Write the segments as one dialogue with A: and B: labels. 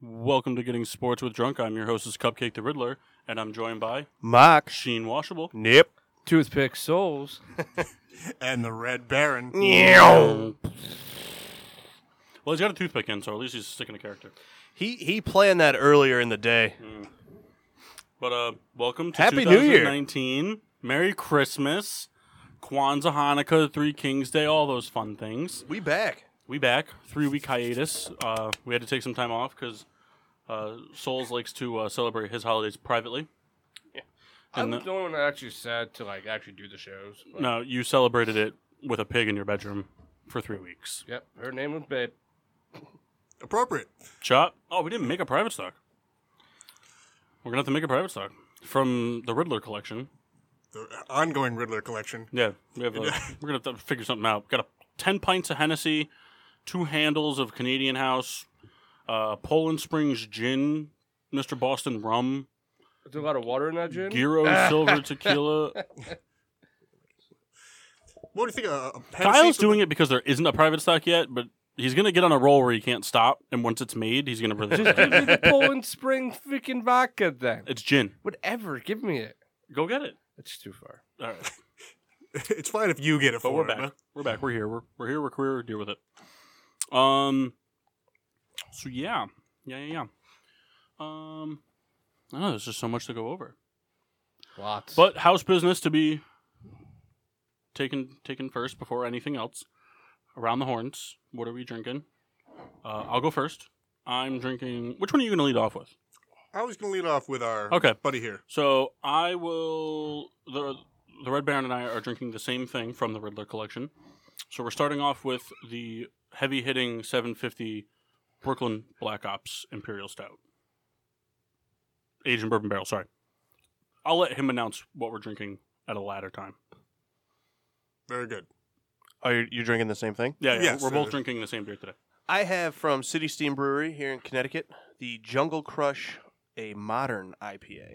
A: Welcome to Getting Sports with Drunk. I'm your host, is Cupcake the Riddler, and I'm joined by
B: Mark.
A: Sheen Washable.
B: Nip.
C: Toothpick Souls.
D: and the Red Baron.
A: Well, he's got a toothpick in, so at least he's sticking to character.
B: He he planned that earlier in the day.
A: But uh, welcome to
B: Happy New Year.
A: 2019. Merry Christmas, Kwanzaa, Hanukkah, Three Kings Day, all those fun things.
B: We back.
A: We back three week hiatus. Uh, we had to take some time off because uh, Souls likes to uh, celebrate his holidays privately. And
C: I'm the
A: the-
C: one actually sad to like actually do the shows. but-
A: No, you celebrated it with a pig in your bedroom for three weeks.
C: Yep, her name was Babe.
D: Appropriate.
A: Chop. Oh, we didn't make a private stock. We're gonna have to make a private stock from the Riddler collection.
D: The ongoing Riddler collection.
A: Yeah, we have. A, we're gonna have to figure something out. Got a ten pints of Hennessy, two handles of Canadian House, uh, Poland Springs gin, Mister Boston rum,
C: There's a lot of water in that gin.
D: Ah.
A: Giro silver tequila.
D: What do you think? Uh, a Hennessy
A: Kyle's
D: for
A: doing it because there isn't a private stock yet, but he's gonna get on a roll where he can't stop. And once it's made, he's gonna release
C: Just give me
A: it.
C: the Poland Spring freaking vodka then.
A: It's gin.
C: Whatever, give me it.
A: Go get it.
C: It's too far.
A: All right.
D: the- it's fine if you get it
A: But
D: for
A: we're
D: him, huh?
A: back. We're back. We're here. We're, we're here. We're queer. Deal with it. Um. So yeah, yeah, yeah, yeah. Um. I don't know. There's just so much to go over.
C: Lots.
A: But house business to be taken taken first before anything else. Around the horns. What are we drinking? Uh, I'll go first. I'm drinking. Which one are you going to lead off with?
D: I was going to lead off with our
A: Okay.
D: buddy here.
A: So I will. The, the Red Baron and I are drinking the same thing from the Riddler collection. So we're starting off with the heavy hitting 750 Brooklyn Black Ops Imperial Stout. Aged in bourbon barrel, sorry. I'll let him announce what we're drinking at a latter time.
D: Very good.
B: Are you you drinking the same thing?
A: Yeah, yeah
D: Yes,
A: we're both
D: uh,
A: drinking the same beer today.
B: I have from City Steam Brewery here in Connecticut the Jungle Crush, a modern IPA.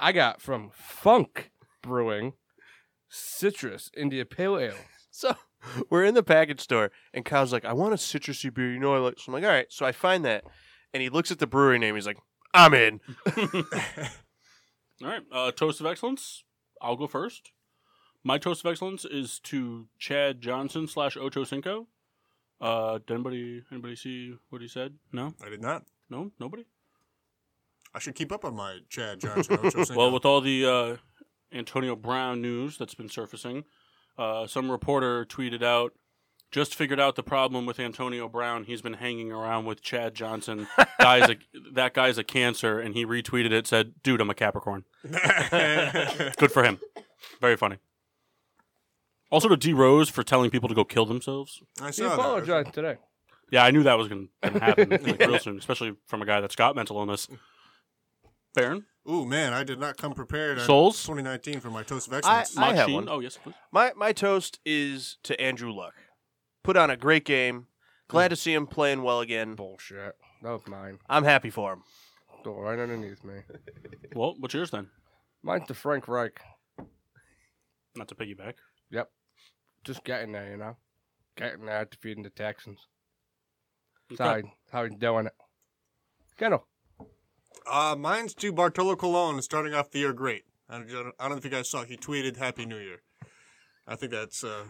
C: I got from Funk Brewing Citrus India Pale Ale.
B: So we're in the package store, and Kyle's like, "I want a citrusy beer." You know, I like. So I'm like, "All right." So I find that, and he looks at the brewery name. He's like, "I'm in."
A: All right, uh, toast of excellence. I'll go first. My toast of excellence is to Chad Johnson slash Ocho Cinco. Uh, did anybody anybody see what he said? No,
D: I did not.
A: no, nobody.
D: I should keep up on my Chad Johnson. Ocho Cinco.
A: Well, with all the uh, Antonio Brown news that's been surfacing, uh, some reporter tweeted out, "Just figured out the problem with Antonio Brown. He's been hanging around with Chad Johnson. Guy's a, that guy's a cancer." And he retweeted it, said, "Dude, I'm a Capricorn." Good for him. Very funny. Also to D Rose for telling people to go kill themselves.
D: I
C: He
D: saw that.
C: apologized today.
A: Yeah, I knew that was going to happen like, real soon, especially from a guy that's got mental illness. Baron,
D: Ooh, man, I did not come prepared. on
A: Souls?
D: 2019 for my Toast of Excellence.
B: I have
A: Machine.
B: one.
A: Oh yes, please.
B: My my toast is to Andrew Luck. Put on a great game. Glad to see him playing well again.
C: Bullshit. That was mine.
B: I'm happy for him.
C: Go right underneath me.
A: Well, what's yours then?
C: Mine's the Frank Reich.
A: Not to piggyback.
C: Yep. Just getting there, you know? Getting there, defeating the Texans. That's how, he- how he's doing it. Kendall.
D: uh, mine's to Bartolo Colon, starting off the year great. I don't, I don't know if you guys saw. He tweeted Happy New Year. I think that's uh,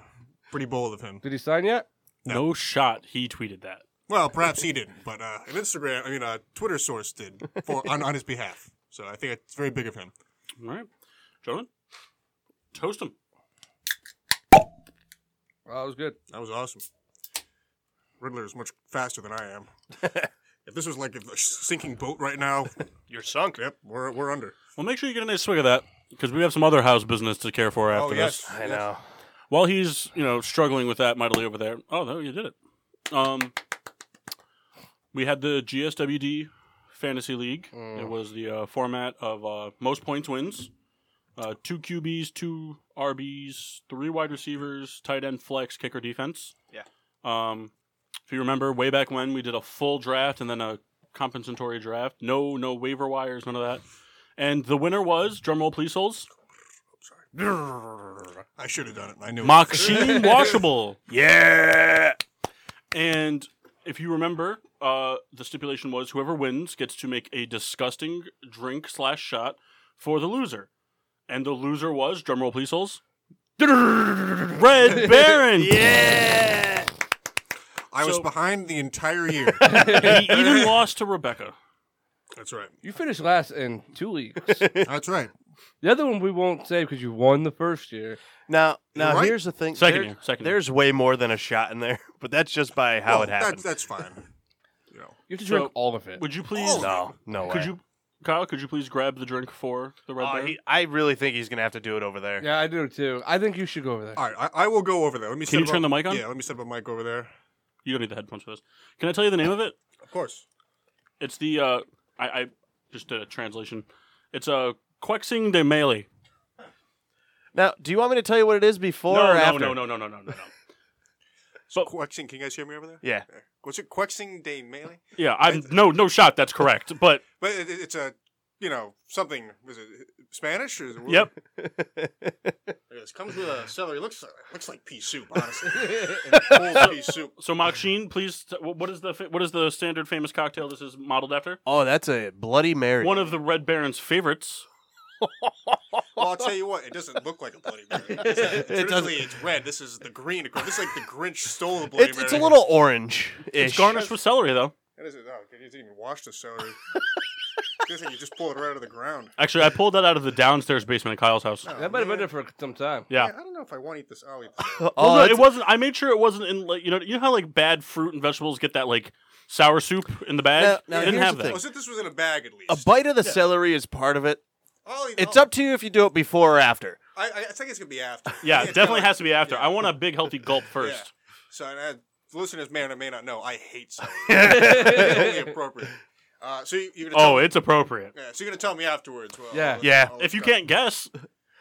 D: pretty bold of him.
C: Did he sign yet?
A: No shot. He tweeted that.
D: Well, perhaps he didn't, but uh, an Instagram, I mean, a Twitter source did for on, on his behalf. So I think it's very big of him.
A: All right, gentlemen, toast him.
C: Well, that was good.
D: That was awesome. Riddler is much faster than I am. if this was like a sinking boat right now,
B: You're sunk.
D: yep, we're, we're under.
A: Well, make sure you get a nice swig of that because we have some other house business to care for after
D: oh,
A: this.
D: yes.
B: I
D: yes.
B: know.
A: While he's you know struggling with that mightily over there. Oh, no, you did it. Um, we had the GSWD Fantasy League.
C: Mm.
A: It was the uh, format of uh, most points wins. Uh, two QBs, two RBs, three wide receivers, tight end, flex, kicker, defense.
E: Yeah.
A: Um, if you remember, way back when we did a full draft and then a compensatory draft. No, no waiver wires, none of that. And the winner was drumroll, please, souls.
D: I should have done it. I knew. it.
A: Maxime Washable. Yeah. And if you remember, uh, the stipulation was whoever wins gets to make a disgusting drink slash shot for the loser. And the loser was, drumroll please, souls. Red Baron. yeah.
D: I was
A: So-
D: behind the entire year.
A: He even lost to Rebecca.
D: That's right.
C: You finished last in two leagues.
D: That's right.
C: the other one we won't say because you won the first year.
B: Now, now
D: Right.
B: here's the thing.
A: Second
B: There-
A: year, second year.
B: There's way more than a shot in there, but that's just by how
D: Well,
B: it happened.
D: Oh, That's, that's fine. You know.
C: You have to
A: So-
C: drink all of it.
A: Would you
D: oh.
A: please?
B: no, Oh, no way.
A: Could you, Kyle? Could you please grab the drink for the Red
B: Oh,
A: Baron?
B: he- I really think he's gonna have to do it over there.
C: Yeah, I do too. I think you should go over there.
D: All right, I, I will go over there. Let me.
A: Can you
D: set up
A: turn
D: a-
A: the mic on?
D: Yeah, let me set up a mic over there.
A: You don't need the headphones for this. Can I tell you the name of it?
D: Of course.
A: It's the uh, I, I just did a translation. It's a uh, Quexing de Melee.
B: Now, do you want me to tell you what it is before
A: no,
B: or
A: no,
B: after?
A: no, no, no, no, no, no, no. But-
D: Quexing, can you guys hear me over there?
B: Yeah.
D: What's it? Quexing de Melee?
A: Yeah, I'm no, no shot. That's correct. But
D: But it, it- it's a, you know, something. Was it Spanish? Or is it,
A: yep,
D: This comes with a celery. Looks like, looks like pea soup, honestly. and cold pea soup.
A: so Maxine, please. T- wh- what is the fa- what is the standard famous cocktail this is modeled after?
B: Oh, that's a Bloody Mary.
A: One of the Red Baron's favorites.
D: Well, I'll tell you what. It doesn't look like a Bloody Mary. It's not- Traditionally, it's red. This is the green. Of course. This is like the Grinch stole the Bloody
B: it's,
D: Mary.
B: it's a little orange.
A: It's garnished with celery, though.
D: That isn't, oh, you didn't even wash the celery. Good thing you just pull it right out of the ground.
A: Actually, I pulled that out of the downstairs basement at Kyle's house.
D: Oh,
C: that might have been
D: man.
C: there for some time.
A: Yeah.
D: I don't know if I want to eat this. I'll eat this.
B: Oh,
A: Well, no, it
B: that's-
A: wasn't. I made sure it wasn't in like you know you know how like bad fruit and vegetables get that like sour soup in the bag.
B: Now- now
A: It didn't
B: here's
A: have
B: the
A: that.
D: Oh, so this was in a bag at least.
B: a bite of the celery is part of it.
D: I'll eat,
B: It's
D: I'll-
B: up to you if you do it before or after.
D: I, I I think it's gonna be after.
A: Yeah,
D: It's
A: definitely
D: kinda
A: has to be after.
D: yeah.
A: I want a big healthy gulp first.
D: So, and I, the listeners may or may not know, I hate celery. it's only appropriate. Uh, so you, you're gonna tell
A: Oh,
D: me,
A: it's appropriate.
D: yeah, so you're gonna tell me afterwards. Well,
C: Yeah.
B: Yeah. Oh,
A: If you can't guess,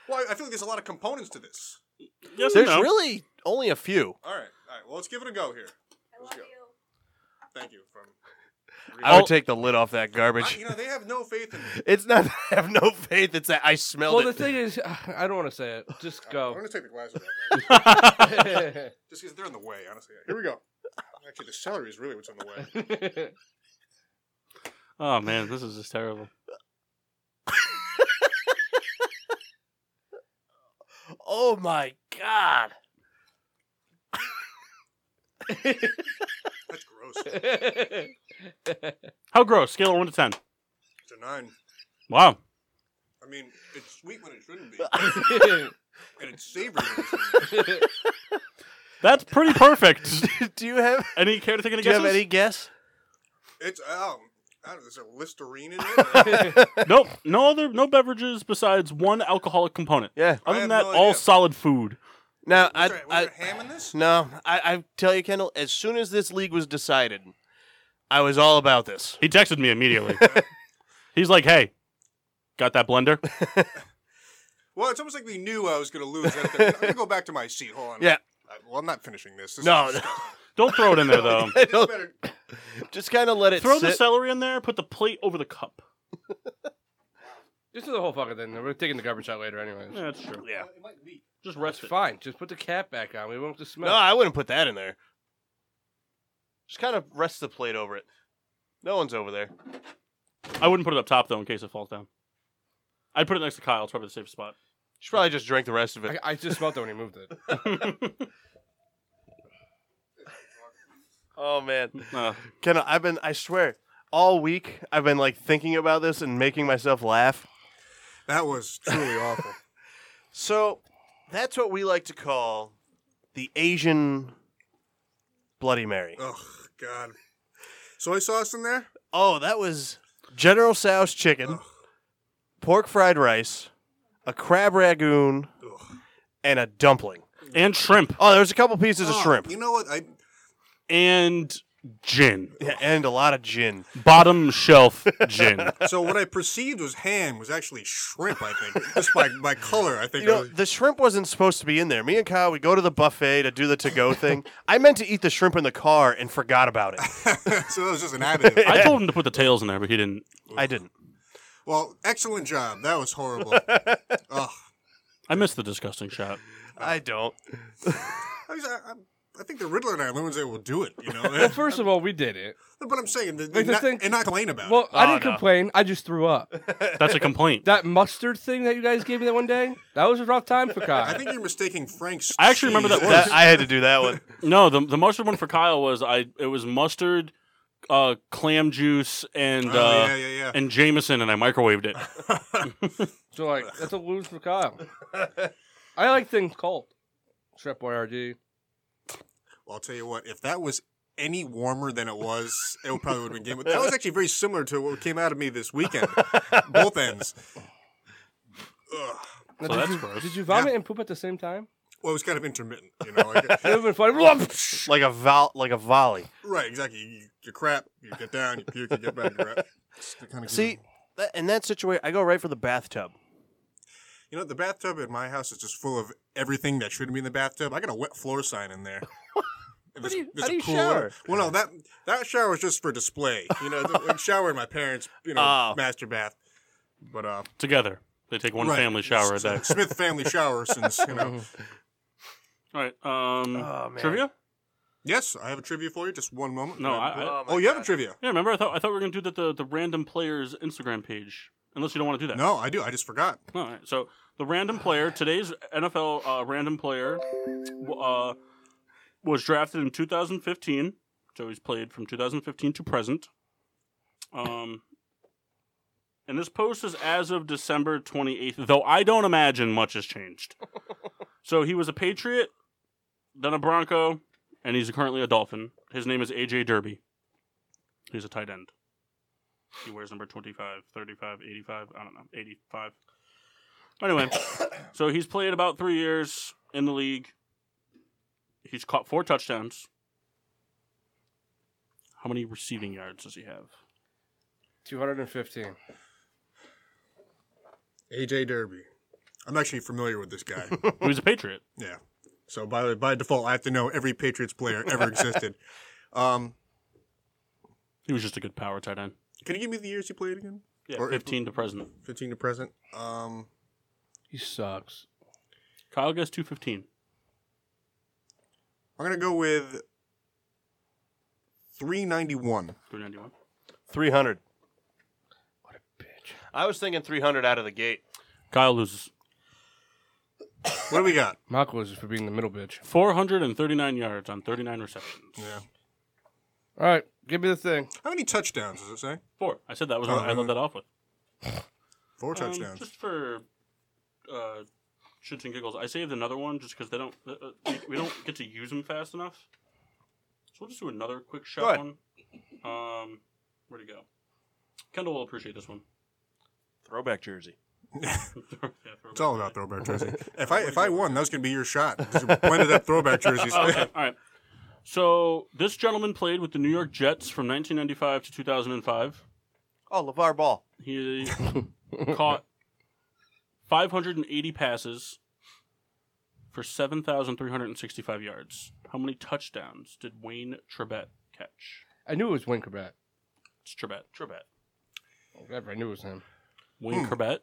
D: Well, I- I feel like there's a lot of components to this.
A: yes or
B: There's
A: no.
B: really only a few.
D: All right, all right. Well, let's give it a go here. Let's go. Thank you. From
B: I
A: Oh.
B: would take the lid off that
D: I,
B: garbage.
D: you know, they have no faith in me.
B: It's not that I have no faith. It's that I smelled
C: Well, the
B: it.
C: thing is, I don't want to say it. Just
D: I'm
C: go.
D: gonna take the glasses off, man.
C: All
D: just because they're in the way. Honestly, here we go. Actually, the celery is really what's in the way.
A: Oh man, this is just terrible.
B: oh my god!
D: That's gross.
A: How gross? Scale of one to ten.
D: It's a nine.
A: Wow.
D: I mean, it's sweet when it shouldn't be, and it's savory. When it shouldn't be.
A: That's pretty perfect.
B: do you have?
A: any care to take any
B: Do you
A: guesses?
B: have any guess?
D: It's um, I don't know, is there Listerine in it?
A: Nope. No other no beverages besides one alcoholic component.
B: Yeah.
A: Other than
D: have
A: that,
D: no
A: all
D: idea.
A: solid food.
B: Now I,
D: was there, was
B: I
D: there ham in this?
B: no, I, I tell you, Kendall. As soon as this league was decided, I was all about this.
A: He texted me immediately. He's like, "Hey, got that blender?"
D: Well, it's almost like we knew I was going to lose. I'm going to go back to my seat. Hold on.
B: Yeah.
D: I- well, I'm not finishing this. this
B: No,
D: is
B: no.
D: disgusting.
A: Don't throw it in there though.
B: I
D: This
B: don't-
D: better,
B: just kind of let it
A: throw the
B: sit.
A: celery in there. Put the plate over the cup.
C: Just do the whole fucking thing. We're taking the garbage out later, anyways.
A: Yeah, that's true.
B: Yeah.
A: Just
C: That's
A: rest it.
C: fine. Just put the cap back on. We won't have to smell.
B: No, I wouldn't put that in there. Just kind of rest the plate over it. No one's over there.
A: I wouldn't put it up top though, in case it falls down. I'd put it next to Kyle. It's probably the safe spot.
B: She probably just drank the rest of it.
C: I, I just smelled it when he moved it.
B: Oh man,
A: Uh,
B: Kendall, I've been. I swear, all week I've been like thinking about this and making myself laugh.
D: that was truly awful.
B: So that's what we like to call the Asian Bloody Mary.
D: Oh God. Soy sauce in there?
B: Oh, that was General Tso's chicken, pork fried rice, a crab ragoon,
D: Ugh.
B: and a dumpling.
A: and shrimp
B: Oh, there was a couple pieces of
D: Oh,
B: shrimp.
D: You know what? I
A: and gin,
B: Yeah, and a lot of gin.
A: bottom shelf gin.
D: So what I perceived was ham was actually shrimp. I think just by by color. I think.
B: You know, the shrimp wasn't supposed to be in there. Me and Kyle, we go to the buffet to do the to go thing. I meant to eat the shrimp in the car and forgot about it.
D: so that was just an additive.
A: I told him to put the tails in there, but he didn't.
B: I didn't.
D: Well, excellent job. That was horrible. Ugh.
A: I missed the disgusting shot.
B: I don't.
D: I, was- I, I- I think the Riddler and I are the ones that will do it. You know.
C: First of all, we did it.
D: but I'm saying that-
C: Like
D: and,
C: the
D: not,
C: thing-
D: and not complain about
C: Well, I
B: Oh,
C: didn't
B: no.
C: complain. I just threw up.
A: That's a complaint.
C: That mustard thing that you guys gave me that one day, that was a rough time for
D: it. I
C: Kyle.
D: think you're mistaking Frank's.
A: I actually remember
D: cheese.
B: That, I had to do that one.
A: No, the the mustard one for Kyle was I. It was mustard, uh, clam juice, and
D: Oh,
A: uh,
D: yeah, yeah, yeah.
A: and Jameson, and I microwaved it.
C: So, like, that's a lose for Kyle. I like things cold. Strep YRD.
D: Well, I'll tell you what. If that was any warmer than it was, it would probably would have been game. But that was actually very similar to what came out of me this weekend. Both ends. Ugh.
A: So
C: Now, did,
A: that's
C: you,
A: gross.
C: did you vomit and poop at the same time?
D: Well, it was kind of intermittent, you know. Like,
C: It would have been funny.
B: Like a vol- like a volley.
D: right, exactly. You, you, you crap, you get down, you puke, you get back, you crap. It's the kind of-
B: See, that, in that situation, I go right for the bathtub.
D: you know, the bathtub at my house is just full of everything that shouldn't be in the bathtub. I got a wet floor sign in there. How
B: do you- how do you shower?
D: Well, no, that that shower is just for display. You know, the, like shower in my parents, you know,
B: Oh.
D: master bath. But uh,
A: Together, they take one
D: right.
A: family shower a day.
D: It's a Smith family shower since you know.
A: All right, um,
B: Oh, man.
A: trivia.
D: Yes, I have a trivia for you. Just one moment.
A: No, I, I
D: Oh, you have a trivia?
A: yeah. Remember, I thought I thought we were gonna do that the the random players Instagram page. Unless you don't want to do that.
D: No, I do. I just forgot.
A: All right. So the random player today's NFL uh, random player w- uh, was drafted in 2015. So he's played from 2015 to present. Um, and this post is as of December 28th. Though I don't imagine much has changed. so he was a Patriot, then a Bronco, and he's currently a Dolphin. His name is AJ Derby. He's a tight end. He wears number 25, 35, 85, I don't know, 85. Anyway, so he's played about three years in the league. He's caught four touchdowns. How many receiving yards does he have?
C: 215.
D: AJ Derby. I'm actually familiar with this guy.
A: Well, he's a Patriot.
D: yeah. So by by default, I have to know every Patriots player ever existed. um,
A: He was just a good power tight end.
D: can you give me the years he played again?
A: Yeah,
D: Or if-
A: 15 to present.
D: 15 to present. Um,
C: He sucks.
A: Kyle guessed 215.
D: I'm gonna go with 391.
A: 391.
B: 300.
C: What a bitch.
B: I was thinking 300 out of the gate.
A: Kyle loses
D: What do we got?
C: Michael is for being the middle bitch.
A: 439 yards on 39 receptions.
D: Yeah.
C: All right, give me the thing.
D: How many touchdowns does it say?
A: Four. I said that was what I led that off with.
D: Four
A: Um,
D: touchdowns.
A: just for uh, shits and giggles, I saved another one just because they don't uh, uh, we- we don't get to use them fast enough. So we'll just do another quick shot
B: ahead.
A: one. Um, where'd it go? Kendall will appreciate this one.
B: Throwback jersey.
D: It's all about throwback jersey. If I if I won, that was gonna be your shot. Just blended up throwback jerseys.
A: okay, all right. So this gentleman played with the New York Jets from 1995 to 2005.
B: Oh, LeVar Ball.
A: He caught 580 passes for 7,365 yards. How many touchdowns did Wayne Trebet catch?
C: I knew it was Wayne Corbett.
A: It's Trebet. Trebet.
C: Whatever, I knew it was him.
A: Wayne Trebet.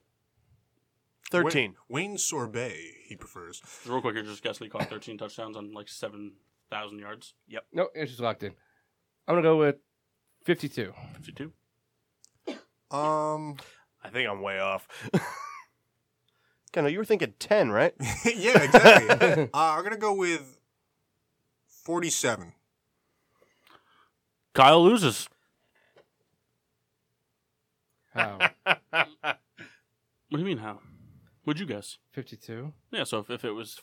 B: 13.
D: Wayne, Wayne Sorbet, he prefers.
A: Just Real quick, I just guessed that he caught 13 touchdowns on like 7,000 yards. Yep.
C: No, it's just locked in. I'm going to go with 52.
A: 52.
D: Um,
B: I think I'm way off. Kendall, you were thinking 10, right?
D: yeah, exactly. uh, I'm gonna go with forty-seven.
A: Kyle loses.
C: How?
A: What do you mean, how? Would you guess?
C: 52?
A: Yeah, so if, if it was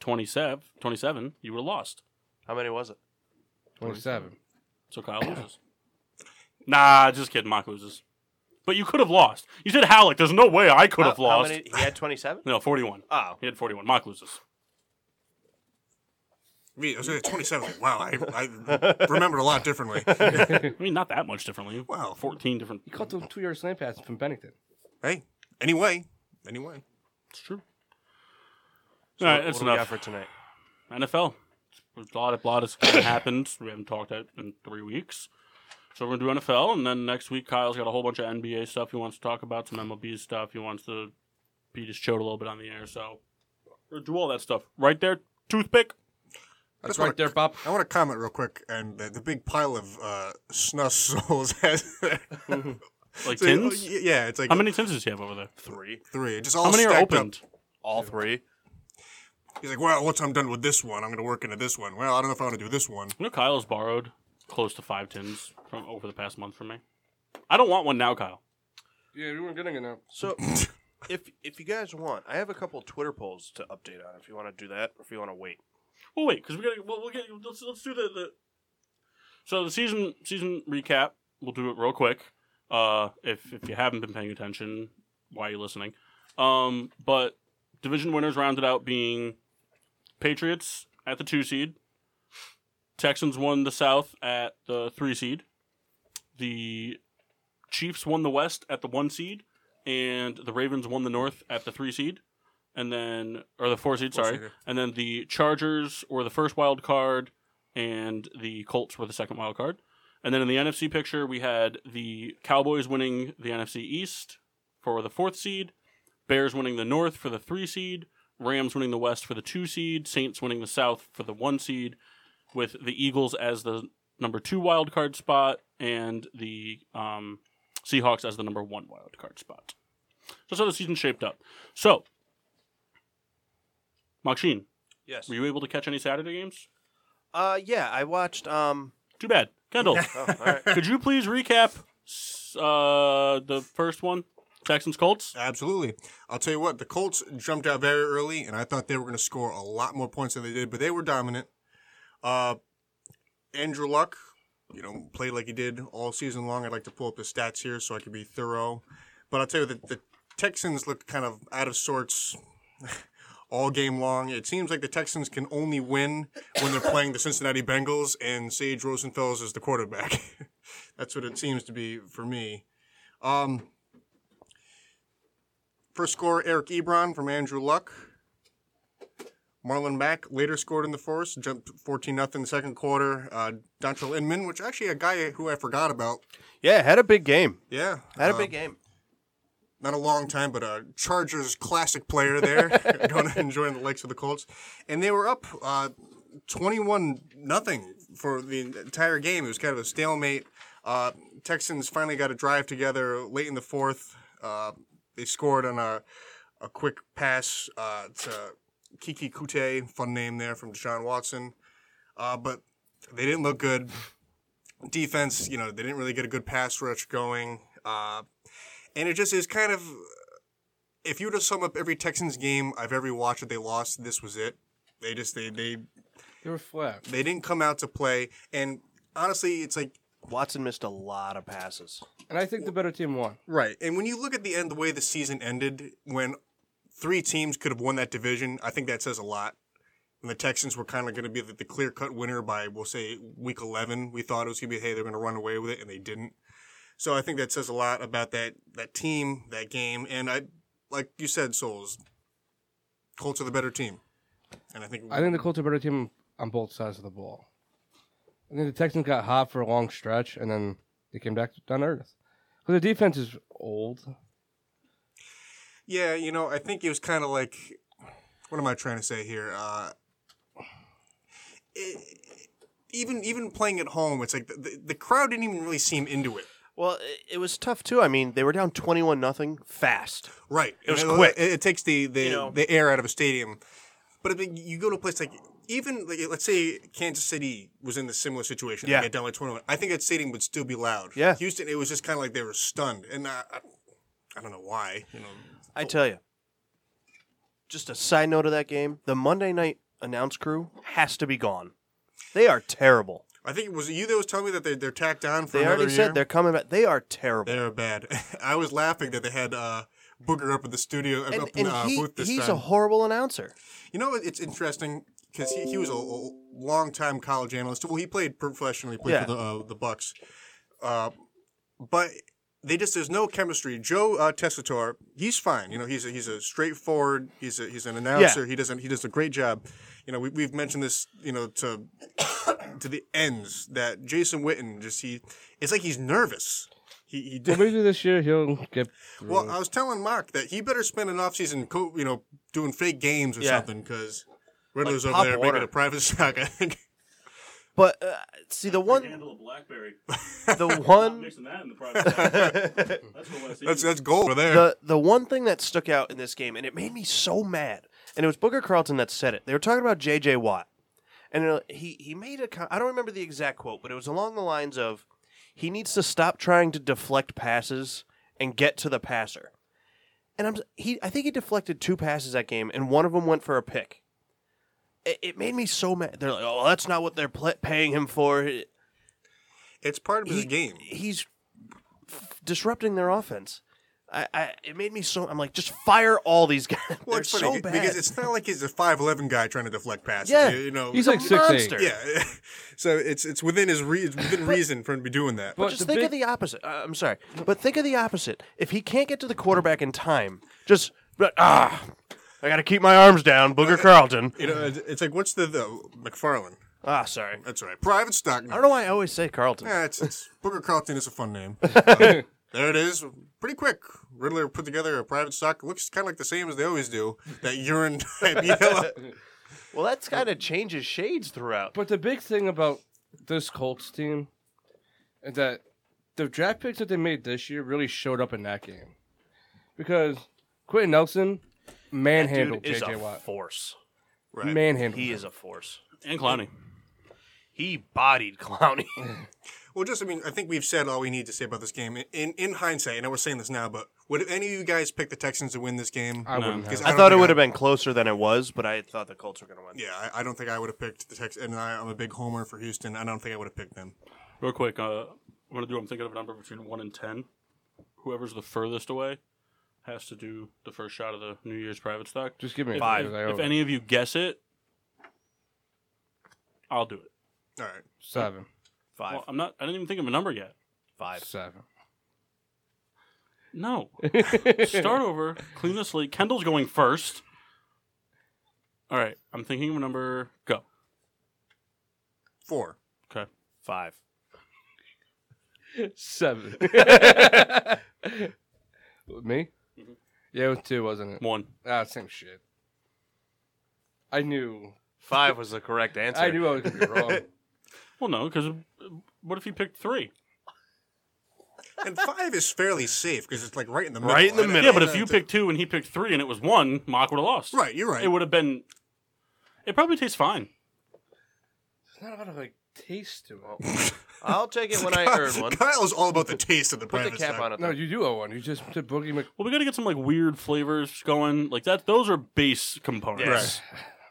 A: 27, 27, you would have lost.
B: How many was it?
C: 27.
A: So Kyle loses. Nah, just kidding. Mock loses. But you could have lost. You said Halleck. There's no way I could
B: How-
A: have
B: how
A: lost.
B: Oh, many- He had 27?
A: No, 41.
B: Oh.
A: He had 41. Mock loses.
D: Me, I was at 27. Wow, I, I remembered a lot differently.
C: you
A: I mean, not that much differently.
D: Wow.
A: 14 different.
C: caught those two-yard slant passes from Bennington.
D: Hey, anyway, anyway.
A: It's true.
B: So
A: All right,
B: what-
A: that's
B: what do we got
A: enough.
B: for tonight.
A: NFL. It's- A lot, of- a lot has happened. We haven't talked that in three weeks. So we're going to do NFL, and then next week Kyle's got a whole bunch of NBA stuff he wants to talk about, some MLB stuff. He wants to be just chode a little bit on the air, so we'll do all that stuff. Right there, toothpick.
D: I
C: That's
D: just
C: right
D: wanna-
C: there, Bob.
D: I want to comment real quick, and the, the big pile of uh, snus souls has.
A: Like
D: So,
A: tins?
D: y- oh, yeah, it's like
A: How many tins does he have over there?
B: Three.
D: three. Just all
A: How many are
D: stacked up.
A: opened?
B: All three.
D: He's like, well, once I'm done with this one, I'm going to work into this one. Well, I don't know if I want to do this one.
A: You know, Kyle's borrowed close to five tins from over the past month from me. I don't want one now, Kyle.
C: Yeah, we weren't getting it now.
B: So if if you guys want, I have a couple Twitter polls to update on. If you want to do that, or if you want to wait.
A: Well, wait, because we gotta. Well, we'll get. Let's let's do the, the. So the season season recap. We'll do it real quick. Uh, if if you haven't been paying attention, why are you listening? Um, but division winners rounded out being Patriots at the two seed. Texans won the South at the three seed. The Chiefs won the West at the one seed, and the Ravens won the North at the three seed, and then or the four seed.
D: Four
A: sorry,
D: seeder.
A: and then the Chargers were the first wild card, and the Colts were the second wild card. And then in the NFC picture, we had the Cowboys winning the NFC East for the fourth seed, Bears winning the North for the three seed, Rams winning the West for the two seed, Saints winning the South for the one seed, with the Eagles as the number two wild card spot and the um, Seahawks as the number one wild card spot. So that's how the season shaped up. So, Makshin,
B: Yes.
A: were you able to catch any Saturday games?
B: Uh, yeah, I watched. Um.
A: Too bad. Kendall,
B: Oh, all right.
A: could you please recap s- uh, the first one? Texans Colts?
D: Absolutely. I'll tell you what, the Colts jumped out very early, and I thought they were going to score a lot more points than they did, but they were dominant. Uh, Andrew Luck, you know, played like he did all season long. I'd like to pull up the stats here so I can be thorough. But I'll tell you that the Texans looked kind of out of sorts all game long. It seems like the Texans can only win when they're playing the Cincinnati Bengals, and Sage Rosenfels is the quarterback. That's what it seems to be for me. Um, First scorer, Eric Ebron from Andrew Luck. Marlon Mack later scored in the first, jumped 14 0 in the second quarter. Uh, Dontrell Inman, which actually a guy who I forgot about.
B: yeah, had a big game.
D: Yeah.
B: Had a
D: uh,
B: big game.
D: Not a long time, but a Chargers classic player there. Going to enjoying the likes of the Colts. And they were up 21 nothing for the entire game. It was kind of a stalemate. Uh, Texans finally got a drive together late in the fourth. Uh, they scored on a, a quick pass uh, to Kiki Kute, fun name there from Deshaun Watson. Uh, but they didn't look good. Defense, you know, they didn't really get a good pass rush going. Uh, and it just is kind of. If you were to sum up every Texans game I've ever watched that they lost, this was it. They just they they
C: They were flat.
D: they didn't come out to play, and honestly, it's like
B: Watson missed a lot of passes.
C: And I think the better team won.
D: right. And when you look at the end, the way the season ended, when three teams could have won that division, I think that says a lot. And the Texans were kind of going to be the, the clear cut winner by, we'll say, week eleven. We thought it was going to be, hey, they're going to run away with it, and they didn't. So I think that says a lot about that that team, that game, and I, like you said, Souls, Colts are the better team, and I think
C: I think the Colts are a better team on both sides of the ball. I think the Texans got hot for a long stretch, and then they came back down to earth. Because the defense is old.
D: Yeah, you know, I think it was kind of like, what am I trying to say here? Uh, it, even even playing at home, it's like the, the, the crowd didn't even really seem into it.
B: Well, it, it was tough too. I mean, they were down twenty-one nothing fast.
D: Right. It
B: was
D: it,
B: quick.
D: It, it takes the the,
B: You know.
D: the air out of a stadium. But I mean, you go to a place like even like, let's say Kansas City was in the similar situation.
B: Yeah.
D: They got down by 21. I think that stadium would still be loud.
B: Yeah.
D: Houston, it was just kind of like they were stunned, and I, I, I don't know why. You know.
B: I tell you. Just a side note of that game: the Monday night announce crew has to be gone. They are terrible.
D: I think it was you that was telling me that they, they're tacked on for
B: They
D: another
B: already
D: year.
B: said they're coming back. They are terrible.
D: They were bad. I was laughing that they had uh, Booger up in the studio,
B: and
D: up
B: and
D: in the uh,
B: he,
D: booth this
B: he's a
D: time.
B: horrible announcer.
D: you know, it's interesting. because he, he was a, a long time college analyst. Well, he played professionally, played
B: Yeah.
D: for the uh, the Bucks, uh, but they just there's no chemistry. Joe uh, Tessitore, he's fine. You know, he's a, he's a straightforward. He's a, he's an announcer. He doesn't he does a great job. You know, we, we've mentioned this. You know, to to the ends that Jason Witten just he it's like he's nervous. He he
C: Well,
D: did.
C: maybe this year he'll get. Through.
D: Well, uh, I was telling Mark that he better spend an off season, co- you know, doing fake games or
B: Yeah.
D: something because Riddler's
B: Like
D: over
B: pop
D: there
B: water.
D: making a private stock. I think.
B: But uh, see the one,
A: Handle a BlackBerry.
B: the one,
A: mixing that in the private. That's what I see.
D: That's that's gold over there.
B: the the one thing that stuck out in this game, and it made me so mad. And it was Booker Carlton that said it. They were talking about J.J. Watt, and uh, he he made a. co- I don't remember the exact quote, but it was along the lines of, "He needs to stop trying to deflect passes and get to the passer." And I'm he. I think he deflected two passes that game, and one of them went for a pick. It, it made me so mad. They're like, "Oh, that's not what they're pl- paying him for."
D: it's part of his
B: E-
D: game.
B: He's f- disrupting their offense. I, I, it made me so. I'm like, just fire all these guys.
D: Well,
B: They're
D: it's funny
B: so bad.
D: because it's not like he's a five eleven guy trying to deflect passes.
B: Yeah.
D: you, you know.
C: He's
B: a
C: like six eight.
B: monster.
D: yeah, so it's it's within his re- it's within reason for him to be doing that.
C: But
B: just
C: the
B: think
C: big-
B: of the opposite. Uh, I'm sorry, but think of the opposite. If he can't get to the quarterback in time, just but ah, I got to keep my arms down, Booger Carlton.
D: you know, it's- it's like what's the, the McFarlane?
B: Ah, sorry.
D: That's all right. Private stock.
B: I don't know why I always say Carlton.
D: Yeah, it's, it's Booker Carlton is a fun name. Uh, there it is. Pretty quick. Riddler put together a private stock. Looks kind of like the same as they always do. That urine type yellow.
B: Well, that's kind of changes shades throughout.
C: But the big thing about this Colts team is that the draft picks that they made this year really showed up in that game because Quentin Nelson manhandled
B: Dude is
C: J.J.
B: a
C: Watt.
B: force.
D: Right.
C: Manhandled.
B: He
C: him.
B: is a force.
A: and Clowney.
B: He bodied Clowney.
D: Well, just I mean, I think we've said all we need to say about this game. In in hindsight, I know we're saying this now, but would any of you guys pick the Texans to win this game?
C: I wouldn't have.
D: 'Cause
B: I
D: don't
B: thought it
D: think
B: would have been closer than it was, but I thought the Colts were going to win.
D: Yeah, I, I don't think I would have picked the Texans. And I, I'm a big homer for Houston. I don't think I would have picked them.
A: Real quick, uh, I'm gonna do. I'm thinking of a number between one and ten. Whoever's the furthest away has to do the first shot of the New Year's private stock.
C: Just give me a oh,
A: If-
C: five.
A: If, if any of you guess it, I'll do it.
D: All right.
C: Seven.
B: Five.
A: Well, I'm not. I didn't even think of a number yet.
B: five.
C: Seven.
A: No. Start over. Clean the slate. Kendall's going first. All right. I'm thinking of a number. Go.
D: Four.
A: Okay.
B: Five.
C: Seven. Me?
A: Mm-hmm.
C: Yeah, it was two, wasn't it?
A: One.
C: Ah, same shit. I knew.
B: Five was the correct answer.
C: I knew I was gonna be wrong.
A: Well, no, because what if he picked three?
D: And five is fairly safe because it's like right in the middle.
B: Right in the
D: I- I-
B: middle.
A: Yeah, but
D: I-
A: if you picked two and he picked three and it was one, Mock would have lost.
D: Right, you're right.
A: It would have been. It probably tastes fine.
C: It's not about like taste to it.
B: I'll take it when I earn one.
D: Kyle's all about the taste of the
B: Put the
D: private
B: cap
D: stock.
B: on it.
C: No,
B: though.
C: you do owe one. You just said Boogie Mc.
A: Well, we got to get some like weird flavors going. Like that. Those are base components.
B: Yes.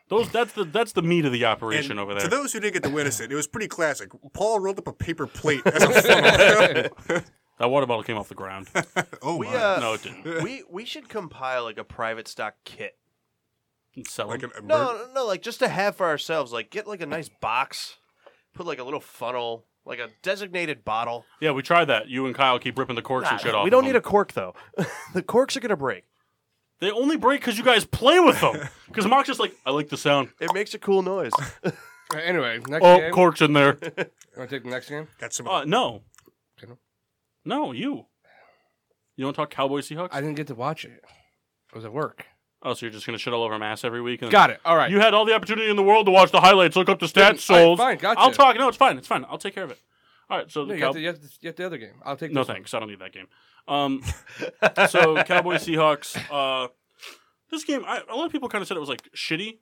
A: Those. That's the. That's the meat of the
D: And
A: operation over
D: To
A: there.
D: those who did get to witness it, it was pretty classic. Paul rolled up a paper plate as a funnel.
A: that water bottle came off the ground.
D: oh,
B: We
D: my.
B: uh,
A: No, it didn't.
B: we we should compile like a private stock kit.
A: Sell
D: like
A: them.
D: an, a
B: No,
D: bird-
B: no, no, like just to have for ourselves. Like get like a nice box, put like a little funnel, like a designated bottle.
A: Yeah, we tried that. You and Kyle keep ripping the corks and
B: Nah,
A: shit off.
B: we
A: of
B: don't
A: them.
B: need a cork though. the corks are gonna break.
A: They only break because you guys play with them. Because Mock's just like, I like the sound.
B: It makes a cool noise.
C: Uh, Anyway, next
A: Oh,
C: game.
A: corks in there.
C: You want to take the next game?
D: Got some.
A: Uh, no.
C: Kendall?
A: No, you. You don't talk Cowboy Seahawks?
C: I didn't get to watch it. I was at work.
A: oh, so you're just going to shit all over my ass every week? And
C: Got it. All right.
A: You had all the opportunity in the world to watch the highlights, look up the stats,
C: All right,
A: souls.
C: fine, gotcha.
A: I'll talk. No, it's fine. It's fine. I'll take care of it. All right, so
C: No,
A: the
C: you,
A: Cow-
C: have the, you, have the, you have the other game. I'll take.
A: No,
C: this one.
A: thanks. I don't need that game. Um, so Cowboy Seahawks. Uh, this game, I, a lot of people kind of said it was like shitty.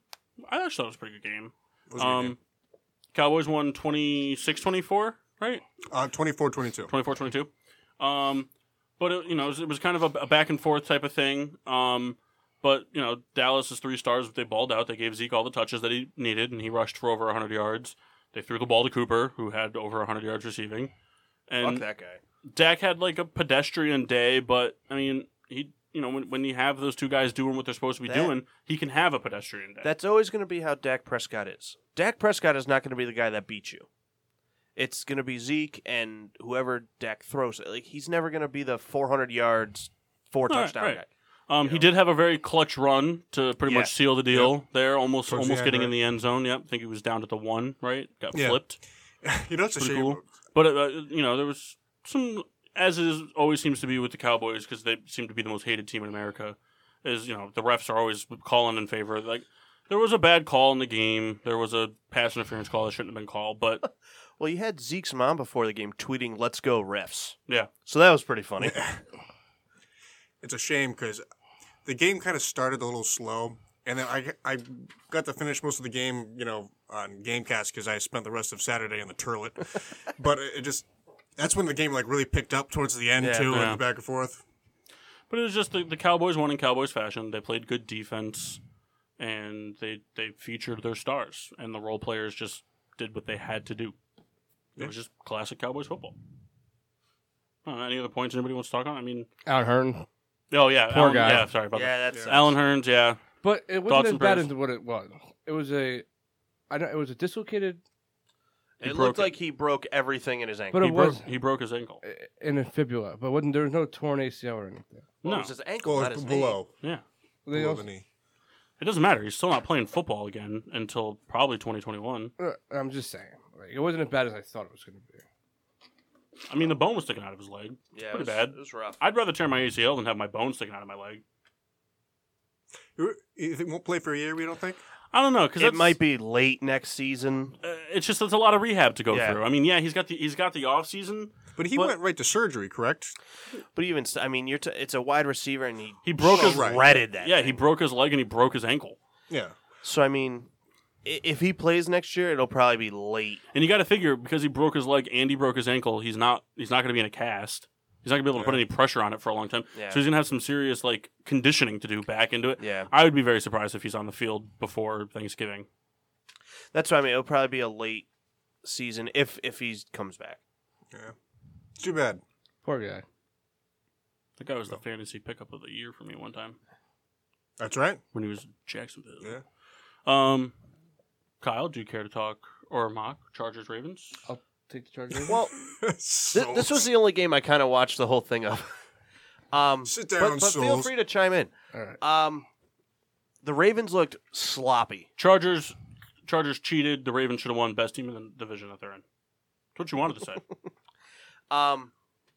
A: I actually thought it was a pretty good game.
D: was a good
A: Um,
D: game.
A: Cowboys won 26-24, right?
D: Uh, 24 22.
A: 24-22. Um, but it, you know, it was, it was kind of a, a back and forth type of thing. Um, but you know, Dallas is three stars. They balled out. They gave Zeke all the touches that he needed, and he rushed for over 100 yards. They threw the ball to Cooper, who had over 100 yards receiving.
B: Fuck
A: And
B: that guy.
A: Dak had like a pedestrian day, but I mean, he you know, when, when you have those two guys doing what they're supposed to be
B: That-
A: doing, he can have a pedestrian day.
B: That's always going to be how Dak Prescott is. Dak Prescott is not going to be the guy that beats you. It's going to be Zeke and whoever Dak throws. Like he's never going to be the 400 yards, four
A: All right,
B: touchdown
A: right.
B: guy.
A: um, he did have a very clutch run to pretty
B: Yeah.
A: much seal the deal there, almost
D: Towards the
A: almost
D: end,
A: getting in
D: right?
A: the end zone. Yep, I think he was down to the one, right? Got
D: Yeah.
A: flipped.
D: you know, it's a
A: Pretty
D: shame.
A: cool. But uh, you know, there was some, as is always seems to be with the Cowboys, because they seem to be the most hated team in America. Is you know the refs are always calling in favor. Like there was a bad call in the game. There was a pass interference call that shouldn't have been called. But
B: Well, you had Zeke's mom before the game tweeting, "Let's go refs."
A: yeah,
B: So that was pretty funny.
D: It's a shame because the game kind of started a little slow, and then I, I got to finish most of the game, you know, on Gamecast because I spent the rest of Saturday on the turlet. but it, it just that's when the game like really picked up towards the end
B: Yeah.
D: too,
A: Yeah.
D: and back and forth.
A: but it was just the, the Cowboys won in Cowboys fashion. They played good defense, and they they featured their stars, and the role players just did what they had to do. It was just classic Cowboys football. I don't know, any other points anybody wants to talk on? I mean,
C: Out Hearn.
A: Oh yeah,
C: Poor
A: Alan-
C: guy.
A: Yeah, sorry about
B: yeah, that's uh,
A: that. Alan Hearns, yeah,
C: But it wasn't
A: Thoughts
C: as
A: and
C: bad
A: prayers.
C: as what it was. It was a, I know it was a dislocated,
A: He
B: It
A: broke
B: looked
A: it. uh,
B: like he broke everything in his ankle.
C: but
A: he
C: it was
A: broke he broke his ankle.
C: in a fibula. uh, But wasn't there was no torn ACL or anything.
B: Well,
A: no.
B: it was his ankle,
D: Well,
B: not his knee.
D: below,
A: Yeah,
C: They
D: below
C: also-
D: the knee.
A: it doesn't matter. He's still not playing football again until probably 2021.
C: Uh, I'm just saying, like, it wasn't as bad as I thought it was going to be.
A: I mean, the bone was sticking out of his leg.
B: Yeah,
A: Pretty
B: it was,
A: bad.
B: It was rough.
A: I'd rather tear my ACL than have my bone sticking out of my leg.
D: You- You think won't play for a year? We don't think.
A: I don't know because
B: It might be late next season.
A: Uh, it's just it's a lot of rehab to go
B: Yeah.
A: through. I mean, yeah, he's got the he's got the off season.
D: But he
A: But-
D: went right to surgery, correct?
B: But even, st- I mean, you're t- it's a wide receiver, and he
A: He broke his
D: Right.
B: shredded that.
A: yeah
B: thing.
A: he broke his leg and he broke his ankle.
D: Yeah.
B: So I mean, i- if he plays next year, it'll probably be late.
A: And you got to figure because he broke his leg and he broke his ankle, he's not he's not going to be in a cast. He's not going to be able to put any pressure on it for a long time.
B: Yeah.
A: So he's going to have some serious like conditioning to do back into it.
B: Yeah.
A: I would be very surprised if he's on the field before Thanksgiving.
B: That's what I mean. It'll probably be a late season if if he comes back.
D: Too bad.
C: Poor guy.
A: That guy was the fantasy pickup of the year for me one time
D: That's right.
A: when he was in Jacksonville.
D: Yeah.
A: Um, Kyle, do you care to talk or mock Chargers Ravens?
C: I'll take the Chargers.
B: Well,
D: So-
B: th- this was the only game I kind of watched the whole thing of. Um,
D: Sit
B: but-
D: down,
B: but, feel
D: Souls.
B: free to chime in.
C: All right.
B: Um, the Ravens looked sloppy.
A: Chargers, Chargers cheated. The Ravens should have won. Best team in the division that they're in. That's what you wanted to say.
B: Um,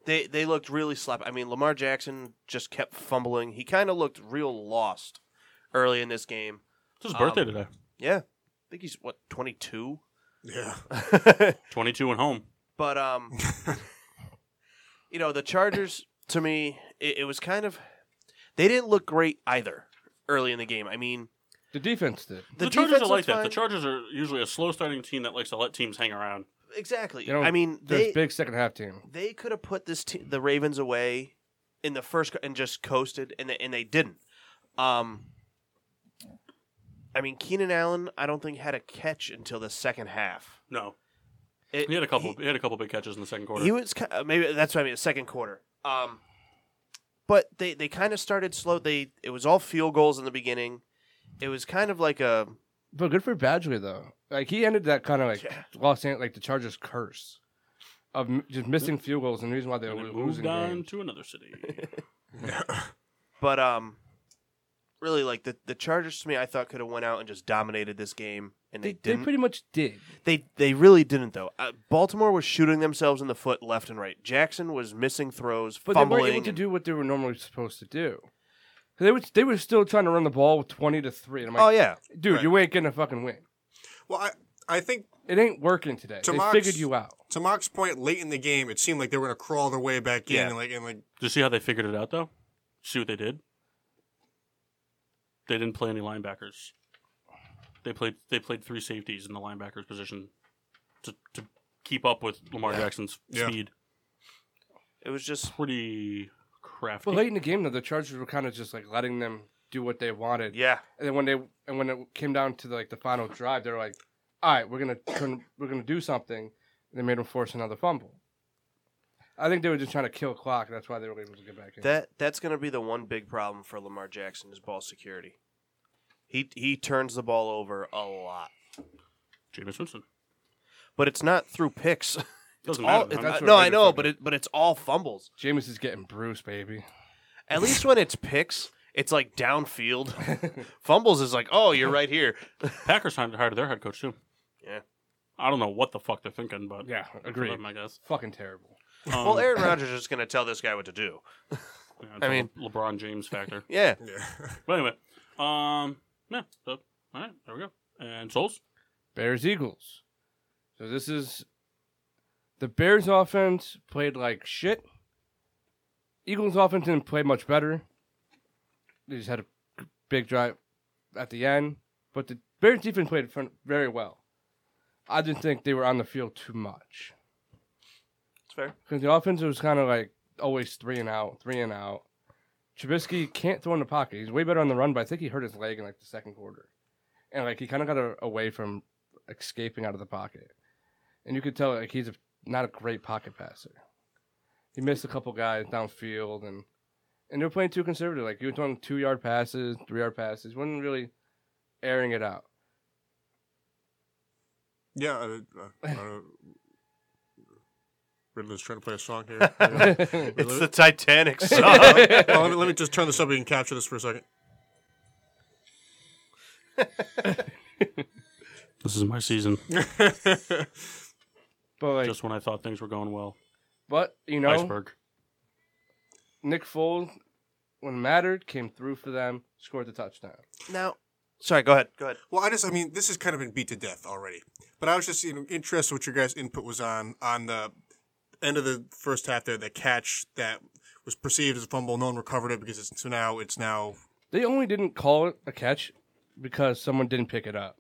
B: they they looked really sloppy. I mean, Lamar Jackson just kept fumbling. He kind of looked real lost early in this game.
A: it's his
B: Um,
A: birthday today.
B: Yeah, I think he's what twenty two.
D: yeah.
A: Twenty-two and home.
B: But um, you know, the Chargers to me, it, it was kind of they didn't look great either early in the game. I mean,
C: the defense did.
A: The,
B: the,
A: Chargers
B: defense
A: are like
B: looked
A: that. The
B: fine.
A: Chargers are usually a slow starting team that likes to let teams hang around.
B: exactly.
C: You know,
B: I mean,
C: There's
B: they
C: big second half team.
B: they could have put this te- the Ravens away in the first co- and just coasted, and they, and they didn't. Um, I mean, Keenan Allen, I don't think had a catch until the second half.
A: No,
B: It-
A: he had a couple. He, had a couple big catches in the second quarter.
B: He was ki- uh, maybe that's what I mean. The second quarter. Um, but they they kind of started slow. They it was all field goals in the beginning. It was kind of like a
C: But good for Badgley though. Like he ended that kind of like
B: Yeah.
C: Los Angeles, like the Chargers curse of m- just missing field goals and the reason why they
A: and
C: were
A: then
C: losing
A: moved on
C: games.
A: to another city.
B: but um, really like the the Chargers to me I thought could have went out and just dominated this game and they,
C: They, they
B: didn't.
C: pretty much did.
B: They they really didn't though. Uh, Baltimore was shooting themselves in the foot left and right. Jackson was missing throws,
C: But
B: fumbling.
C: they weren't able to
B: and-
C: do what they were normally supposed to do. They were they were still trying to run the ball with twenty to three. And I'm like,
B: oh yeah,
C: dude,
D: right.
C: you ain't gonna fucking win.
D: Well, I, I think
C: It ain't working today.
D: To
C: they
D: Mark's-
C: figured you out.
D: to Mark's point, late in the game, it seemed like they were going to crawl their way back in,
B: Yeah.
D: and like and like
A: Did you see how they figured it out though? See what they did? They didn't play any linebackers. They played they played three safeties in the linebackers position to to keep up with Lamar Jackson's
D: Yeah.
A: speed.
B: it was just
A: Pretty crafty.
C: But late in the game, though, the Chargers were kind of just like letting them do what they wanted.
B: yeah.
C: And then when they and when it came down to like the final drive, they were like, "All right, we're gonna turn, we're gonna do something." And they made them force another fumble. I think they were just trying to kill clock. That's why they were able to get back in.
B: That that's going to be the one big problem for Lamar Jackson is ball security. He he turns the ball over a lot,
A: Jameis Winston.
B: but it's not through picks.
A: Doesn't
B: All-
A: matter.
B: it's-
A: I'm-
C: that's what
B: no,
C: made
B: I
C: it
B: know,
C: fucking-
B: but it, but it's all fumbles.
C: Jameis is getting bruised, baby.
B: At least when it's picks, it's like downfield. fumbles is like, oh, you're right here.
A: Packers hired hired their head coach too.
B: Yeah.
A: I don't know what the fuck they're thinking, but
C: Yeah,
A: good for
C: agreed.
A: them, I guess.
C: Fucking terrible.
A: Um,
B: Well, Aaron Rodgers is going to tell this guy what to do.
A: yeah,
B: I
A: I
B: mean-
A: mean LeBron James factor.
B: Yeah,
D: Yeah.
A: But anyway, um, yeah. So, all right, there we go. And Souls.
C: Bears Eagles. So this is the Bears offense played like shit. Eagles offense didn't play much better. They just had a big drive at the end, but the Bears defense played fin- very well. I just think they were on the field too much
B: it's fair.
C: because the offense was kind of like always three and out, three and out. Trubisky can't throw in the pocket. He's way better on the run, but I think he hurt his leg in like the second quarter, and like he kind of got a, away from escaping out of the pocket, and you could tell like he's a, not a great pocket passer. He missed a couple guys downfield, and and they're playing too conservative. Like you were throwing two yard passes, three yard passes, wasn't really airing it out.
D: Yeah. Uh, uh, uh, Riddler's trying to play a song here.
B: It's the Titanic song.
D: Uh, well, let, me, let me just turn this up so you can capture this for a second.
A: This is my season.
C: but like,
A: Just when I thought things were going well,
C: but you know,
A: iceberg.
C: Nick Foles, when it mattered, came through for them, scored the touchdown.
B: now, sorry, go ahead. Go ahead.
D: Well, I just, I mean, this has kind of been beat to death already. But I was just you know, interested what your guys' input was on on the end of the first half there, the catch that was perceived as a fumble. No one recovered it because it's, so now it's now.
C: They only didn't call it a catch because someone didn't pick it up.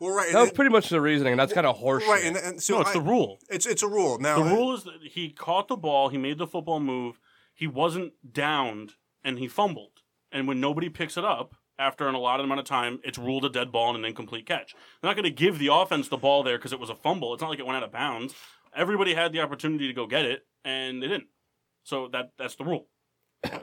D: Well, right.
C: That was
D: and-
C: pretty much the reasoning, and that's kind of horseshit.
D: right. And, and so
A: No, it's
D: I-
A: the rule.
D: It's, it's a rule. Now,
A: The rule is that he caught the ball, he made the football move, he wasn't downed, and he fumbled. And when nobody picks it up after an allotted amount of time, it's ruled a dead ball and an incomplete catch. They're not going to give the offense the ball there because it was a fumble. It's not like it went out of bounds. Everybody had the opportunity to go get it, and they didn't. So that that's the rule.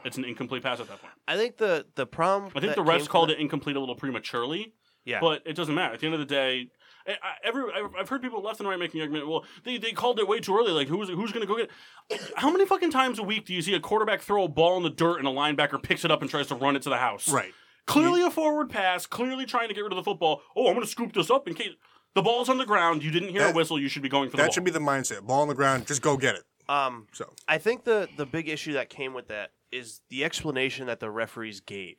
A: It's an incomplete pass at that point.
B: I think the the problem.
A: I think
B: that
A: the
B: came
A: refs
B: from
A: called
B: the-
A: it incomplete a little prematurely.
B: Yeah.
A: But it doesn't matter. At the end of the day, I, I, every I've- I've heard people left and right making the argument. Well, they, they called it way too early. Like who's who's going to go get? It? How many fucking times a week do you see a quarterback throw a ball in the dirt and a linebacker picks it up and tries to run it to the house?
D: Right.
A: Clearly a forward pass. Clearly trying to get rid of the football. Oh, I'm going to scoop this up in case the ball's on the ground. You didn't hear a
D: That-
A: whistle. You should be going for the ball.
D: That should be the mindset. Ball on the ground, just go get it.
B: Um,
D: So,
B: I think the the big issue that came with that is the explanation that the referees gave,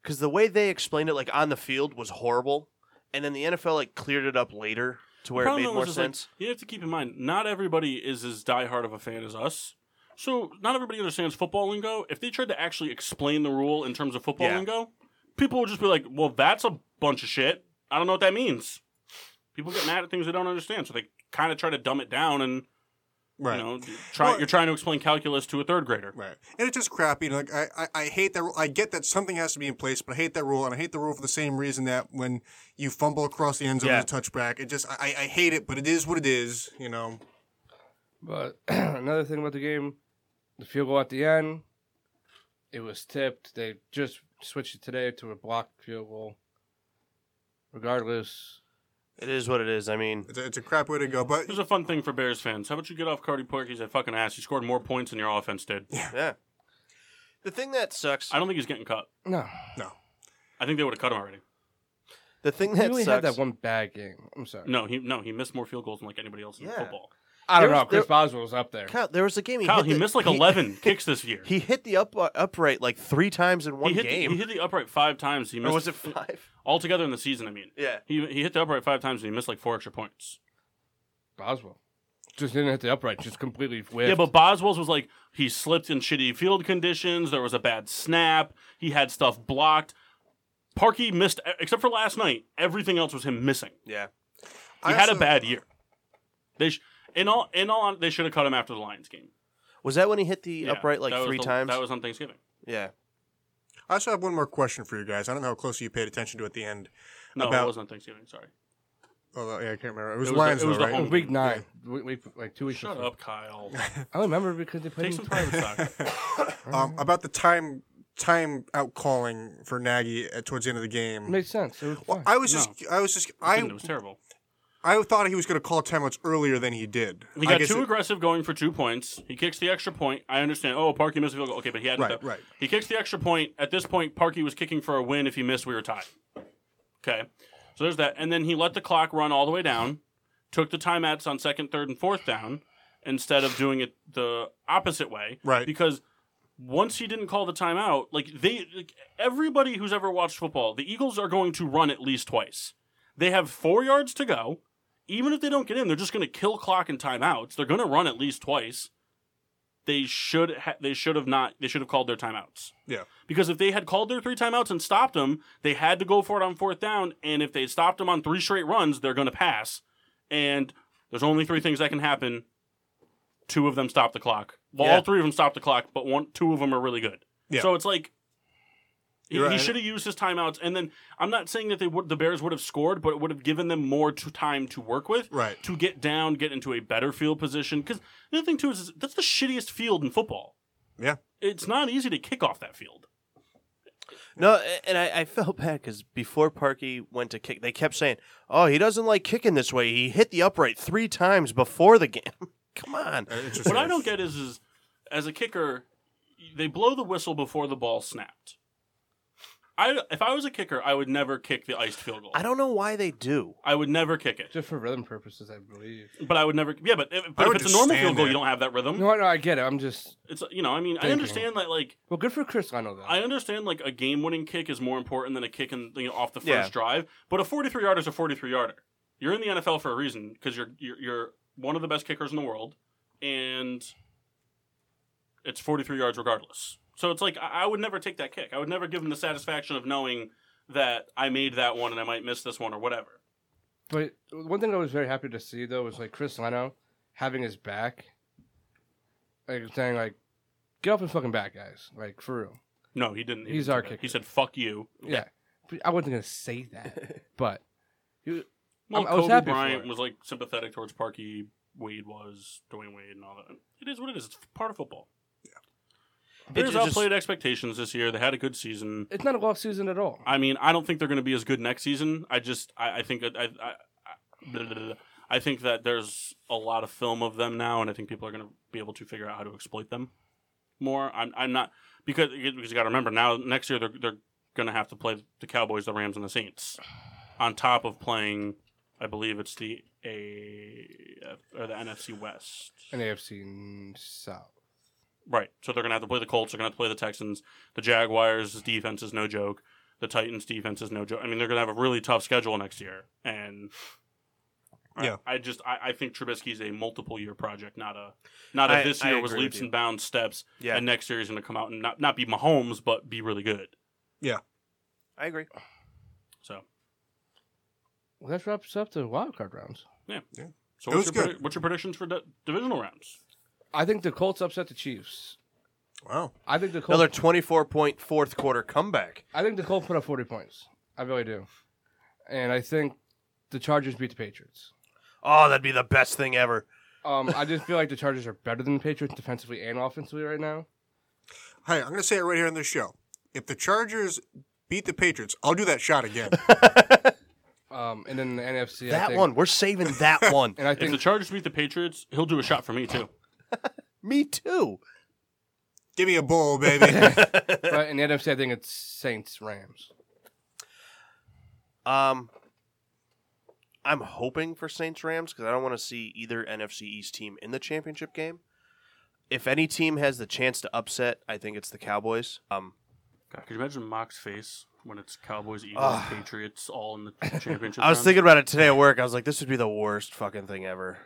B: because the way they explained it, like on the field, was horrible, and then the NFL like cleared it up later to where it
A: Problem
B: made
A: was
B: more
A: is, like,
B: sense.
A: you have to keep in mind, not everybody is as diehard of a fan as us. So not everybody understands football lingo. If they tried to actually explain the rule in terms of football
B: Yeah.
A: lingo, people would just be like, "Well, that's a bunch of shit. I don't know what that means." People get mad at things they don't understand, so they kind of try to dumb it down and
D: right.
A: you know, try
D: Well-
A: you're trying to explain calculus to a third grader.
D: Right. And it's just crappy. And like I, I, I hate that rule. I get that something has to be in place, but I hate that rule. And I hate the rule for the same reason that when you fumble across the end zone
B: Yeah.
D: with a touchback, it just I, I hate it, but it is what it is, you know.
C: But another thing about the game, the field goal at the end, it was tipped. They just switched it today to a blocked field goal. Regardless,
B: It is what it is. I mean,
D: It's a, it's a crap way to go. But
A: Here's a fun thing for Bears fans. How about you get off Cardi Porky's that fucking ass? He scored more points than your offense did.
B: yeah. The thing that sucks.
A: I don't think he's getting cut.
C: no.
A: I think they would have cut him already.
B: The thing
C: He
B: that
C: only
B: sucks.
C: had that one bad game. I'm sorry.
A: No, he no, he missed more field goals than like anybody else in
B: Yeah.
A: football.
C: I
B: There
C: don't
B: was-
C: know. Chris
B: there-
C: Boswell was up there.
B: Kyle, there was a game. He
A: Kyle,
B: hit
A: he
B: the-
A: missed like 11 kicks this year.
B: He hit the up uh, upright like three times in one
A: he hit
B: game.
A: The, he hit the upright five times. He
B: or
A: missed
B: was it five?
A: altogether in the season. I mean,
B: Yeah.
A: he he hit the upright five times and he missed like four extra points.
C: Boswell just didn't hit the upright. Just completely whiffed.
A: Yeah, but Boswell's was like he slipped in shitty field conditions. There was a bad snap. He had stuff blocked. Parky missed, e, except for last night. Everything else was him missing.
B: Yeah.
A: He
D: I
A: had a
D: also-
A: bad year. They sh- in all in all hon- they should have cut him after the Lions game.
B: Was that when he hit the
A: Yeah,
B: upright like
A: that was
B: three
A: the-
B: times?
A: That was on Thanksgiving.
B: yeah.
D: I also have one more question for you guys. I don't know how closely you paid attention to at the end.
A: No, it
D: About-
A: wasn't on Thanksgiving. Sorry.
D: Oh, yeah, I can't remember. It
A: was
D: was,
A: the-
D: Lions.
A: it was
D: though,
A: the
D: right?
A: home-
C: Week nine, week, week like two weeks.
A: Shut
C: before.
A: up, Kyle.
C: I remember because they played.
A: Take some
C: in time.
A: private stock.
D: um, about the time time out calling for Nagy at, towards the end of the game.
C: It made sense. It was
D: Well,
C: fine.
D: I was just, I was just,
A: I
D: I,
A: it was terrible.
D: I thought he was going to call timeouts earlier than he did.
A: He
D: I
A: got
D: guess
A: too
D: it-
A: aggressive going for two points. He kicks the extra point. I understand. Oh, Parkey missed a field goal. Okay, but he had
D: Right, right.
A: He kicks the extra point. At this point, Parkey was kicking for a win. If he missed, we were tied. Okay, so there's that. And then he let the clock run all the way down. Took the timeouts on second, third, and fourth down instead of doing it the opposite way.
D: Right.
A: Because once he didn't call the timeout, like they, like, everybody who's ever watched football, the Eagles are going to run at least twice. They have four yards to go. Even if they don't get in, they're just going to kill clock and timeouts. They're going to run at least twice. They should ha- they should have not they should have called their timeouts.
D: Yeah.
A: Because if they had called their three timeouts and stopped them, they had to go for it on fourth down. And if they stopped them on three straight runs, they're going to pass. And there's only three things that can happen. Two of them stop the clock. Well,
D: Yeah.
A: all three of them stop the clock, but one, two of them are really good.
D: Yeah.
A: So it's like he,
D: You're
A: he
D: right.
A: should have used his timeouts. And then I'm not saying that they would, the Bears would have scored, but it would have given them more to time to work with
D: Right.
A: to get down, get into a better field position. Because the other thing too is, is that's the shittiest field in football.
D: Yeah.
A: It's not easy to kick off that field.
B: No, a- and I, I felt bad because before Parky went to kick, they kept saying, "Oh, he doesn't like kicking this way. He hit the upright three times before the game." Come on.
D: Uh, it's just-
A: What I don't get is, is as a kicker, they blow the whistle before the ball snapped. I, if I was a kicker, I would never kick the iced field goal.
B: I don't know why they do.
A: I would never kick it,
C: Just for rhythm purposes, I believe.
A: but I would never. Yeah, but if,
D: I
A: but if
D: would
A: it's a
D: just
A: normal
D: stand
A: field goal,
D: there.
A: you don't have that rhythm.
C: No, no, I get it. I'm just
A: It's you know, I mean, I
C: Thinking.
A: understand that like
C: well, good for Chris Leno though.
A: I understand like a game-winning kick is more important than a kick in, you know, off the first
B: Yeah.
A: drive, but a 43 yarder is a 43 yarder. You're in the NFL for a reason because you're, you're you're one of the best kickers in the world, and it's 43 yards regardless. So it's like I, I would never take that kick. I would never give him the satisfaction of knowing that I made that one and I might miss this one or whatever.
C: But one thing I was very happy to see though was like Chris Leno having his back, like saying like, "Get off his fucking back, guys!" Like for real.
A: No, he didn't. He
C: He's
A: didn't do
C: our
A: that.
C: kicker.
A: He said, "Fuck you."
C: Yeah, But I wasn't gonna say that, but he,
A: Well,
C: I'm- I was
A: Kobe
C: happy for
A: Bryant
C: it.
A: was like sympathetic towards Parky. Wade was Dwayne Wade and all that. It is what it is. It's part of football.
B: It-
A: Bears
B: it just-
A: outplayed expectations this year. They had a good season.
C: it's not a lost season at all.
A: I mean, I don't think they're going to be as good next season. I just, I, I think, that- I, I, I, blah, blah, blah, blah. I think that there's a lot of film of them now, and I think people are going to be able to figure out how to exploit them more. I'm, I'm not because because you got to remember now next year they're they're going to have to play the Cowboys, the Rams, and the Saints, on top of playing, I believe it's the a or the NFC West.
C: An AFC South.
A: Right. So they're going to have to play the Colts. They're going to play the Texans. The Jaguars' defense is no joke. The Titans' defense is no joke. I mean, they're going to have a really tough schedule next year. And I-
D: Yeah.
A: I, just I, I think Trubisky's a multiple year project, not a not a
B: I-
A: this
B: I
A: year was
B: agree with
A: leaps
B: you.
A: and bounds steps.
B: Yeah,
A: And next year he's going to come out and not not be Mahomes, but be really good.
B: I agree.
A: So
C: Well, that wraps up the wild card rounds.
A: so
D: It
A: what's your,
D: was
A: predi-
D: good.
A: what's your predictions for di- divisional rounds?
C: I think the Colts upset the Chiefs.
D: Wow.
C: I think the Colts.
B: Another twenty-four point fourth quarter comeback.
C: I think the Colts put up forty points. I really do, and I think the Chargers beat the Patriots.
B: Oh, that'd be the best thing ever.
C: Um, I just feel like the Chargers are better than the Patriots defensively and offensively right now.
D: Hey, I'm going to say it right here on this show. If the Chargers beat the Patriots, I'll do that shot again.
C: Um, and then the NFC, I
B: That
C: think,
B: one, we're saving that one.
C: and I
A: If
C: think
A: the Chargers beat the Patriots, he'll do a shot for me too.
B: Me too.
D: Give me a bowl, baby. Uh,
C: but in the NFC, I think it's Saints Rams.
B: Um, I'm hoping for Saints Rams because I don't want to see either NFC East team in the championship game. If any team has the chance to upset, I think it's the Cowboys. Um,
A: God, could you imagine Mock's face when it's Cowboys, Eagles,
B: Ugh.
A: Patriots all in the championship?
B: I was
A: round?
B: thinking about it today at work. I was like, this would be the worst fucking thing ever.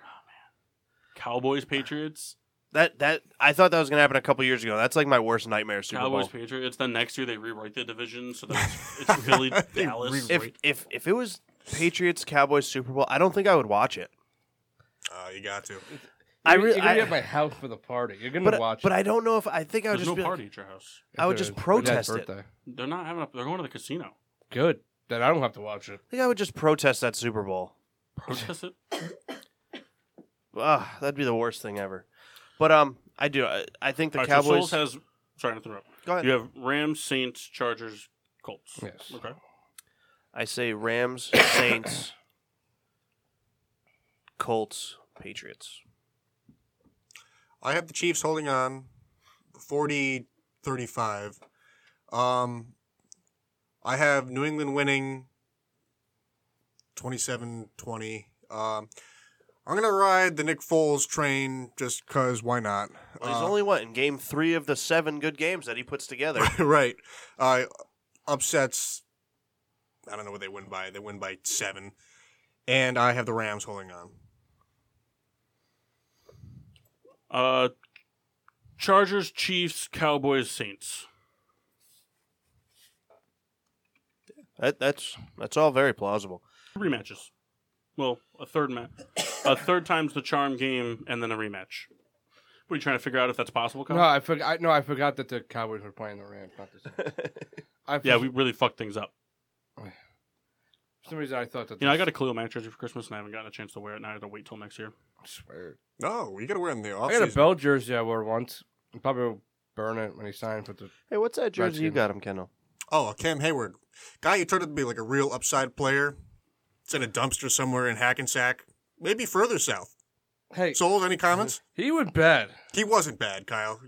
A: Cowboys, Patriots.
B: That that I thought that was gonna happen a couple years ago. That's like my worst nightmare Super
A: Cowboys,
B: Bowl.
A: Patriots. Then next year they rewrite the division so that it's, it's Philly,
D: They
A: Dallas.
B: If if if it was Patriots Cowboys Super Bowl, I don't think I would watch it.
D: oh, you got to.
B: I
C: You're-
B: really,
C: you're gonna be
B: I,
C: at my house for the party. You're gonna
B: but,
C: watch.
B: but
C: it.
B: I don't know if I think I would
A: There's
B: just
A: no
B: be like-
A: party at your house.
C: If
B: I would
C: there
B: just
C: is. My dad's
B: protest it.
C: birthday.
A: They're not having a. They're going to the casino.
C: Good. Then I don't have to watch it.
B: I think I would just protest that Super Bowl.
A: protest it?
B: Ugh, that'd be the worst thing ever. But um, I do. I, I think the
A: All right, so
B: Cowboys.
A: Souls has. Sorry, not to interrupt.
B: go ahead.
A: You have Rams, Saints, Chargers, Colts.
C: Yes.
A: Okay.
B: I say Rams, Saints, Colts, Patriots.
D: I have the Chiefs holding on 40 35. Um, I have New England winning 27 20. Um, I'm going to ride the Nick Foles train just because why not?
B: Well, he's
D: Uh,
B: only what in game three of the seven good games that he puts together.
D: right. Uh, upsets. I don't know what they win by. They win by seven. And I have the Rams holding on.
A: Uh, Chargers, Chiefs, Cowboys, Saints.
B: that, that's that's all very plausible.
A: Three matches. Well, a third match. a third time's the charm game, and then a rematch. What are you trying to figure out if that's possible? Kyle?
C: No, I forgot. I, no, I forgot that the Cowboys were playing the Rams, not the Saints. I, for
A: yeah, we really fucked things up.
C: some reason I thought that.
A: You know, I
C: the-
A: got a Cleo Mac jersey for Christmas, and I haven't gotten a chance to wear it, and I had to wait till next year.
C: I swear.
D: No, Oh, you got to wear them in the
C: I got a
D: offseason.
C: Bell jersey I wore once. I'll probably burn it when he signed for the.
B: Hey, what's that jersey you
C: Redskins.
B: got him, Kendall?
D: Oh, Cam Hayward. Guy who turned out to be like a real upside player. It's in a dumpster somewhere in Hackensack. Maybe further south.
C: Hey,
D: Souls, any comments?
B: Uh-huh.
C: he went bad.
D: He wasn't bad, Kyle.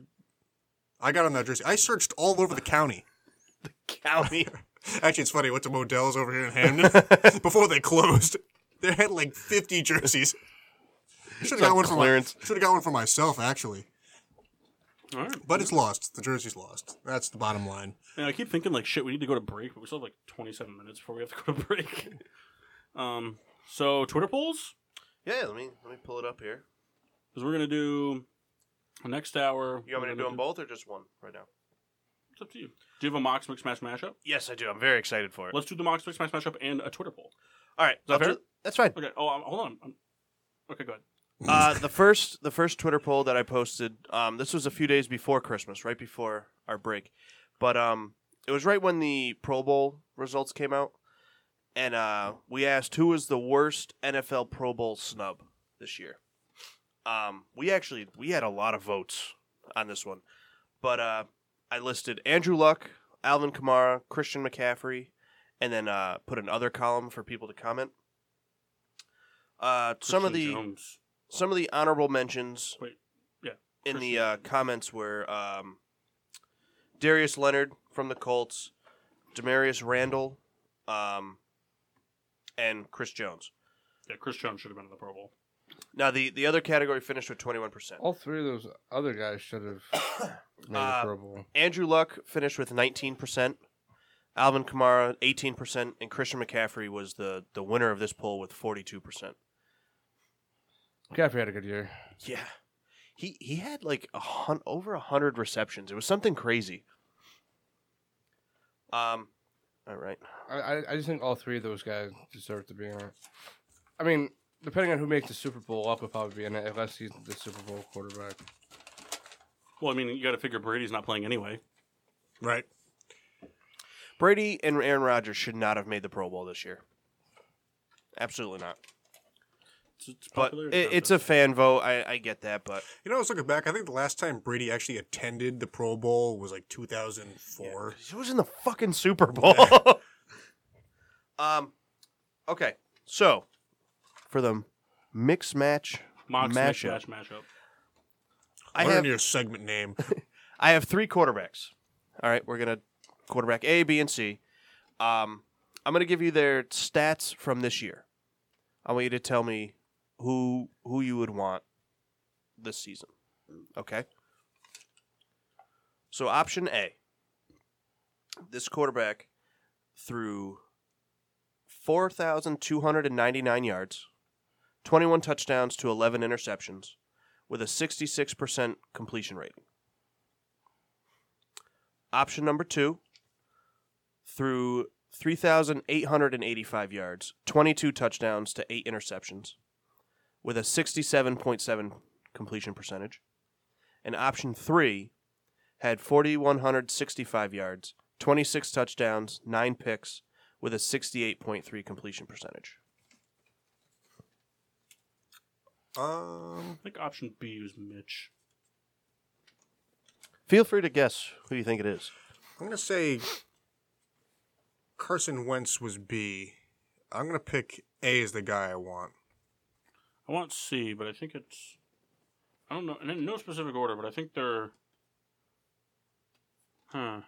D: I got on that jersey. I searched all over the county.
B: County.
D: Actually, it's funny. I went to Modell's over here in Hamden before they closed. They had like 50 jerseys. Should
B: on
D: have got, one for my-
B: clearance.
D: shoulda got one for myself, actually.
A: All right.
D: But it's lost. The jersey's lost. That's the bottom line.
A: And I keep thinking like shit. We need to go to break, but we still have like 27 minutes before we have to go to break. um, so Twitter polls
B: yeah, let me let me pull it up here.
A: because we're gonna do the next hour.
B: You want
A: we're
B: me to do
A: gonna
B: them both or just one right now?
A: It's up to you. Do you have a Mox Mix Match mashup?
B: Yes, I do. I'm very excited for it.
A: Let's do the Mox Mix Match mashup and a Twitter poll.
B: All right,
A: that
B: I'll
A: fair?
B: do- that's fine.
A: Okay. Oh, um, hold on. Um, okay, go ahead.
B: uh, the first the first Twitter poll that I posted, um, this was a few days before Christmas, right before our break, but um, it was right when the Pro Bowl results came out, and uh, we asked who was the worst NFL Pro Bowl snub this year. Um, we actually we had a lot of votes on this one, but uh, I listed Andrew Luck, Alvin Kamara, Christian McCaffrey, and then uh, put an other column for people to comment. Uh, some of
A: Christian
B: the
A: Jones.
B: some of the honorable mentions
A: Wait, yeah,
B: in the
A: Christian.
B: uh, comments were um, Darius Leonard from the Colts, Demarius Randall, um, and Chris Jones.
A: Yeah, Chris Jones should have been in the Pro Bowl.
B: Now the, the other category finished with twenty one percent.
C: All three of those other guys should have made
B: Uh,
C: a Pro Bowl.
B: Andrew Luck finished with nineteen percent. Alvin Kamara eighteen percent, and Christian McCaffrey was the, the winner of this poll with forty two percent.
C: McCaffrey had a good year.
B: Yeah, he he had like a hun- over a hundred receptions. It was something crazy. Um, all right.
C: I, I, I just think all three of those guys deserve to be in it. I mean, depending on who makes the Super Bowl, Luck will probably be in it unless he's the Super Bowl quarterback.
A: Well, I mean, you got to figure Brady's not playing anyway.
D: Right.
B: Brady and Aaron Rodgers should not have made the Pro Bowl this year. Absolutely not.
A: It's, it's
B: But
A: popular.
B: it, it's a fan vote. I, I get that, but
D: You know, I was looking back. I think the last time Brady actually attended the Pro Bowl was like 2004.
B: he was in the fucking Super Bowl. um, okay. So for the mix match,
A: Mox Mix
B: mashup.
A: Match mashup.
B: I
D: Learn
B: have
D: your segment name.
B: I have three quarterbacks. All right, we're gonna quarterback A, B, and C. Um, I'm gonna give you their stats from this year. I want you to tell me who who you would want this season. Okay. So option A. This quarterback threw four thousand two hundred and ninety nine yards, twenty one touchdowns to eleven interceptions, with a sixty six percent completion rate. Option number two through 3,885 yards, 22 touchdowns to eight interceptions, with a 67.7 completion percentage. And option three had 4,165 yards, 26 touchdowns, nine picks, with a 68.3 completion percentage.
D: Um,
A: I think option B was Mitch.
B: Feel free to guess who you think it is.
D: I'm gonna say Carson Wentz was B. I'm gonna pick A as the guy I want.
A: I want C, but I think it's. I don't know. and In no specific order, but I think they're. Huh.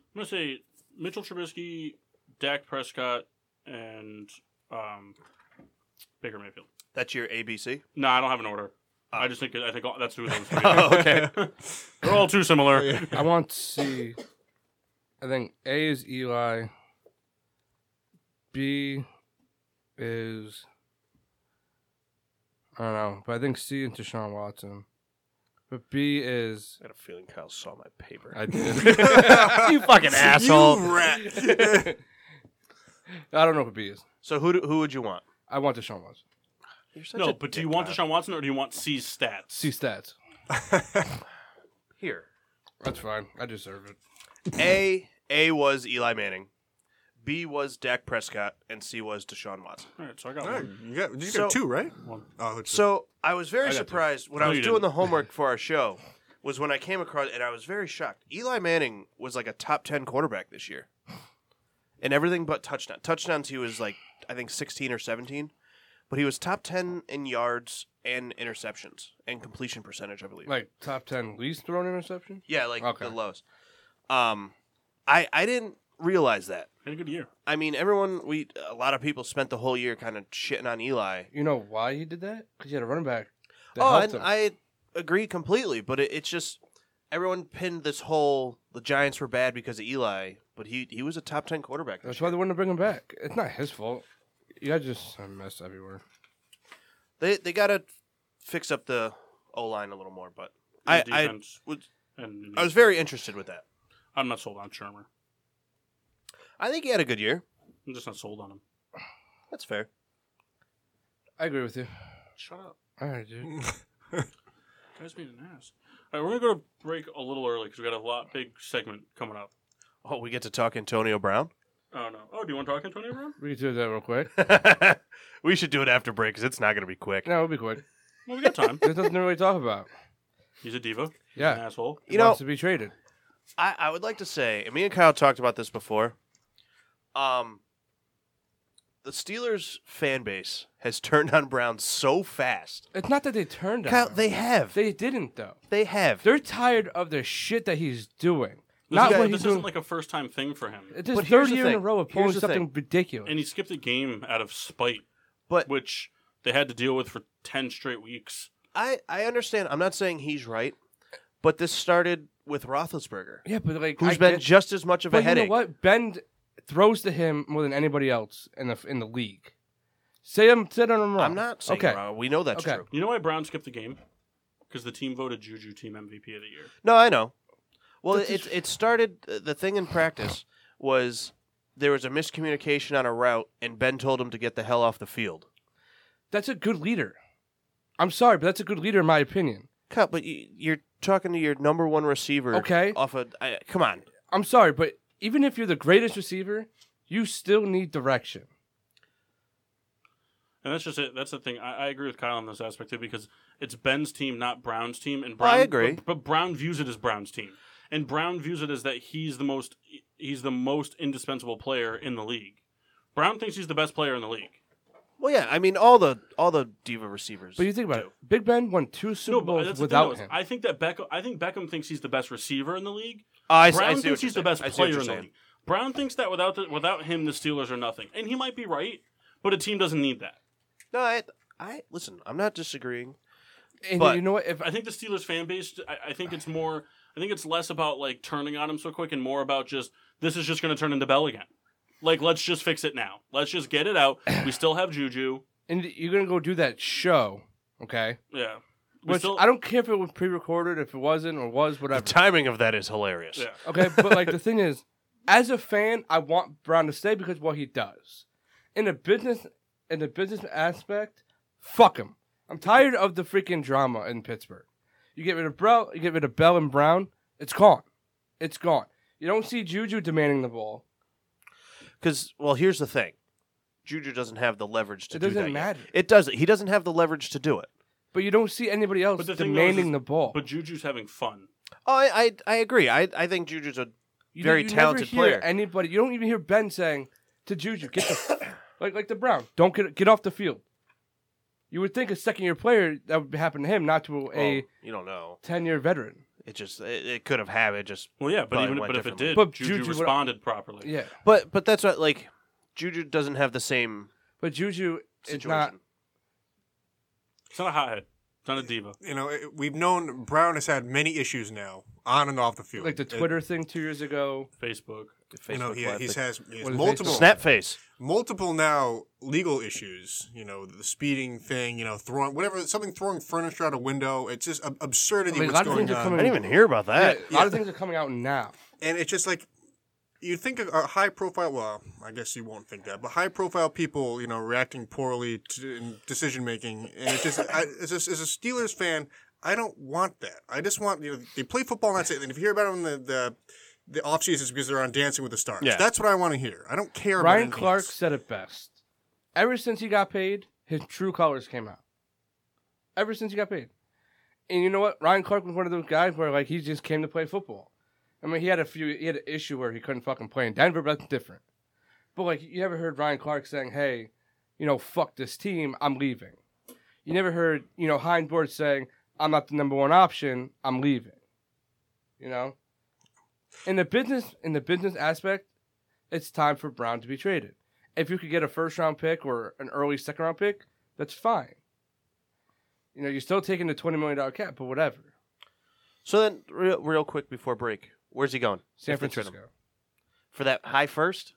A: I'm going to say Mitchell Trubisky, Dak Prescott, and um, Baker Mayfield.
B: That's your ABC.
A: No, I don't have an order. I just think I think all, that's who those three are.
B: Ah. oh, okay.
A: They're all too similar.
C: I want C. I think A is Eli. B is I don't know, but I think C and Deshaun Watson. But B is
B: I got a feeling Kyle saw my paper.
C: I did.
B: you fucking
D: You rat.
C: I don't know what B is.
B: so who do, who would you want?
C: I want Deshaun Watson.
B: You're such
A: No,
B: a
A: but do you want
B: dickbag.
A: Deshaun Watson or do you want C's stats?
C: C stats.
B: here?
C: That's fine. I deserve it.
B: A A was Eli Manning, B was Dak Prescott, and C was Deshaun Watson.
A: All right, so I got
D: All right,
A: one.
D: you got, you
B: So-
D: got two, right?
A: One.
D: Oh, that's
B: So I was very
C: I got
B: surprised when
A: No,
B: I was
A: you
B: doing
A: didn't.
B: the homework for our show was when I came across and I was very shocked. Eli Manning was like a top ten quarterback this year. And everything but touchdown. Touchdowns he was like I think sixteen or seventeen. But he was top ten in yards and interceptions and completion percentage, I believe.
C: Like top ten least thrown interception?
B: yeah, like
C: Okay.
B: the lowest. Um I I didn't realize that.
A: Had a good year.
B: I mean everyone we a lot of people spent the whole year kind of shitting on Eli
C: You know why he did that? Because he had a running back. That
B: Oh,
C: helped
B: and
C: him.
B: I agree completely, but it, it's just everyone pinned this whole the Giants were bad because of Eli, but he he was a top ten quarterback.
C: That's
B: This
C: why
B: year.
C: they wouldn't bring him back. It's not his fault. Yeah, I just I mess everywhere.
B: They they gotta fix up the O line a little more, but
A: in
B: I I
A: defense,
B: was
A: and
B: I was very interested with that.
A: I'm not sold on Shermer.
B: I think he had a good year.
A: I'm just not sold on him.
B: That's fair.
C: I agree with you.
A: Shut up.
C: All right, dude.
D: good.
A: Guys being an ass. All right, we're gonna go to break a little early because we got a lot big segment coming up.
B: Oh, we get to talk Antonio Brown.
A: Oh no! Oh, do you want to talk Antonio Brown?
C: We can do that real quick.
B: we should do it after break because it's not gonna be quick.
C: No, it'll be quick.
A: Well, we got time.
C: There's nothing to really talk about.
A: He's a diva. He's an
C: Yeah,
A: asshole.
C: he
B: You know-
C: wants to be traded.
B: I, I would like to say, and me and Kyle talked about this before. Um, the Steelers fan base has turned on Brown so fast.
C: It's not that they turned on
B: Kyle,
C: him.
B: they have, they,
C: They didn't though.
B: have.
C: They're tired of the shit that he's doing.
A: This,
C: not
A: is,
C: what
A: this
C: he's
A: isn't
C: doing.
A: like a first time thing for him.
C: it's
B: But
C: his
B: here's
C: third
B: the
C: year in a
B: thing.
C: row of pulling
B: Here's the
C: something ridiculous.
A: And he skipped a game out of spite,
B: But-
A: which they had to deal with for ten straight weeks.
B: I I understand. I'm not saying he's right, but this started with Roethlisberger,
C: yeah, but like
B: who's
C: I
B: been
C: get-
B: just as much of
C: but
B: a
C: you
B: headache.
C: know what? Ben throws to him more than anybody else in the in the league. Say I'm say that I'm wrong.
B: I'm not saying
C: okay.
B: wrong. We know that's
C: Okay.
B: true.
A: You know why Brown skipped the game? Because the team voted Juju team MVP of the year.
B: No, I know. Well,
C: This
B: it, it started. uh, The thing in practice was there was a miscommunication on a route, and Ben told him to get the hell off the field.
C: That's a good leader. I'm sorry, but that's a good leader in my opinion.
B: Kyle, but you, you're talking to your number one receiver.
C: Okay.
B: Off of, I, come on.
C: I'm sorry, but even if you're the greatest receiver, you still need direction.
A: And that's just it. That's the thing. I, I agree with Kyle on this aspect too because it's Ben's team, not Brown's team. And
B: Well,
A: Brown,
B: I agree.
A: But, but Brown views it as Brown's team, and Brown views it as that he's the most he's the most indispensable player in the league. Brown thinks he's the best player in the league.
B: Well, yeah. I mean, all the all the diva receivers.
C: But you think about it. Big Ben won two Super
A: No, but
C: Bowls
A: that's the
C: without
A: thing, though,
C: him.
A: is I think that Beckham. I think Beckham thinks he's the best receiver in the league.
B: Oh, I, s- I
A: Brown
B: see
A: thinks
B: what you're
A: he's the
B: saying.
A: best
B: I see what
A: player
B: you're
A: in the
B: saying.
A: league. Brown thinks that without the, without him, the Steelers are nothing, and he might be right. But a team doesn't need that.
B: No, I, I listen. I'm not disagreeing.
C: and
B: but-
C: you know what? If
A: I think the Steelers fan base. I, I think it's more. I think it's less about like turning on him so quick and more about just this is just going to turn into Bell again. Like let's just fix it now. Let's just get it out. We still have Juju.
C: and you're gonna go do that show, okay?
A: Yeah. We
C: Which
A: still,
C: I don't care if it was pre-recorded, if it wasn't, or was whatever.
B: timing of that is hilarious.
A: Yeah.
C: okay, but like the thing is, as a fan, I want Brown to stay because of what he does. In the business, in the business aspect, fuck him. I'm tired of the freaking drama in Pittsburgh. You get rid of Bro, you get rid of Bell and Brown, it's gone. It's gone. You don't see Juju demanding the ball.
B: Because well, here's the thing. Juju doesn't have the leverage to
C: It
B: do that.
C: doesn't
B: yet.
C: matter.
B: It doesn't. He doesn't have the leverage to do it.
C: But you don't see anybody else
A: But the thing though is-
C: demanding the ball.
A: But Juju's having fun.
B: Oh, I I, I agree. I, I think Juju's a
C: you,
B: very
C: you
B: talented
C: never hear
B: player.
C: Anybody, you don't even hear Ben saying to Juju, "Get the like like the Brown, don't get get off the field." You would think a second year player that would happen to him, not to a
B: well, you don't know.
C: ten year veteran.
B: It just it, it could have happened. It just
A: Well, yeah, but
B: Probably
A: even
B: went
A: but if it
B: differently.
A: did,
C: But
A: Juju,
C: Juju would-
A: responded properly.
C: Yeah,
B: but but that's what like Juju doesn't have the same
C: but Juju is
B: situation.
C: not.
A: It's not a hothead. It's not a diva.
D: You know, it- we've known Brown has had many issues now, on and off the field.
C: Like the
D: It-
C: Twitter thing two years ago.
A: Facebook.
D: you know,
B: Facebook
D: he,
B: Live,
D: he's
B: like-
D: has, he has
C: What is it?
D: multiple
B: snap face.
D: multiple now legal issues. You know, the speeding thing. You know, throwing whatever something throwing furniture out a window. It's just ab- absurdity
C: I mean, a
D: what's
C: lot of
D: going
C: things are
D: on,
B: I
C: coming-
B: didn't even hear about
C: Yeah,
B: that.
C: a lot of things are coming out now.
D: and it's just like you think a- a high profile. Well, I guess you won't think that, but high profile people, you know, reacting poorly to in decision making, and it's just, I, it's just as a Steelers fan, I don't want that. I just want you know they play football and that's it. And if you hear about them in the the, the off season, it's because they're on Dancing with the Stars.
B: Yeah.
D: That's what I want to hear. I don't care. about
C: Ryan
D: anything
C: Clark
D: else.
C: said it best. Ever since he got paid, his true colors came out. Ever since he got paid. And you know what? Ryan Clark was one of those guys where like he just came to play football. I mean, he had a few he had an issue where he couldn't fucking play in Denver, but that's different. But like you ever heard Ryan Clark saying, "Hey, you know, fuck this team, I'm leaving." You never heard, you know, Hindboard saying, "I'm not the number one option, I'm leaving." You know? In the business in the business aspect, it's time for Brown to be traded. If you could get a first round pick or an early second round pick, that's fine. You know, you're still taking the twenty million dollar cap, but whatever.
B: So then, real, real quick before break, where's he going
C: San
B: If they trade him.
C: Francisco.
B: for that high first?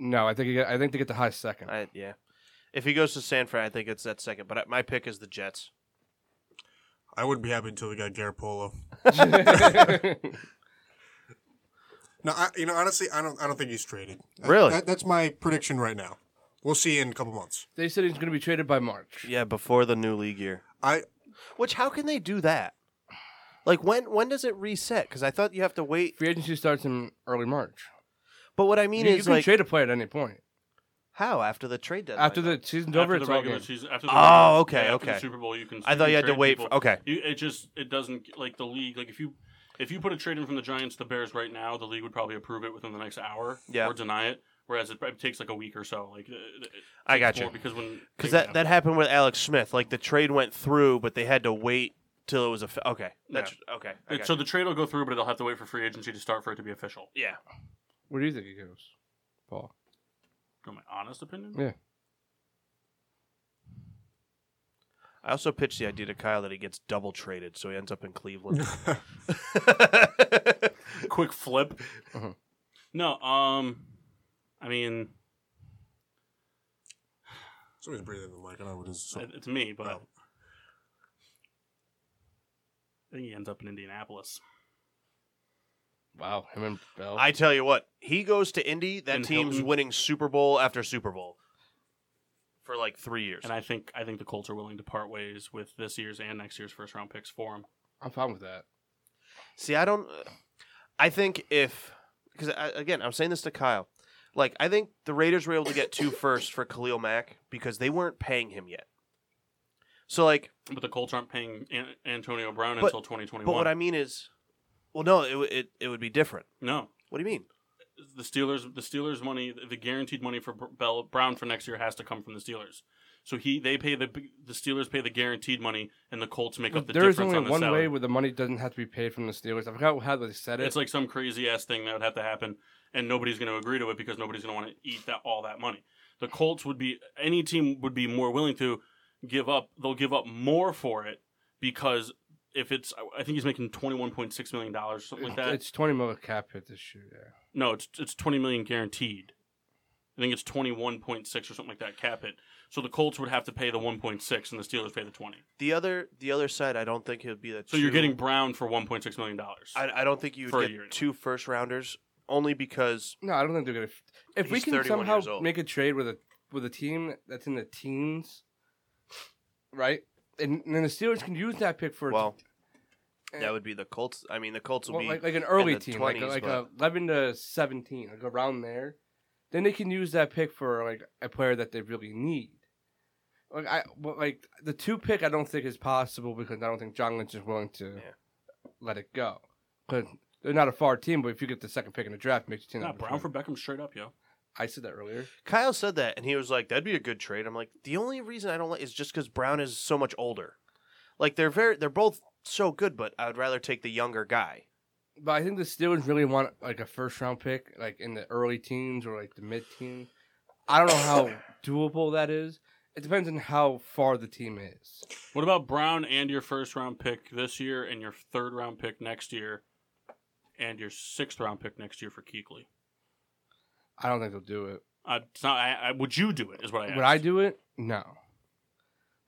C: No, I think you get, I think they get the high second.
B: I, yeah. If he goes to San Fran, I think it's that second. But I, my pick is the Jets.
D: I wouldn't be happy until we got Garoppolo.
C: I
D: No, I, you know, honestly, I don't. I don't think he's traded. That-
B: Really?
D: that, that's my prediction right now. We'll see in a couple months.
C: they said he's going to be traded by March.
B: Yeah, before the new league year.
D: I
B: Which how can they do that? Like when when does it reset? Because I thought you have to wait.
C: Free agency starts in early March.
B: But what I mean
C: you, you
B: is
C: can
B: like
C: trade a player at any point
B: how after the trade deadline.
C: after the season's over.
A: After
C: It's
A: the
C: all
A: regular
C: game.
A: season, after the
B: Oh, okay,
A: yeah, after the
B: okay.
A: Super Bowl, you can.
B: I thought you had to
A: trade
B: wait for-
A: people.
B: okay.
A: You, it just it doesn't like the league. Like if you if you put a trade in from the Giants to the Bears right now, the league would probably approve it within the next hour
B: Yeah.
A: or deny it. Whereas it, probably takes like a week or so. Like it- it- it
B: I
A: takes
B: got you.
A: more because when
B: because
A: things
B: that
A: happen.
B: that happened with Alex Smith. Like the trade went through, but they had to wait till it was a okay. That's okay. I
A: It-
B: got
A: so
B: you.
A: the trade will go through, but they'll have to wait for free agency to start for it to be official.
B: yeah,
C: Where do you think he goes, Paul?
A: In my honest opinion,
C: Yeah.
B: I also pitched the idea to Kyle that he gets double traded, so he ends up in Cleveland.
A: quick flip.
C: Mhm.
A: No, um, I mean
D: somebody's breathing in the mic. I don't know what it is. So-
A: it- it's me, but
D: Oh.
A: I think he ends up in Indianapolis.
C: Wow, him and Bell.
B: I tell you what, he goes to Indy. That
A: And
B: team's
A: Hilton.
B: winning Super Bowl after Super Bowl for like three years.
A: And I think I think the Colts are willing to part ways with this year's and next year's first round picks for him.
C: I'm fine with that.
B: See, I don't. uh, I think if because again, I'm saying this to Kyle. Like, I think the Raiders were able to get two first for Khalil Mack because they weren't paying him yet. So like,
A: But the Colts aren't paying An- Antonio Brown
B: But-
A: until 2021.
B: but what I mean is, well, no, it w- it, it would be different.
A: no,
B: What do you mean?
A: the Steelers the Steelers money the guaranteed money for Br- Bell Brown for next year has to come from the Steelers. So he they pay the the Steelers pay the guaranteed money and the Colts make up the
C: there is
A: difference
C: only
A: on the
C: one
A: salary.
C: way where the money doesn't have to be paid from the Steelers. I forgot how they said it.
A: It's like some crazy ass thing that would have to happen, and nobody's going to agree to it because nobody's going to want to eat that all that money. The Colts would be any team would be more willing to give up. They'll give up more for it because if it's, I think he's making twenty one point six million dollars, something like that.
C: It's twenty million cap hit this year. Yeah.
A: No, it's it's twenty million guaranteed. I think it's twenty one point six or something like that cap it. So the Colts would have to pay the one point six, and the Steelers pay the twenty.
B: The other the other side, I don't think it would be that.
A: So you're
B: two-
A: getting Brown for one point six million dollars.
B: I, I don't think you
A: for a
B: would
A: year.
B: get two first rounders only because
C: No, I don't think they're gonna. If we
B: He's
C: can
B: 31 years
C: somehow
B: old.
C: make a trade with a with a team that's in the teens, right? And, and then the Steelers can use that pick for
B: well,
C: Eh.
B: that would be the Colts. I mean, the Colts will
C: well,
B: be
C: like, like an early
B: the
C: team,
B: 20s,
C: like, like
B: but-
C: a eleven to seventeen, like around there. then they can use that pick for like a player that they really need. Like I, but like the two pick, I don't think is possible because I don't think John Lynch is willing to
B: Yeah.
C: let it go. Because they're not a far team, but if you get the second pick in the draft, it makes you team.
A: Nah,
C: that much
A: Brown for
C: better.
A: Beckham straight up, yo.
C: I said that earlier.
B: Kyle said that, and he was like, "That'd be a good trade." I'm like, the only reason I don't like is just because Brown is so much older. Like they're very, they're both so good, but I would rather take the younger guy.
C: But I think the Steelers really want like a first round pick, like in the early teens or like the mid teens. I don't know how doable that is. It depends on how far the team is.
A: What about Brown and your first round pick this year and your third round pick next year and your sixth round pick next year for Keekly?
C: I don't think they'll do it.
A: Uh, it's not, I, I, would you do it? Is what I asked.
C: Would I do it? No.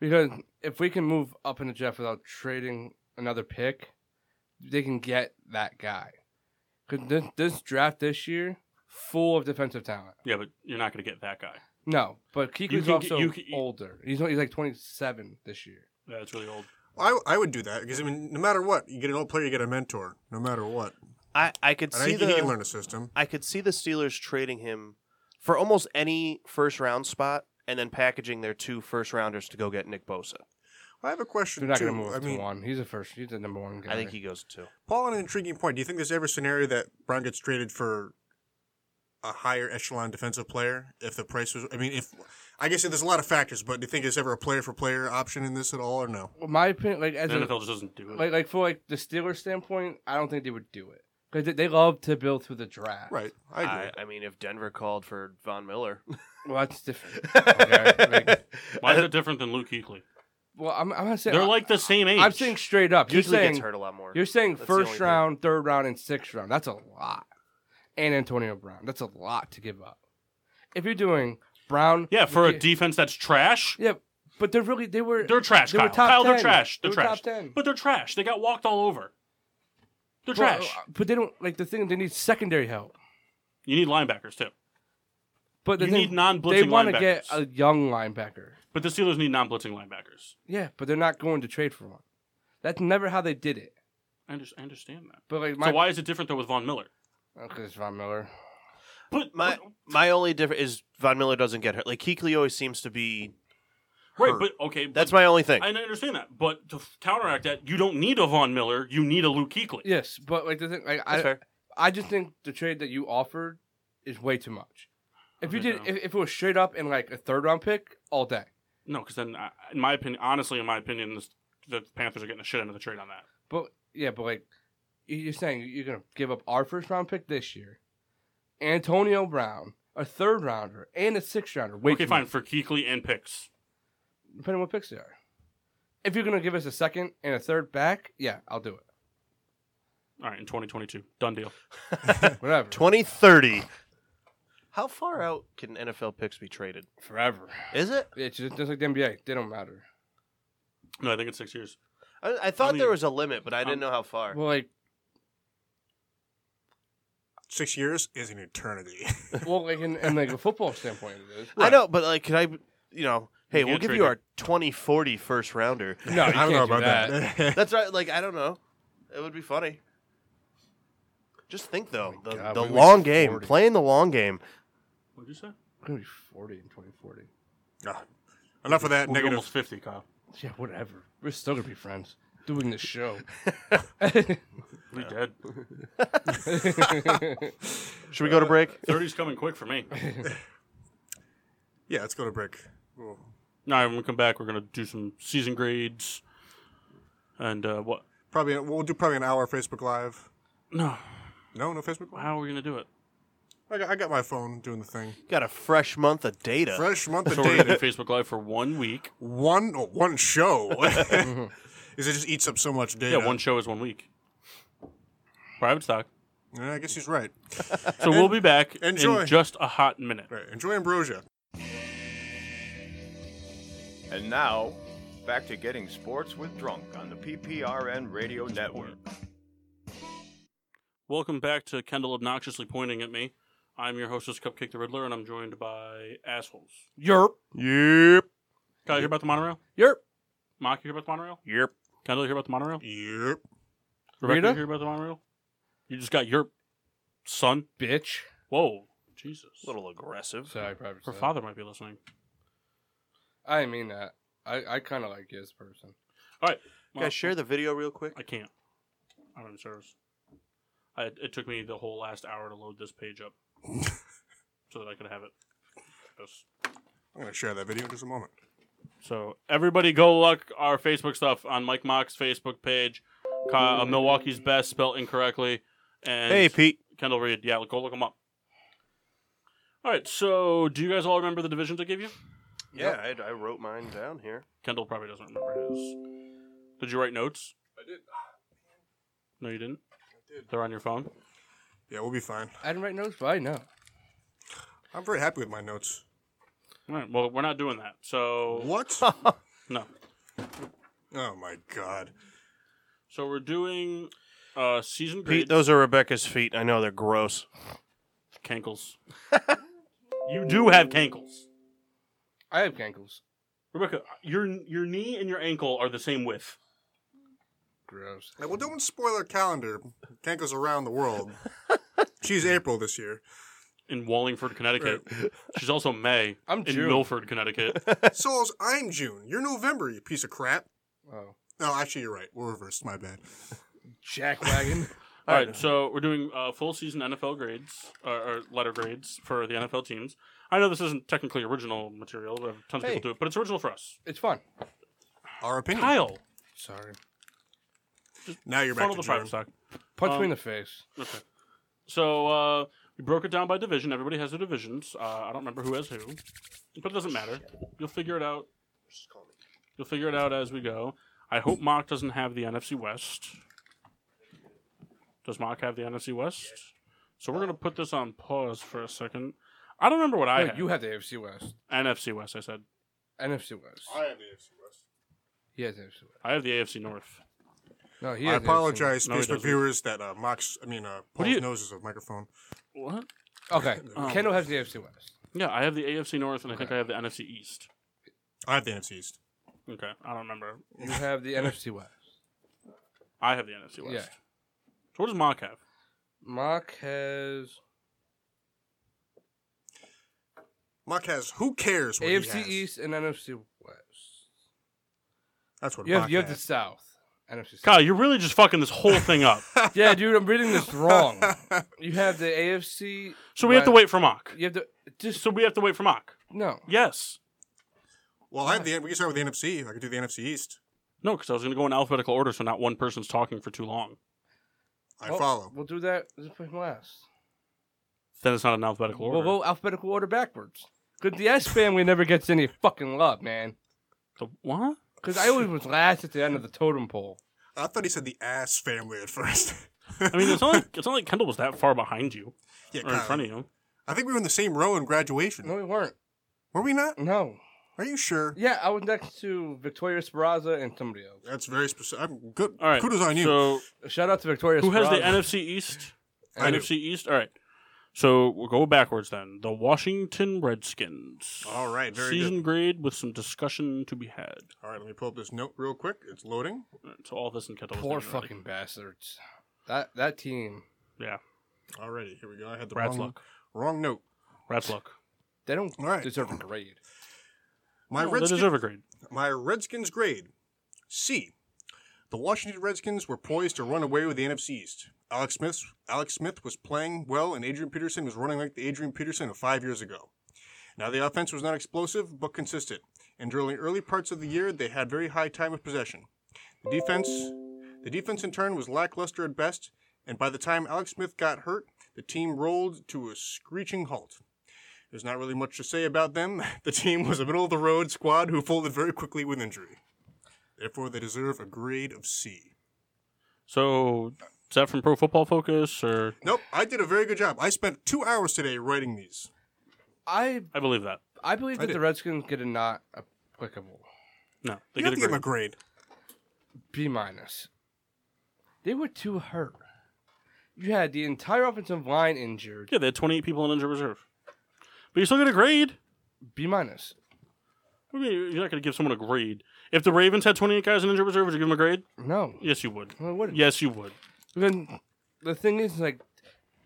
C: Because if we can move up in the draft without trading another pick, they can get that guy. Because this, this draft this year, full of defensive talent.
A: Yeah, but you're not going to get that guy.
C: No, but
A: You
C: Kiku's
A: can
C: also
A: get- you can-
C: older. He's only he's like 27 this year.
A: Yeah, it's really old.
D: I, I would do that because I mean, no matter what, you get an old player, you get a mentor. No matter what,
B: I I could
D: I
B: see
D: think
B: the
D: he can learn a system.
B: I could see the Steelers trading him for almost any first round spot, and then packaging their two first rounders to go get Nick Bosa.
D: I have a question
C: They're not
D: too.
C: going to move
D: I
C: up
D: mean,
C: to one. He's a first. He's the number one guy.
B: I think he goes to two.
D: Paul, on an intriguing point, do you think there's ever a scenario that Brown gets traded for a higher echelon defensive player if the price was? I mean, if I guess there's a lot of factors, but do you think there's ever a player for player option in this at all, or no?
C: Well, my opinion, like as
A: The
C: a,
A: NFL just doesn't do it.
C: like like for like the Steelers standpoint, I don't think they would do it because they, they love to build through the draft.
D: Right, I agree.
B: I, I mean, if Denver called for Von Miller,
C: Well, that's different. Okay, like-
A: Why is it different than Luke Keekly?
C: well, I'm I'm not saying
A: They're like the same age.
C: I'm saying straight up. You're
B: Usually gets
C: saying
B: hurt a lot more.
C: you're saying
B: That's the only
C: first
B: thing.
C: round, third round, and sixth round. That's a lot. And Antonio Brown. That's a lot to give up. If you're doing Brown,
A: yeah, for a
C: McKee-
A: defense that's trash.
C: yeah, but they're really they were
A: They're trash,
C: They were
A: Kyle.
C: top
A: Kyle, they're
C: 10.
A: trash. They're
C: They were
A: trash.
C: top 10.
A: But they're trash. They got walked all over. They're
C: Well, uh,
A: trash.
C: But they don't like the thing. They need secondary help.
A: You need linebackers too.
C: But the
A: You
C: thing,
A: need non-blitzing
C: They want to
A: linebackers.
C: get a young linebacker.
A: But the Steelers need non-blitzing linebackers.
C: Yeah, but they're not going to trade for one. That's never how they did it.
A: I, under- I understand that.
C: But like my
A: so why is it different though with Von Miller?
C: Okay, it's Von Miller.
A: But
B: My my only difference is Von Miller doesn't get hurt. Like Keekly always seems to be.
A: right,
D: hurt.
A: but okay,
B: That's
A: that's
B: my only thing.
A: I understand that. But to f- counteract that, you don't need a Von Miller. You need a Luke Kuechly.
C: Yes, but like the thing, like
B: That's
C: I,
B: fair.
C: I just think the trade that you offered is way too much. If you
A: Okay,
C: did,
A: no.
C: if, if it was straight up and like a third round pick, all day.
A: No, because then, I, in my opinion, honestly, in my opinion, this, the Panthers are getting a shit end of the trade on that.
C: But yeah, but like you- you're saying, you're gonna give up our first round pick this year, Antonio Brown, a third rounder, and a sixth rounder. Way
A: okay,
C: too
A: fine
C: much,
A: for Kuechly and picks.
C: depending on what picks they are. If you're gonna give us a second and a third back, yeah, I'll do it.
A: All right, in 2022, done deal.
C: Whatever.
B: Twenty thirty. How far out can NFL picks be traded?
C: Forever.
B: Is it?
C: Yeah, it's just, just like the NBA. They don't matter.
A: No, I think it's six years.
B: I, I thought
A: mean,
B: there was a limit, but I didn't
A: um,
B: know how far.
C: Well, like,
D: Six years is an
A: Oh,
D: eternity.
C: well, like in, in like a football standpoint, it is.
B: I know, but like, can I? You know, hey,
A: You
B: we'll
A: can't
B: give
A: trade
B: you
A: it.
B: our 2040 first rounder.
C: No, you
D: I don't know
C: can't do
D: about
C: that.
D: that.
B: That's right. Like, I don't know. It would be funny. Just think though,
C: Oh my
B: the,
C: God,
B: the
C: we went
B: long game,
C: 40.
B: playing the long game.
A: What did you say?
C: I'm gonna be 40 in 2040.
D: Ah, Enough of that
A: We'll be
D: negative.
A: almost 50, Kyle.
C: Yeah, whatever. We're still gonna be friends doing this show.
A: We dead.
B: Should we go to
A: Uh,
B: break?
A: 30's coming quick for me.
D: Yeah, let's go to break. We'll-
A: No, when we come back, we're gonna do some season grades, and uh, what?
D: Probably we'll do probably an hour Facebook Live.
A: No,
D: No, no Facebook. Live?
A: how are we gonna do it?
D: I got, I got my phone doing the thing.
B: Got a fresh month of data.
D: Fresh month
A: So
D: of
A: we're gonna
D: data.
A: do Facebook Live for one week.
D: One oh, one show. Mm-hmm. Is it just eats up so much data?
A: Yeah, one show is one week. Private stock.
D: Yeah, I guess he's right.
A: So we'll be back
D: enjoy.
A: in just a hot minute.
D: Right. Enjoy Ambrosia.
E: And now, back to getting sports with drunk on the PPRN Radio Network.
A: Welcome back to Kendall obnoxiously pointing at me. I'm your hostess, Cupcake the Riddler, and I'm joined by assholes.
C: Yerp.
B: Yep.
A: Kyle, you hear about the monorail?
C: Yerp.
A: Mock, you hear about the monorail?
B: Yep.
A: Kendall, you hear about the monorail?
D: Yep.
A: Rebecca,
C: Rita?
A: you hear about the monorail? You just got your son.
C: Bitch.
A: Whoa. Jesus.
B: A little aggressive.
C: So I probably
A: Her
C: said-
A: father might be listening.
C: I didn't mean that. I, I kind of like you as a person.
B: Can I share the video real quick?
A: I can't. I don't have service. I, it took me the whole last hour to load this page up so that I could have it. Yes.
D: I'm gonna share that video in just a moment.
A: So everybody go look our Facebook stuff on Mike Mock's Facebook page, Ca- uh, Milwaukee's Best spelled incorrectly, and
B: Hey, Pete.
A: Kendall Reed. Yeah, go look them up. All right, so do you guys all remember the divisions I gave you?
B: Yeah, I, I wrote mine down here.
A: Kendall probably doesn't remember his. Did you write notes?
C: I did.
A: No, you didn't. They're on your phone.
D: Yeah, we'll be fine.
C: I didn't write notes, but I know.
D: I'm very happy with my notes.
A: All right. Well, we're not doing that. So
D: What?
A: no.
D: oh my god.
A: So we're doing uh season
B: Pete,
A: grades.
B: those are Rebecca's feet. I know they're gross.
A: cankles. you do have cankles.
C: I have cankles.
A: Rebecca, your your knee and your ankle are the same width.
C: Gross.
D: Now, well, don't spoil our calendar. Kanko's around the world. She's April this year.
A: In Wallingford, Connecticut. She's also May
C: I'm
A: in
C: June.
A: Milford, Connecticut.
D: Souls, I'm June. You're November, you piece of crap.
C: Oh,
D: No, actually, you're right. We're reversed. My bad.
C: jackwagon.
A: All right, so we're doing uh, full season NFL grades or, or letter grades for the NFL teams. I know this isn't technically original material. but Tons of
B: Hey.
A: people do it, but it's original for us.
C: it's fun.
D: Our opinion.
A: Kyle,
C: Sorry.
D: Now you're back
A: funnel
D: to
A: the
D: June.
A: five stock.
C: Punch
A: Um,
C: me in the face.
A: Okay. So uh, we broke it down by division. Everybody has their divisions. Uh, I don't remember who has who, but it doesn't matter. You'll figure it out. You'll figure it out as we go. I hope Mock doesn't have the NFC West. Does Mock have the NFC West? So we're gonna put this on pause for a second. I don't remember what I
C: No,
A: had.
C: you have the AFC West.
A: NFC West. I said
C: NFC West.
D: have the AFC West.
C: He has AFC West.
A: I have the AFC North.
C: No, he.
D: I
C: has AFC West.
D: apologize,
A: No, he
D: Facebook
A: doesn't.
D: viewers, that uh, Mox, I mean, uh,
A: What do
D: Paul's
A: you-
D: nose is a microphone.
A: What?
C: Okay.
A: Um,
C: Kendall has the AFC West.
A: Yeah, I have the AFC North, and I think
C: Okay.
A: I have the NFC East.
D: I have the NFC East.
A: Okay, I don't remember.
C: You have the NFC West.
A: I have the NFC West.
C: Yeah.
A: So what does Mock have?
C: Mock has
D: Mock has who cares what he
C: AFC
D: has.
C: East and NFC West.
D: That's what
C: You
D: Mock
C: have, you have the
D: has.
C: South. NFC South.
A: Kyle, you're really just fucking this whole thing up.
C: Yeah, dude, I'm reading this wrong. You have the AFC.
A: So we have to
C: West.
A: wait for mock.
C: You have to just
A: So we have to wait for mock.
C: no.
A: Yes.
D: Well, I have the, we can start with the NFC. I could do the NFC East.
A: No, because I was going to go in alphabetical order, so not one person's talking for too long.
D: I
C: Oh,
D: follow.
C: We'll do that. Let's put him last.
A: Then it's not an alphabetical order.
C: We'll go alphabetical order backwards. Because the S family never gets any fucking love, man.
A: The, what?
C: Because I always was last at the end of the totem pole.
D: I thought he said the ass family at first.
A: I mean, it's Oh, not, like, it's not like Kendall was that far behind you
D: yeah,
A: or in
D: Kyle.
A: front of you.
D: I think we were in the same row in graduation.
C: No, we weren't.
D: Were we not?
C: No.
D: Are you sure?
C: Yeah, I was next to Victoria Sparaza and somebody else.
D: That's very specific. I'm good.
A: All right.
D: Kudos on you.
A: So
C: Shout out to Victoria
A: who has the
C: Sparraza.
A: NFC East?
D: I do.
A: NFC East? All right. So we'll go backwards then. The Washington Redskins.
D: All right, very
A: Season grade with some discussion to be had.
D: All right, let me pull up this note real quick. It's loading.
A: All right, so all this and Kendall. was
C: Poor
A: doing already.
C: fucking bastards. That that team,
A: Yeah.
D: Alrighty, here we go. I had the
A: Brad's
D: wrong,
A: luck.
D: wrong note.
A: Rat's luck.
C: they don't
D: All right.
C: deserve a grade.
D: My
A: No, they
D: Redskins.
A: deserve a grade.
D: My Redskins grade C. The Washington Redskins were poised to run away with the NFC East. Alex Smith, Alex Smith was playing well, and Adrian Peterson was running like the Adrian Peterson of five years ago. Now, the offense was not explosive, but consistent, and during early parts of the year, they had very high time of possession. The defense, the defense in turn, was lackluster at best, and by the time Alex Smith got hurt, the team rolled to a screeching halt. There's not really much to say about them. The team was a middle of the road squad who folded very quickly with injury. Therefore, they deserve a grade of C.
A: So is that from Pro Football Focus or
D: Nope, I did a very good job. I spent two hours today writing these.
C: I
A: I believe that.
C: I believe
D: I
C: that
D: did.
C: the Redskins get a not applicable
A: No, they
D: You
A: get
D: have
A: a
D: to give
A: grade.
D: them a grade.
C: B minus. They were too hurt. You had the entire offensive line injured.
A: yeah, they had 28 people on injured reserve, but you still get a grade.
C: B minus.
A: I mean, you're not going to give someone a grade. If the Ravens had 28 guys on injured reserve, would you give them a grade?
C: No.
A: Yes, you would.
C: Well, what-
A: Yes, you would.
C: Then the thing is, like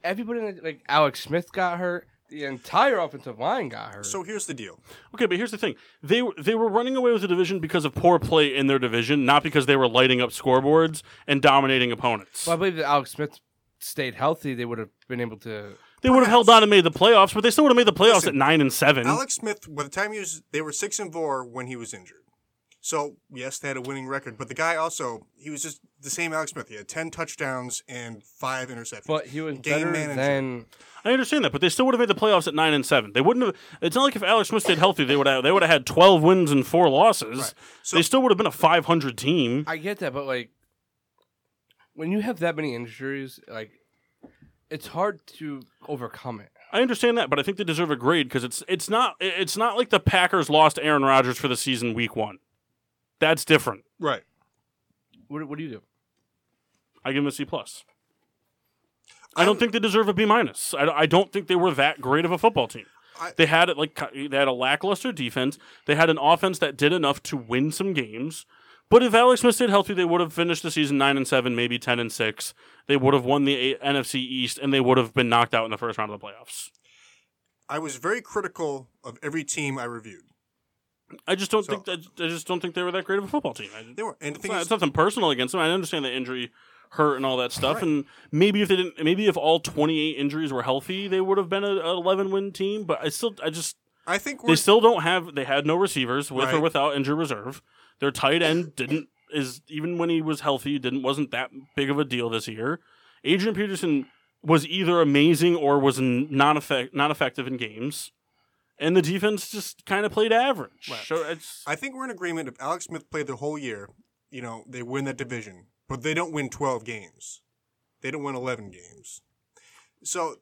C: everybody, like Alex Smith got hurt. the entire offensive line got hurt.
D: So here's the deal.
A: Okay, but here's the thing: they were they were running away with the division because of poor play in their division, not because they were lighting up scoreboards and dominating opponents.
C: well, I believe that Alex Smith stayed healthy, they would have been able to.
A: they would have held on and made the playoffs, but they still would have made the playoffs
D: Listen,
A: at nine and seven.
D: Alex Smith, by the time he was, they were six and four when he was injured. So yes, they had a winning record, but the guy also he was just the same Alex Smith. He had ten touchdowns and five interceptions.
C: But he was
D: Game
C: better
D: manager.
C: than
A: I understand that, but they still would have made the playoffs at nine and seven. They wouldn't have. It's not like if Alex Smith stayed healthy, they would have. They would have had twelve wins and four losses.
D: So-
A: they still would have been a five hundred team.
C: I get that, but like when you have that many injuries, like it's hard to overcome it.
A: I understand that, but I think they deserve a grade because it's it's not it's not like the Packers lost Aaron Rodgers for the season week one. That's different.
D: right.
C: What, what do you do?
A: I give them a C plus. I don't think they deserve a B minus. I, I don't think they were that great of a football team.
D: I-
A: they had it like they had a lackluster defense. They had an offense that did enough to win some games. But if Alex Smith stayed healthy, they would have finished the season nine and seven, maybe ten and six. They would have won the A- NFC East, and they would have been knocked out in the first round of the playoffs.
D: I was very critical of every team I reviewed.
A: I just don't
D: So-
A: think that, I just don't think they were that great of a football team. I,
D: They were, and
A: it's,
D: the thing
A: not,
D: is,
A: it's nothing personal against them. I understand the injury hurt and all that stuff. And maybe if they didn't, maybe if all 28 injuries were healthy, they would have been a, a 11 win team. But I still, I just,
D: I think
A: they
D: we're
A: still don't have. They had no receivers with or
D: Right.
A: without injury reserve. Their tight end didn't is even when he was healthy didn't wasn't that big of a deal this year. Adrian Peterson was either amazing or was n- not effect not effective in games, and the defense just kind of played average. So it's
D: I think we're in agreement. If Alex Smith played the whole year, you know, they win that division, but they don't win 12 games. They don't win 11 games. So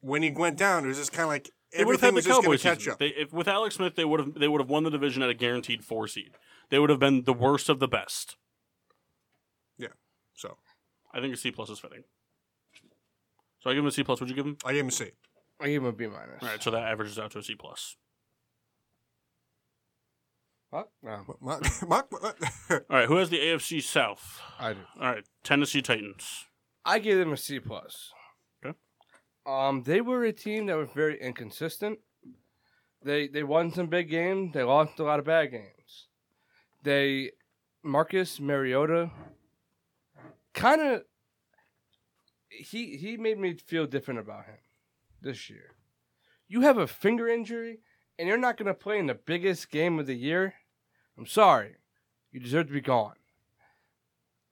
D: when he went down, it was just kind of like
A: They would have had the
D: everything was just going
A: Cowboys
D: to catch
A: season.
D: up.
A: They, if, with Alex Smith, they would have they would have won the division at a guaranteed four seed. They would have been the worst of the best.
D: so
A: I think a C plus is fitting. So I give him a C plus. Would you give him?
D: I gave him a C.
C: I gave him a B minus.
A: All right, so that averages out to a C plus.
C: What? No,
D: What- what- what- what-
A: All right, who has the AFC South?
C: I do.
A: All right, Tennessee Titans.
C: I gave them a C plus.
A: Okay.
C: Um, they were a team that was very inconsistent. They they won some big games. They lost a lot of bad games. They Marcus Mariota kind of he he made me feel different about him this year. You have a finger injury and you're not going to play in the biggest game of the year. I'm sorry. You deserve to be gone.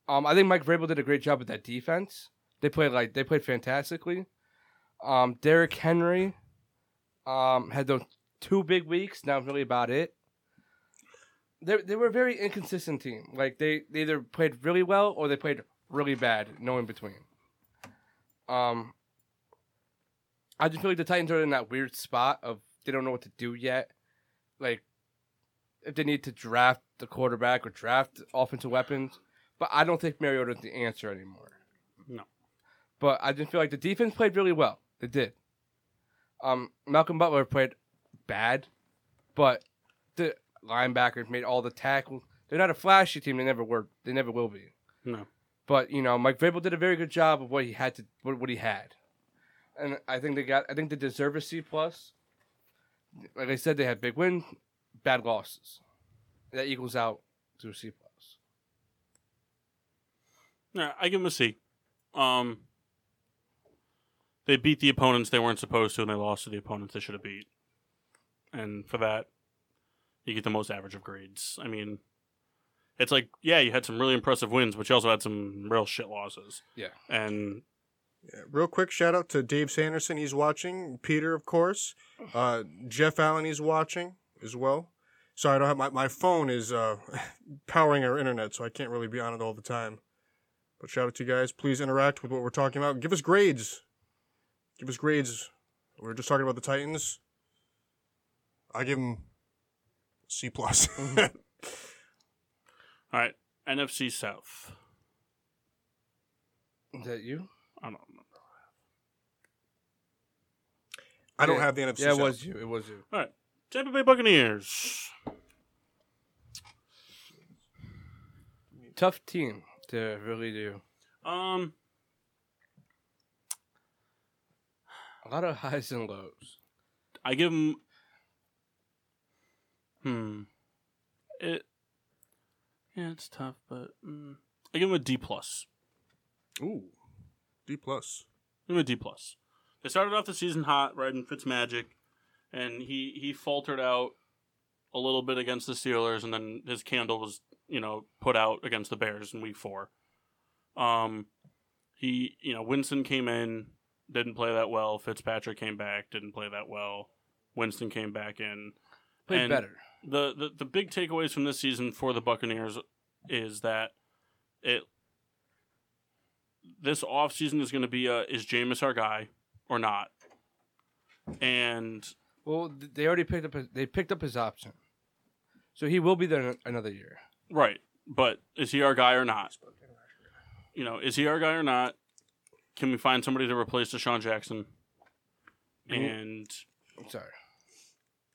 C: Um, I think Mike Vrabel did a great job with that defense. They played like they played fantastically. Um, Derrick Henry um, had those two big weeks. Now really about it. They they were a very inconsistent team. Like they, they either played really well or they played really bad. No in between. Um, I just feel like the Titans are in that weird spot of they don't know what to do yet. Like if they need to draft the quarterback or draft offensive weapons. But I don't think Mariota's the answer anymore.
A: No.
C: But I just feel like the defense played really well. They did. Um, Malcolm Butler played bad, but the linebackers made all the tackles. They're not a flashy team. They never were. They never will be.
A: No.
C: But you know, Mike Vrabel did a very good job of what he had to what, what he had, and I think they got. I think they deserve a C plus. Like I said, they had big wins, bad losses. That equals out to a C plus.
A: Yeah, I give him a C. Um, they beat the opponents they weren't supposed to, and they lost to the opponents they should have beat. And for that, you get the most average of grades. I mean, it's like yeah, you had some really impressive wins, but you also had some real shit losses.
C: Yeah.
A: and
D: Yeah, Real quick shout out to Dave Sanderson. He's watching. Peter, of course. Uh, Jeff Allen, he's watching as well. So I don't have my, my phone is uh, powering our internet, so I can't really be on it all the time. But shout out to you guys. Please interact with what we're talking about. Give us grades. Give us grades. We are just talking about the Titans. I give them C plus.
A: all right, NFC South.
C: Is that you?
A: I don't remember.
D: I don't
C: Yeah.
D: have the NFC.
C: yeah, it
D: South.
C: was you. It was you.
A: All right, Tampa Bay Buccaneers.
C: Tough team to really do.
A: Um,
C: A lot of highs and lows.
A: I give him. Hmm. It. Yeah, it's tough, but mm, I give him a D plus.
D: Ooh, D plus.
A: Give him a D plus. They started off the season hot, right in Fitzmagic, and he he faltered out a little bit against the Steelers, and then his candle was you know put out against the Bears in Week Four. Um, he you know Winston came in, didn't play that well. Fitzpatrick came back, didn't play that well. Winston came back in.
C: Played
A: And-
C: better.
A: the, the the big takeaways from this season for the Buccaneers is that it this offseason is going to be a is Jameis our guy or not, and
C: Well, th- they already picked up. His, they picked up his option, so he will be there an- another year.
A: right, but is he our guy or not? You know, is he our guy or not? Can we find somebody to replace Deshaun Jackson? And
C: I'm sorry.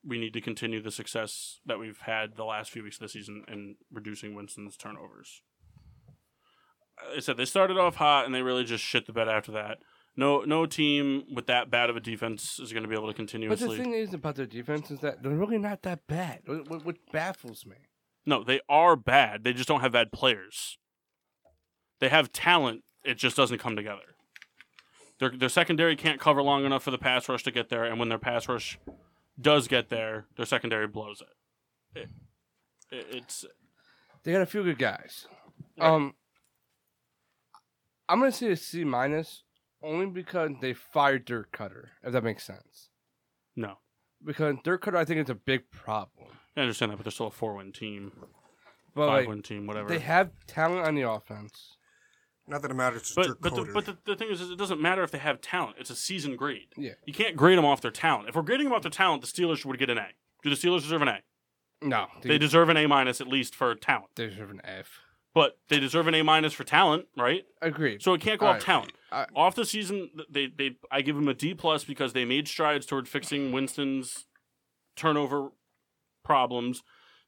A: we need to continue the success that we've had the last few weeks of the season in reducing Winston's turnovers. I said they started off hot and they really just shit the bed after that. No, no team with that bad of a defense is going to be able to
C: But the
A: continuously.
C: thing is about their defense is that they're really not that bad. What, what, what baffles me?
A: no, they are bad. They just don't have bad players. They have talent. It just doesn't come together. Their their secondary can't cover long enough for the pass rush to get there, and when their pass rush does get there, their secondary blows it. It- it it's
C: They got a few good guys. Um, I'm gonna say a C minus only because they fired Dirk Cutter. If that makes sense,
A: No,
C: because Dirk Cutter, I think, is a big problem.
A: I understand that, but they're still a four-win team,
C: But like,
A: five-win team, whatever.
C: they have talent on the offense.
D: Not that it matters. It's
A: but
D: Dirk
A: but the,
D: Coder.
A: but the, the thing is, is it doesn't matter if they have talent. It's a season grade.
C: Yeah.
A: You can't grade them off their talent. If we're grading them off their talent, the Steelers would get an A. Do the Steelers deserve an A?
C: No,
A: They deserve an A minus at least for talent.
C: They deserve an F.
A: But they deserve an A minus for talent, right?
C: Agreed.
A: So it can't go
C: All
A: off
C: right.
A: talent.
C: I-
A: Off the season, th- they they I give them a D plus because they made strides toward fixing Winston's turnover problems.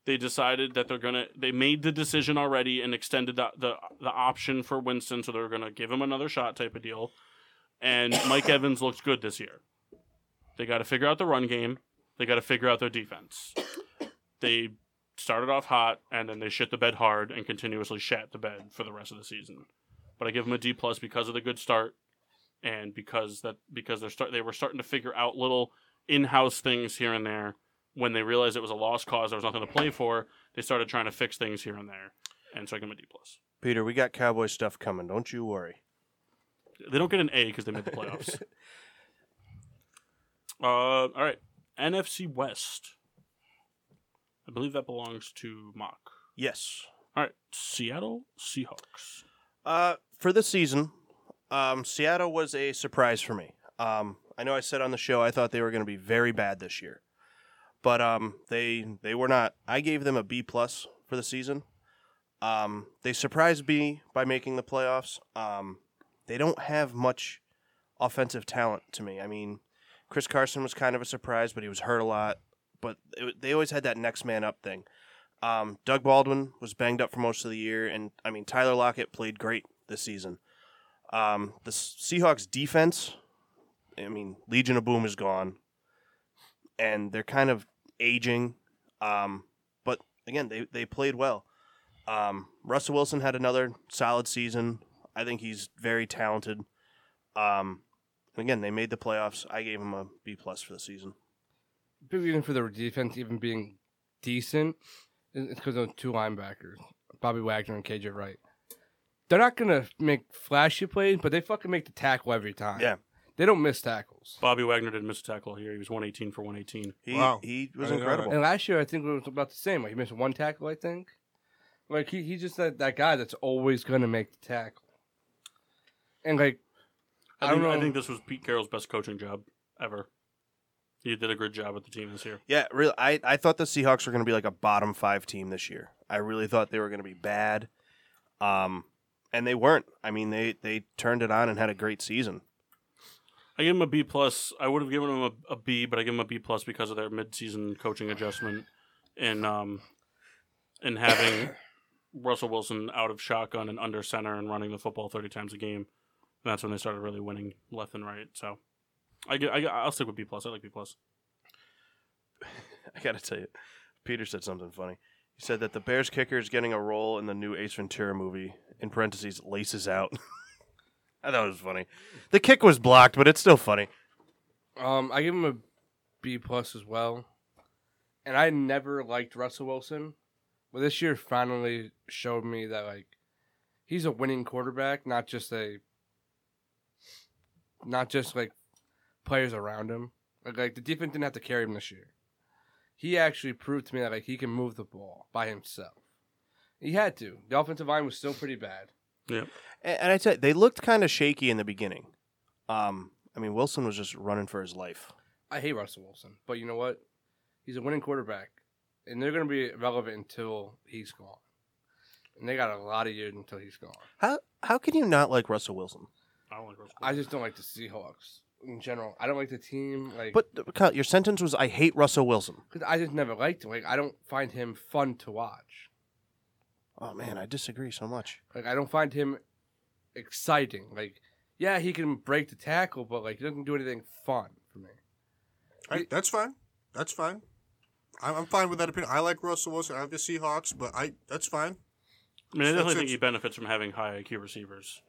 A: They decided that they're gonna. They made the decision already and extended the the, the option for Winston, so they're gonna give him another shot type of deal. And Mike Evans looks good this year. They got to figure out the run game. They got to figure out their defense. They started off hot and then they shit the bed hard and continuously shat the bed for the rest of the season but I give them a D plus because of the good start, and because that because they're start they were starting to figure out little in house things here and there. When they realized it was a lost cause, there was nothing to play for. They started trying to fix things here and there, and so I give them a D plus.
B: Peter, we got cowboy stuff coming. Don't you worry.
A: They don't get an A because they made the playoffs. uh, all right, NFC West. I believe that belongs to Mock.
B: Yes.
A: All right, Seattle Seahawks.
B: Uh, for this season, um, Seattle was a surprise for me. Um, I know I said on the show I thought they were going to be very bad this year, but um, they they were not. I gave them a B plus for the season. Um, they surprised me by making the playoffs. Um, they don't have much offensive talent to me. I mean, Chris Carson was kind of a surprise, but he was hurt a lot. But it, they always had that next man up thing. Um, Doug Baldwin was banged up for most of the year, and I mean Tyler Lockett played great this season. Um, the S- Seahawks defense, I mean Legion of Boom is gone, and they're kind of aging. Um, but again, they they played well. Um, Russell Wilson had another solid season. I think he's very talented. Um, and again, they made the playoffs. I gave him a B plus for the season.
C: But even for their defense even being decent, it's because of two linebackers, Bobby Wagner and KJ Wright. They're not gonna make flashy plays, but they fucking make the tackle every time.
B: Yeah.
C: they don't miss tackles.
A: Bobby Wagner didn't miss a tackle here. He was one eighteen for one eighteen.
B: He
D: Wow.
B: he was
D: I didn't know that.
B: incredible.
C: And last year, I think it was about the same. Like he missed one tackle, I think. Like he, he's just that, that guy that's always gonna make the tackle. And like,
A: I
C: I
A: think,
C: don't
A: I
C: know.
A: think this was Pete Carroll's best coaching job ever. He did a good job with the team this year.
B: Yeah, really. I, I thought the Seahawks were going to be like a bottom five team this year. I really thought they were going to be bad, um, and they weren't. I mean, they they turned it on and had a great season.
A: I give him a B plus. I would have given him a, a B, but I give him a B plus because of their midseason coaching adjustment and um and having Russell Wilson out of shotgun and under center and running the football thirty times a game. And that's when they started really winning left and right. So I get, I, get- I'll stick with B plus. I like B plus.
B: I gotta tell you, Peter said something funny. He said that the Bears kicker is getting a role in the new Ace Ventura movie. In parentheses, laces out. I thought it was funny. The kick was blocked, but it's still funny.
C: Um, I give him a B plus as well. And I never liked Russell Wilson, but this year finally showed me that like he's a winning quarterback, not just a not just like players around him. Like like the defense didn't have to carry him this year. He actually proved to me that like he can move the ball by himself. He had to. The offensive line was still pretty bad.
B: And, and I tell you, they looked kind of shaky in the beginning. Um, I mean, Wilson was just running for his life.
C: I hate Russell Wilson, but you know what? He's a winning quarterback, and they're going to be relevant until he's gone. And they got a lot of years until he's gone.
B: How how can you not like Russell Wilson?
A: I don't like Russell.
C: I just don't like the Seahawks in general. I don't like the team, like,
B: But uh, Kyle, your sentence was, "I hate Russell Wilson."
C: because I just never liked him. Like, I don't find him fun to watch.
B: Oh man, I disagree so much.
C: Like, I don't find him exciting. Like, yeah, he can break the tackle, but like, he doesn't do anything fun for me.
D: I, that's fine. That's fine. I'm, I'm fine with that opinion. I like Russell Wilson. I like the Seahawks, but I that's fine.
A: I mean, I
D: So
A: definitely
D: it's-
A: think he
D: it's-
A: benefits from having high IQ receivers.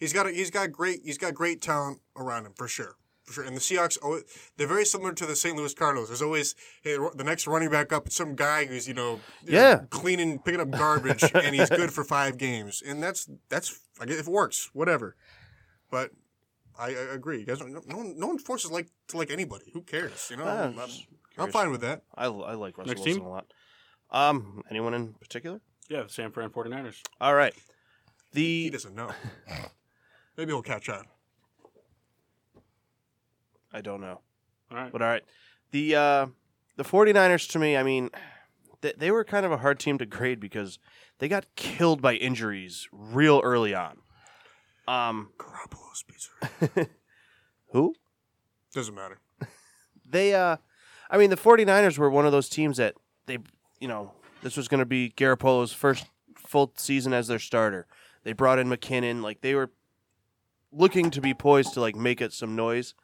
D: He's got a, he's got great he's got great talent around him for sure. For sure. And the Seahawks always, they're very similar to the St. Louis Cardinals. There's always hey, the next running back up, it's some guy who's you know you know,
B: Yeah.
D: cleaning picking up garbage and he's good for five games. And that's that's I guess if it works, whatever. But I, I agree. You guys, don't- no one, no one forces like to like anybody. Who cares? You know,
B: Ah,
D: I'm, I'm-
B: just
D: I'm
B: curious.
D: fine with that.
B: I, l- I like Russell
A: Next
B: Wilson
A: team?
B: a lot. Um, anyone in particular?
A: Yeah, San Fran 49ers.
B: All right.
D: He
B: The
D: doesn't know. Maybe he'll catch on.
B: I don't know.
A: All right.
B: But all right. The uh, the 49ers to me, I mean, they, they were kind of a hard team to grade because they got killed by injuries real early on. Um,
D: Garoppolo's pizza.
B: who?
D: Doesn't matter.
B: They uh I mean, the 49ers were one of those teams that they, you know, this was going to be Garoppolo's first full season as their starter. They brought in McKinnon like they were looking to be poised to like make it some noise.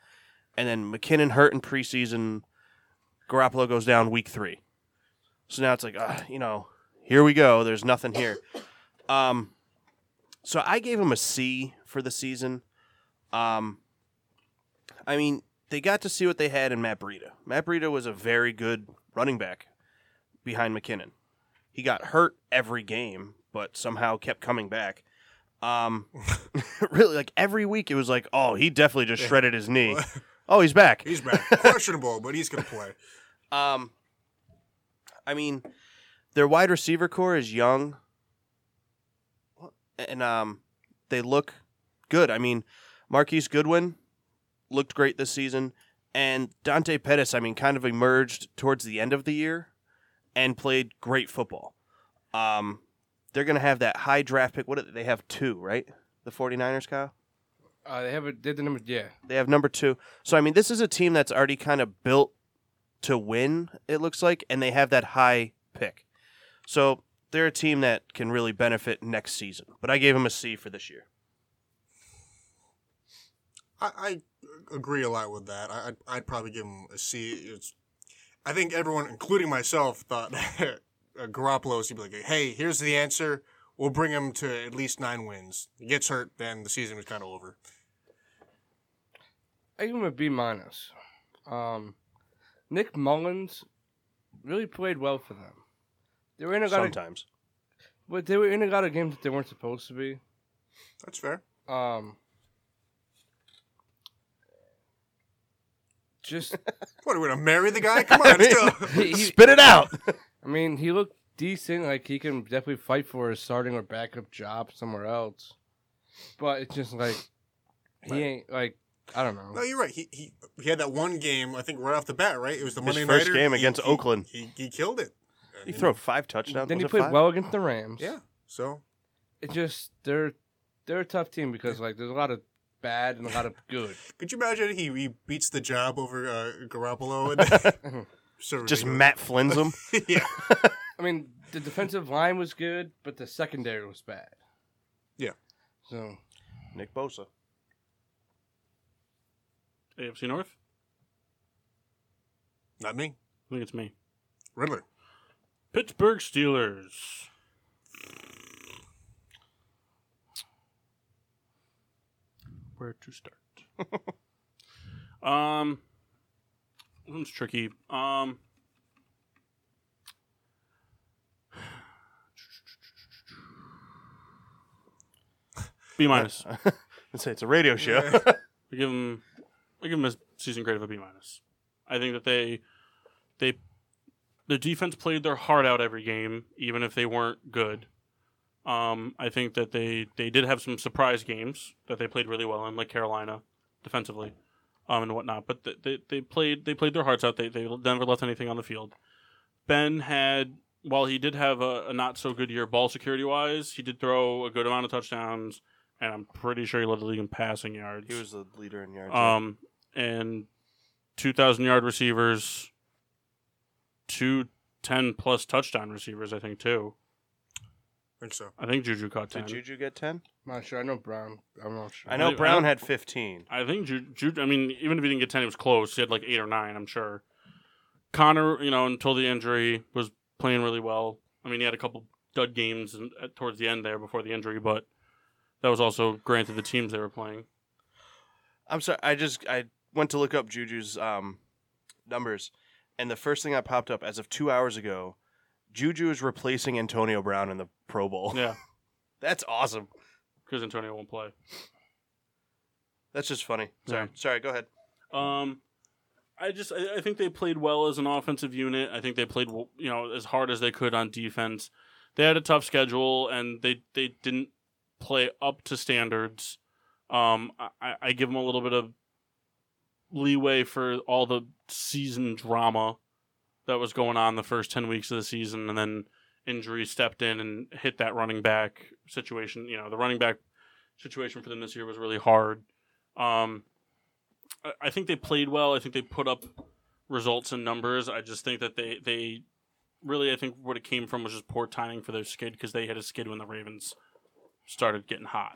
B: And then McKinnon hurt in preseason. Garoppolo goes down week 3. So now it's like, ah, you know, here we go. There's nothing here. Um so I gave him a C for the season. Um I mean, they got to see what they had in Matt Breida. Matt Breida was a very good running back behind McKinnon. He got hurt every game, but somehow kept coming back. Um, really, like every week, it was like, oh, he definitely just shredded his knee. Oh, he's back.
D: He's back. Questionable, but he's gonna play.
B: Um, I mean, their wide receiver core is young, and um, they look good. I mean, Marquise Goodwin looked great this season, and Dante Pettis. I mean, kind of emerged towards the end of the year and played great football. Um, they're gonna have that high draft pick. What do they- they have two, right? The 49ers, Kyle
C: Uh, they have a, did the number, yeah.
B: they have number two. So I mean, this is a team that's already kind of built to win. It looks like, and they have that high pick. So they're a team that can really benefit next season. But I gave them a C for this year.
D: I, I agree a lot with that. I, I'd, I'd probably give him a C. It's, I think everyone, including myself, thought uh, Garoppolo would be like, "Hey, here's the answer. We'll bring him to at least nine wins. He gets hurt, then the season was kind of over."
C: I give him a B minus. Um, Nick Mullins really played well for them. They were in a got a,
B: Sometimes
C: but they were in a got a game that they weren't supposed to be.
D: That's fair.
C: Um, just
D: What are we gonna marry the guy? Come on, it's still.
C: he, he-
B: spit it out.
C: I mean, he looked decent. Like he can definitely fight for his starting or backup job somewhere else. But it's just like he ain't like I don't know.
D: No, you're right. He, he he had that one game. I think right off the bat, right? It was the
B: His
D: Monday
B: first
D: nighter.
B: game
D: He-
B: against
D: he-
B: Oakland.
D: He, he killed it. And
B: He threw five touchdowns.
C: Then
B: Was
C: he
B: it
C: played
B: five?
C: well against the Rams.
D: Yeah. So
C: It's just they're they're a tough team because like there's a lot of bad and a lot of good.
D: Could you imagine he, he beats the job over uh, Garoppolo? And so
B: Just
D: ridiculous.
B: Matt Flynn's them.
D: yeah,
C: I mean, the defensive line was good, but the secondary was bad.
D: Yeah.
C: So
B: Nick Bosa.
A: AFC North?
D: Not me.
A: I think it's me.
D: Riddler.
A: Pittsburgh Steelers. Where to start? um, this one's tricky. Um, B minus.
B: Let's say it's a radio show.
A: We give them, we give them a season grade of a B minus. I think that they, they, the defense played their heart out every game, even if they weren't good. Um, I think that they they did have some surprise games that they played really well in, like Carolina, defensively, um, and whatnot. But th- they they played they played their hearts out. They they never left anything on the field. Ben had. While he did have a, a not so good year ball security wise, he did throw a good amount of touchdowns, and I'm pretty sure he led the league in passing yards.
B: he was the leader in yards.
A: Um, and 2,000 yard receivers, two 10 plus touchdown receivers, I think, too.
D: I think so.
A: I think Juju caught 10.
B: Did Juju get ten?
C: I'm not sure. I know Brown. I'm not sure.
B: I know
A: I-
B: Brown
A: I-
B: had fifteen.
A: I think Ju- Juju, I mean, even if he didn't get 10, he was close. He had like eight or nine, I'm sure. Connor, you know, until the injury, was playing really well. I mean, he had a couple dud games and- at, towards the end there before the injury, but that was also granted the teams they were playing.
B: I'm sorry. I just I went to look up Juju's um, numbers, and the first thing that popped up as of two hours ago, Juju is replacing Antonio Brown in the Pro Bowl.
A: Yeah,
B: That's awesome.
A: because Antonio won't play.
B: That's just funny. Sorry.
A: Yeah.
B: Sorry. Go ahead.
A: Um, I just I, I think they played well as an offensive unit. I think they played w- you know as hard as they could on defense. They had a tough schedule and they they didn't play up to standards. Um, I- I, I give them a little bit of leeway for all the season drama that was going on the first ten weeks of the season, and then injury stepped in and hit that running back situation. You know, the running back situation for them this year was really hard. Um, I- I think they played well. I think they put up results and numbers. I just think that they they really I think what it came from was just poor timing for their skid because they had a skid when the Ravens started getting hot.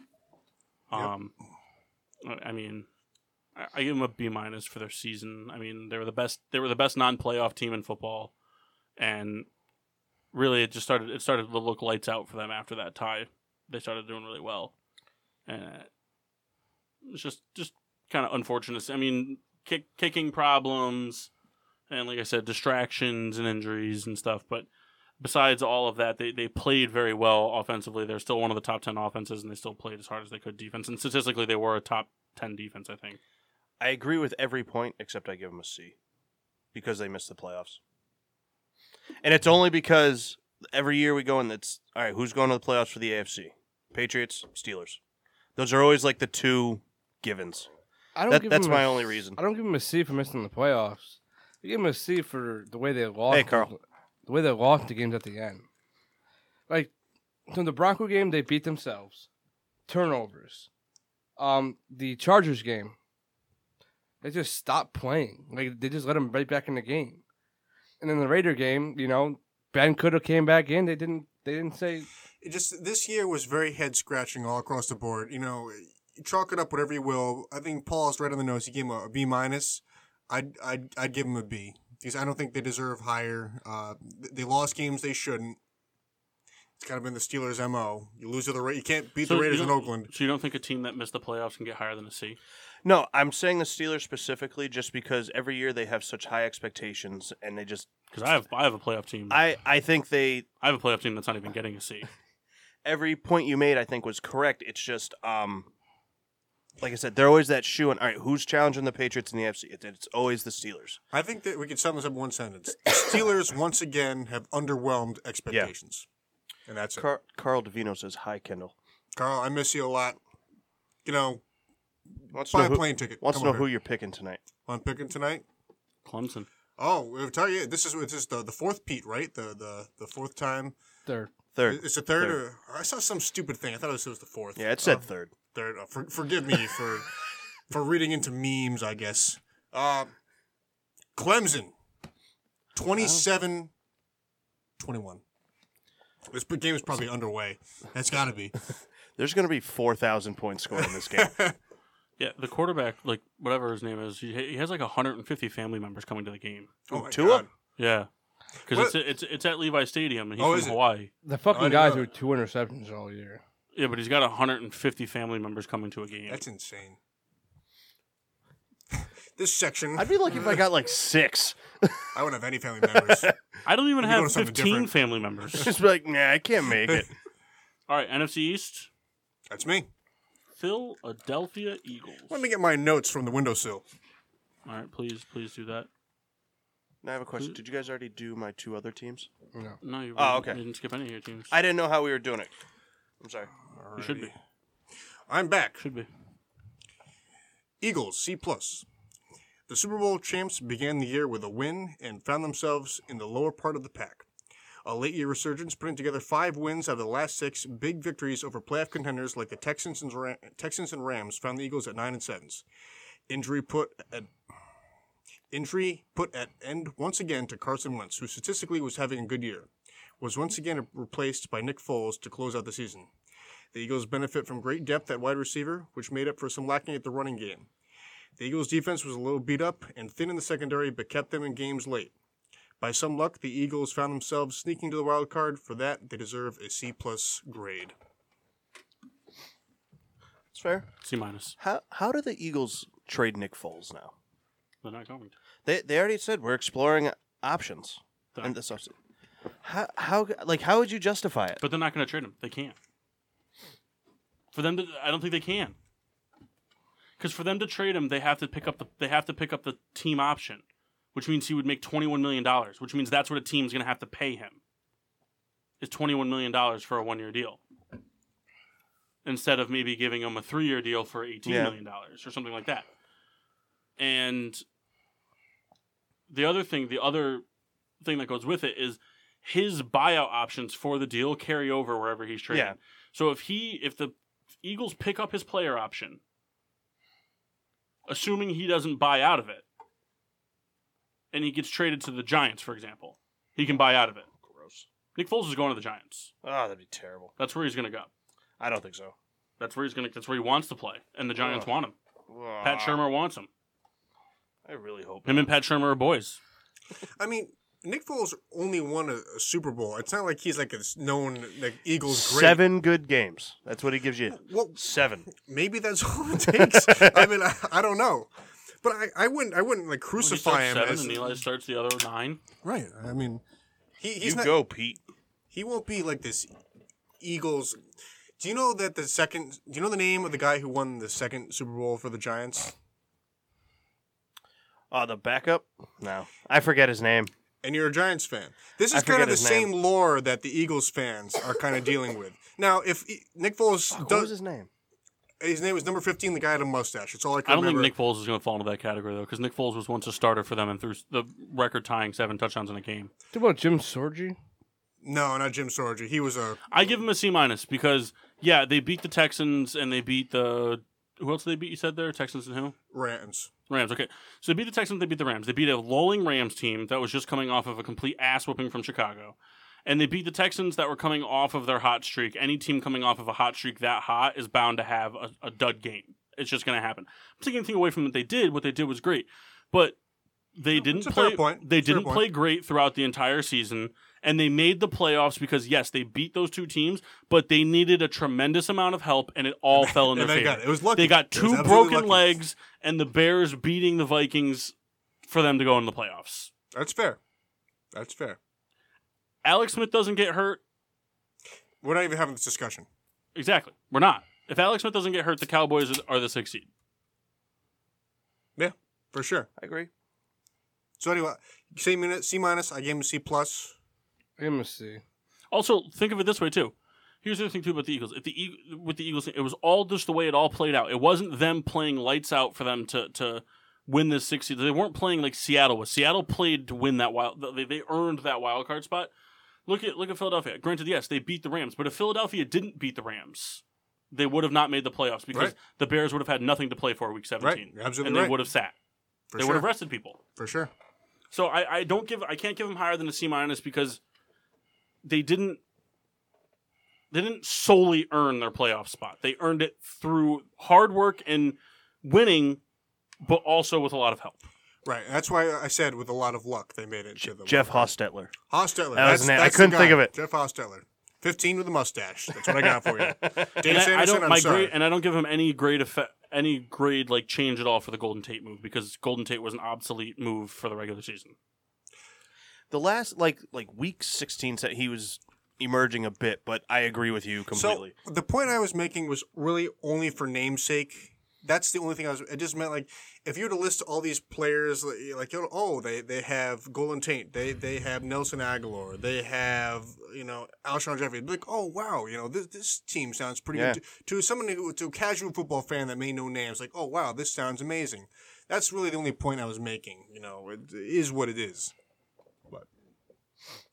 D: Yep.
A: Um, I- I mean, I, I give them a B minus for their season. I mean, they were the best. They were the best non playoff team in football, and really it just started. It started to look lights out for them after that tie. They started doing really well, and uh, it's just just kind of unfortunate. I mean, kick, kicking problems, and like I said, distractions and injuries and stuff. But besides all of that, they, they played very well offensively. They're still one of the top ten offenses, and they still played as hard as they could defense. And statistically, they were a top ten defense. I think.
B: I agree with every point except I give them a C because they missed the playoffs. And it's only because every year we go and it's all right, who's going to the playoffs for the AFC? Patriots, Steelers. Those are always like the two givens.
C: I don't
B: That-
C: give
B: that's
C: him a
B: my
C: s-
B: only reason.
C: I don't give him a C for missing the playoffs. I give him a C for the way they lost.
B: Hey, Carl.
C: The way they lost the games at the end. Like, from the Bronco game, they beat themselves. Turnovers. Um, the Chargers game, they just stopped playing. Like, they just let them right back in the game. And then the Raider game, you know, Ben could have came back in. They didn't. They didn't say
D: It just this year was very head scratching all across the board. You know, you chalk it up whatever you will. I think Paul's right on the nose. He gave him a, a B minus. I'd, I'd I'd give him a B because I don't think they deserve higher. Uh, th- they lost games they shouldn't. It's kind of been the Steelers' mo. You lose to the Ra- you can't beat the
A: you
D: Raiders in
A: don't-
D: Oakland.
A: So you don't think a team that missed the playoffs can get higher than a C?
B: No, I'm saying the Steelers specifically just because every year they have such high expectations and they just
A: Because I have I have a playoff team. I,
B: I I think they
A: have a playoff team that's not even getting a C.
B: every point you made I think was correct. It's just um like I said, they're always that shoe and all right, who's challenging the Patriots in the AFC? It's, it's always the Steelers.
D: I think that we could sum this up in one sentence. The Steelers once again have underwhelmed expectations, and that's it.
B: Car- Carl DeVino says, "Hi, Kendall.
D: Carl, I miss you a lot. You know,
B: Wants to
D: buy
B: know
D: a
B: who,
D: plane ticket.
B: wants to
D: Come
B: know
D: over
B: who
D: here.
B: you're picking tonight."
D: I'm picking tonight.
A: Clemson.
D: Oh, I'll tell you, this is this is the, the fourth Pete, right? The the the fourth time.
C: they're
B: Third.
D: It's the third,
B: Third.
D: or I saw some stupid thing. I thought it was, it was the fourth.
B: Yeah, it said
D: Uh,
B: third.
D: third. Uh, for, forgive me for for reading into memes. I guess. Uh, Clemson, 27-21. This game is
B: Oh,
D: probably underway. That's got to be.
B: There's going to be four thousand points scored in this game.
A: Yeah, the quarterback, like whatever his name is, he, he has like 150 family members coming to the game.
D: Oh, my
B: Tua?
D: God.
A: Yeah, because
D: What-
A: it's, it's it's at Levi Stadium and he's
D: Oh,
A: from
D: is it?
A: Hawaii.
C: The
D: I
C: fucking guy
D: know.
C: threw two interceptions all year.
A: Yeah, but he's got 150 family members coming to a game.
D: That's insane. this section,
B: I'd be lucky if I got like six.
D: I wouldn't have any family members.
A: I don't even
D: You go to
A: have
D: something
A: 15
D: different.
A: family members.
B: Just be like, nah, I can't make it.
A: All right, NFC East,
D: That's me.
A: Philadelphia Eagles.
D: Let me get my notes from the windowsill.
A: All right, please, please do that.
B: Now I have a question. Did you guys already do my two other teams?
C: No.
A: No, you
B: Oh,
A: really
B: okay.
A: didn't skip any of your teams.
B: I didn't know how we were doing it. I'm sorry.
A: you should be.
D: I'm back.
A: Should be.
D: Eagles, C plus. The Super Bowl champs began the year with a win and found themselves in the lower part of the pack. A late year resurgence, putting together five wins out of the last six big victories over playoff contenders like the Texans and, Ra- Texans and Rams, found the Eagles at nine and sevens. Injury put at injury put at end once again to Carson Wentz, who statistically was having a good year, was once again replaced by Nick Foles to close out the season. The Eagles benefit from great depth at wide receiver, which made up for some lacking at the running game. The Eagles' defense was a little beat up and thin in the secondary, but kept them in games late. By some luck, the Eagles found themselves sneaking to the wild card. For that, they deserve a C plus grade.
B: It's fair.
A: C minus.
B: How how do the Eagles trade Nick Foles now?
A: They're not going. to.
B: They they already said we're exploring options
A: Done.
B: in this offseason. How how like how would you justify it?
A: But they're not going to trade him. They can't. For them to, I don't think they can. Because for them to trade him, they have to pick up the they have to pick up the team option, which means he would make twenty one million dollars, which means that's what a team's going to have to pay him. Is twenty one million dollars for a one year deal, instead of maybe giving him a three year deal for eighteen
B: Yeah.
A: million dollars or something like that. And the other thing, the other thing that goes with it is his buyout options for the deal carry over wherever he's trading.
B: Yeah.
A: So if he if the Eagles pick up his player option, assuming he doesn't buy out of it, and he gets traded to the Giants, for example, he can buy out of it.
B: Gross.
A: Nick Foles is going to the Giants.
B: Oh, that'd be terrible.
A: That's where he's going to go.
B: I don't think so.
A: That's where he's going to. That's where he wants to play, and the Giants
B: Ugh. Ah.
A: want him. Pat Shermer wants him.
B: I really hope.
A: Him and Pat Shermer are boys.
D: I mean, Nick Foles only won a, a Super Bowl. It's not like he's like a s- known like
B: Ah.
D: Eagles great.
B: Seven good games. That's what he gives you.
D: Well,
B: Seven.
D: maybe that's all it takes. I mean, I, I don't know, but I, I wouldn't I wouldn't like
A: He starts
D: crucify him
A: seven,
D: as
A: and Eli starts the other nine.
D: right. I mean, he, he's
B: you
D: not
B: go, Pete.
D: he won't be like this Eagles. Do you know that the second? Do you know the name of the guy who won the second Super Bowl for the Giants?
B: Oh, the backup? No. I forget his name.
D: And you're a Giants fan. This
B: I
D: is kind
B: forget
D: of the
B: his
D: same
B: name.
D: lore that the Eagles fans are kind of dealing with. Now, if E- Nick Foles
B: Fuck, what was
D: does,
B: his name?
D: his-, name was number fifteen. The guy had a mustache. It's all I can
A: I don't
D: remember.
A: think Nick Foles is going to fall into that category though, because Nick Foles was once a starter for them and threw s- the record tying seven touchdowns in a game.
C: What about Jim Sorgi?
D: no, not Jim Sorgi. He was a
A: I give him a C minus because yeah, they beat the Texans and they beat the who else did they beat? You said there Texans and who?
D: Rams.
A: Rams. Okay, so they beat the Texans. They beat the Rams. They beat a lolling Rams team that was just coming off of a complete ass whooping from Chicago, and they beat the Texans that were coming off of their hot streak. Any team coming off of a hot streak that hot is bound to have a, a dud game. It's just going to happen. I'm taking anything away from what they did. What they did was great, but they didn't
D: it's a
A: play.
D: fair point.
A: They
D: It's a fair
A: didn't
D: point.
A: play great throughout the entire season, and they made the playoffs because yes, they beat those two teams, but they needed a tremendous amount of help, and it all fell in
D: And
A: their
D: they
A: favor.
D: got it. It was lucky.
A: They got
D: It was
A: two
D: absolutely
A: broken
D: lucky.
A: legs and the Bears beating the Vikings for them to go into the playoffs.
D: That's fair. That's fair.
A: Alex Smith doesn't get hurt.
D: We're not even having this discussion.
A: Exactly. We're not. If Alex Smith doesn't get hurt, the Cowboys is- are the sixth seed.
D: Yeah, for sure.
B: I agree.
D: So anyway, C minus, C minus. I gave him a C plus.
C: Him a C.
A: Also, think of it this way too. Here's the other thing too about the Eagles. If the E- with the Eagles, it was all just the way it all played out. It wasn't them playing lights out for them to to win this six seed. They weren't playing like Seattle was. Seattle played to win that wild. They, they earned that wild card spot. Look at look at Philadelphia. Granted, yes, they beat the Rams, but if Philadelphia didn't beat the Rams, they would have not made the playoffs because
D: Right.
A: the Bears would have had nothing to play for week 17,
D: Right. You're absolutely
A: and they
D: right.
A: would have sat.
D: For
A: they
D: sure.
A: would have rested people.
D: for sure.
A: So I, I don't give I can't give them higher than a C minus because they didn't they didn't solely earn their playoff spot. They earned it through hard work and winning, but also with a lot of help.
D: Right. That's why I said with a lot of luck they made it to the
B: Jeff Hostetler.
D: Hostetler.
B: That was
D: That's,
B: his name. I
D: that's the
B: couldn't think
D: guy.
B: of it.
D: Jeff Hostetler. 15 with a mustache. That's what I got for you.
A: And
D: Dave
A: I- I,
D: Sanderson,
A: don't
D: I'm
A: my
D: sorry.
A: grade, and I don't give him any grade effect, any grade like change at all for the Golden Tate move because Golden Tate was an obsolete move for the regular season.
B: The last like like week 16 set he was emerging a bit, but I agree with you completely.
D: So the point I was making was really only for namesake. That's the only thing I was. It just meant like if you were to list all these players, like, you- like you know, oh, they they have Golden Tate, they they have Nelson Aguilar, they have you know Alshon Jeffrey. Like oh wow, you know this this team sounds pretty
B: Yeah.
D: good to, to someone who to a casual football fan that may know names. Like oh wow, this sounds amazing. That's really the only point I was making. You know, it is what it is. But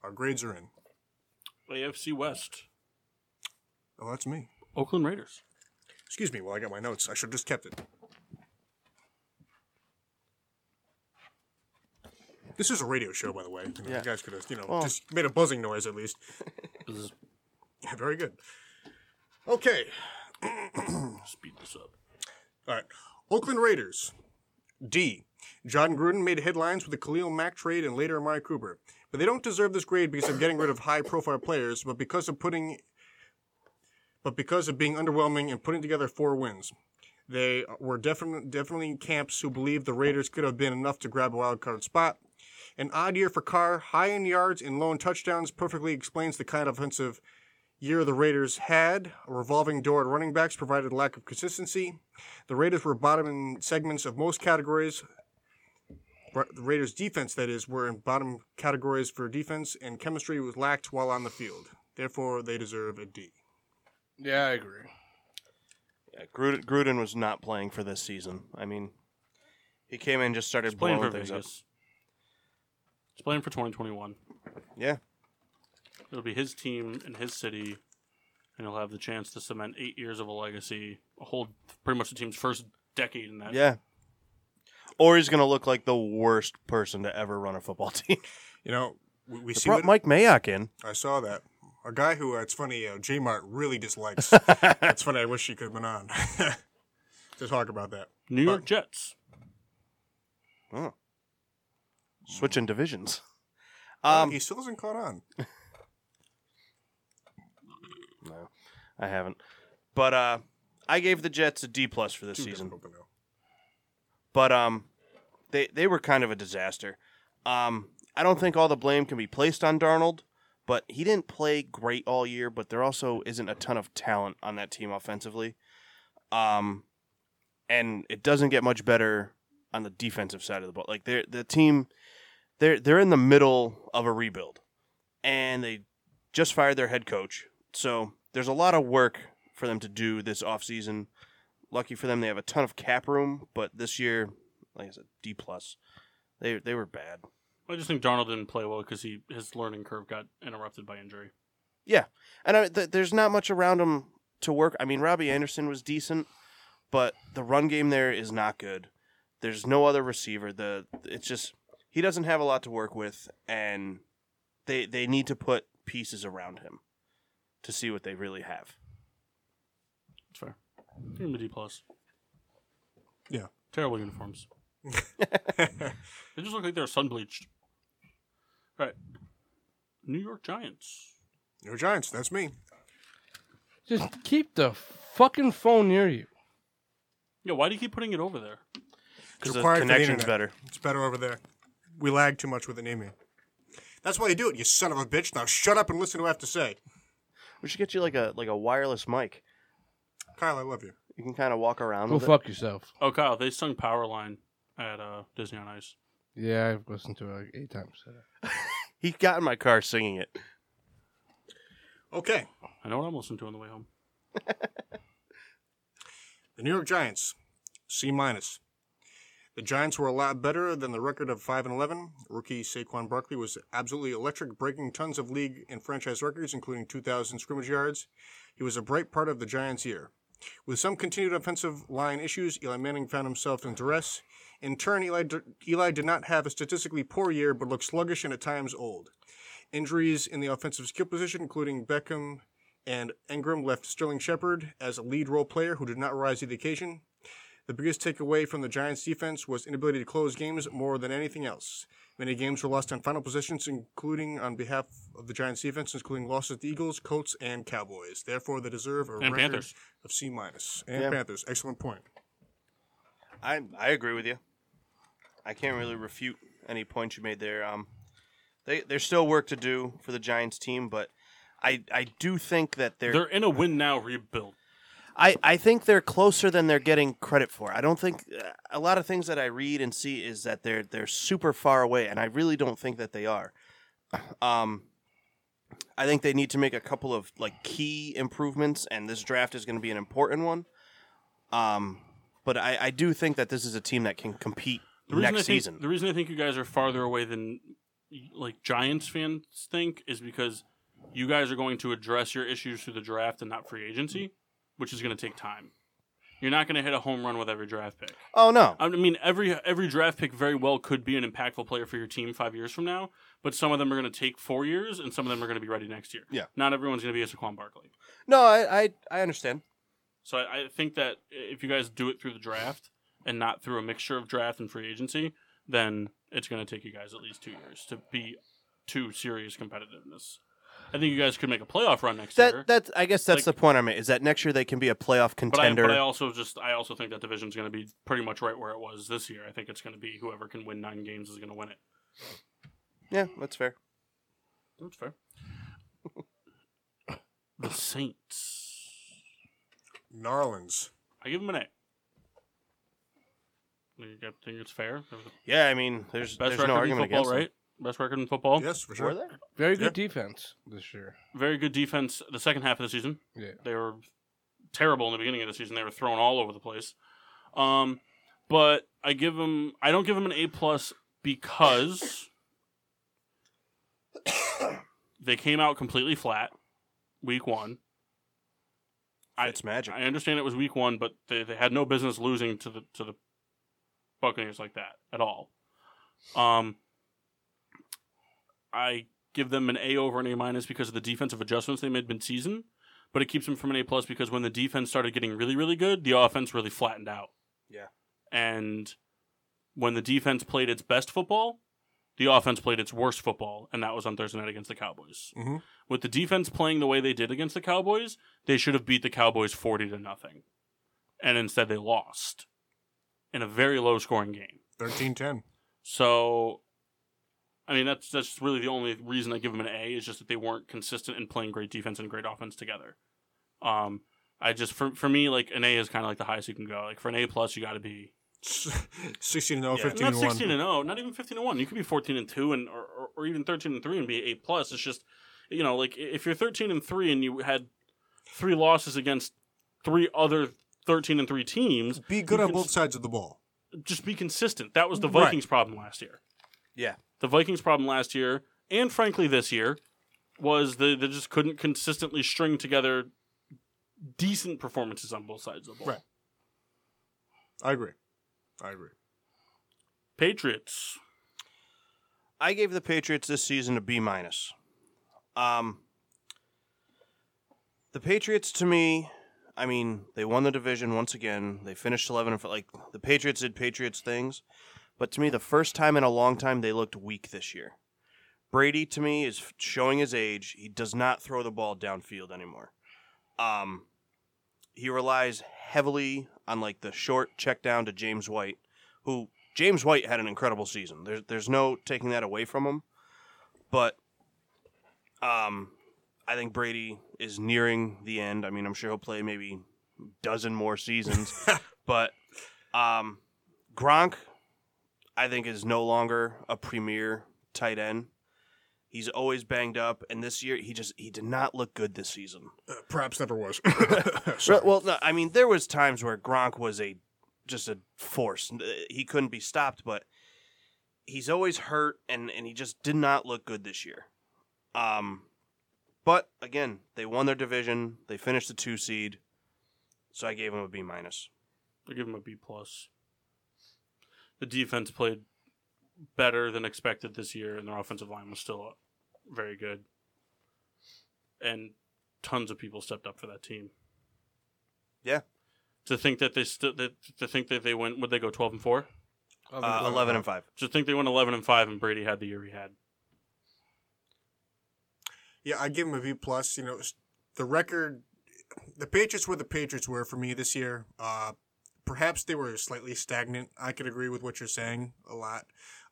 D: our grades are in.
A: AFC West,
D: Oh, that's me.
A: Oakland Raiders.
D: Excuse me while I got my notes. I should have just kept it. This is a radio show, by the way. You, know, you guys could have, you know,
B: Well-
D: just made a buzzing noise at least.
A: This is-
D: Yeah, Very good. Okay.
A: Speed this up.
D: All right. Oakland Raiders. D. John Gruden made headlines with the Khalil Mack trade and later Amari Cooper. But they don't deserve this grade because of getting rid of high profile players, but because of putting but because of being underwhelming and putting together four wins. They were definitely definitely camps who believed the Raiders could have been enough to grab a wild card spot. An odd year for Carr, high in yards and low in touchdowns perfectly explains the kind of offensive year the Raiders had. A revolving door at running backs provided lack of consistency. The Raiders were bottom in segments of most categories. Ra- The Raiders' defense, that is, were in bottom categories for defense, and chemistry was lacked while on the field. Therefore, they deserve a D.
C: Yeah, I agree.
B: Yeah, Gruden, Gruden was not playing for this season. I mean, he came in and just started
A: He's playing for
B: blowing things
A: Vegas.
B: up.
A: He's playing for 2021.
B: Yeah.
A: It'll be his team and his city, and he'll have the chance to cement eight years of a legacy, a whole pretty much the team's first decade in that.
B: Yeah. Or he's going to look like the worst person to ever run a football team.
D: You know, we, we
B: They
D: see
B: brought
D: what
B: Mike Mayock in.
D: I saw that. A guy who uh, it's funny, uh, J Mart really dislikes. it's funny. I wish she could have been on to talk about that.
A: New York Jets.
B: Oh. Switching divisions.
D: Um,
B: Um,
D: he still hasn't caught on.
B: no, I haven't. But uh, I gave the Jets a D plus for this
D: Too
B: season.
D: difficult to know.
B: but um, they they were kind of a disaster. Um, I don't think all the blame can be placed on Darnold, but he didn't play great all year. But there also isn't a ton of talent on that team offensively, um, and it doesn't get much better on the defensive side of the ball. Like they're the team, they're they're in the middle of a rebuild, and they just fired their head coach. So there's a lot of work for them to do this offseason lucky for them they have a ton of cap room but this year like i said d plus they they were bad
A: I just think Darnold didn't play well because he his learning curve got interrupted by injury.
B: and I, th- there's not much around them to work i mean robbie anderson was decent but the run game there is not good there's no other receiver the it's just he doesn't have a lot to work with and they they need to put pieces around him to see what they really have
A: It's fair. Give him a D plus.
D: Yeah.
A: Terrible uniforms. They just look like they're sun bleached. All right. New York Giants.
D: Your Giants. That's me.
C: Just keep the fucking phone near you.
A: Yeah, why do you keep putting it over there?
B: because the
D: required for the
B: connection's
D: internet.
B: better
D: It's better over there. We lag too much with the naming. That's why you do it, you son of a bitch. Now shut up and listen to what I have to say.
B: we should get you like a like a wireless mic
D: Kyle, I love you.
B: you can kind of walk around
C: Go
B: with it.
C: fuck yourself.
A: Oh, Kyle, they sung Powerline at uh, Disney on Ice.
C: Yeah, I've listened to it like eight times.
B: he got in my car singing it
D: Okay.
A: I know what I'm listening to on the way home.
D: The New York Giants, C minus. The Giants were a lot better than the record of five and eleven. Rookie Saquon Barkley was absolutely electric, breaking tons of league and franchise records, including 2,000 scrimmage yards. He was a bright part of the Giants' year. With some continued offensive line issues, Eli Manning found himself in duress. In turn, Eli, Eli did not have a statistically poor year, but looked sluggish and at times old. Injuries in the offensive skill position, including Beckham and Engram left Sterling Shepard as a lead role player who did not rise to the occasion. The biggest takeaway from the Giants' defense was inability to close games more than anything else. Many games were lost on final positions, including on behalf of the Giants' defense, including losses to the Eagles, Colts, and Cowboys. Therefore, they deserve a
A: And
D: record
A: Panthers.
D: of C minus. And
B: Yeah.
D: Panthers, excellent point.
B: I I agree with you. I can't really refute any point you made there. Um, they there's still work to do for the Giants team, but I I do think that they're,
A: They're in a win now rebuild.
B: I I think they're closer than they're getting credit for. I don't think a lot of things that I read and see is that they're they're super far away, and I really don't think that they are. Um. I think they need to make a couple of like key improvements, and this draft is going to be an important one. Um, but I, I do think that this is a team that can compete
A: The reason I
B: next
A: think,
B: season.
A: The reason I think you guys are farther away than like Giants fans think is because you guys are going to address your issues through the draft and not free agency, which is going to take time. You're not going to hit a home run with every draft pick.
B: Oh no.
A: I mean, every every draft pick very well could be an impactful player for your team five years from now, but some of them are going to take four years, and some of them are going to be ready next year.
D: Yeah.
A: not everyone's going to be a Saquon Barkley.
B: No, I, I I understand.
A: So I, I think that if you guys do it through the draft and not through a mixture of draft and free agency, then it's going to take you guys at least two years to be to serious competitiveness. I think you guys could make a playoff run next year.
B: That that I guess that's
A: Like-
B: the point I made is that next year they can be a playoff
A: but I,
B: contender.
A: but I also just I also think that division's going to be pretty much right where it was this year. I think it's going to be whoever can win nine games is going to win it.
B: yeah, that's fair.
A: That's fair. the Saints.
D: Narlins.
A: I give them an A. You got- think it's fair? They're the
B: Yeah, I mean, there's
A: Best
B: there's
A: record
B: no
A: in
B: argument
A: football,
B: against
A: right? Best record in football.
D: Yes, for
B: them. Were
D: sure.
B: there?
C: Very good defense this year.
A: Very good defense the second half of the season.
C: Yeah.
A: They were terrible in the beginning of the season. They were thrown all over the place. Um, but I give them. I don't give them an A plus because they came out completely flat week one. I-
B: It's magic.
A: I understand it was week one, but they, they had no business losing to the to the Buccaneers like that at all. Um, I give them an A over an A minus because of the defensive adjustments they made mid season, but it keeps them from an A plus because when the defense started getting really really good, the offense really flattened out.
B: Yeah.
A: and when the defense played its best football, the offense played its worst football, and that was on Thursday night against the Cowboys.
B: Mm-hmm.
D: Mhm.
A: With the defense playing the way they did against the Cowboys, they should have beat the Cowboys 40 to nothing. And instead they lost in a very low scoring game.
D: 13 10.
A: So I mean that's that's really the only reason I give them an A is just that they weren't consistent in playing great defense and great offense together. Um I just for for me like an A is kind of like the highest you can go. Like for an A plus you got to be
D: 16 0,
A: yeah,
D: 15
A: not
D: 1.
A: 16 and 0 not even 15 and 1 you could be 14 and 2 and or, or, or even 13 and 3 and be 8 plus it's just you know like i- if you're 13 and 3 and you had three losses against three other 13 and 3 teams
D: Be good
A: You
D: on
A: can
D: both
A: s-
D: sides of the ball.
A: just be consistent that was the
D: Right.
A: vikings problem last year
B: Yeah.
A: the vikings problem last year and frankly this year was they, they just couldn't consistently string together decent performances on both sides of the ball
D: Right. I agree. I agree.
A: patriots
B: I gave the Patriots this season a B minus. Um, the Patriots to me, I mean, they won the division once again. They finished eleven and f- like the Patriots did Patriots things, but to me, the first time in a long time they looked weak this year. Brady to me is f- showing his age. He does not throw the ball downfield anymore. Um, he relies heavily on like the short check down to James White, who James White had an incredible season. There's there's no taking that away from him, but um, I think Brady is nearing the end. I mean, I'm sure he'll play maybe a dozen more seasons, but um, Gronk, I think, is no longer a premier tight end. He's always banged up, and this year he just he did not look good this season.
D: Uh, perhaps never was.
B: Re-
D: Sorry.
B: Well, no, I mean, there was times where Gronk was a just a force. N- uh, He couldn't be stopped, but he's always hurt, and and he just did not look good this year. Um, but again, they won their division. They finished the two seed, so I gave him a B minus.
A: I give him a B plus. The defense played better than expected this year, and their offensive line was still very good. And tons of people stepped up for that team.
B: Yeah.
A: to think that they still that to think that they went would they go twelve and four?
B: Uh, Eleven and five.
A: To think they went eleven and five, and Brady had the year he had.
D: Yeah, I give him a B plus. You know, s- the record, the Patriots were the Patriots were for me this year. Uh, perhaps they were slightly stagnant. I could agree with what you're saying a lot,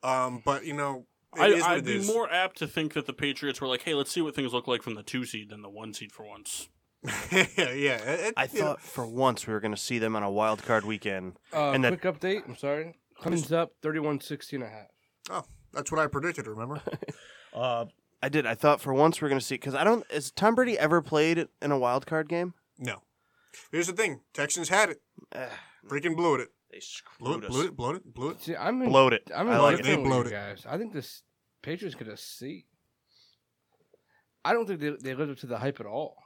D: um, but you know, it is
A: I,
D: what
A: I'd
D: it
A: be
D: is.
A: more apt to think that the Patriots were like, "Hey, let's see what things look like from the two seed than the one seed for once."
D: yeah, it- it-
B: I
D: you know,
B: thought for once we were going to see them on a wild card weekend.
C: Uh,
B: And that-
C: quick update. I'm sorry. Clemens up 31 16 and a half.
D: that's what I predicted. Remember?
B: I did. I thought for once we were going to see because I don't. Has Tom Brady ever played in a wild card game?
D: no. Here's the thing: Texans had it, freaking blew it.
B: They
D: Blew
B: screwed
D: it, blew it, blew it, blew it.
C: See, I'm in,
B: Blowed it.
C: I'm
B: I
C: in
B: like
D: it.
C: different
D: They
C: with
D: blowed
C: you
D: it.
C: guys. I think this Patriots could have see. I don't think they, they lived up to the hype at all.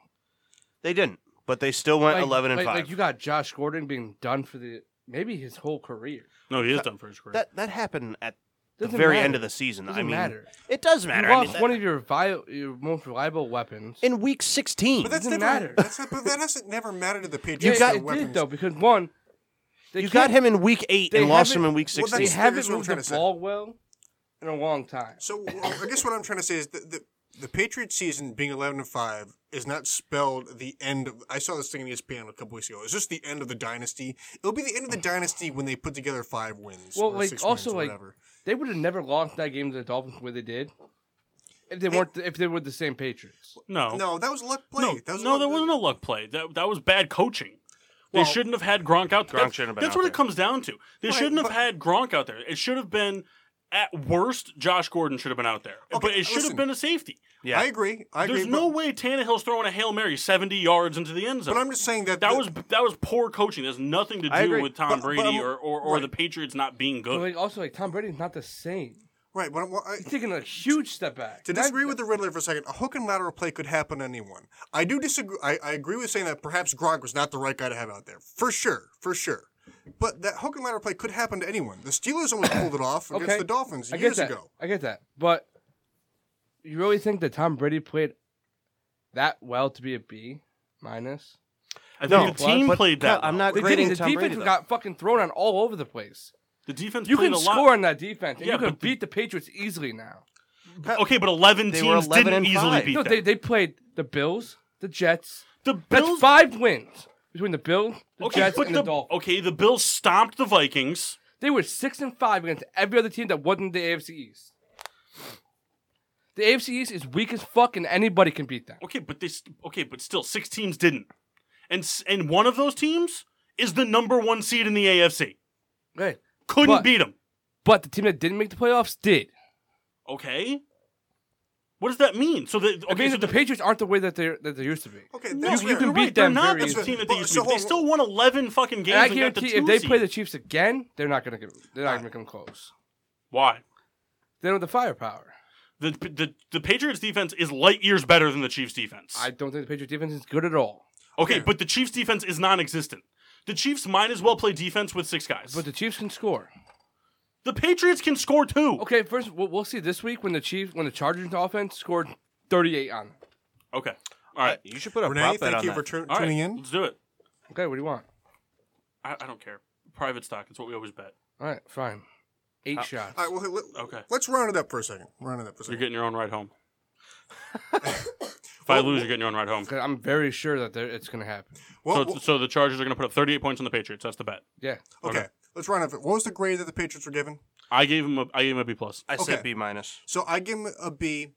B: They didn't, but they still went
C: Like-
B: eleven and
C: like,
B: five.
C: Like you got Josh Gordon being done for the maybe his whole career.
A: No, he is done for his career.
B: that that happened at the
C: Doesn't
B: very
C: matter.
B: end of the season.
C: Doesn't
B: I mean,
C: matter.
B: it does
C: You
B: matter. I mean,
C: lost
B: that-
C: one of your, vi- your most reliable weapons.
B: in week sixteen.
D: But that's
C: Doesn't
D: never.
C: matter.
D: That's not, but that hasn't never mattered to the Patriots.
C: Yeah,
D: their
C: it
D: weapons.
C: did though because one, they
B: You got
C: can't-
B: him in week eight
C: they
B: and lost him
C: haven't-
B: in week
D: Well,
B: sixteen.
C: They
D: that's-
C: haven't
D: that's what I'm
C: moved
D: trying
C: the
D: to say.
C: ball well in a long time.
D: So well, I guess what I'm trying to say is that the, the Patriots season being 11 and 5 is not spelled the end of. I saw this thing on E ESPN a couple weeks ago. Is this the end of the dynasty? It'll be the end of the dynasty when they put together five wins.
C: Well,
D: or
C: like,
D: six
C: also,
D: wins, or
C: like-
D: whatever.
C: They would have never lost that game to the Dolphins the way they did if they weren't if they were the same Patriots.
A: no,
D: no, that was luck play.
A: no,
D: that was
A: no,
D: luck-
A: that wasn't a luck play. That that was bad coaching. They
D: Well-
A: shouldn't have had Gronk out there.
B: Gronk shouldn't have been
A: That's
B: out
A: what
B: there.
A: it comes down to. They
D: Right,
A: shouldn't have
D: but-
A: had Gronk out there. It should have been, at worst, Josh Gordon should have been out there. but
D: Okay,
A: it should
D: listen.
A: have been a safety.
B: Yeah.
D: I agree. I
A: There's
D: agree.
A: no
D: but,
A: way Tannehill's throwing a hail mary 70 yards into the end zone.
D: but I'm just saying that.
A: that
D: the-
A: was that was poor coaching. There's nothing to
B: I
A: do
B: agree.
A: with Tom
D: But- but
A: Brady
D: I'm-
A: or, or, or
D: right.
A: the Patriots not being
C: But
B: uh,
A: good.
C: like also like Tom Brady's not the same.
D: Right. But, well, I,
C: He's taking a huge step back.
D: To
C: Not-
D: disagree with the Riddler for a second, a hook and lateral play could happen to anyone. I do disagree. I, I agree with saying that perhaps Gronk was not the right guy to have out there. For sure. For sure. But that hook and lateral play could happen to anyone. The Steelers almost pulled it off against
C: Okay.
D: the Dolphins
C: I
D: years
C: get that.
D: ago.
C: I get that. But you really think that Tom Brady played that well to be a B minus?
A: I think
B: No,
A: the team
B: but
A: played that.
B: Kyle, I'm
A: well.
B: not
C: They
B: grading
C: didn't. The
B: Tom
C: defense
B: Brady, though.
C: got fucking thrown on all over the place.
A: The defense
C: You
A: played
C: can
A: a lot.
C: score on that defense. And
A: Yeah,
C: you can
A: but the-
C: beat the Patriots easily now.
A: Okay, but 11
B: They
A: teams
B: were 11
A: didn't
B: and
A: easily
B: five.
A: beat
C: No,
A: them.
C: they, they played the Bills, the Jets.
A: the
C: That's
A: Bills
C: five wins between the Bills, the
A: Okay,
C: Jets,
A: but
C: and the, Dolphins.
A: okay, the Bills stomped the Vikings.
C: They were six and five against every other team that wasn't the AFC East. The AFC East is weak as fuck, and anybody can beat them.
A: Okay, but they st- okay, but still six teams didn't, and s- and one of those teams is the number one seed in the AFC.
C: Right.
A: Couldn't
C: But-
A: beat them.
C: But the team that didn't make the playoffs did.
A: Okay, what does that mean? So that okay,
C: It means
A: so
C: that the Patriots aren't the way that they that they used to be.
D: Okay,
A: no,
D: that's
C: you
D: fair.
C: can
A: you're
C: beat
A: right, they're
C: them
A: not the
C: very
D: easily.
A: team that
D: But-
A: they used
D: so
A: to be. They
D: hold on.
A: still won eleven fucking games.
C: And I
A: and got the
C: guarantee if
A: two
C: they
A: seed.
C: play the Chiefs again, they're not gonna get they're not gonna come close.
A: why
C: They don't have the firepower.
A: the, the the Patriots defense is light years better than the Chiefs defense.
C: I don't think the Patriots defense is good at all.
A: okay, but the Chiefs defense is non-existent. The Chiefs might as well play defense with six guys.
C: But the Chiefs can score.
A: the Patriots can score too.
C: Okay, first we'll, we'll see this week when the Chiefs when the Chargers offense scored 38 on. them.
A: Okay. All right.
B: You should put a
D: Renee,
B: prop bet
D: thank
B: on
D: you
B: that.
D: for tu-
A: All right.
D: tuning in.
A: Let's do it.
C: Okay, what do you want?
A: I, I don't care. Private stock. It's what we always bet.
C: All right, fine. Eight shots.
D: Uh, All right, well, hey, let,
A: Okay.
D: let's round it up for a second. Round it up for
A: You're
D: a second.
A: getting your own ride home. if I lose, you're getting your own ride home.
C: 'Cause I'm very sure that they're- it's gonna happen.
D: Well,
A: so, so the Chargers are going to put up 38 points on the Patriots. That's the bet.
C: Yeah.
D: well, okay. let's round it up. What was the grade that the Patriots were given?
A: I gave him a I gave him a B plus.
B: I
D: Okay.
B: said B minus.
D: So I give them a B.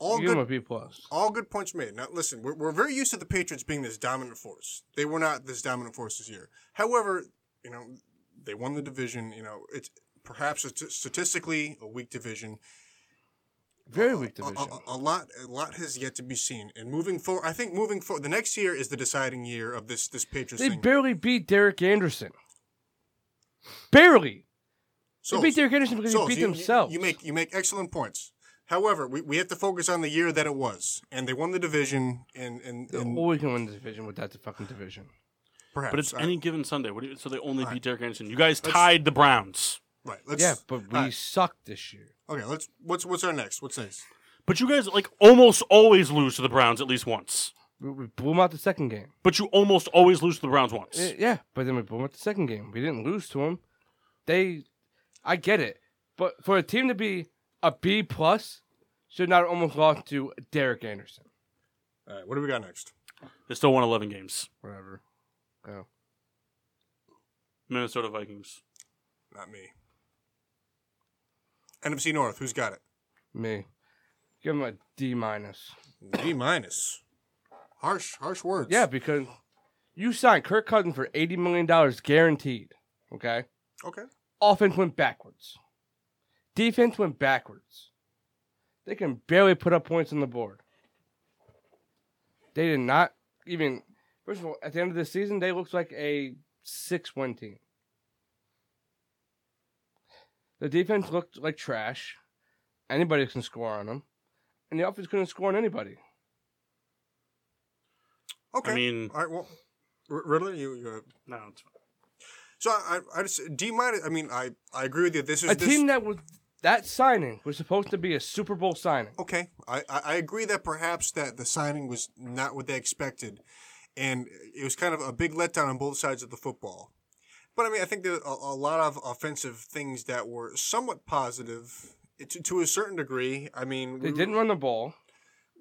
D: All
C: You give
D: good
C: them a B plus.
D: All good points made. Now, listen, we're, we're very used to the Patriots being this dominant force. They were not this dominant force this year. However, you know, they won the division. You know, it's perhaps it's statistically a weak division. Uh,
C: Very weak
D: A, a-
C: division.
D: a lot, a lot has yet to be seen. And moving forward, I think moving forward, the next year is the deciding year of this this Patriots
C: They
D: thing.
C: barely beat Derek Anderson. Barely.
D: so,
C: they beat Derek Anderson because
D: so
C: they beat
D: you- you-
C: themselves.
D: You, make you make excellent points. However, we, we have to focus on the year that it was, and they won the division, and and,
C: They're
D: and
C: always gonna win the division with that fucking division.
D: perhaps.
A: But it's
D: I-
A: any given Sunday. What do you, so they only beat Derek Anderson. You guys tied the Browns.
D: right. Let's,
C: Yeah, but we suck this year.
D: Okay, let's. What's what's our next? What's next?
A: But you guys like almost always lose to the Browns at least once.
C: We, we blew them out the second game.
A: But you almost always lose to the Browns once.
C: Eh, yeah, but then we blew them out the second game. We didn't lose to them. They, I get it, but for a team to be a B plus, should not have almost lost to Derek Anderson.
D: All right, what do we got next?
A: They still won 11 games.
C: Whatever. Go.
A: Minnesota Vikings.
D: Not me. NFC North, who's got it?
C: Me. Give him a D minus.
D: D minus. Harsh, harsh words.
C: Yeah, because you signed Kirk Cousins for eighty million dollars guaranteed. Okay.
D: Okay.
C: Offense went backwards. Defense went backwards. They can barely put up points on the board. They did not even. First of all, at the end of the season, they looked like a six-win team. The defense looked like trash. Anybody can score on them, and the offense couldn't score on anybody.
D: Okay.
A: I mean,
D: All right. Well, R- Riddler, you. you uh,
A: no, it's fine.
D: so I, I, I just D minus. I mean, I, I agree with you. This is
C: a
D: this,
C: team that was that signing was supposed to be a Super Bowl signing.
D: Okay, I, I I agree that perhaps that the signing was not what they expected, and it was kind of a big letdown on both sides of the football. But I mean, I think there are a, a lot of offensive things that were somewhat positive to, to a certain degree. I mean,
C: They
D: we-
C: didn't run the ball.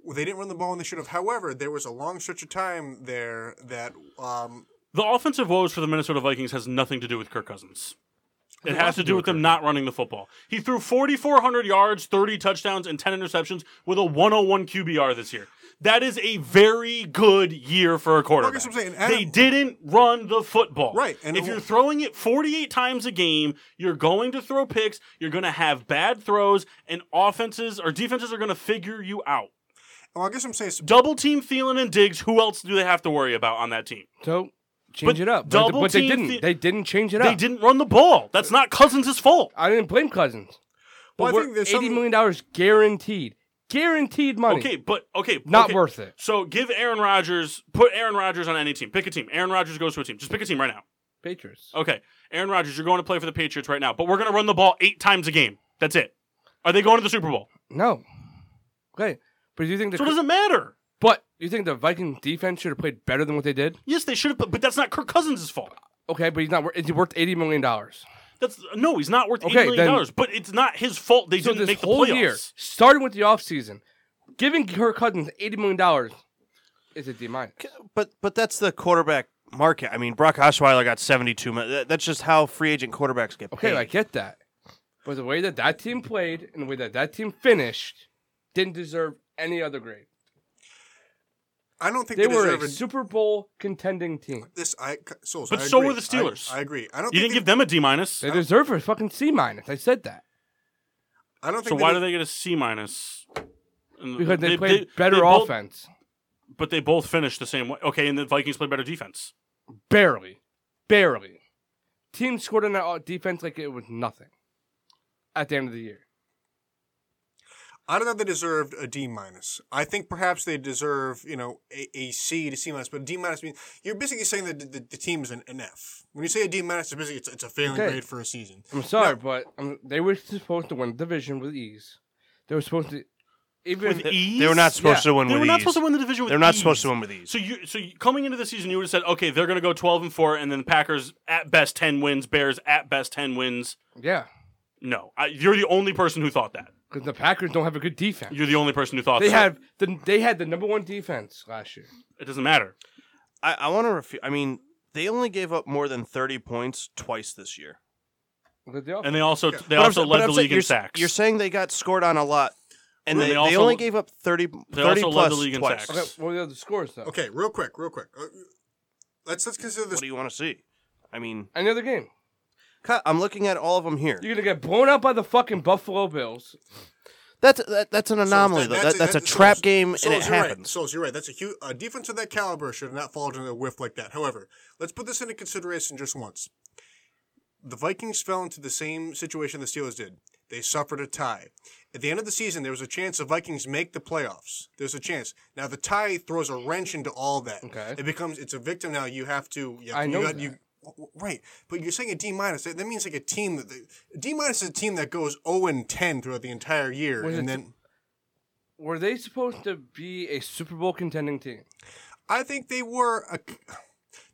D: well, they didn't run the ball when they should have. However, there was a long stretch of time there that um,
A: The offensive woes for the Minnesota Vikings has nothing to do with Kirk Cousins. It has to do with them not running the football. He threw 4,400 yards, 30 touchdowns, and 10 interceptions with a 101 QBR this year. That is a very good year for a quarterback.
D: that's what I'm saying. Adam-
A: they didn't run the football.
D: Right, and
A: And
D: it
A: if you're
D: wa-
A: throwing it 48 times a game, you're going to throw picks, you're going to have bad throws, and offenses or defenses are going to figure you out.
D: well, I guess I'm saying
A: Double team Thielen and Diggs, who else do they have to worry about on that team?
C: So change
A: But
C: it up. But,
A: double
C: but they
A: team
C: didn't.
A: the-
C: they didn't change it
A: They
C: up.
A: didn't run the ball. That's not Cousins' fault.
C: I didn't blame Cousins.
D: Well,
C: But
D: I
C: we're
D: think there's
C: eighty
D: some-
C: million dollars guaranteed, guaranteed money.
A: Okay, but okay,
C: not
A: okay.
C: worth it.
A: So give Aaron Rodgers, put Aaron Rodgers on any team. Pick a team. Aaron Rodgers goes to a team. Just pick a team right now.
C: Patriots.
A: Okay, Aaron Rodgers, you're going to play for the Patriots right now, but we're going to run the ball eight times a game. That's it. Are they going to the Super Bowl?
C: No. Okay, but do you think the
A: So it doesn't matter.
C: but you think the Viking defense should have played better than what they did?
A: Yes, they should have, but, but that's not Kirk Cousins' fault.
C: Okay, but he's not. wor- Is he worth eighty million dollars?
A: That's no, he's not worth eight
C: Okay,
A: million
C: then-
A: dollars. But it's not his fault they
C: So
A: didn't
C: this
A: make the
C: whole
A: playoffs.
C: year, starting with the offseason, giving Kirk Cousins eighty million dollars is a D minus.
B: But but that's the quarterback market. I mean, Brock Osweiler got seventy two. That's just how free agent quarterbacks get paid.
C: Okay, I get that. But the way that that team played and the way that that team finished didn't deserve any other grade.
D: I don't think
C: They
D: they,
C: were
D: deserve
C: a Super Bowl contending team.
D: this. I Souls,
A: But
D: I
A: so
D: agree.
A: were the Steelers.
D: I, I agree. I don't.
A: You
D: think
A: didn't give them a D minus.
C: They deserve a fucking C minus. I said that.
D: I don't think.
A: So why
D: did-
A: do they get a C minus? And
C: Because they, played
A: they-
C: better
A: they both-
C: offense.
A: but they both finished the same way. Okay, and the Vikings played better defense.
C: Barely. Barely. Team scored on that o- defense like it was nothing at the end of the year.
D: I don't know if they deserved a D minus. I think perhaps they deserve, you know, a, a C to C minus, but a D minus means you're basically saying that the, the, the team is an, an F. When you say a D minus, it's basically it's, it's a failing
C: Okay.
D: grade for a season.
C: I'm sorry, but um, they were supposed to win the division with ease. They were supposed to. Even
A: With
C: if,
A: ease,
B: They were not supposed
C: Yeah.
B: to win
A: They
B: with
A: were not
B: ease.
A: supposed to win the division. With
B: They're not
A: ease.
B: supposed to win with ease.
A: So you, so you, coming into the season, you would have said, okay, they're going to go twelve and four, and then Packers at best ten wins, Bears at best ten wins.
C: yeah,
A: No, I, you're the only person who thought that.
C: because the Packers don't have a good defense.
A: You're the only person who thought
C: They
A: that.
C: had the they had the number one defense last year.
A: it doesn't matter.
B: I, I want to refu- I mean, they only gave up more than thirty points twice this year.
C: Look at the offense.
A: And they also they
B: But I'm
A: also
B: sa- but
A: led
B: I'm
A: the
B: saying
A: league
B: you're,
A: in
B: s-
A: sacks.
B: You're saying they got scored on a lot, and
A: Well,
B: they,
A: they
B: they,
A: also-
B: only gave up 30, 30
A: also led
B: plus
A: the league in
B: twice.
A: sacks.
C: okay, what were the other scores though?
D: Okay, real quick, real quick. Uh, let's let's consider
B: What
D: this.
B: do you want to see? I mean,
C: Any other game?
B: cut, I'm looking at all of them here.
C: You're gonna get blown out by the fucking Buffalo Bills.
B: That's that, that's an anomaly though. That, that's a trap
D: Souls-
B: game, and
D: Souls,
B: it
D: you're right.
B: happens.
D: Souls, you're right. That's a huge a defense of that caliber should not fall into a whiff like that. However, let's put this into consideration just once. The Vikings fell into the same situation the Steelers did. They suffered a tie. At the end of the season, there was a chance the Vikings make the playoffs. There's a chance. Now the tie throws a wrench into all that.
C: Okay.
D: It becomes it's a victim now. You have to. You have
C: I
D: to-
C: know
D: you, got-
C: that.
D: you W- Right, but you're saying a D minus. That that means like a team that they, D minus is a team that goes 0 and 10 throughout the entire year,
C: Was it
D: and then
C: Were they supposed to be a Super Bowl contending team?
D: I think they were a,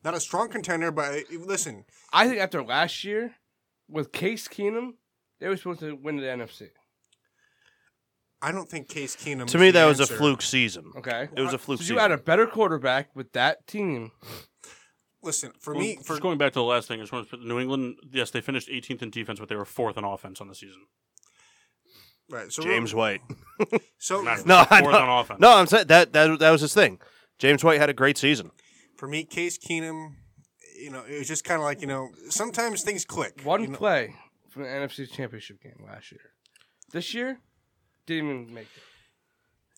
D: not a strong contender, but uh, listen,
C: I think after last year, with Case Keenum, they were supposed to win the NFC.
D: I don't think Case Keenum.
B: To
D: is
B: me,
D: the
B: that was a
D: answer.
B: fluke season.
C: Okay,
B: It was a fluke
C: so
B: season.
C: you had a better quarterback with that team.
D: Listen, for
A: Well,
D: me, for
A: just going back to the last thing, I just want to put New England. Yes, they finished 18th in defense, but they were fourth in offense on the season.
D: right, so
B: James White.
D: So
A: Not
B: No, I
A: fourth
B: know.
A: on offense.
B: No, I'm saying that that that was his thing. James White had a great season.
D: for me, Case Keenum, you know, it was just kind of like you know, sometimes things click.
C: One
D: you know?
C: play from the NFC Championship game last year. This year, didn't even make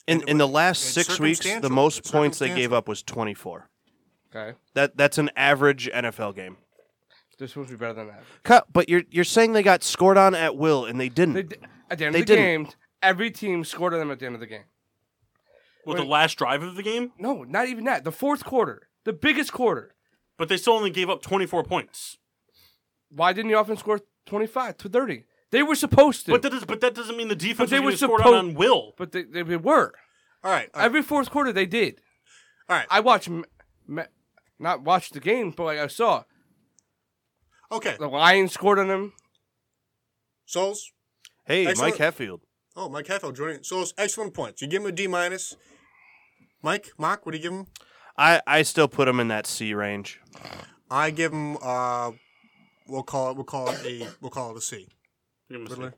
C: it.
B: In in the last
D: it's
B: six weeks, the
D: circumstantial.
B: most
D: It's
B: points they gave
D: circumstantial.
B: up was 24.
C: Okay,
B: That that's an average NFL game.
C: they're supposed to be better than that.
B: Cut, but you're you're saying they got scored on at will and they didn't.
C: They di- at the end
B: They
C: of the
B: didn't.
C: game, every team scored on them at the end of the game.
A: With the last drive of the game,
C: No, not even that. The fourth quarter, the biggest quarter.
A: but they still only gave up 24 points.
C: Why didn't the offense score 25 to 30? They were supposed to.
A: But that, is, but that doesn't mean the defense
C: But they
A: was
C: were
A: scored
C: suppo-
A: on, on will.
C: But they, they, they were.
D: All right, all right,
C: Every fourth quarter, they did.
D: all right.
C: I watched, m- m- not watched the game, but like I saw
D: okay.
C: the Lions scored on them.
D: Souls.
B: hey,
D: Excellent.
B: Mike Hetfield.
D: Oh, Mike Heffel joining. Souls, excellent points. You give him a D minus. Mike, Mark, what do you give him?
B: I I still put him in that C range.
D: I give him. Uh, we'll call it. We'll call it a. We'll call it a C.
A: You must
D: Riddler.
A: say.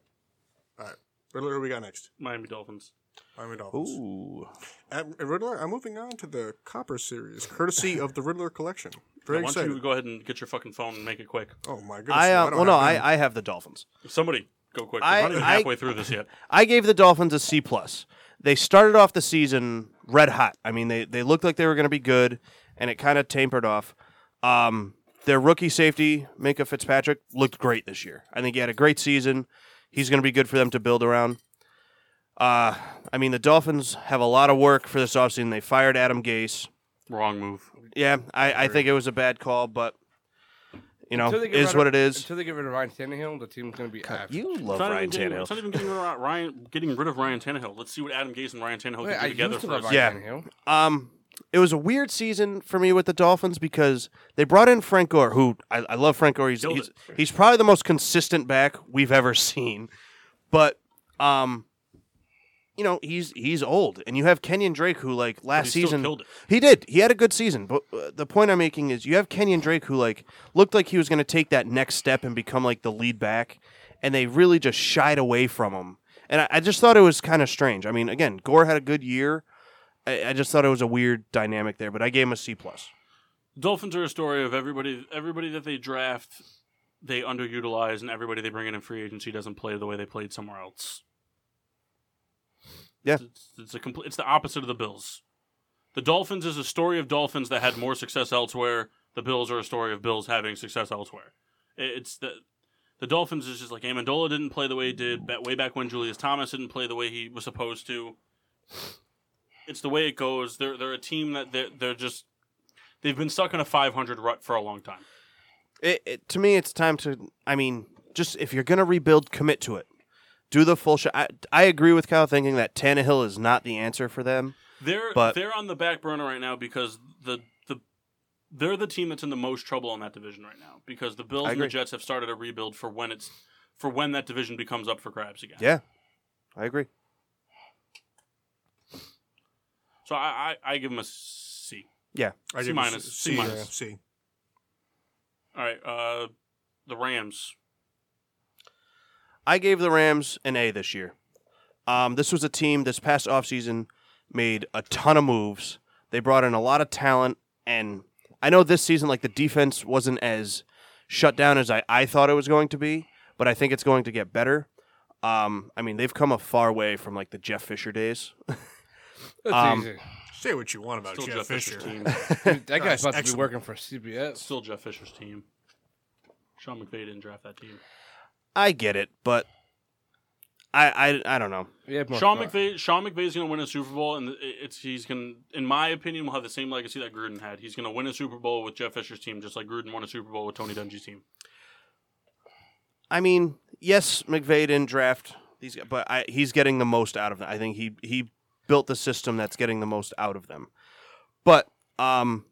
D: All right, Riddler. Who we got next?
A: Miami Dolphins.
D: Miami Dolphins.
B: Ooh.
D: At Riddler, I'm moving on to the Copper series, courtesy of the Riddler collection. Very
A: Now, why don't
D: excited.
A: you go ahead and get your fucking phone and make it quick?
D: Oh my goodness!
B: I uh,
D: don't
B: well no,
D: have them.
B: I, I have the Dolphins.
A: Somebody go quick.
B: I-
A: We're not even
B: I-
A: halfway through this yet.
B: I gave the Dolphins a C plus. They started off the season red hot. I mean, they they looked like they were going to be good, and it kind of tapered off. Um, their rookie safety Minka Fitzpatrick looked great this year. I think he had a great season. He's going to be good for them to build around. Uh, I mean, the Dolphins have a lot of work for this offseason. They fired Adam Gase.
A: Wrong move.
B: Yeah, I, I think it was a bad call, but you know,
C: Until they get
B: is
C: rid
B: what
C: of-
B: it is.
C: Until they get rid of Ryan Tannehill, the team's going to be aft.
B: You
A: It's
B: love
A: not,
B: Ryan
A: even getting, it's
B: Tannehill.
A: not even getting rid of Ryan, getting rid of Ryan Tannehill. Let's see what Adam Gase and Ryan Tannehill
C: Wait,
A: can
C: I
A: do together
C: used to
A: for
C: love
A: us.
C: Ryan
B: Yeah.
C: Tannehill.
B: Um, it was a weird season for me with the Dolphins because they brought in Frank Gore, who I, I love Frank Gore. He's,
A: Killed
B: he's he's probably the most consistent back we've ever seen, but um, you know he's he's old, and you have Kenyon Drake who like last
A: he still
B: season
A: killed it.
B: he did he had a good season, but uh, the point I'm making is you have Kenyon Drake who like looked like he was going to take that next step and become like the lead back, and they really just shied away from him. And I, I just thought it was kind of strange. I mean, again, Gore had a good year. I, I just thought it was a weird dynamic there, but I gave him a C plus.
A: Dolphins are a story of everybody everybody that they draft they underutilize and everybody they bring in in free agency doesn't play the way they played somewhere else.
B: Yeah.
A: It's, it's a complete it's the opposite of the Bills. The Dolphins is a story of Dolphins that had more success elsewhere. The Bills are a story of Bills having success elsewhere. It- It's the the Dolphins is just like Amendola didn't play the way he did ba- way back when Julius Thomas didn't play the way he was supposed to. It's the way it goes. They're they're a team that they're, they're just They've been stuck in a 500 rut for a long time.
B: It, it, to me, it's time to. I mean, just if you're going to rebuild, commit to it. Do the full shot. I, I agree with Kyle thinking that Tannehill is not the answer for them.
A: They're
B: But-
A: they're on the back burner right now because the the they're the team that's in the most trouble in that division right now because the Bills
B: I
A: and the
B: agree.
A: Jets have started a rebuild for when it's for when that division becomes up for grabs again.
B: Yeah, I agree.
A: So I, I I give them a C.
B: Yeah,
D: I
A: C
D: give him a
A: minus, C
D: C
A: minus.
D: C.
A: All right, uh the Rams.
B: I gave the Rams an A this year. Um, this was a team this past offseason made a ton of moves. They brought in a lot of talent, and I know this season, like the defense wasn't as shut down as I, I thought it was going to be, but I think it's going to get better. Um, I mean, they've come a far way from like the Jeff Fisher days.
C: That's
B: Um,
C: easy.
D: Say what you want about
A: Still
D: Uh,
A: Jeff
D: Jeff, Fisher.
A: Fisher's team.
C: Dude, that guy's
D: that's
C: about to be
D: excellent.
C: working for CBS.
A: Still Jeff Fisher's team. Sean McVay didn't draft that team.
B: I get it, but I I, I don't know.
C: We have more
A: Sean
C: fun.
A: McVay, Sean McVay's going to win a Super Bowl, and it's he's going, to in my opinion, will have the same legacy that Gruden had. He's going to win a Super Bowl with Jeff Fisher's team, just like Gruden won a Super Bowl with Tony Dungy's team.
B: I mean, yes, McVay didn't draft these, guys, but I, he's getting the most out of them. I think he he built the system that's getting the most out of them. But Um,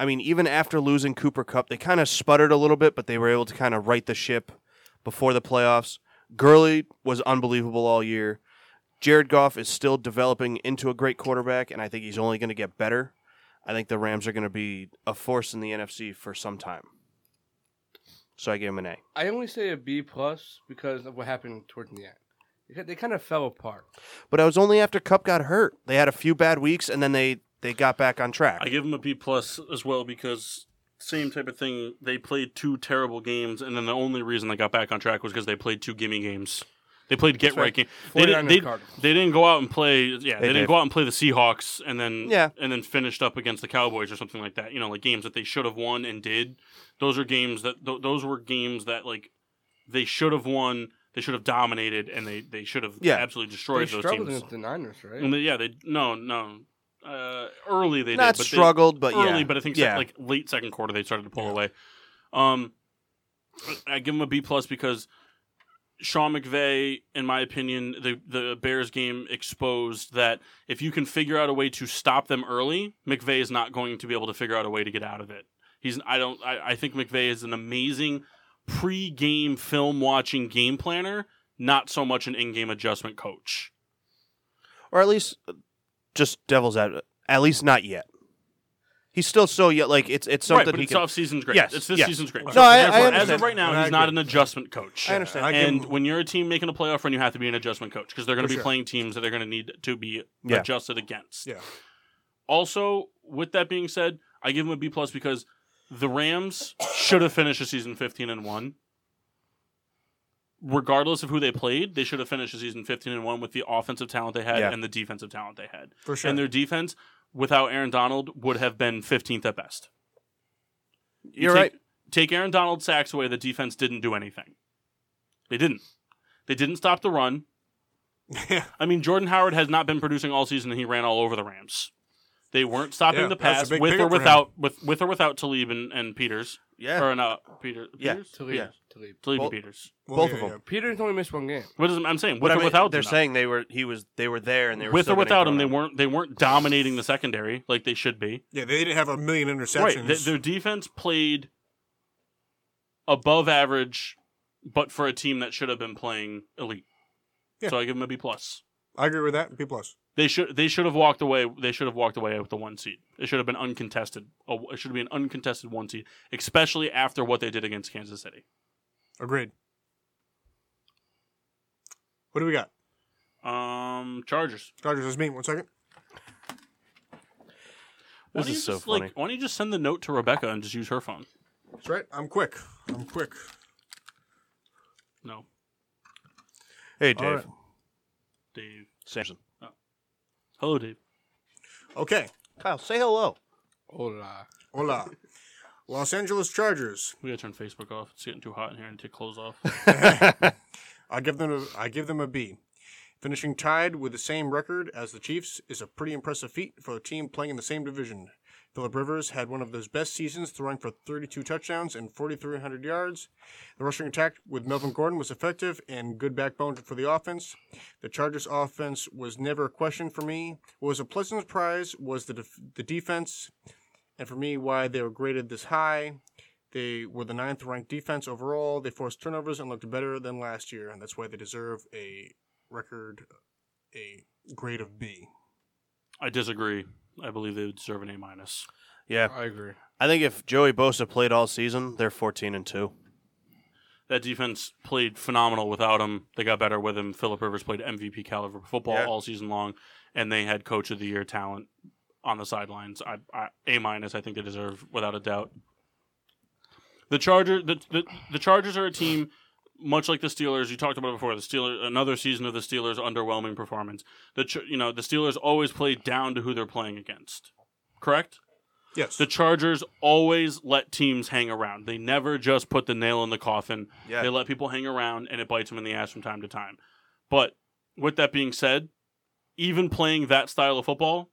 B: I mean, even after losing Cooper Cup, they kind of sputtered a little bit, but they were able to kind of right the ship before the playoffs. Gurley was unbelievable all year. Jared Goff is still developing into a great quarterback, and I think he's only going to get better. I think the Rams are going to be a force in the NFC for some time. So I gave him an A.
C: I only say a B plus because of what happened towards the end. They ki- They kind of fell apart.
B: But I was only after Cup got hurt. They had a few bad weeks, and then they they got back on track.
A: I give them a B plus as well because same type of thing. They played two terrible games, and then the only reason they got back on track was because they played two gimme games. They played get right,
C: right.
A: game. They didn't,
C: 49ers
A: they,
C: Cardinals.
A: they didn't go out and play. Yeah, they,
B: They
A: didn't
B: did.
A: go out and play the Seahawks, and then
B: Yeah.
A: and then finished up against the Cowboys or something like that. You know, like games that they should have won and did. Those are games that th- those were games that like they should have won. They should have dominated, and they they should have
B: Yeah.
A: absolutely
C: They
A: destroyed those
C: struggled
A: teams.
C: against the Niners, right?
A: And they- yeah, they no no. Uh, early they
B: Not
A: did, but they-
B: struggled, but
A: early,
B: yeah.
A: but I think
B: yeah.
A: se- like late second quarter they started to pull away. Um, I give him a B plus because Sean McVay, in my opinion, the the Bears game exposed that if you can figure out a way to stop them early, McVay is not going to be able to figure out a way to get out of it. He's I don't I, I think McVay is an amazing pre-game film watching game planner, not so much an in-game adjustment coach.
B: or at least uh, just devil's at at least not yet. He's still so yet like it's it's something
A: right, but
B: he
A: it's
B: can.
A: off season's great.
B: Yes,
A: it's this
B: yes.
A: season's great.
B: No, I- I
A: Therefore, as of
B: understand.
A: right now,
D: And I
A: he's not an
D: agree.
A: adjustment coach.
B: I understand.
D: I give
A: and
D: him-
A: when you're a team making a playoff run, you have to be an adjustment coach because they're going
D: For
A: to be
D: sure.
A: playing teams that they're going to need to be
B: Yeah.
A: adjusted against.
D: Yeah.
A: Also, with that being said, I give him a B plus because the Rams should have finished the season 15 and one. Regardless of who they played, they should have finished the season 15 and one with the offensive talent they had
B: Yeah.
A: and the defensive talent they had.
D: For sure.
A: And their defense, without Aaron Donald, would have been 15th at best. You
B: You're
A: take,
B: right.
A: Take Aaron Donald's sacks away. The defense didn't do anything. They didn't. They didn't stop the run.
D: yeah.
A: I mean, Jordan Howard has not been producing all season, and he ran all over the Rams. They weren't stopping
D: Yeah,
A: the
D: that's a
A: pass
D: big
A: with or
D: pickup for him.
A: without with with or without Talib and, and Peters
B: Yeah.
A: or not Peter,
B: Yeah,
A: Peters
C: Talib,
B: Yeah.
C: Talib.
A: Talib
B: Well-
A: and Peters.
D: Well,
B: Both
D: yeah,
B: of them.
D: yeah.
C: Peter's only missed one game.
A: What is I'm saying with
B: But I
A: or
B: mean,
A: without
B: they're
A: them, though.
B: saying they were he was they were there and they were
A: with
B: still
A: or
B: getting
A: without
B: thrown
A: him they
B: out.
A: weren't they weren't dominating the secondary like they should be.
D: Yeah, they didn't have a million interceptions.
A: Right. Th- their defense played above average, but for a team that should have been playing elite.
D: Yeah.
A: So I give them a B plus.
D: I agree with that. B plus.
A: They should they should have walked away. They should have walked away with the one seed. It should have been uncontested. Oh, It should be an uncontested one seed, especially after what they did against Kansas City.
D: Agreed. What do we got?
A: Um, Chargers.
D: Dodgers, that's me. One second.
A: Why
B: This
A: don't you
B: is so
A: just,
B: funny.
A: Like, why don't you just send the note to Rebecca and just use her phone?
D: That's right. I'm quick. I'm quick.
A: No,
B: Hey
D: All
B: Dave,
D: right.
A: Dave.
B: Samson,
A: Hello, Dave.
D: Okay.
B: Kyle, say hello.
C: Hola.
D: Hola. Los Angeles Chargers.
A: We gotta turn Facebook off. It's getting too hot in here and take clothes off.
D: I give them a, I give them a B. Finishing tied with the same record as the Chiefs is a pretty impressive feat for a team playing in the same division. Philip Rivers had one of his best seasons, throwing for 32 touchdowns and 4,300 yards. The rushing attack with Melvin Gordon was effective and good backbone for the offense. The Chargers' offense was never a question for me. What was a pleasant surprise was the def- the defense, and for me, why they were graded this high. They were the ninth ranked defense overall. They forced turnovers and looked better than last year, and that's why they deserve a record, a grade of B.
A: I disagree. I believe they would deserve an A minus.
B: Yeah,
C: I agree.
B: I think if Joey Bosa played all season, they're 14 and two.
A: That defense played phenomenal without him. They got better with him. Philip Rivers played MVP caliber football
B: Yeah.
A: all season long, and they had coach of the year talent on the sidelines. I, I, a minus, I think they deserve without a doubt. The Charger, the, the the Chargers are a team much like the Steelers. You talked about it before. The Steelers, another season of the Steelers' underwhelming performance. The Ch- you know the Steelers always play down to who they're playing against. Correct.
D: Yes.
A: The Chargers always let teams hang around. They never just put the nail in the coffin.
B: Yeah.
A: They let people hang around and it bites them in the ass from time to time. But with that being said, even playing that style of football,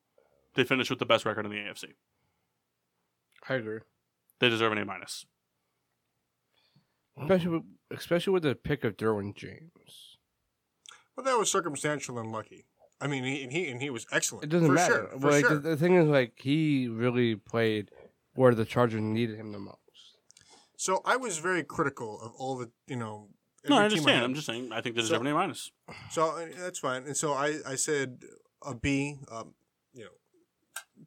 A: they finish with the best record in the AFC.
C: I agree.
A: They deserve an A minus.
C: Especially with, especially with the pick of Derwin James.
D: But that was circumstantial and lucky. I mean, he and he, and he was excellent.
C: It doesn't
D: for
C: matter.
D: Sure, for
C: Like,
D: sure.
C: the, the thing is, like he really played where the Chargers needed him the most.
D: So I was very critical of all the you know.
A: No, I
D: every team
A: understand.
D: had.
A: I'm just saying. I think they
D: So-
A: deserve an A minus.
D: So uh, that's fine. And so I, I said a B, um, you know,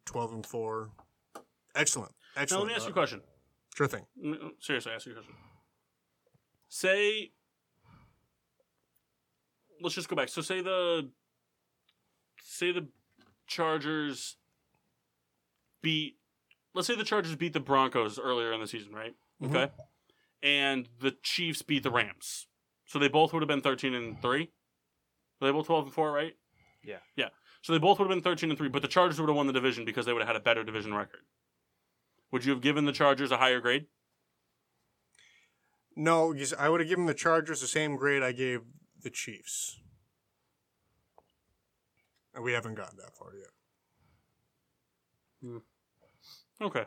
D: 12 and 4. Excellent.
A: Now
D: Excellent.
A: let me ask
D: Uh,
A: you a question.
D: Sure thing.
A: Mm, Seriously, ask you a question. Say, let's just go back. So say the, say the Chargers beat, let's say the Chargers beat the Broncos earlier in the season, right? Okay, and the Chiefs beat the Rams. So they both would have been thirteen and three. Were they both twelve and four, right?
B: Yeah.
A: Yeah. So they both would have been thirteen and three, but the Chargers would have won the division because they would have had a better division record. Would you have given the Chargers a higher grade?
D: No, because I would have given the Chargers the same grade I gave the Chiefs. And we haven't gotten that far yet.
A: Okay.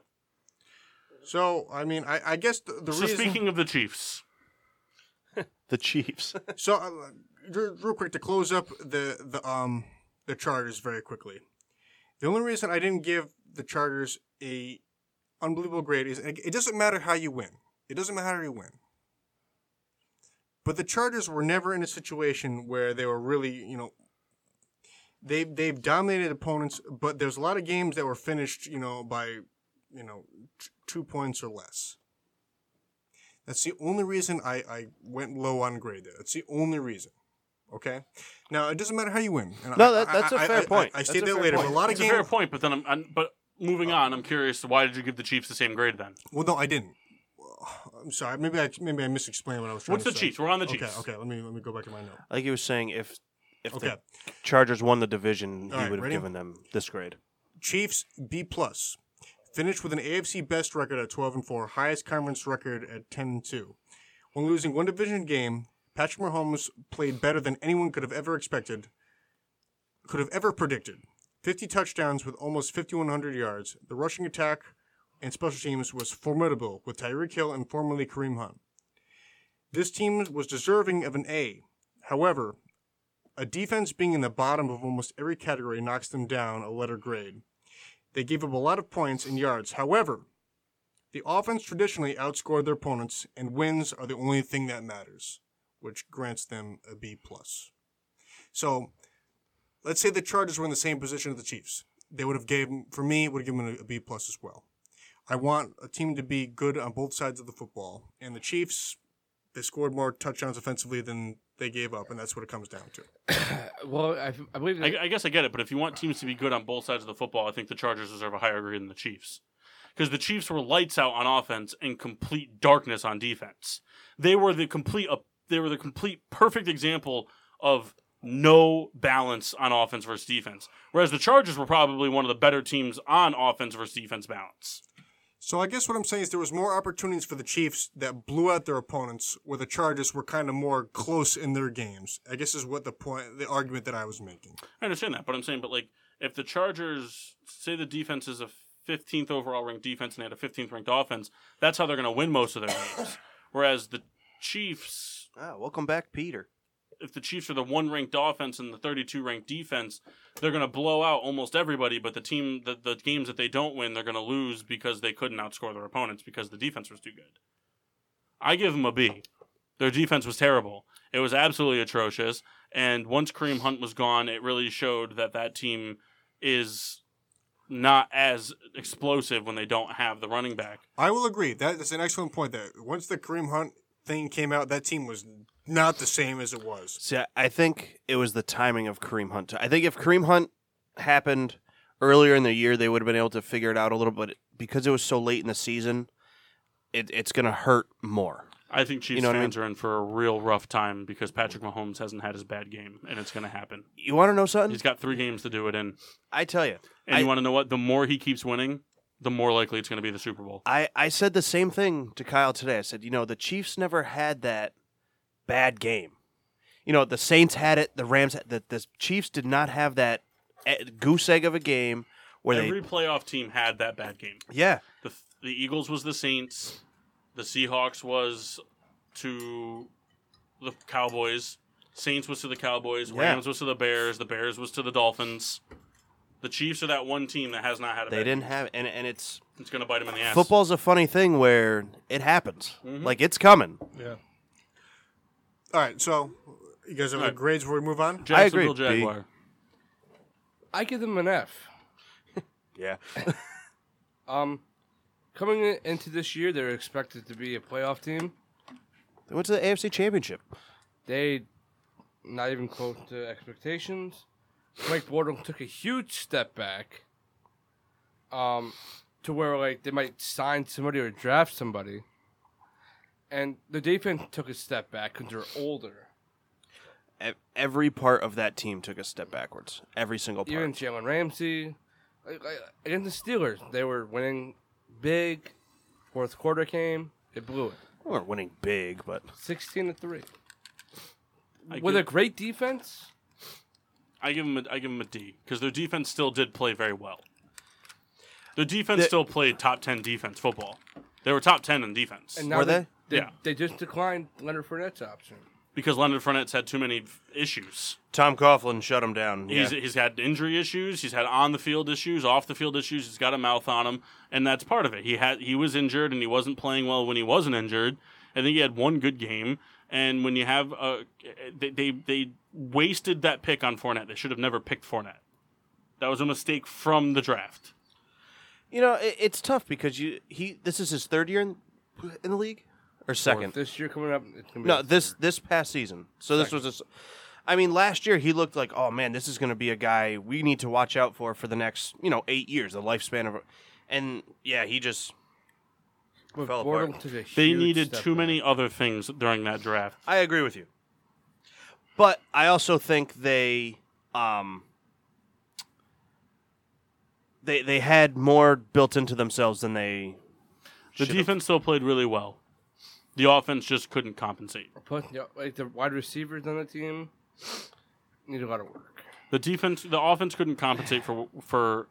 D: So, I mean, I, I guess the, the
A: so
D: reason.
A: speaking of the Chiefs,
F: The Chiefs.
D: So, uh, re- real quick to close up the the um the Chargers very quickly. The only reason I didn't give the Chargers a unbelievable grade is it it doesn't matter how you win. It doesn't matter how you win. But the Chargers were never in a situation where they were really, you know, they they've dominated opponents, but there's a lot of games that were finished, you know, by, you know, t- two points or less. That's the only reason I, I went low on grade there. That's the only reason. Okay. Now it doesn't matter how you win. And
B: No,
D: I-
B: that- that's
D: I-
B: a
D: I-
B: fair
D: I-
B: point.
D: I, I
B: That's
D: state
B: a
D: that
B: fair
D: later.
B: point.
D: But a lot of
A: it's a fair
D: games.
A: point, but then I'm, i but moving on, I'm curious. Why did you give the Chiefs the same grade then?
D: Well, no, I didn't. Well, I'm sorry. Maybe I maybe I misexplained what I was trying
A: What's
D: to
A: the
D: say.
A: Chiefs? We're on the Chiefs.
D: Okay. Okay. Let me let me go back to my note.
B: Like he was saying, if if
D: Okay.
B: the Chargers won the division,
D: All
B: he
D: right,
B: would have
D: ready?
B: given them this grade.
D: Chiefs B plus. Finished with an AFC best record at 12 and 4, highest conference record at 10 and 2. When losing one division game, Patrick Mahomes played better than anyone could have ever expected, could have ever predicted. 50 touchdowns with almost 5,100 yards. The rushing attack and special teams was formidable with Tyreek Hill and formerly Kareem Hunt. This team was deserving of an A. However, a defense being in the bottom of almost every category knocks them down a letter grade. They gave up a lot of points and yards. However, the offense traditionally outscored their opponents, and wins are the only thing that matters, which grants them a B plus. So, let's say the Chargers were in the same position as the Chiefs. They would have gave for me would have given them a B plus as well. I want a team to be good on both sides of the football, and the Chiefs they scored more touchdowns offensively than they gave up, and that's what it comes down to.
C: Well, I, I believe
A: I, I guess I get it, but if you want teams to be good on both sides of the football, I think the Chargers deserve a higher grade than the Chiefs. Because the Chiefs were lights out on offense and complete darkness on defense. They were the complete uh, they were the complete perfect example of no balance on offense versus defense. Whereas the Chargers were probably one of the better teams on offense versus defense balance.
D: So I guess what I'm saying is there was more opportunities for the Chiefs that blew out their opponents, where the Chargers were kind of more close in their games. I guess is what the point, the argument that I was making.
A: I understand that, but I'm saying, but like, if the Chargers say the defense is a 15th overall ranked defense and they had a 15th ranked offense, that's how they're going to win most of their games. Whereas the Chiefs,
B: Ah, welcome back, Peter.
A: if the Chiefs are the one ranked offense and the 32 ranked defense, they're going to blow out almost everybody. But the team, the, the games that they don't win, they're going to lose because they couldn't outscore their opponents because the defense was too good. I give them a B. Their defense was terrible. It was absolutely atrocious. And once Kareem Hunt was gone, it really showed that that team is not as explosive when they don't have the running back.
D: I will agree that is an excellent point. That once the Kareem Hunt thing came out, that team was not the same as it was.
B: See, I- I think it was the timing of Kareem Hunt. I think if Kareem Hunt happened earlier in the year, they would have been able to figure it out a little. But because it was so late in the season, it, it's going to hurt more.
A: I think Chiefs
B: know what I
A: fans are in for a real rough time because Patrick Mahomes hasn't had his bad game, and it's going to happen.
B: You want to know something?
A: He's got three games to do it in.
B: I tell you,
A: And
B: I-
A: you want to know what? The more he keeps winning, the more likely it's going to be the Super Bowl.
B: I, I said the same thing to Kyle today. I said, you know, the Chiefs never had that bad game. You know, the Saints had it, the Rams had the, the Chiefs did not have that eh, goose egg of a game where
A: Every playoff team had that bad game.
B: they Yeah.
A: The, the Eagles was the Saints. The Seahawks was to the Cowboys. Saints was to the Cowboys.
B: Yeah.
A: Rams was to the Bears. The Bears was to the Dolphins. The Chiefs are that one team that has not had a.
B: They
A: bad
B: didn't
A: year.
B: have, and and it's
A: It's going to bite them in the ass.
B: football's a funny thing where it happens. Like it's coming.
G: Yeah.
D: All right, so you guys have
A: All
D: the
A: right.
D: grades before we move on.
B: I agree,
A: Jacksonville
B: B.
A: Jaguar.
C: I give them an F.
B: Yeah.
C: Um, coming in, into this year, they're expected to be a playoff team.
B: They went to the AFC Championship.
C: They not even close to expectations. Mike Wardle took a huge step back. Um, to where like they might sign somebody or draft somebody, and the defense took a step back because they're older.
B: E- Every part of that team took a step backwards. Every single part.
C: Even Jalen Ramsey, like, like, against the Steelers, they were winning big. Fourth quarter came, they blew it,
B: We weren't winning big, but
C: sixteen to three.
A: I
C: With a
A: give,
C: great defense,
A: I give them a, I give them a D because their defense still did play very well. Their defense
B: The-
A: still played top ten defense football. They were top ten in defense
C: and now
B: Were
C: they,
A: they? Yeah.
C: they just declined Leonard Fournette's option.
A: because Leonard Fournette's had too many issues.
B: Tom Coughlin shut him down. Yeah.
A: He's he's had injury issues. He's had on the field issues, off the field issues. He's got a mouth on him, and that's part of it. He had he was injured and he wasn't playing well when he wasn't injured. I think he had one good game, and when you have uh, they, they they wasted that pick on Fournette. They should have never picked Fournette. That was a mistake from the draft.
B: You know, it, it's tough because you he this is his third year in, in the league or second.
C: This year coming up, it's gonna be
B: No, this this past season. So this was a s I mean, last year he looked like, oh man, this is going to be a guy we need to watch out for for the next, you know, eight years, the lifespan of. And yeah, he just.
C: But
B: fell
C: Fordham
B: apart.
C: took a
A: They
C: huge
A: needed
C: step
A: too
C: back.
A: many other things during that draft.
B: I agree with you. But I also think they, um, they they had more built into themselves than they.
A: The
B: Should've.
A: defense still played really well. The offense just couldn't compensate.
C: Plus, yeah, like the wide receivers on the team need a lot of work.
A: The defense, the offense couldn't compensate for for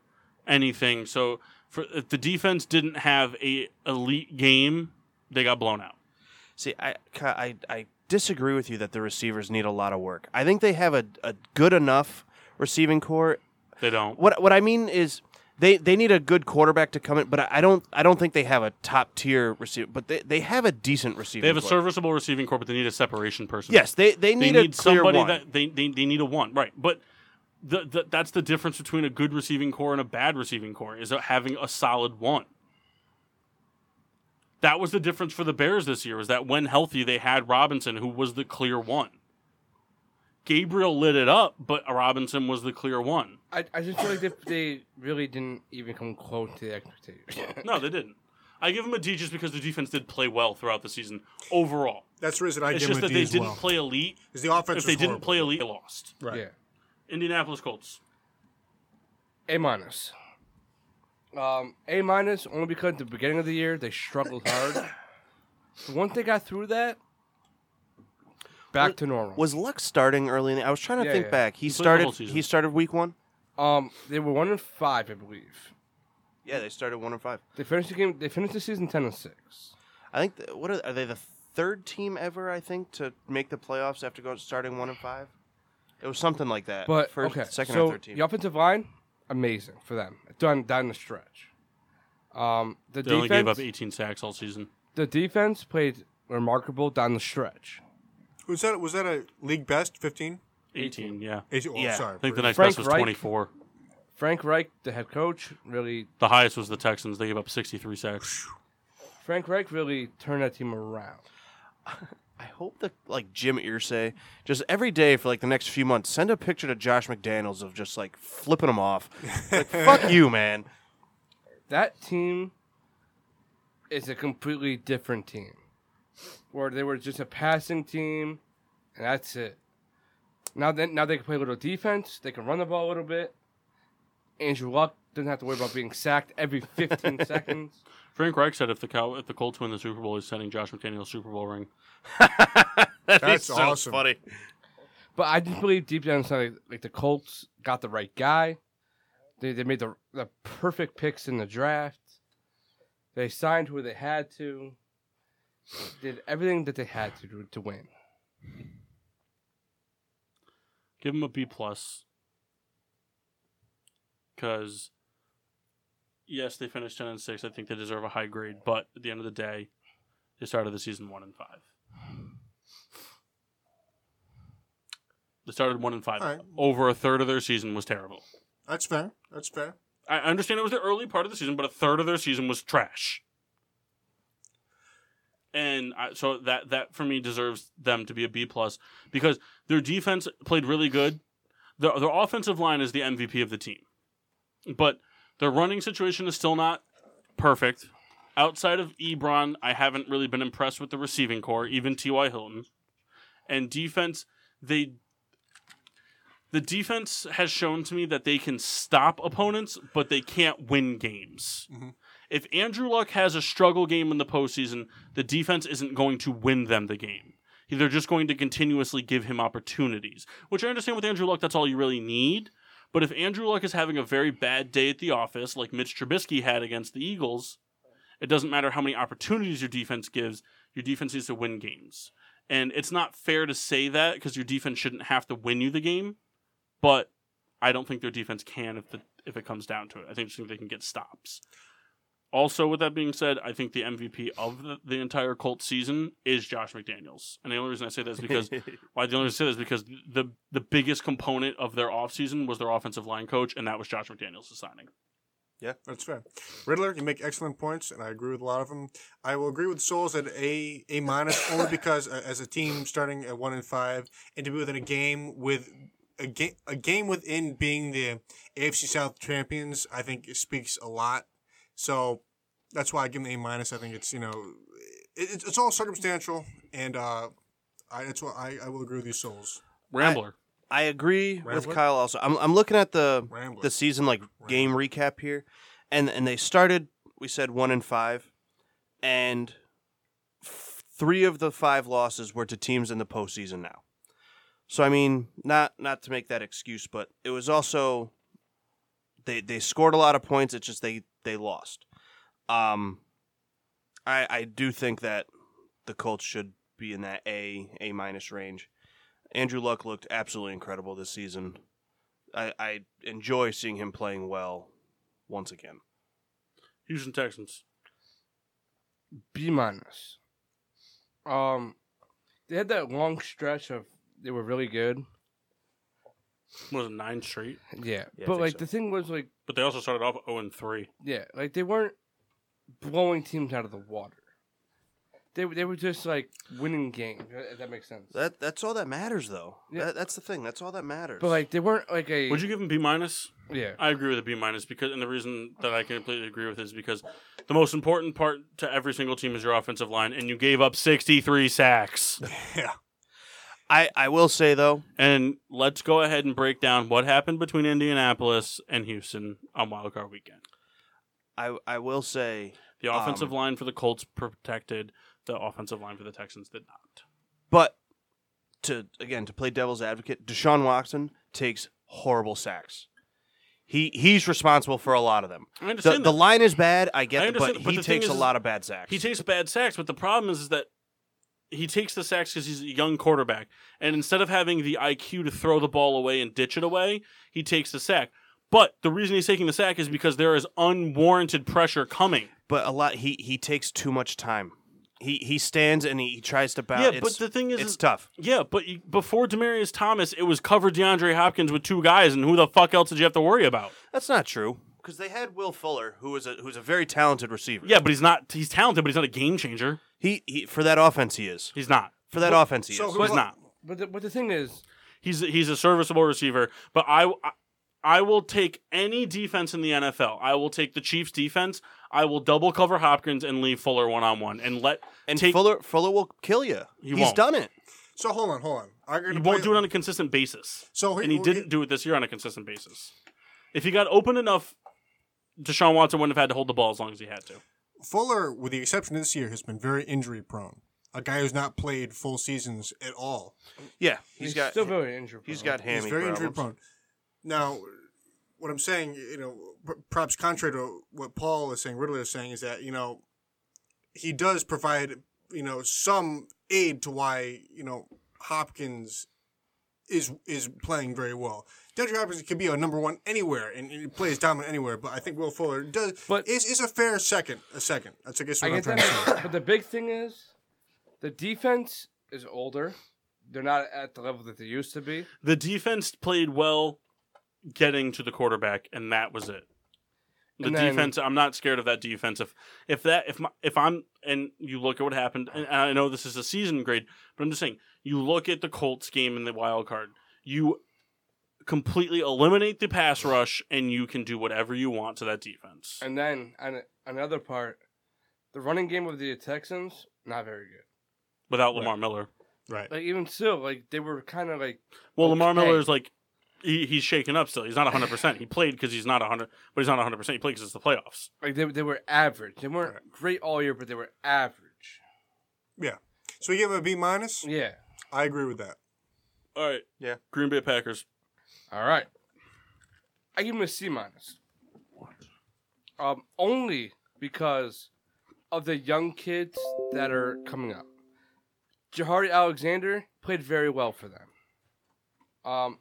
A: anything. So for if the defense didn't have a elite game, they got blown out.
B: See, I ki- I I disagree with you that the receivers need a lot of work. I think they have a, a good enough receiving core
A: They don't.
B: What what I mean is they, they need a good quarterback to come in, but I- I don't I don't think they have a top tier receiver. But they, they have a decent receiver.
A: They have a serviceable receiving corps, but they need a separation person.
B: Yes, they they
A: they
B: need,
A: need,
B: a clear
A: somebody
B: one.
A: that they, they they need a one right. But the, the, that's the difference between a good receiving core and a bad receiving core is having a solid one. That was the difference for the Bears this year. Is that when healthy they had Robinson, who was the clear one. Gabriel lit it up, but Robinson was the clear one.
C: I, I just feel like they, they really didn't even come close to the expectation.
A: No, they didn't. I give them a D just because the defense did play well throughout the season overall.
D: That's the reason I
A: It's
D: give
A: just
D: him
A: that
D: a D
A: they
D: as
A: didn't
D: well.
A: play elite.
D: 'Cause the offense
A: If they
D: was
A: didn't
D: horrible.
A: play elite, they lost.
D: Right.
C: Yeah.
A: Indianapolis Colts.
C: A minus. Um, a minus only because at the beginning of the year they struggled hard. but once they got through that, back to normal.
B: Was Luck starting early? In the, I was trying to
C: Yeah,
B: think
C: yeah.
B: back. He
A: played the
B: started
A: whole season.
B: he started week one.
C: um, they were one and five, I believe.
B: Yeah, they started one and five.
C: They finished the game. They finished the season ten and six.
B: I think th what are, are they the third team ever? I think to make the playoffs after going starting one and five. It was something like that.
C: But
B: first,
C: okay,
B: second
C: so
B: or third team.
C: the offensive line, amazing for them. Down down the stretch. Um, the
A: They only
C: defense,
A: gave up 18 sacks all season.
C: the defense played remarkable down the stretch.
D: Was that was that a league best? 15?
A: 18, yeah. I
D: Is- oh,
B: Yeah.
D: sorry.
A: think the next
C: Frank
A: best was
C: Reich.
A: 24.
C: Frank Reich, the head coach, really
A: The highest was the Texans. They gave up 63 sacks.
C: Frank Reich really turned that team around.
B: I hope that like Jim Irsay just every day for like the next few months send a picture to Josh McDaniels of just like flipping him off. Like fuck you, man.
C: That team is a completely different team, where they were just a passing team, and that's it. Now then, now they can play a little defense. They can run the ball a little bit. Andrew Luck doesn't have to worry about being sacked every 15 seconds.
A: Frank Reich said if the Cow- if the Colts win the Super Bowl, he's sending Josh McDaniel a Super Bowl ring.
D: That's awesome.
B: Funny.
C: But I just believe deep down inside, like, like the Colts got the right guy. They they made the the perfect picks in the draft. They signed who they had to. Did everything that they had to do to win.
A: Give him a B plus. Because yes, they finished ten and six. I think they deserve a high grade, but at the end of the day, they started the season one and five. They started one and five.
D: All right.
A: Over a third of their season was terrible.
D: That's fair. That's fair.
A: I I understand it was the early part of the season, but a third of their season was trash. And I, so that that for me deserves them to be a B plus because their defense played really good. Their, their offensive line is the MVP of the team, but their running situation is still not perfect. Outside of Ebron, I haven't really been impressed with the receiving core, even T.Y. Hilton. And defense, they the defense has shown to me that they can stop opponents, but they can't win games.
D: Mhm.
A: If Andrew Luck has a struggle game in the postseason, the defense isn't going to win them the game. They're just going to continuously give him opportunities, which I understand with Andrew Luck, that's all you really need. But if Andrew Luck is having a very bad day at the office, like Mitch Trubisky had against the Eagles, it doesn't matter how many opportunities your defense gives, your defense needs to win games. And it's not fair to say that because your defense shouldn't have to win you the game but I don't think their defense can if the, if it comes down to it. I think, just think they can get stops. Also, with that being said, I think the MVP of the, the entire Colts season is Josh McDaniels, and the only reason I say that is because why the only reason I say that is because the the biggest component of their offseason was their offensive line coach, and that was Josh McDaniels' signing.
D: That's fair. Riddler, you make excellent points, and I agree with a lot of them. I will agree with Souls at a a minus only because uh, as a team starting at one and five, and to be within a game with a game a game within being the AFC South champions, I think it speaks a lot. So that's why I give them a minus. I think it's you know it, it's, it's all circumstantial, and uh, I, that's why I, I will agree with you, Souls.
A: Rambler,
B: I agree with
D: Rambler?
B: Kyle. Also, I'm I'm looking at the
D: Rambler.
B: the season like game recap here, and and they started. We said one and five, and f- three of the five losses were to teams in the postseason now. So I mean, not not to make that excuse, but it was also they they scored a lot of points. It's just they they lost. Um, I I do think that the Colts should be in that A A minus range. Andrew Luck looked absolutely incredible this season. I, I enjoy seeing him playing well once again.
A: Houston Texans.
C: B minus. Um, they had that long stretch of they were really good.
A: What Was it nine straight?
C: Yeah,
B: Yeah, I
C: but
B: think
C: like
B: so.
C: the thing was like
A: But they also started off zero and three.
C: yeah, like they weren't blowing teams out of the water. They they were just like winning games. If that makes sense.
B: That that's all that matters though.
C: Yeah.
B: That, that's the thing. That's all that matters.
C: but like they weren't like a
A: Would you give him B minus?
C: yeah
A: I agree with a B minus because, and the reason that I completely agree with is because the most important part to every single team is your offensive line, and you gave up 63 sacks.
D: yeah,
B: I, I will say though,
A: and let's go ahead and break down what happened between Indianapolis and Houston on Wild Card Weekend.
B: I I will say
A: The offensive
B: Um,
A: line for the Colts protected. The offensive line for the Texans did not.
B: but to again to play devil's advocate, Deshaun Watson takes horrible sacks. He he's responsible for a lot of them.
A: I
B: The,
A: understand
B: the
A: that.
B: line is bad, I get
A: I
B: it, but
A: understand, but
B: he
A: the thing
B: takes a
A: is-
B: lot of bad sacks.
A: He takes bad sacks, but the problem is, is that he takes the sacks because he's a young quarterback, and instead of having the IQ to throw the ball away and ditch it away, he takes the sack. But the reason he's taking the sack is because there is unwarranted pressure coming.
B: but a lot he he takes too much time. He he stands and he, he tries to bounce.
A: yeah,
B: it's,
A: but the thing is,
B: it's
A: is-
B: tough.
A: yeah, but you, before Demarius Thomas, it was cover DeAndre Hopkins with two guys, and who the fuck else did you have to worry about?
B: That's not true. Because they had Will Fuller, who was a who's a very talented receiver.
A: Yeah, but he's not—he's talented, but he's not a game changer.
B: he, he for that offense he is.
A: He's not.
B: For that offense he
D: so
B: is.
D: who-
A: He's not.
C: but the, but the thing is
A: He's he's a serviceable receiver, but I I will take any defense in the NFL. I will take the Chiefs defense. I will double cover Hopkins and leave Fuller one on one and let
B: And
A: take-
B: Fuller Fuller will kill you.
A: He
B: He's
A: won't.
B: done it.
D: So hold on, hold on. I'm gonna
A: he
D: play-
A: won't do it on a consistent basis.
D: So
A: And he didn't do it this year on a consistent basis. If he got open enough, Deshaun Watson wouldn't have had to hold the ball as long as he had to.
D: Fuller, with the exception of this year, has been very injury prone. A guy who's not played full seasons at all.
B: Yeah.
C: he's,
B: he's got
C: still very injured.
B: he's
C: prone.
B: got hammy
D: He's very injury
B: problems.
D: prone. Now, what I'm saying, you know, p- perhaps contrary to what Paul is saying, Riddler is saying, is that you know, he does provide you know some aid to why you know Hopkins is is playing very well. DeAndre Hopkins could be a number one anywhere, and he plays dominant anywhere. But I think Will Fuller does
C: But-
D: is is a fair second. A second. That's I guess
C: I
D: what I am
C: get
D: trying to say.
C: that, but the big thing is the defense is older. They're not at the level that they used to be.
A: The defense played well getting to the quarterback, and that was it. The
C: And then-
A: defense. I'm not scared of that defense. If if that if my, if I'm and you look at what happened, and I know this is a season grade, but I'm just saying you look at the Colts game in the wild card. You completely eliminate the pass rush, and you can do whatever you want to that defense.
C: And then on another part, the running game of the Texans not very good.
A: without Lamar Miller.
D: Right.
C: Like even still, like they were kind of like
A: Well, Lamar
C: Okay.
A: Miller's like he, he's shaken up still. He's not 100. percent He played because he's not 100, but he's not 100. percent He played because it's the playoffs.
C: like they they were average. They weren't great all year, but they were average.
D: So we give him a B minus.
C: Yeah.
D: I agree with that.
A: All right.
B: Yeah.
A: Green Bay Packers.
C: All right. I give him a C minus. Um, only because of the young kids that are coming up. Jahari Alexander played very well for them. Um,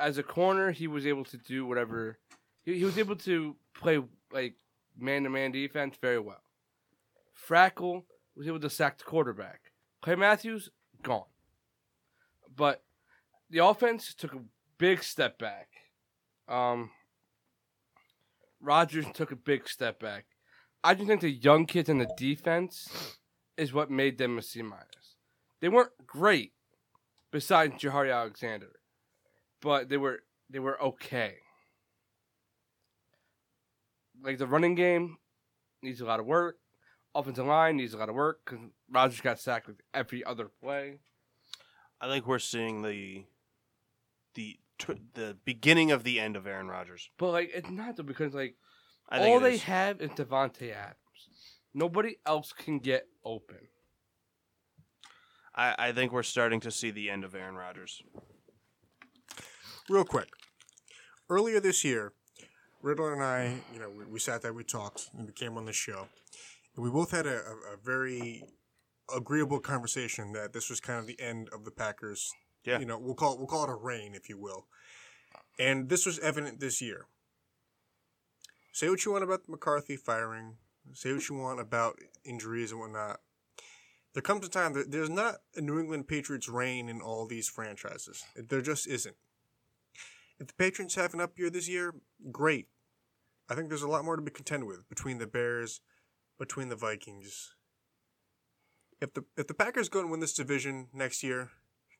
C: as a corner, he was able to do whatever. He, he was able to play like man to man defense very well. Frackle was able to sack the quarterback. Clay Matthews gone, but the offense took a big step back. Um, Rodgers took a big step back. I just think the young kids in the defense is what made them a C minus. They weren't great, besides Jahari Alexander, but they were they were okay. Like the running game needs a lot of work. Offensive line needs a lot of work because Rodgers got sacked with every other play.
B: I think we're seeing the the tw- the beginning of the end of Aaron Rodgers.
C: But like it's not though because like
B: I think
C: all
B: it
C: they
B: is.
C: have is Devonte Adams. Nobody else can get open.
B: I, I think we're starting to see the end of Aaron Rodgers.
D: real quick. Earlier this year, Riddler and I, you know, we, we sat there, we talked, and we came on the show. And we both had a, a, a very agreeable conversation that this was kind of the end of the Packers.
B: Yeah.
D: You know, we'll call it, we'll call it a reign, if you will. And this was evident this year. Say what you want about the McCarthy firing. Say what you want about injuries and whatnot. There comes a time that there's not a New England Patriots reign in all these franchises. There just isn't. If the Patriots have an up year this year, great. I think there's a lot more to be contended with between the Bears, between the Vikings. If the if the Packers go and win this division next year,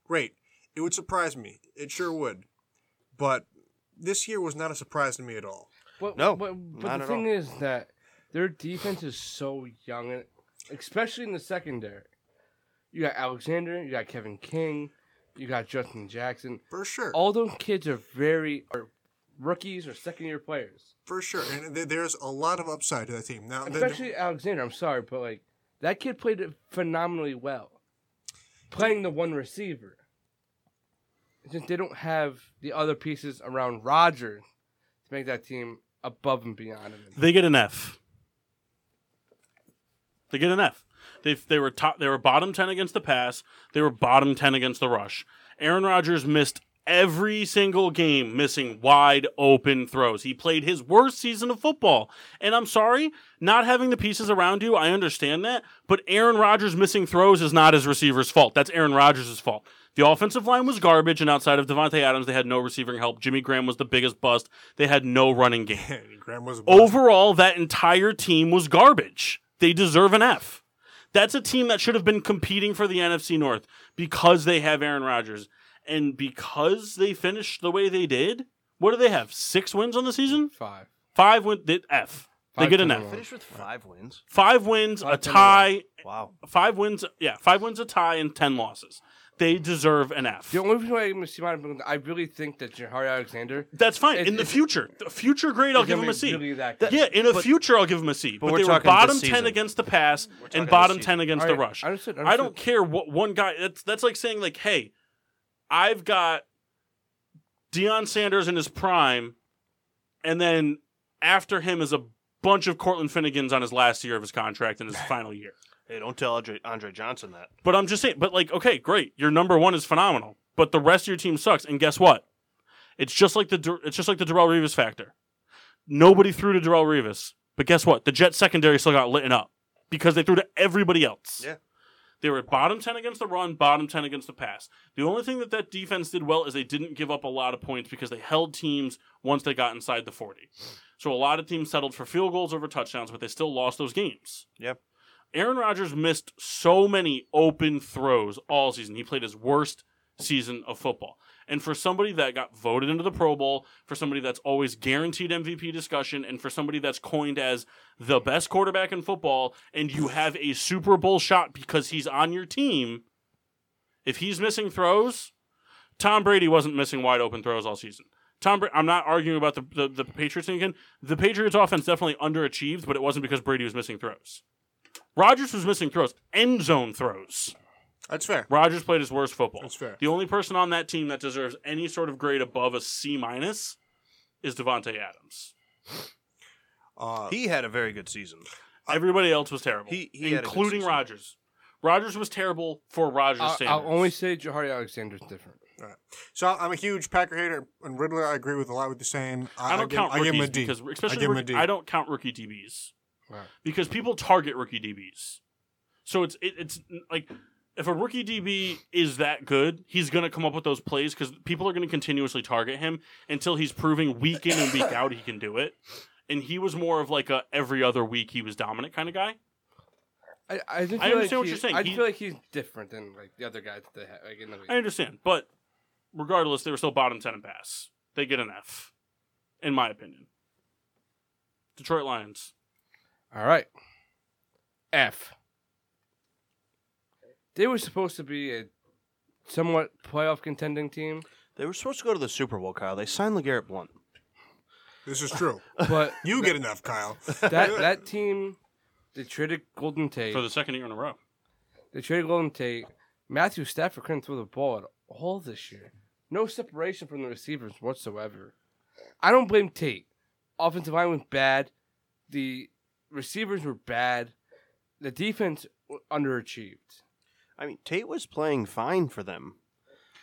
D: great. It would surprise me. It sure would. But this year was not a surprise to me at all.
C: But,
B: No,
C: but, but
B: not
C: the
B: at
C: thing
B: all.
C: is that their defense is so young, and- especially in the secondary. You got Alexander, you got Kevin King, you got Justin Jackson.
D: For sure.
C: All those kids are very are rookies or second year players.
D: For sure. And th- there's a lot of upside to that team. Now, the-
C: Especially Alexander. I'm sorry, but like that kid played phenomenally well, playing the one receiver. It's just they don't have the other pieces around Roger to make that team above and beyond him.
A: They get an F. They get an F. They they were top. They were bottom ten against the pass. They were bottom ten against the rush. Aaron Rodgers missed every single game, missing wide open throws. He played his worst season of football. And I'm sorry, not having the pieces around you, I understand that. But Aaron Rodgers missing throws is not his receiver's fault. That's Aaron Rodgers' fault. The offensive line was garbage, and outside of Devontae Adams, they had no receiving help. Jimmy Graham was the biggest bust. They had no running game
D: Graham was a
A: overall that entire team was garbage they deserve an f that's a team that should have been competing for the nfc north because they have aaron rodgers and because they finished the way they did what do they have six wins on the season
C: Five.
A: five win did f they
C: Five
A: get an
C: to
A: f
C: one.
B: with five wins.
A: five wins a
C: Five to one.
A: tie
B: Wow.
A: five wins yeah five wins a tie and ten losses they deserve an f
C: The only reason why I'm gonna see mine, I really think that Jahari Alexander.
A: that's fine
C: It-
A: in the
C: it's-
A: future the future grade i'll
C: is
A: give
C: gonna
A: them a
C: be
A: c
C: Really that good.
A: yeah, in a future I'll give them a C. But,
B: we're
A: they were
B: talking this
A: bottom ten
B: season.
A: against the pass
B: talking
A: and
B: this
A: bottom
B: season.
A: ten against
C: All
A: the
C: right,
A: rush.
C: understood,
A: I don't
C: understood.
A: care what one guy. That's that's like saying like, hey, I've got Deion Sanders in his prime, and then after him is a bunch of Cortland Finnegans on his last year of his contract and his final year.
B: Hey, don't tell Andre, Andre Johnson that.
A: But I'm just saying. But like, okay, great. Your number one is phenomenal. but the rest of your team sucks. And guess what? It's just like the Dur- it's just like the Darrell Revis factor. Nobody threw to Darrell Revis, but guess what? The Jets secondary still got lit up because they threw to everybody else.
B: Yeah.
A: They were bottom 10 against the run, bottom 10 against the pass. The only thing that that defense did well is they didn't give up a lot of points because they held teams once they got inside the 40. So a lot of teams settled for field goals over touchdowns, but they still lost those games.
B: Yep.
A: Aaron Rodgers missed so many open throws all season. He played his worst season of football. And for somebody that got voted into the Pro Bowl, for somebody that's always guaranteed MVP discussion, and for somebody that's coined as the best quarterback in football, and you have a Super Bowl shot because he's on your team, if he's missing throws, Tom Brady wasn't missing wide open throws all season. Tom, Bra- I'm not arguing about the, the, the Patriots thing again. The Patriots offense definitely underachieved, but it wasn't because Brady was missing throws. Rodgers was missing throws, end zone throws.
D: That's fair.
A: Rodgers played his worst football.
D: That's fair.
A: The only person on that team that deserves any sort of grade above a C minus is Devonte Adams.
D: Uh,
B: He had a very good season.
A: Everybody else was terrible,
B: He- he had a good
A: including
B: season.
A: Rodgers. Rodgers was terrible for Rodgers
C: I'll,
A: standards.
C: I'll only say Jahari Alexander's different.
D: so I'm a huge Packer hater, and Riddler. I agree with a lot with the saying.
A: I don't
D: give,
A: count
D: I
A: rookies
D: give him a D.
A: because especially
D: I give him
A: rookie-
D: a D.
A: I don't count rookie DBs
C: Right.
A: because people target rookie DBs. So it's it, it's like if a rookie DB is that good, he's going to come up with those plays because people are going to continuously target him until he's proving week in and week out he can do it. And he was more of like a every other week he was dominant kind of guy.
C: I, I, just
A: I understand
C: feel like
A: what
C: he-
A: you're saying.
C: I
A: He-
C: feel like he's different than like the other guys that they have like in the league.
A: I understand, but regardless, they were still bottom ten in pass. They get an F, in my opinion. Detroit Lions.
C: All right. F. They were supposed to be a somewhat playoff contending team,
B: They were supposed to go to the Super Bowl, Kyle. They signed LeGarrette Blunt.
D: This is true.
C: but
D: You get enough, Kyle.
C: that that team they traded Golden Tate.
A: for the second year in a row.
C: They traded Golden Tate. Matthew Stafford couldn't throw the ball at all this year. No separation from the receivers whatsoever. I don't blame Tate. Offensive line was bad. The receivers were bad. The defense w- underachieved.
B: I mean, Tate was playing fine for them.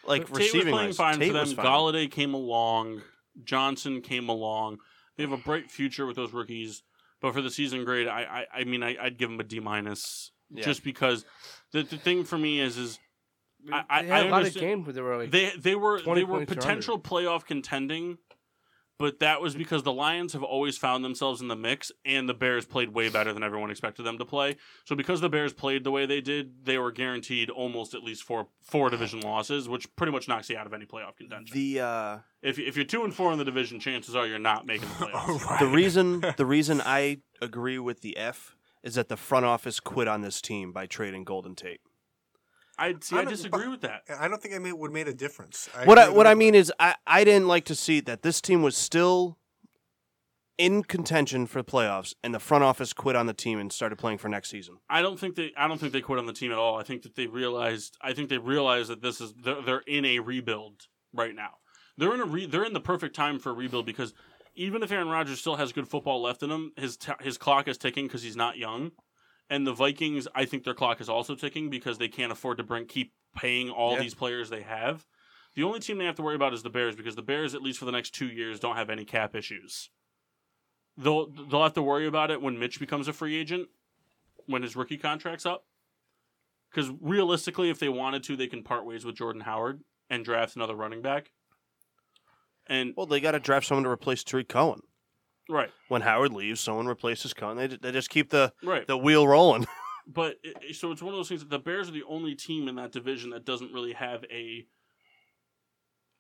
B: Like
A: Tate
B: receiving
A: was playing
B: wise,
A: fine
B: Tate
A: for them.
B: was fine.
A: Galladay came along. Johnson came along. They have a bright future with those rookies. But for the season grade, I I, I mean I, I'd give them a D minus
B: Yeah.
A: just because the, the thing for me is is I- I-
C: they had
A: I
C: a lot of
A: understand-
C: games where they were like,
A: they they were
C: 20
A: they were
C: points or under.
A: potential playoff contending, but that was because the Lions have always found themselves in the mix, and the Bears played way better than everyone expected them to play. So because the Bears played the way they did, they were guaranteed almost at least four four division losses, which pretty much knocks you out of any playoff contention.
B: The uh,
A: If, if you're two and four in the division, chances are you're not making the playoffs.
D: Alright.
B: the reason the reason I agree with the F is that the front office quit on this team by trading Golden Tate.
A: I see. I
D: I'm a-
A: disagree with that.
D: I don't think I made, would made a difference.
B: what I,
D: agree
B: what I
D: with-
B: mean is I, I didn't like to see that this team was still in contention for the playoffs and the front office quit on the team and started playing for next season.
A: I don't think they. I don't think they quit on the team at all. I think that they realized. I think they realized that this is they're, they're in a rebuild right now. They're in a re, they're in the perfect time for a rebuild because even if Aaron Rodgers still has good football left in him, his t- his clock is ticking because he's not young. And the Vikings, I think their clock is also ticking because they can't afford to bring keep paying all
D: Yeah.
A: these players they have. The only team they have to worry about is the Bears because the Bears, at least for the next two years, don't have any cap issues. They'll they'll have to worry about it when Mitch becomes a free agent when his rookie contract's up. Because realistically, if they wanted to, they can part ways with Jordan Howard and draft another running back. And
B: Well, they got to draft someone to replace Tariq Cohen.
A: right,
B: When Howard leaves, someone replaces Cohen. They, they just keep the,
A: right.
B: the wheel rolling.
A: but it, it- so it's one of those things that the Bears are the only team in that division that doesn't really have a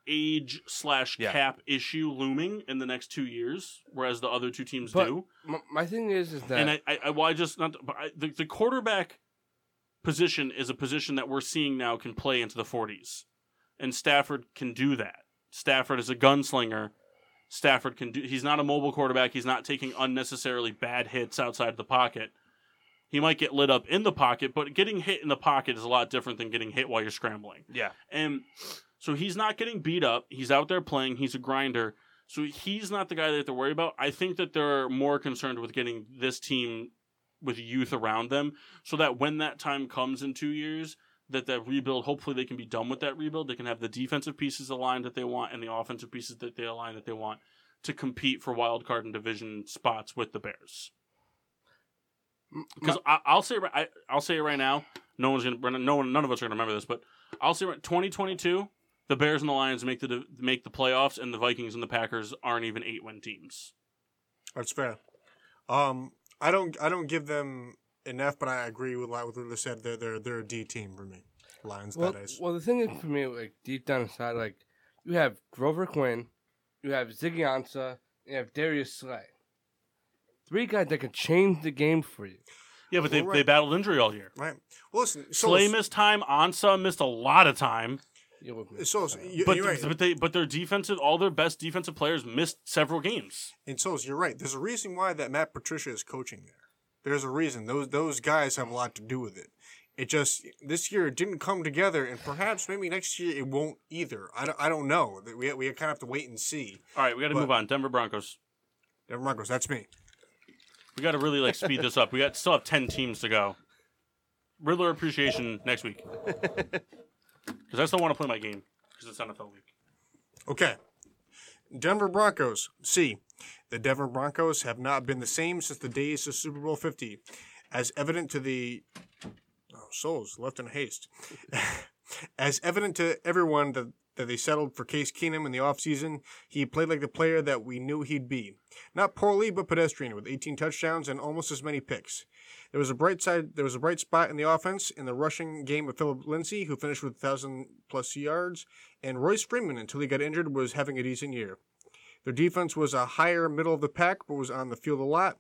A: age slash
B: Yeah.
A: cap issue looming in the next two years, whereas the other two teams
C: But-
A: do.
C: my, my thing is, is that
A: And I, I, I, well, I just not, but I, the, the quarterback position is a position that we're seeing now can play into the 40s, and Stafford can do that. Stafford is a gunslinger. Stafford can do. He's not a mobile quarterback. He's not taking unnecessarily bad hits outside the pocket. He might get lit up in the pocket, but getting hit in the pocket is a lot different than getting hit while you're scrambling.
B: Yeah.
A: And so he's not getting beat up. He's out there playing. He's a grinder. So he's not the guy they have to worry about. I think that they're more concerned with getting this team with youth around them so that when that time comes in two years, that that rebuild. Hopefully, they can be done with that rebuild. They can have the defensive pieces aligned that they want and the offensive pieces that they align that they want to compete for wild card and division spots with the Bears. Because I, I'll say ri- I, I'll say it right now. No one's gonna. we're not- No one. None of us are gonna remember this. But I'll say right, 2022. The Bears and the Lions make the div- make the playoffs, and the Vikings and the Packers aren't even eight win teams.
D: That's fair. Um, I don't I don't give them enough, but I agree with a lot with what they said. They're they're they're a D team for me. Lions
C: Well,
D: that is.
C: well, the thing is for me, like deep down inside, like you have Grover Quinn, you have Ziggy Ansah, you have Darius Slay. Three guys that can change the game for you.
A: Yeah, but they
D: Well, right.
A: they battled injury all year.
D: Right. Well, listen. So
A: Slay missed time. Ansa missed a lot of time.
C: You know, with-
D: So you,
A: But
D: you're right.
A: but they but their defensive all their best defensive players missed several games.
D: And so you're right. There's a reason why that Matt Patricia is coaching there. There's a reason. Those those guys have a lot to do with it. It just this year it didn't come together, and perhaps maybe next year it won't either. I don't, I don't know. That We we kind of have to wait and see.
A: All right, we got to
D: But-
A: move on. Denver Broncos.
D: Denver Broncos. That's me.
A: We got to really like speed this up. We got still have ten teams to go. Riddler appreciation next week because I still want to play my game because it's NFL week.
D: Okay. Denver Broncos. C. The Denver Broncos have not been the same since the days of Super Bowl 50, as evident to the oh, souls left in haste. as evident to everyone that, that they settled for Case Keenum in the offseason, he played like the player that we knew he'd be. Not poorly, but pedestrian, with 18 touchdowns and almost as many picks. There was a bright side. There was a bright spot in the offense in the rushing game with Philip Lindsay, who finished with 1,000 plus yards, and Royce Freeman until he got injured was having a decent year. Their defense was a higher middle of the pack, but was on the field a lot.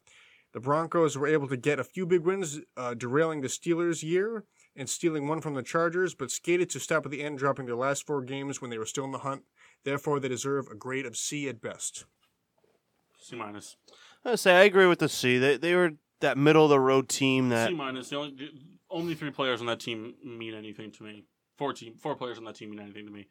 D: The Broncos were able to get a few big wins, uh, derailing the Steelers' year and stealing one from the Chargers, but skated to stop at the end, dropping their last four games when they were still in the hunt. Therefore, they deserve a grade of C at best.
A: C minus.
B: I say I agree with the C. They they were that middle of the road team that
A: C minus. The only the only three players on that team mean anything to me. Four team four players on that team mean anything to me.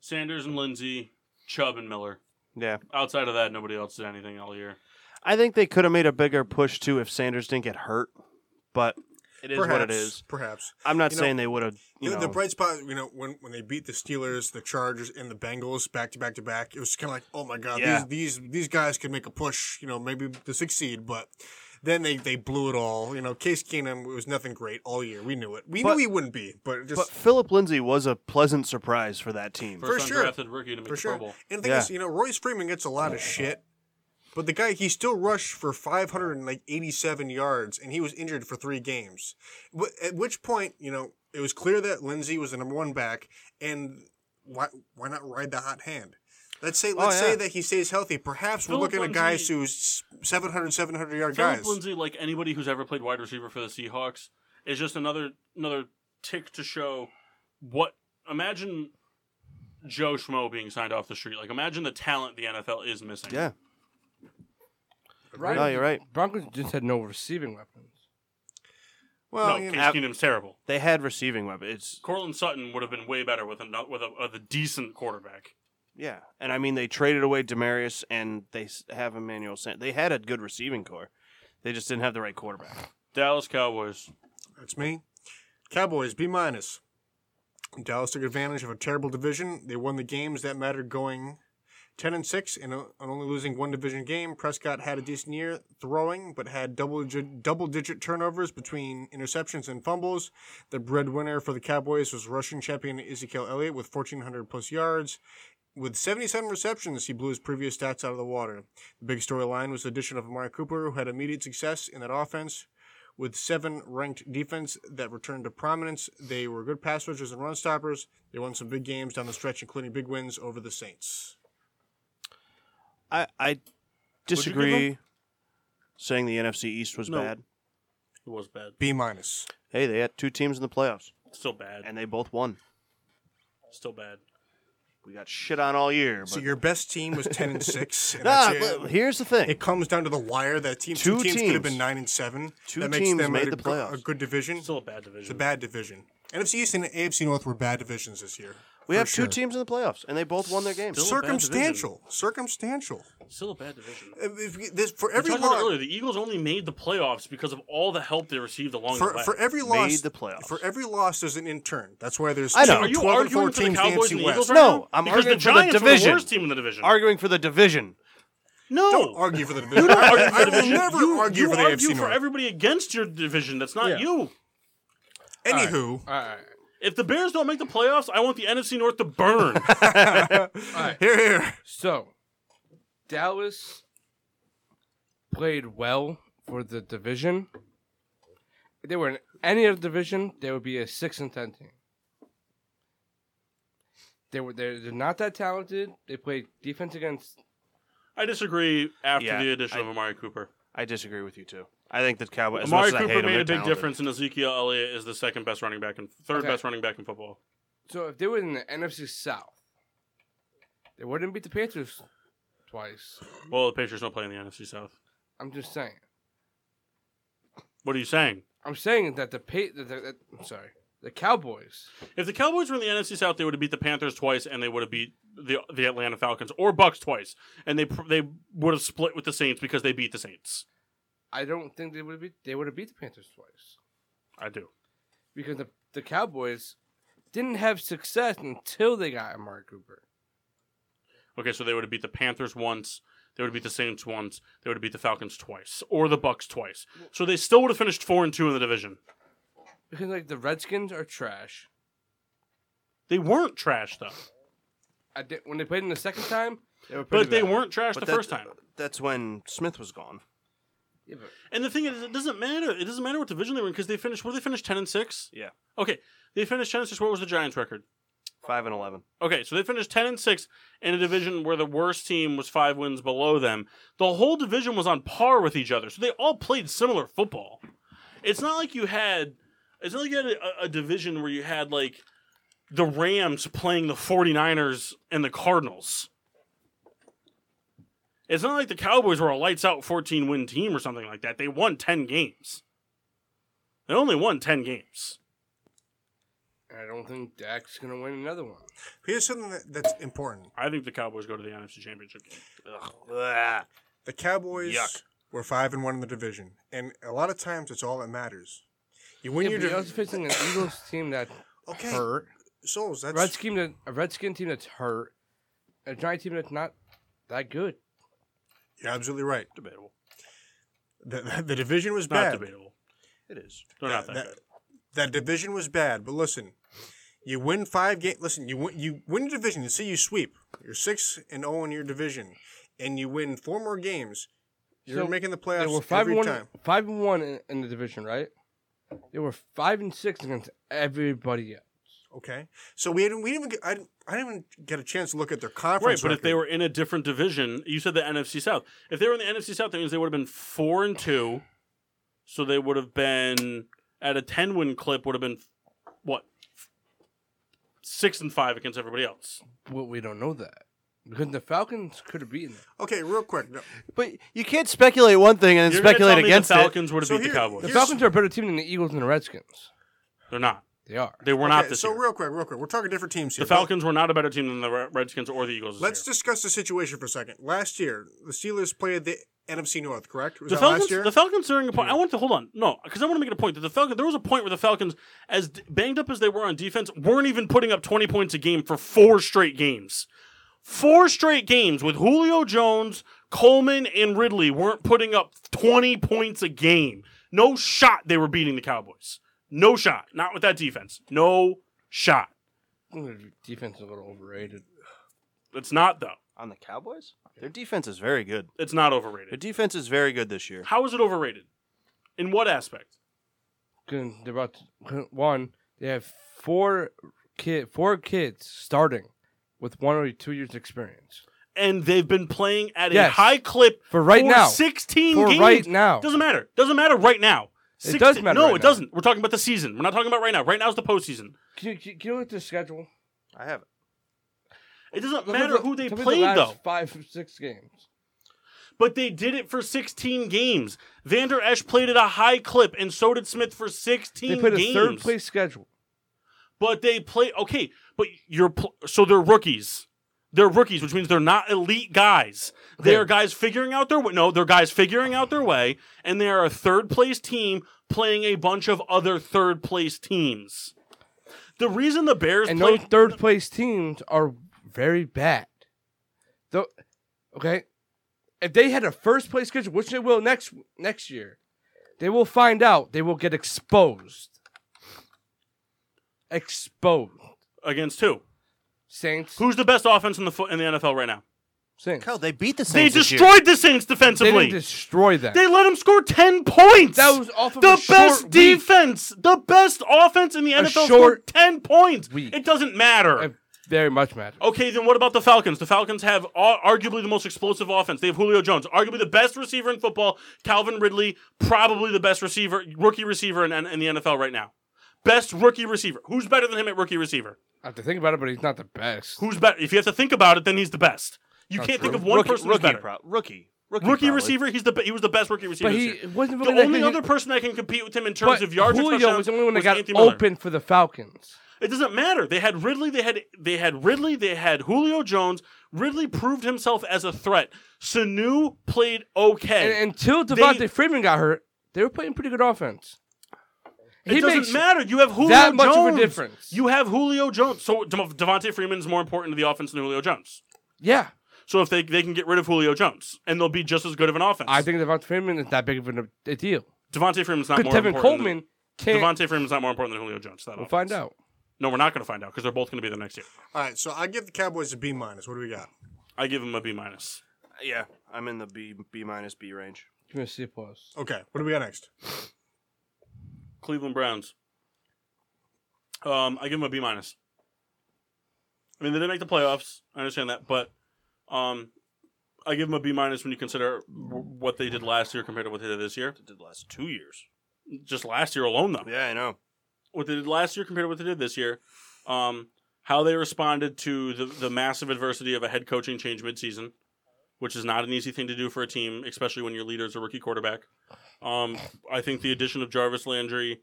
A: Sanders and Lindsey, Chubb and Miller.
B: yeah.
A: Outside of that, nobody else did anything all year.
B: I think they could have made a bigger push too if Sanders didn't get hurt, but it is what it is.
D: Perhaps.
B: I'm not
D: You know,
B: saying they would have. You
D: the,
B: know,
D: the bright spot, you know, when, when they beat the Steelers, the Chargers, and the Bengals back to back to back, it was kind of like, oh my god,
B: Yeah.
D: these these these guys could make a push, you know, maybe to succeed. But then they they blew it all. You know, Case Keenum was nothing great all year. We knew it. We
B: But-
D: knew he wouldn't be, but it just
B: but Philip Lindsay was a pleasant surprise for that team.
D: For
A: First
D: sure.
A: undrafted rookie to make
D: for
A: the
D: sure.
A: Pro Bowl.
D: And the thing
B: Yeah.
D: is, you know, Royce Freeman gets a lot of shit, but the guy he still rushed for 587 yards, and he was injured for three games. Wh- At which point, you know, it was clear that Lindsey was the number one back, and why why not ride the hot hand? Let's say let's
B: Oh, yeah.
D: say that he stays healthy. Perhaps we're
A: Philip
D: looking at guys
A: Lindsay-
D: who's 700, 700 yard
A: Philip
D: guys.
A: Lindsay, like anybody who's ever played wide receiver for the Seahawks, is just another another tick to show what. Imagine Joe Schmo being signed off the street. Like imagine the talent the NFL is missing.
B: yeah,
C: Right?
B: no, you're right.
C: Broncos just had no receiving weapons.
D: Well,
A: no,
D: you
A: Case
D: know,
A: Keenum's terrible.
B: They had receiving weapons. It's
A: Cortland Sutton would have been way better with a no- with a, with a decent quarterback.
B: yeah, and I mean they traded away Demarius and they s- have Emmanuel Sanders. They had a good receiving core. They just didn't have the right quarterback.
A: Dallas Cowboys.
D: That's me. Cowboys, B minus. Dallas took advantage of a terrible division. They won the games that mattered going 10 and 6 and on only losing one division game. Prescott had a decent year throwing, but had double digit, double digit turnovers between interceptions and fumbles. The breadwinner for the Cowboys was rushing champion Ezekiel Elliott with 1,400 plus yards. With 77 receptions, he blew his previous stats out of the water. The big storyline was the addition of Amari Cooper, who had immediate success in that offense with seven ranked defense that returned to prominence. They were good pass rushers and run stoppers. They won some big games down the stretch, including big wins over the Saints.
B: I I
A: give
B: disagree. Saying the NFC East was
A: No.
B: bad.
A: It was bad.
D: B minus.
B: Hey, they had two teams in the playoffs
A: Still bad.
B: and they both won.
A: Still bad.
B: We got shit on all year. But...
D: So your best team was ten and six. And
B: Nah,
D: that's it.
B: Ah, but here's the thing.
D: It comes down to the wire. That team, two,
B: Two
D: teams, could have been
B: teams.
D: nine and seven.
B: Two
D: that makes
B: teams
D: them
B: made
D: a,
B: the
D: good-
B: playoffs.
D: a good division.
A: Still a bad division.
D: It's a bad division. NFC East and AFC North were bad divisions this year.
B: We
D: For
B: have
D: sure.
B: two teams in the playoffs, and they both won their games.
A: Still- a bad
D: circumstantial, circumstantial.
A: Still a bad division.
D: If- if you- this- for
A: We
D: every
A: talked about it
D: loss,
A: earlier, the Eagles only made the playoffs because of all the help they received along
D: for,
A: the way.
D: for every
B: Made
D: loss,
B: the playoffs.
D: for every loss, there's an intern. That's why there's
B: I know.
D: two
A: Are you
D: 12 and
A: arguing for
D: 14
A: the Cowboys
D: fancy
A: and the
D: West.
A: Eagles right
B: No,
A: now?
B: I'm
A: because
B: arguing
A: the
B: for the
A: Giants were
B: division.
A: the worst team in the division.
B: Arguing for the division.
A: no,
D: Don't argue for the division.
A: You argue for the
D: I will
A: division.
D: never
A: you,
D: argue
A: you
D: for the
A: argue
D: AFC
A: for
D: North.
A: everybody against your division. That's not
C: Yeah.
A: you.
D: Anywho,
C: All right.
A: If the Bears don't make the playoffs, I want the NFC North to burn.
C: All right.
D: here, here.
C: So, Dallas played well for the division. If they were in any other division, they would be a six and ten team. They were they're, they're not that talented. They played defense against.
A: I disagree after
B: Yeah,
A: the addition
B: I-
A: of Amari Cooper.
B: I disagree with you too. I think that Cowboys. as
A: Amari
B: much as I hate
A: Cooper
B: them,
A: made a
B: they're
A: big
B: talented.
A: difference, and Ezekiel Elliott is the second best running back and third
C: Okay.
A: best running back in football.
C: So if they were in the NFC South, they wouldn't beat the Panthers twice.
A: Well, the Patriots don't play in the NFC South.
C: I'm just saying.
A: What are you saying?
C: I'm saying that the pa- that the, that, I'm sorry, the Cowboys.
A: If the Cowboys were in the NFC South, they would have beat the Panthers twice, and they would have beat the the Atlanta Falcons or Bucks twice, and they pr- they would have split with the Saints because they beat the Saints.
C: I don't think they would be. They would have beat the Panthers twice.
A: I do.
C: because the, the Cowboys didn't have success until they got Amari Cooper.
A: Okay, so they would have beat the Panthers once. They would have beat the Saints once. They would have beat the Falcons twice or the Bucks twice. So they still would have finished four and two in the division.
C: Because like the Redskins are trash.
A: They weren't trash though,
C: I did, when they played them the second time, they were pretty
A: but they
C: bad.
A: weren't trash the
B: that-
A: first time.
B: That's when Smith was gone.
C: Yeah, but
A: And the thing is, it doesn't matter. It doesn't matter what division they were in because they finished. What did they finish? Ten and six.
B: Yeah.
A: Okay, they finished ten and six. What was the Giants' record?
B: Five and eleven.
A: Okay, so they finished ten and six in a division where the worst team was five wins below them. The whole division was on par with each other, so they all played similar football. It's not like you had. It's not like you had a, a division where you had like the Rams playing the 49ers and the Cardinals. It's not like the Cowboys were a lights out 14 win team or something like that. They won 10 games. They only won 10 games.
C: and I don't think Dak's gonna win another one.
D: Here's something that, that's important.
A: I think the Cowboys go to the NFC Championship game.
D: The Cowboys
B: Yuck.
D: were five and one in the division, and a lot of times it's all that matters. You win
C: yeah,
D: your
C: but you're
D: div-
C: also facing an Eagles team that
D: okay,
C: hurt,
D: souls. That's
C: Redskin that a Redskin team that's hurt, a Giant team that's not that good.
D: you're absolutely right.
A: Debatable.
D: The, the, the division was
A: Not
D: bad.
A: debatable.
B: It is.
A: They're not that,
D: that,
A: good.
D: that division was bad, but listen, you win five games. Listen, you win you win a division. You say you sweep. You're six and zero in your division, and you win four more games. You're
C: So,
D: making the
C: They
D: playoffs
C: were five
D: every
C: and one,
D: time.
C: five and one in, in the division, right? They were five and six against everybody else.
D: Okay, so we didn't we didn't even get, I, didn't- I didn't even get a chance to look at their
A: Right,
D: conference.
A: but if they
D: record.
A: were in a different division, you said the NFC South. If they were in the NFC South, that means they would have been four and two. So they would have been at a ten win clip. Would have been what six and five against everybody else.
C: Well, we don't know that because the Falcons could have beaten them.
D: okay, real quick, no,
B: But you can't speculate one thing and then
A: You're gonna
B: speculate
A: tell me
B: against
A: the
B: it.
A: Falcons would have
D: So
A: beat
D: here-
A: the Cowboys.
C: The
D: Here's-
C: Falcons are a better team than the Eagles and the Redskins.
A: They're not.
C: They are.
A: They were not
D: Okay,
A: this
D: so
A: year.
D: real quick, real quick, we're talking different teams here.
A: the Falcons were not a better team than the Re- Redskins or the Eagles. this
D: Let's
A: year.
D: discuss the situation for a second. Last year, the Steelers played the NFC North, correct? Was
A: the
D: that
A: Falcons.
D: last year? Hmm.
A: The Falcons during a point. I want to hold on. No, because I want to make it a point that the Falcons. There was a point where the Falcons, as d- banged up as they were on defense, weren't even putting up twenty points a game for four straight games. Four straight games with Julio Jones, Coleman, and Ridley weren't putting up twenty points a game. No shot they were beating the Cowboys. No shot. Not with that defense. No shot.
C: Defense is a little overrated.
A: It's not though.
B: On the Cowboys, their defense is very good.
A: It's not
B: Their
A: overrated.
B: defense is very good this year.
A: How is it overrated? In what aspect?
C: 'Cause They're about to- one. They have four kid, four kids starting with one or two years experience.
A: and they've been playing at a
C: Yes.
A: high clip
C: For right now.
A: 16
C: For
A: games.
C: right now.
A: Doesn't matter. Doesn't matter right now.
C: It does matter
A: No,
C: right
A: it
C: now.
A: doesn't. We're talking about the season. We're not talking about right now. Right now is the postseason.
C: Can you, can you look at the schedule?
B: I have it.
A: It doesn't
C: Look at
A: matter
C: the-
A: who they
C: look at the
A: played
C: last
A: though.
C: Five six games.
A: But they did it for 16 games. Vander Esch played at a high clip, and so did Smith for 16
C: They played a
A: games.
C: third place schedule.
A: But they play okay, but you're pl- so they're rookies. They're rookies, which means they're not elite guys. They are guys figuring out their way. No, they're guys figuring out their way, and they are a third place team playing a bunch of other third place teams. The reason the Bears
C: and
A: play
C: those third place teams are very bad. Though, okay, if they had a first place schedule, which they will next next year, they will find out. They will get exposed. Exposed.
A: against who?
C: Saints.
A: Who's the best offense in the fo- in the NFL right now?
C: Saints.
B: Hell, they beat the
A: They
B: Saints. this year.
A: destroyed the Saints
C: They
A: defensively.
C: didn't destroy them.
A: They let him score 10 points.
C: That was off of
A: the
C: a short
A: best
C: week.
A: defense. The best offense in the NFL scored
C: short
A: 10 points.
C: week.
A: It doesn't matter.
C: It very much matter.
A: Okay, then what about the Falcons? The Falcons have ar- arguably the most explosive offense. They have Julio Jones, arguably the best receiver in football. Calvin Ridley, probably the best receiver, rookie receiver in, in the NFL right now. Best rookie receiver. Who's better than him at rookie receiver?
C: I have to think about it, but he's not the best.
A: Who's better? If you have to think about it, then he's the best. You
C: That's
A: can't think
C: true.
A: of one
B: rookie,
A: person who's
B: rookie,
A: better.
B: pro- rookie, rookie,
A: Rookie
B: probably.
A: receiver, he's the be- he was the best rookie receiver.
C: but
A: this
C: he
A: year.
C: wasn't
A: The
C: really that
A: only
C: good.
A: other person that can compete with him in terms
C: But
A: of yards and
C: Julio
A: touchdowns
C: was the only one that
A: was
C: got
A: Anthony Miller.
C: open for the Falcons.
A: It doesn't matter. They had Ridley. They had they had Ridley. They had Julio Jones. Ridley proved himself as a threat. Sanu played
C: And
A: okay.
C: until
A: They-
C: Devontae Freeman got hurt, they were playing pretty good offense.
A: it doesn't matter. You have Julio
C: that much of
A: Jones.
C: a difference.
A: You have Julio Jones. So De- Devontae Freeman is more important to the offense than Julio Jones.
C: Yeah.
A: So if they they can get rid of Julio Jones and they'll be just as good of an offense.
C: I think Devontae Freeman is that big of a, a deal.
A: Devontae Freeman's not
C: But
A: more
C: Tevin
A: important.
C: Coleman
A: Than,
C: can't.
A: Devontae Freeman's not more important than Julio Jones. That
C: we'll
A: offense.
C: find out.
A: No, we're not going to find out because they're both going to be there next year.
D: All right, so I give the Cowboys a B minus. What do we got?
A: I give him a B minus.
B: Yeah, I'm in the B B minus B range.
C: Give me a C plus.
D: Okay, what do we got next?
A: Cleveland Browns. Um, I give them a B minus. I mean, they didn't make the playoffs. I understand that, but um, I give them a B minus when you consider w- what they did last year compared to what they did this year.
B: They did the last two years.
A: Just last year alone, though,
B: Yeah, I know.
A: what they did last year compared to what they did this year. Um, how they responded to the the massive adversity of a head coaching change midseason, which is not an easy thing to do for a team, especially when your leader is a rookie quarterback. Um, I think the addition of Jarvis Landry,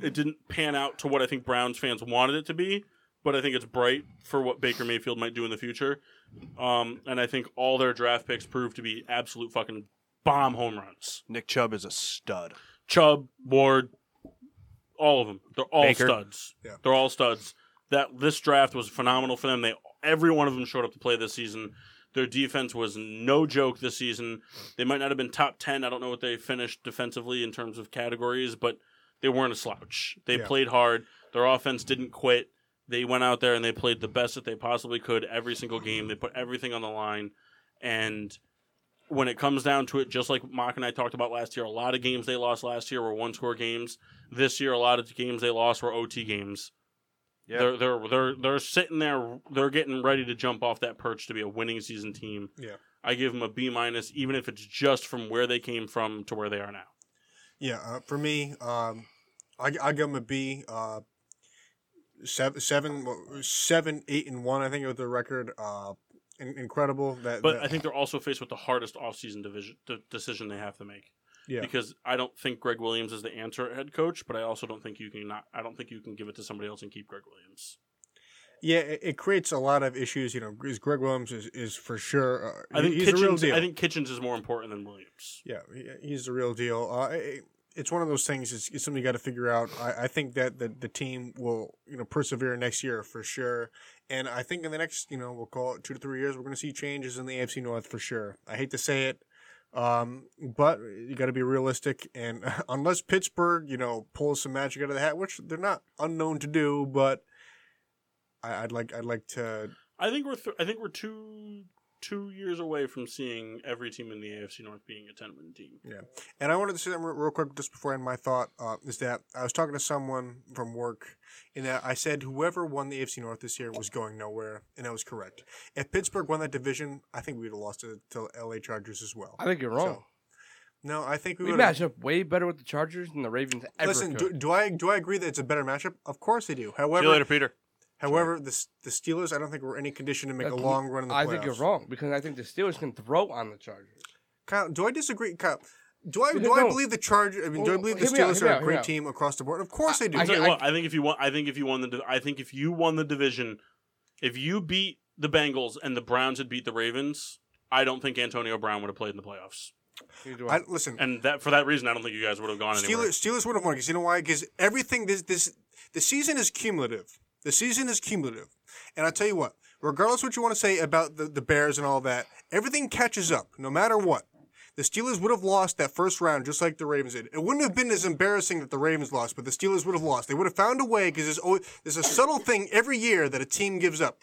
A: it didn't pan out to what I think Browns fans wanted it to be, but I think it's bright for what Baker Mayfield might do in the future. Um, and I think all their draft picks proved to be absolute fucking bomb home runs.
B: Nick Chubb is a stud.
A: Chubb, Ward, all of them. They're all
B: Baker.
A: studs.
D: Yeah.
A: They're all studs. That this draft was phenomenal for them. They every one of them showed up to play this season. Their defense was no joke this season. They might not have been top ten. I don't know what they finished defensively in terms of categories, but they weren't a slouch. They
D: Yeah.
A: played hard. Their offense didn't quit. They went out there and they played the best that they possibly could every single game. They put everything on the line. And when it comes down to it, just like Mock and I talked about last year, a lot of games they lost last year were one score games. This year, a lot of the games they lost were OT games.
E: Yeah.
A: They're they're they're they're sitting there. They're getting ready to jump off that perch to be a winning season team.
D: Yeah.
A: I give them a B minus, even if it's just from where they came from to where they are now.
D: Yeah, uh, for me, um, I, I give them a B. Uh, seven, seven, well, seven, eight, and one. I think was the record. Uh, in- incredible. That,
A: But
D: that-
A: I think they're also faced with the hardest offseason division d- decision they have to make.
D: Yeah.
A: Because I don't think Greg Williams is the answer at head coach, but I also don't think you can not. I don't think you can give it to somebody else and keep Greg Williams.
D: yeah, it, it creates a lot of issues. You know, because Greg Williams is, is for sure. Uh,
A: I think
D: he's a real
A: Kitchens.
D: deal.
A: I think Kitchens is more important than Williams.
D: Yeah, he- he's the real deal. Uh, it, it's one of those things. It's, it's something you got to figure out. I, I think that the, the team will you know persevere next year for sure. And I think in the next you know we'll call it two to three years, we're going to see changes in the AFC North for sure. I hate to say it, um, but you got to be realistic. And unless Pittsburgh you know pulls some magic out of the hat, which they're not unknown to do, but I, I'd like I'd like to.
A: I think we're th- I think we're two two years away from seeing every team in the AFC North being a ten win team.
D: And I wanted to say that real real quick, just before I end my thought, uh, is that I was talking to someone from work, and that I said whoever won the AFC North this year was going nowhere, and I was correct. If Pittsburgh won that division, I think we would have lost it to LA Chargers as well.
C: I think you're wrong.
D: So, no, I think we,
C: we
D: would. have
C: match up way better with the Chargers than the Ravens ever
D: Listen, do,
C: could.
D: do I do I agree that it's a better matchup? Of course I do. However,
E: Peter.
D: however, the S- the Steelers, I don't think were in any condition to make a
C: That's-
D: long run in the playoffs.
C: I think you're wrong because I think the Steelers can throw on the Chargers.
D: Kyle, do I disagree? Kyle, Do I do
C: No,
D: I
C: no.
D: believe the Chargers? I mean, do I
C: Well,
D: believe the
C: hear me out,
D: Steelers
C: hear me
D: are
C: out,
D: a
C: hear me
D: great
C: out.
D: team across the board? Of course they do.
A: I,
C: I-
A: tell you what, I think if you won, I think if you won the, I think if you won the division, if you beat the Bengals and the Browns had beat the Ravens, I don't think Antonio Brown would have played in the playoffs.
C: Neither do I.
D: I, listen,
A: And that for that reason, I don't think you guys would have gone anywhere.
D: Steelers, Steelers would have won because you know why? Because everything this this the season is cumulative. The season is cumulative, and I tell you what, regardless what you want to say about the, the Bears and all that, everything catches up no matter what. The Steelers would have lost that first round just like the Ravens did. It wouldn't have been as embarrassing that the Ravens lost, but the Steelers would have lost. They would have found a way because there's, always- there's a subtle thing every year that a team gives up.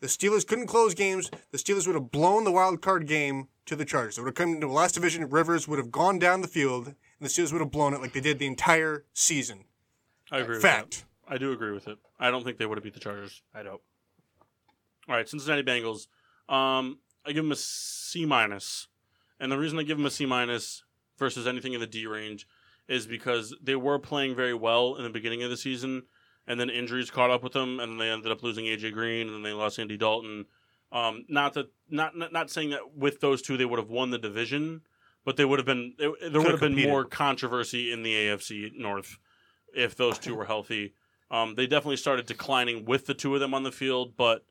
D: The Steelers couldn't close games. The Steelers would have blown the wild card game to the Chargers. They would have come into the last division. Rivers would have gone down the field, and the Steelers would have blown it like they did the entire season.
A: I agree. With
D: Fact.
A: that. I do agree with it. I don't think they would have beat the Chargers. I don't. All right, Cincinnati Bengals. Um, I give them a C minus, and the reason I give them a C minus versus anything in the D range is because they were playing very well in the beginning of the season, and then injuries caught up with them, and they ended up losing AJ Green, and then they lost Andy Dalton. Um, not that, not, not not saying that with those two they would have won the division, but they would have been there would have been
B: competed.
A: more controversy in the AFC North if those two were healthy. Um, they definitely started declining with the two of them on the field, but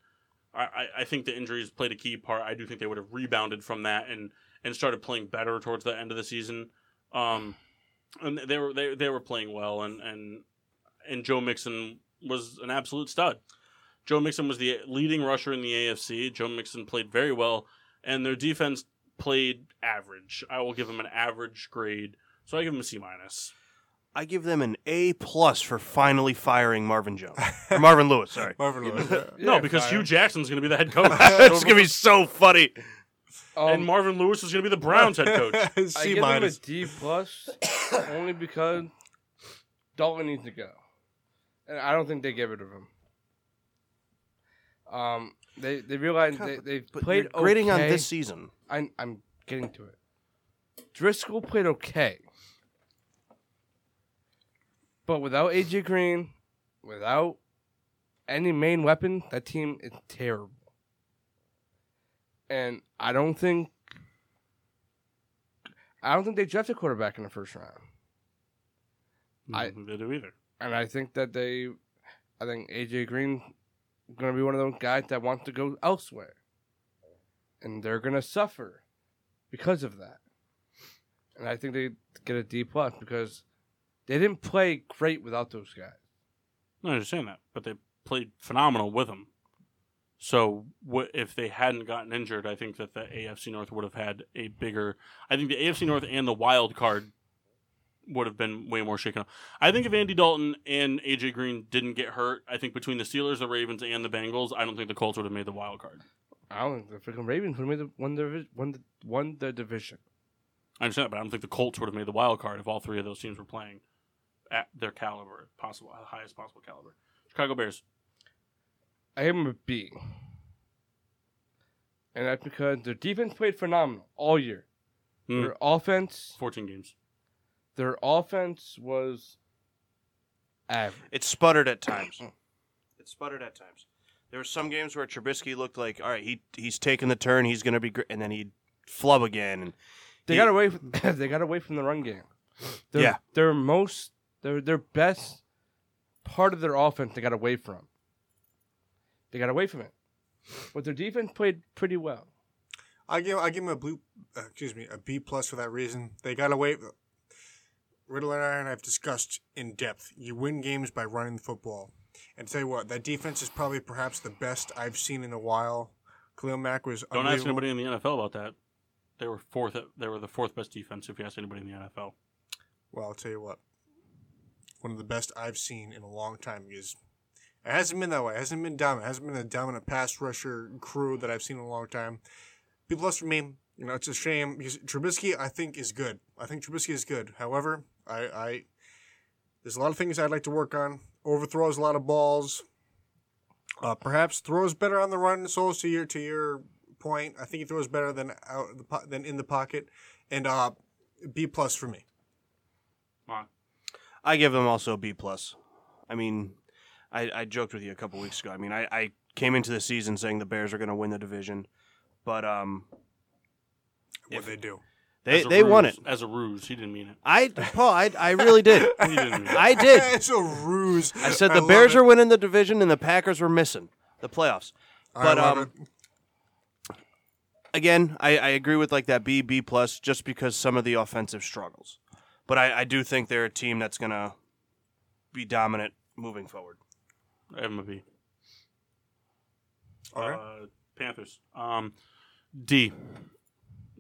A: I, I- I think the injuries played a key part. I do think they would have rebounded from that and and started playing better towards the end of the season. Um, and they were they, they were playing well, and and and Joe Mixon was an absolute stud. Joe Mixon was the leading rusher in the AFC. Joe Mixon played very well, and their defense played average. I will give them an average grade, so I give them a C minus.
B: I give them an A plus for finally firing Marvin Jones or Marvin Lewis. Sorry,
D: Marvin Lewis.
A: no, because Hugh Jackson's going to be the head coach,
B: it's gonna be so funny.
A: and
C: Um,
A: Marvin Lewis is going to be the Browns head coach.
C: I
D: C
C: give
D: minus.
C: him a D plus only because Dalton needs to go, and I don't think they get rid of him. Um, they they realized they they
B: But
C: played
B: you're grading on
C: okay.
B: this season.
C: I'm, I'm getting to it. Driscoll played okay. But without AJ Green, without any main weapon, that team is terrible. And I don't think I don't think they drafted a quarterback in the first round. I-
A: I didn't do either.
C: And I think that they I think AJ Green gonna be one of those guys that wants to go elsewhere. And they're gonna suffer because of that. And I think they get a D plus because they didn't play great without those guys.
A: No, I understand that, but they played phenomenal with him. So what if they hadn't gotten injured? I think that the AFC North would have had a bigger. I think the AFC North and the wild card would have been way more shaken up. I think if Andy Dalton and AJ Green didn't get hurt, I think between the Steelers, the Ravens, and the Bengals, I don't think the Colts would have made the wild card.
C: I don't think the freaking Ravens would have made the- won the won the won the division.
A: I understand, that, but I don't think the Colts would have made the wild card if all three of those teams were playing at their caliber, possible highest possible caliber. Chicago Bears.
C: I gave them a B. And that's because their defense played phenomenal all year.
A: Hmm.
C: Their offense
A: 14 games.
C: their offense was average.
B: It sputtered at times. it sputtered at times. There were some games where Trubisky looked like, all right, he he's taking the turn, he's gonna be great, and then he'd flub again. And
C: They
B: He-
C: got away. From, they got away from the run game. Their,
B: Yeah.
C: their most, their their best part of their offense. They got away from. They got away from it, but their defense played pretty well.
D: I give I give him a blue. Uh, excuse me, a B plus for that reason. They got away. Riddler and I have discussed in depth. You win games by running the football. And tell you what, that defense is probably perhaps the best I've seen in a while. Khalil Mack was
A: Don't ask
D: unbelievable.
A: anybody in the NFL about that. They were fourth. They were the fourth best defense. If you ask anybody in the NFL,
D: Well, I'll tell you what. One of the best I've seen in a long time because it hasn't been that way. It hasn't been dominant. It hasn't been a dominant pass rusher crew that I've seen in a long time. B plus for me. You know, it's a shame because Trubisky, I think, is good. I think Trubisky is good. However, I, I there's a lot of things I'd like to work on. Overthrows a lot of balls. Uh, perhaps throws better on the run. So to your to your point, I think he throws better than out of the po- than in the pocket. And uh, B plus for me.
B: I give them also a B plus. I mean, I, I joked with you a couple weeks ago. I mean, I, I came into the season saying the Bears are gonna win the division, but um,
D: what they do.
B: They
A: as a
B: they won it.
A: ruse- as a ruse. He didn't mean it.
B: I Paul, I I really did.
A: He didn't mean it.
B: I did.
D: it's a ruse.
B: I said the Bears are winning the division and the Packers were missing the playoffs. But um, again, I, I agree with like that B B plus just because some of the offensive struggles, but I, I do think they're a team that's gonna be dominant moving forward.
A: I have him a B.
D: All right.
A: Uh, Panthers. Um, D.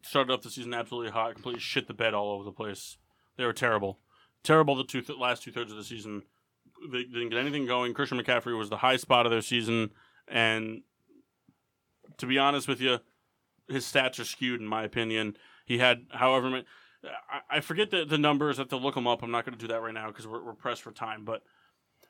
A: Started off the season absolutely hot, completely shit the bed all over the place. They were terrible. Terrible the two th- last two thirds of the season. They didn't get anything going. Christian McCaffrey was the high spot of their season. And to be honest with you, his stats are skewed, in my opinion. He had however many. I, I forget the, the numbers. I have to look them up. I'm not going to do that right now because we're, we're pressed for time. But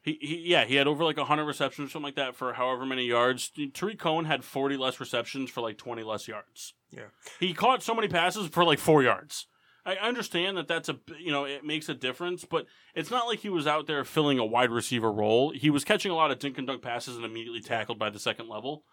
A: he, he yeah, he had over like 100 receptions or something like that for however many yards. Tariq Cohen had 40 less receptions for like 20 less yards.
D: Yeah.
A: He caught so many passes for like 4 yards. I understand that that's a you know, it makes a difference, but it's not like he was out there filling a wide receiver role. He was catching a lot of dink and dunk passes and immediately tackled by the second level.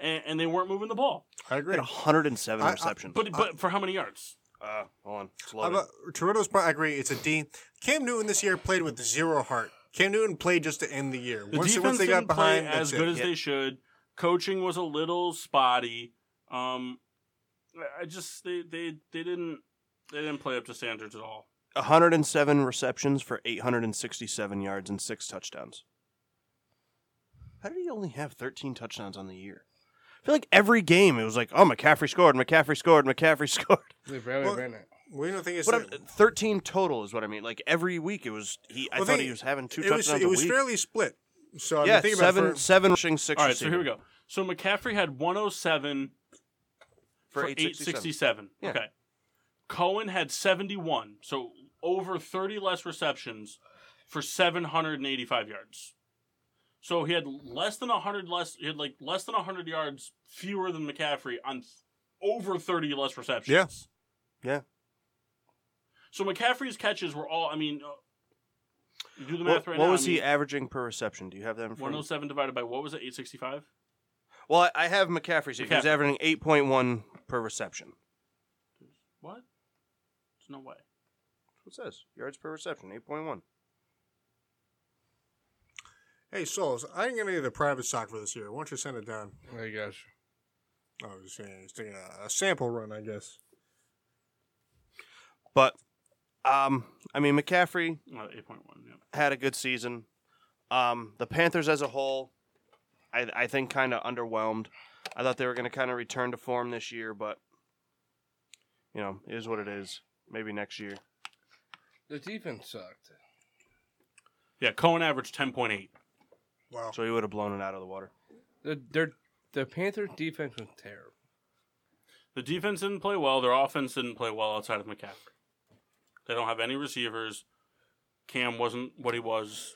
A: And, and they weren't moving the ball.
D: I agree.
B: They had 107
D: I- I-
B: receptions.
A: But but for how many yards?
B: uh, hold on, it's
D: How
B: loaded.
D: about Toronto's part? I agree. It's a D. Cam Newton this year played with zero heart. Cam Newton played just to end the year.
A: The
D: once,
A: defense
D: once they got
A: didn't
D: behind,
A: play as
D: that's
A: good
D: it.
A: as they should. Coaching was a little spotty. Um, I- I just they, they they didn't they didn't play up to standards at all.
B: 107 receptions for 867 yards and six touchdowns. How did he only have 13 touchdowns on the year? I feel like every game it was like, oh, McCaffrey scored, McCaffrey scored, McCaffry scored.
C: They barely
D: Well,
C: ran it.
D: Well, you know, the thing is,
B: But I'm,
D: that-
B: 13 total is what I mean. Like every week, it was he. I
D: Well,
B: thought
D: they-
B: he was having two
D: it was
B: touchdowns
D: it
B: a
D: was
B: week.
D: fairly split. So I mean,
B: yeah,
D: think about it
B: seven,
D: for-
B: seven rushing, six.
A: All right, so
B: receiving
A: here we go. So McCaffrey had 107
B: for,
A: for
B: 867.
A: 867.
B: Yeah.
A: Okay. Cohen had 71, so over 30 less receptions for 785 yards. So he had less than 100 less he had like less than 100 yards fewer than McCaffrey on th- over 30 less receptions.
D: Yeah.
B: Yeah.
A: So McCaffrey's catches were all I mean uh, you do the oh math
B: What,
A: right
B: what
A: now.
B: was
A: I
B: he
A: mean,
B: averaging per reception? Do you have that in front? of you?
A: 107 divided by what was it 865?
B: Well, I, I have McCaffrey's. here. He was
A: McCaffrey.
B: averaging 8.1 per reception.
A: What? There's no way.
B: That's what it says yards per reception, 8.1.
D: Hey, Souls, I ain't gonna need the private sock for this year. Why don't you send it down?
C: There you go.
D: I was saying, it's taking a, a sample run, I guess.
B: But, um, I mean, McCaffrey
A: Uh, 8.1, yeah.
B: had a good season. Um, the Panthers as a whole, I, I think, kind of underwhelmed. I thought they were going to kind of return to form this year, but you know, it is what it is. Maybe next year.
C: The defense sucked.
A: Yeah, Cohen averaged 10.8.
D: Wow.
B: So he would have blown it out of the water.
C: The their the Panthers defense was terrible.
A: The defense didn't play well. Their offense didn't play well outside of McCaffrey. They don't have any receivers. Cam wasn't what he was.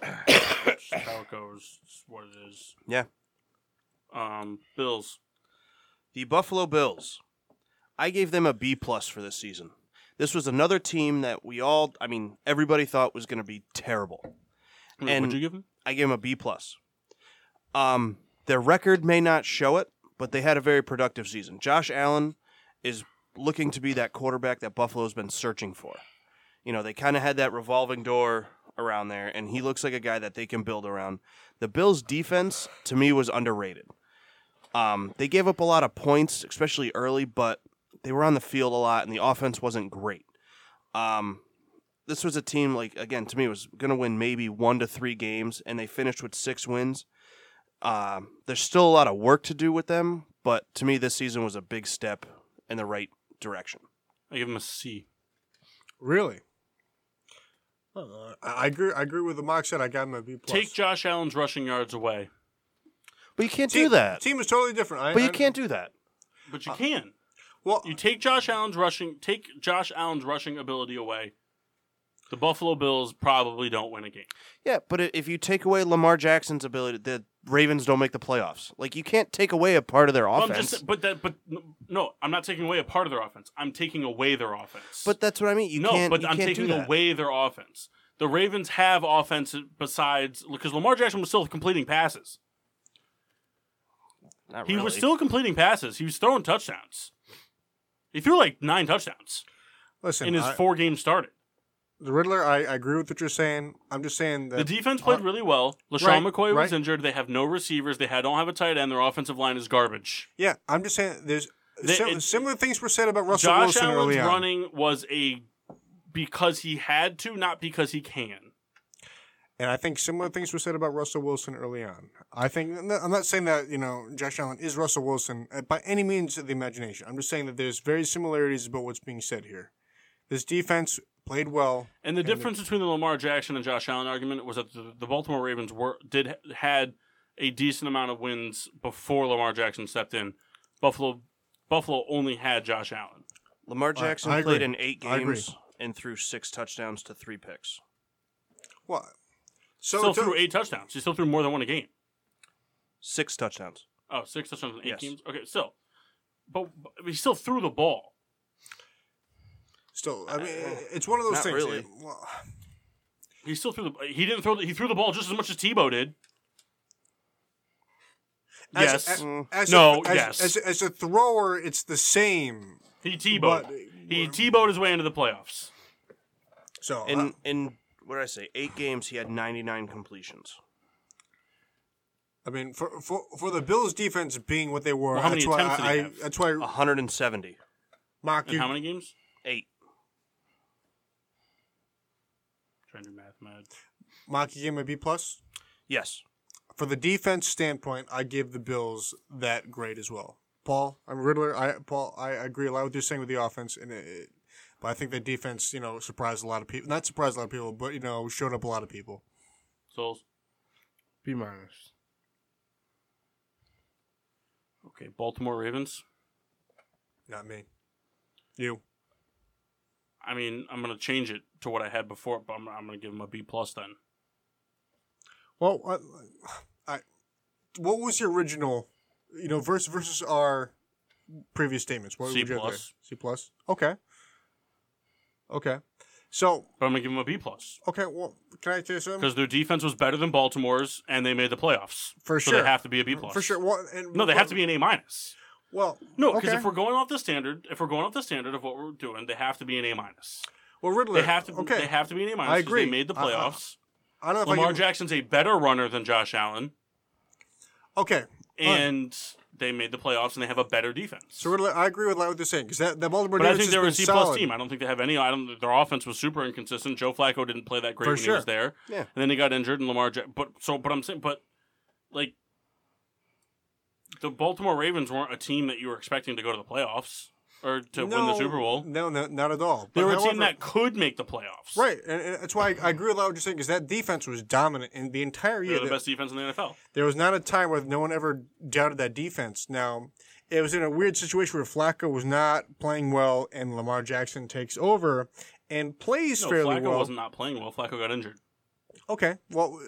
A: It's just how it goes. It's what it is.
B: Yeah.
A: Um, Bills.
B: The Buffalo Bills. I gave them a B plus for this season. This was another team that we all, I mean, everybody thought was going to be terrible.
A: Wait,
B: And-
A: Would you give him?
B: I gave them a B plus. Um, their record may not show it, but they had a very productive season. Josh Allen is looking to be that quarterback that Buffalo's been searching for. You know, they kind of had that revolving door around there, and he looks like a guy that they can build around. The Bills' defense, to me, was underrated. Um, they gave up a lot of points, especially early, but they were on the field a lot, and the offense wasn't great. Um, this was a team like again to me was going to win maybe one to three games, and they finished with six wins. Um, there's still a lot of work to do with them, but to me, this season was a big step in the right direction.
A: I give him a C.
D: Really? Uh, I I agree. I agree with the mock said. I got him a B plus.
A: Take Josh Allen's rushing yards away,
B: But you can't
D: team,
B: do that.
D: Team is totally different. I,
B: But
D: I-
B: you can't do that.
A: but
B: Uh,
A: you can.
D: Well,
A: You take Josh Allen's rushing. Take Josh Allen's rushing ability away. The Buffalo Bills probably don't win a game.
B: Yeah, but i- if you take away Lamar Jackson's ability, the Ravens don't make the playoffs. Like you can't take away a part of their
A: Well,
B: offense.
A: I'm just, sa- but that, but n- no, I'm not taking away a part of their offense. I'm taking away their offense.
B: but that's what I mean. You
A: no,
B: can't.
A: but
B: you
A: I'm
B: can't do
A: taking
B: that.
A: away their offense. The Ravens have offense besides because Lamar Jackson was still completing passes.
B: Not
A: He was
B: really.
A: still completing passes. He was throwing touchdowns. He threw like nine touchdowns
D: Listen,
A: in his
D: I-
A: four games started.
D: the Riddler, I, I agree with what you're saying. I'm just saying that
A: The defense played
D: uh,
A: really well. LaShawn
D: right,
A: McCoy was
D: right.
A: injured. They have no receivers. They had, don't have a tight end. Their offensive line is garbage.
D: Yeah, I'm just saying there's
A: The-
D: sim-
A: it-
D: similar things were said about Russell
A: Josh
D: Wilson
A: Allen's
D: early on.
A: running was a because he had to, not because he can.
D: And I think similar things were said about Russell Wilson early on. I think n- I'm not saying that you know Josh Allen is Russell Wilson uh, by any means of the imagination. I'm just saying that there's very similarities about what's being said here. This defense played well.
A: And the
D: And the-
A: difference between the Lamar Jackson and Josh Allen argument was that the, the Baltimore Ravens were did had a decent amount of wins before Lamar Jackson stepped in. Buffalo Buffalo only had Josh Allen.
B: Lamar
D: I-
B: Jackson
D: I agree.
B: played in eight
D: I agree.
B: games and threw six touchdowns to three picks.
D: Well, so
A: still
D: to-
A: threw eight touchdowns. He still threw more than one a game.
B: Six touchdowns.
A: Oh, six touchdowns in eight
B: Yes.
A: games. Okay, still, but, but he still threw the ball.
D: still, I mean, it's one of those
B: Not
D: things.
B: really.
D: eh, well,
A: He still threw the. He didn't throw. The, he threw the ball just as much as Tebow did.
D: as-
A: yes,
D: a- as a-
A: No,
D: as-
A: yes.
D: As, as a thrower, it's the same.
A: he Tebowed.
D: but- uh,
A: he Tebowed his way into the playoffs.
D: So
B: In
D: uh,
B: in what did I say? Eight games he had ninety nine completions.
D: I mean, for, for for the Bills' defense being what they were,
A: Well, how many
D: that's, why
A: attempts did
D: I,
A: he
D: I,
A: have?
D: that's why I
B: hundred and seventy.
D: mock
A: In
D: you.
A: how many games?
B: Eight.
A: Trying to do math, mad.
D: Mock you gave him a B plus.
B: Yes.
D: For the defense standpoint, I give the Bills that grade as well. Paul, I'm Riddler. I Paul, I agree a lot with what you're saying with the offense, and it, it- but I think the defense, you know, surprised a lot of people. Not surprised a lot of people, but you know, showed up a lot of people.
A: Souls.
C: B minus.
A: Okay, Baltimore Ravens.
D: Not me. You.
A: I mean, I'm gonna change it to what I had before, but I'm, I'm gonna give him a B plus then.
D: Well, I, I, what was your original, you know, versus versus our previous statements? What
A: C
D: would you have there?
A: plus.
D: C plus. Okay. Okay. So
A: But I'm gonna give him a B plus
D: okay, well, can I tell you something?
A: because their defense was better than Baltimore's, and they made the playoffs.
D: For
A: so
D: sure.
A: they have to be a B plus
D: For sure. Well, and,
A: No, they have to be an A minus.
D: Well,
A: No, because
D: okay.
A: if we're going off the standard, if we're going off the standard of what we're doing, they have to be an A minus.
D: well, Riddler.
A: They have to.
D: Okay.
A: They have to be an A minus.
D: I
A: 'cause
D: agree.
A: They made the
D: I- I-
A: playoffs.
D: I don't know if I
A: Lamar
D: can,
A: Jackson's a better runner than Josh Allen,
D: Okay. Alright.
A: and they made the playoffs, and they have a better defense.
D: So Riddler, I agree with a lot what they're saying because that that Baltimore
A: but I think
D: defense has
A: they were a
D: been
A: C
D: solid.
A: plus team. I don't think they have any. I don't. Their offense was super inconsistent. Joe Flacco didn't play that great
D: For
A: when he
D: sure.
A: was there.
B: Yeah.
A: And then he got injured, and Lamar. Jack- but so, but I'm saying, but like the Baltimore Ravens weren't a team that you were expecting to go to the playoffs or to win the
D: No,
A: Super Bowl.
D: No, no, not at all.
A: They
D: But
A: were a
D: however-
A: team that could make the playoffs.
D: Right, and, and that's why I, I agree with a lot what you're saying because that defense was dominant in the entire
A: They're
D: year.
A: the
D: That-
A: best defense in the NFL.
D: There was not a time where no one ever doubted that defense. Now, it was in a weird situation where Flacco was not playing well, and Lamar Jackson takes over and plays
A: No,
D: fairly
A: Flacco
D: well.
A: wasn't not playing well. Flacco got injured.
D: Okay, well,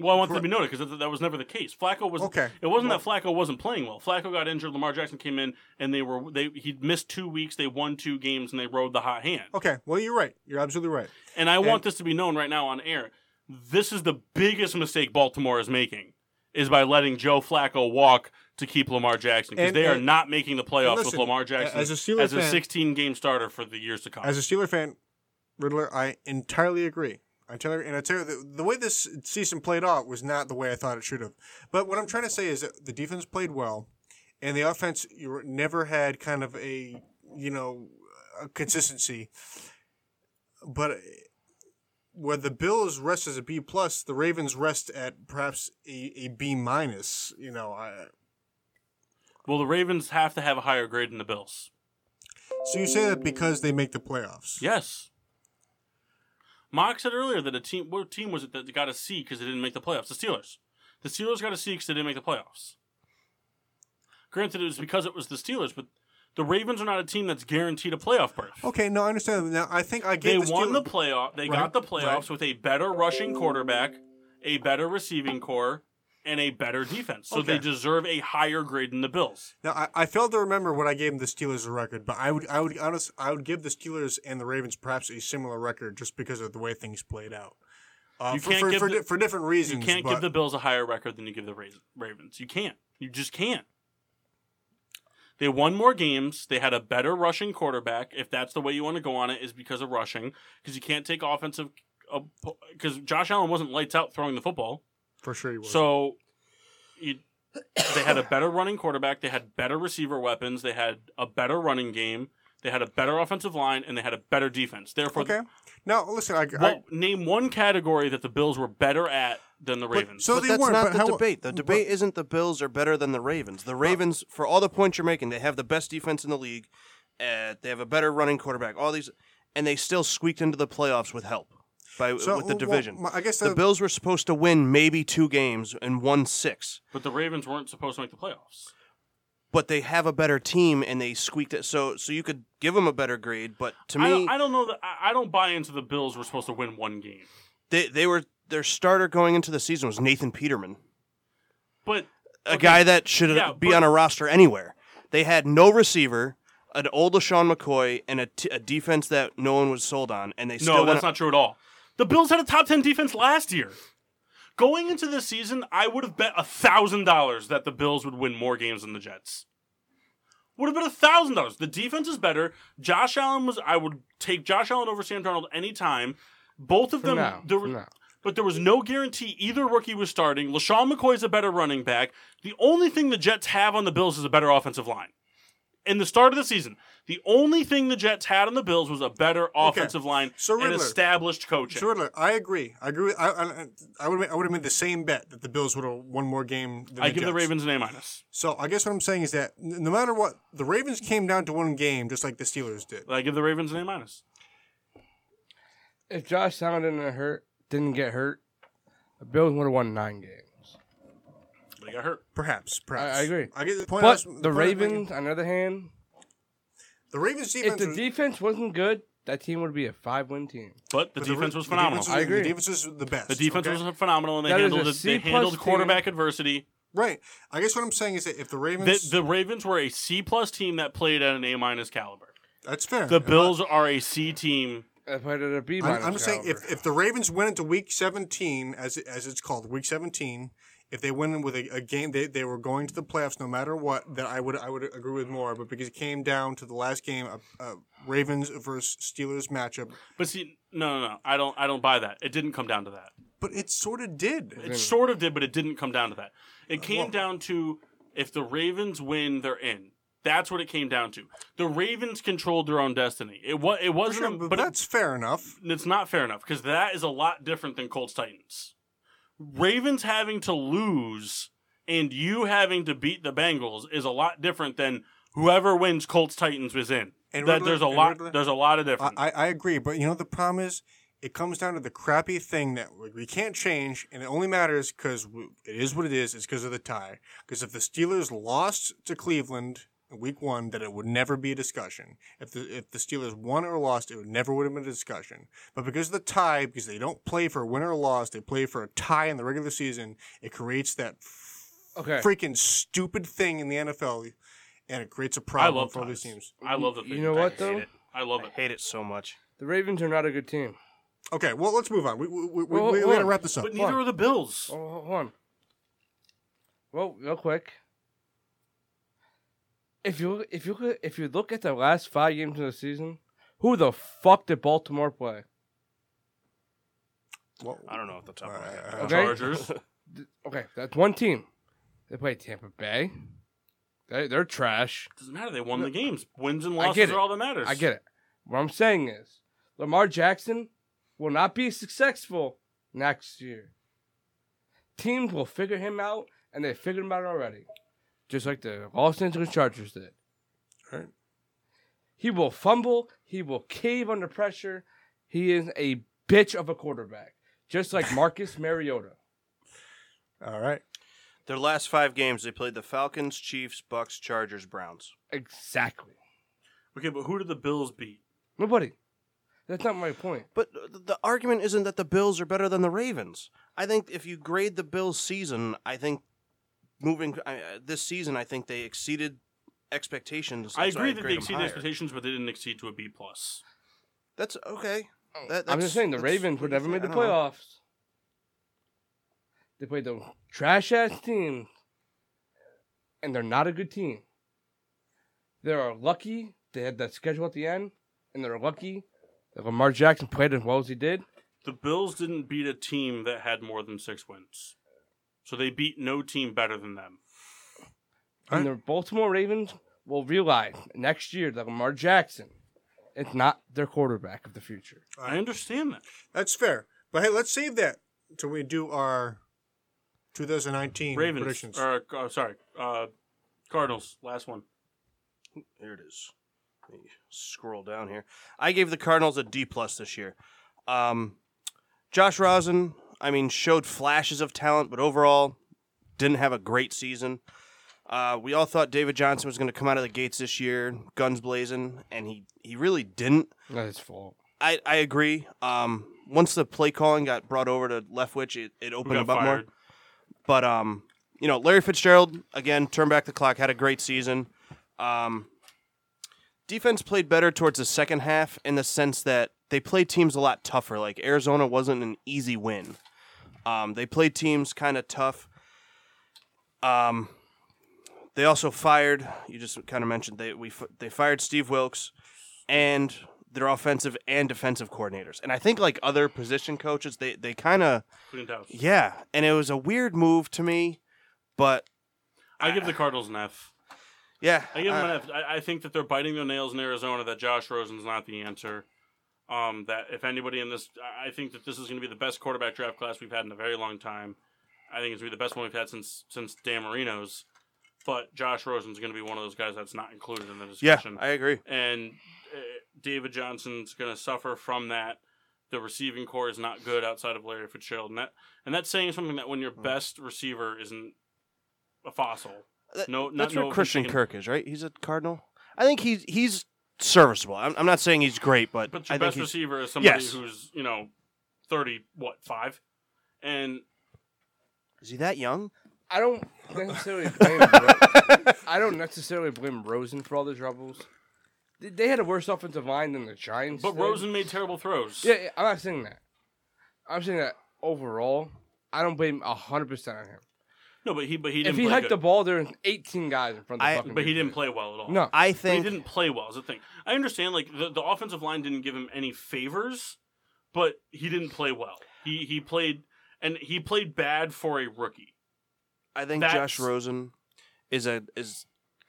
A: Well, I want that to be noted because that, that was never the case. Flacco was
D: Okay.
A: It wasn't that Flacco wasn't playing well. Flacco got injured. Lamar Jackson came in, and they were they he missed two weeks. They won two games, and they rode the hot hand.
D: okay, well, you're right. You're absolutely right.
A: And I want this to be known right now on air. This is the biggest mistake Baltimore is making is by letting Joe Flacco walk to keep Lamar Jackson because
D: And-
A: they are
D: and-
A: not making the playoffs
D: and
A: with
D: listen,
A: Lamar Jackson
D: as a Steelers fan-
A: 16 game starter for the years to come.
D: As a Steeler fan, Riddler, I entirely agree. I tell you, and I tell you, the, the way this season played out was not the way I thought it should have. But what I'm trying to say is that the defense played well, and the offense you were- never had kind of a you know a consistency. But where the Bills rest as a B plus, the Ravens rest at perhaps a, a B minus. You know, I,
A: well, the Ravens have to have a higher grade than the Bills.
D: so you say that because they make the playoffs.
A: Yes. Mock said earlier that a team, what team was it that got a C because they didn't make the playoffs? The Steelers. The Steelers got a C because they didn't make the playoffs. Granted, it was because it was the Steelers, but the Ravens are not a team that's guaranteed a playoff berth.
D: Okay, no, I understand. Now I think I Oh, gave
A: They
D: the
A: won
D: Steelers-
A: the playoff. They got
D: Right,
A: the playoffs
D: right.
A: with a better rushing quarterback, a better receiving core, and a better defense. So they
D: Okay.
A: deserve a higher grade than the Bills.
D: Now I, I failed to remember what I gave the Steelers a record, but I would I would honest I would give the Steelers and the Ravens perhaps a similar record just because of the way things played out. Uh,
A: You
D: for,
A: can't
D: for,
A: give
D: for,
A: the-
D: di- for different reasons.
A: You can't
D: but
A: give the Bills a higher record than you give the Raz- Ravens. You can't. You just can't. They won more games. They had a better rushing quarterback. If that's the way you want to go on it, is because of rushing, because you can't take offensive. Because Josh Allen wasn't lights out throwing the football,
D: For sure he was.
A: so you, they had a better running quarterback. They had better receiver weapons. They had a better running game. They had a better offensive line, and they had a better defense. Therefore,
D: okay. Now listen, I, I-
A: what, name one category that the Bills were better at than the Ravens.
D: so
B: but
D: they
B: that's
D: weren't.
B: not
D: but
B: the
D: how,
B: debate. The debate isn't the Bills are better than the Ravens. The Ravens, for all the points you're making, they have the best defense in the league. Uh, they have a better running quarterback. All these, and they still squeaked into the playoffs with help by
D: So,
B: with the
D: well,
B: division.
D: my- I guess
B: the
D: the-
B: Bills were supposed to win maybe two games and won six,
A: but the Ravens weren't supposed to make the playoffs.
B: but they have a better team and they squeaked it. So, so you could give them a better grade, but to
A: I
B: me,
A: don't, I don't know that I, I don't buy into the Bills were supposed to win one game,
B: they they were their starter going into the season was Nathan Peterman.
A: but
B: a
A: okay,
B: guy that should
A: Yeah,
B: be
A: but-
B: on a roster anywhere. They had no receiver, an old LaShawn McCoy, and a, t- a defense that no one was sold on, and they
A: No,
B: still
A: that's not true at all. The Bills had a top ten defense last year. Going into this season, I would have bet thousand dollars that the Bills would win more games than the Jets. Would have been thousand dollars. The defense is better. Josh Allen was. I would take Josh Allen over Sam Darnold any time. Both of
C: For
A: them.
C: now,
A: there
C: for
A: were-
C: now.
A: But there was no guarantee either rookie was starting. LaShawn McCoy's a better running back. The only thing the Jets have on the Bills is a better offensive line. In the start of the season, the only thing the Jets had on the Bills was a better offensive line
D: So
A: and
D: Riddler-
A: established coaching.
D: Sure, look, I agree. I agree. With, I, I, I would. I would have made the same bet that the Bills would have won more game. Than
A: I give the
D: Jets.
A: Ravens an A minus.
D: So I guess what I'm saying is that n- no matter what, the Ravens came down to one game, just like the Steelers did.
A: I give the Ravens an A minus.
C: If Josh Allen didn't hurt, didn't get hurt, the Bills would have won nine games.
A: They got hurt.
D: Perhaps, perhaps.
C: I agree.
D: I get the point. I
C: But
D: was-
C: the
D: point I was making-
C: Ravens, on the other hand,
D: the Ravens
C: if
D: defense.
C: the
D: was-
C: defense wasn't good, that team would be a five-win team.
A: But the
D: but
A: defense
D: Ra-
A: was
D: the
A: phenomenal.
D: defense
C: I agree.
D: The defense was the best.
A: The defense
D: okay?
A: was phenomenal, and they
C: That is
A: handled
C: a
A: it. They
C: C plus
A: handled
C: team.
A: quarterback adversity.
D: right. I guess what I'm saying is that if the
A: The,
D: Ravens,
A: the Ravens were a C plus team that played at an A minus caliber.
D: that's fair.
A: The
D: I'm not-
A: Bills are a C team.
C: If I did a B
D: I'm,
C: minus,
D: I'm saying
C: caliber.
D: if, if the Ravens went into Week 17, as it- as it's called, Week 17, if they went in with a, a game they, they were going to the playoffs no matter what, that I would I would agree with more. But because it came down to the last game, a, a Ravens versus Steelers matchup,
A: But see, no, no, no. I don't. I don't buy that. It didn't come down to that.
D: but it sort of did.
A: It sort of did, but it didn't come down to that.
D: Uh,
A: It came down to if the Ravens win, they're in. That's what it came down to. The Ravens controlled their own destiny. It was. It
D: For
A: wasn't.
D: sure,
A: a-
D: but,
A: but it-
D: that's fair enough.
A: it's not fair enough because that is a lot different than Colts Titans. Ravens having to lose and you having to beat the Bengals is a lot different than whoever wins Colts Titans was in.
D: And
A: That-
D: Riddler-
A: there's a
D: and
A: lot.
D: Riddler-
A: There's a lot of
D: I,
A: difference.
D: I, I agree. But you know, the problem is it comes down to the crappy thing that we- we can't change, and it only matters because it is what it is. It's because of the tie. Because if the Steelers lost to Cleveland in Week One, that it would never be a discussion. If the if the Steelers won or lost, it would never would have been a discussion. But because of the tie, because they don't play for a win or loss, they play for a tie in the regular season. It creates that
C: okay,
D: freaking stupid thing in the NFL, and it creates a problem
A: love
D: for all these
A: ties.
D: teams.
A: I love that.
C: You
A: they-
C: know
A: I
C: what,
A: hate
C: though?
A: it. I love
B: I
A: it.
B: hate it so much.
C: the Ravens are not a good team.
D: Okay, well, let's move on. We we we,
C: Well,
D: we,
C: well,
D: we gotta wrap this up.
A: But neither are the Bills.
C: Oh, hold on. Well, real quick. If you if you could- if you look at the last five games of the season, who the fuck did Baltimore play?
D: Well,
B: I don't know if the top.
D: uh,
C: Okay.
A: Chargers.
C: Th- Okay, that's one team. They played Tampa Bay. They they're trash.
A: Doesn't matter. They won the games. Wins and
C: I
A: losses
C: get it.
A: are all that matters.
C: I get it. What I'm saying is, Lamar Jackson will not be successful next year. Teams will figure him out, and they figured him out already, just like the Los Angeles Chargers did.
D: Alright.
C: He will fumble. He will cave under pressure. He is a bitch of a quarterback, just like Marcus Mariota.
D: uh, all right.
B: Their last five games, they played the Falcons, Chiefs, Bucks, Chargers, Browns.
C: Exactly.
A: Okay, but who did the Bills beat?
C: Nobody. That's not my point.
B: But th- the argument isn't that the Bills are better than the Ravens. I think if you grade the Bills' season, I think moving I, uh, this season, I think they exceeded expectations.
A: I
B: That's why
A: agree that
B: grade
A: they
B: 'em
A: exceeded
B: higher.
A: expectations, but they didn't exceed to a B plus.
B: That's okay. That-
C: I'm
B: that's-
C: just saying the
B: that's-
C: Ravens would
B: that's-
C: never made the
B: I don't know.
C: playoffs. They played the trash ass team, and they're not a good team. They are lucky they had that schedule at the end, and they're lucky that Lamar Jackson played as well as he did.
A: The Bills didn't beat a team that had more than six wins, so they beat no team better than them.
C: And the Baltimore Ravens will realize next year that Lamar Jackson is not their quarterback of the future.
D: Right.
A: I understand that.
D: That's fair. But hey, let's save that till we do our 2019
A: Ravens,
D: predictions.
A: or uh, sorry, uh, Cardinals. Last one.
B: Here it is. Let me scroll down here. I gave the Cardinals a D plus this year. Um, Josh Rosen, I mean, showed flashes of talent, but overall didn't have a great season. Uh, we all thought David Johnson was going to come out of the gates this year, guns blazing, and he, he really didn't.
C: Not his fault.
B: I, I agree. Um, once the play calling got brought over to Leftwich, it, it
A: Who
B: opened
A: got
B: up more.
A: fired?
B: But um, you know, Larry Fitzgerald again turned back the clock, had a great season. Um, defense played better towards the second half in the sense that they played teams a lot tougher. Like Arizona wasn't an easy win. Um, they played teams kind of tough. Um, they also fired. You just kind of mentioned they we f- they fired Steve Wilkes and their offensive and defensive coordinators. And I think like other position coaches, they they kind of
A: Cleaned house.
B: yeah, and it was a weird move to me, but
A: I give the Cardinals an F.
B: yeah,
A: I give them
B: uh,
A: an F. I, I think that they're biting their nails in Arizona. That Josh Rosen's not the answer. Um, that if anybody in this, I- I think that this is going to be the best quarterback draft class we've had in a very long time. I think it's going to be the best one we've had since since Dan Marino's. But Josh Rosen's going to be one of those guys that's not included in the
B: yeah,
A: discussion.
B: I agree.
A: and uh, David Johnson's going to suffer from that. The receiving core is not good outside of Larry Fitzgerald, and that and that's saying something that when your
B: Hmm.
A: best receiver isn't a fossil,
B: That-
A: no, not
B: That's
A: no
B: where Christian
A: offense taken.
B: Kirk is, right? He's a Cardinal. I think he's he's serviceable. I'm, I'm not saying he's great, but,
A: But your
B: I think
A: best
B: he's,
A: receiver is somebody
B: Yes.
A: who's you know thirty what five, and
B: is he that young?
C: I don't necessarily blame. Ro- I don't necessarily blame Rosen for all the troubles. They- They had a worse offensive line than the Giants.
A: but
C: did.
A: Rosen made terrible throws.
C: Yeah, yeah, I'm not saying that. I'm saying that overall, I don't blame hundred percent on him.
A: no, but he but he
C: If
A: didn't
C: he
A: play
C: hiked
A: good.
C: the ball, there was 18 guys in front of the
B: I-
C: fucking.
A: but he
C: defense.
A: didn't play well at all.
C: No,
B: I
A: But he
B: think
A: didn't play well. Is the thing. I understand. Like the, the offensive line didn't give him any favors, but he didn't play well. He he played and he played bad for a rookie.
B: I think
A: that's-
B: Josh Rosen is a is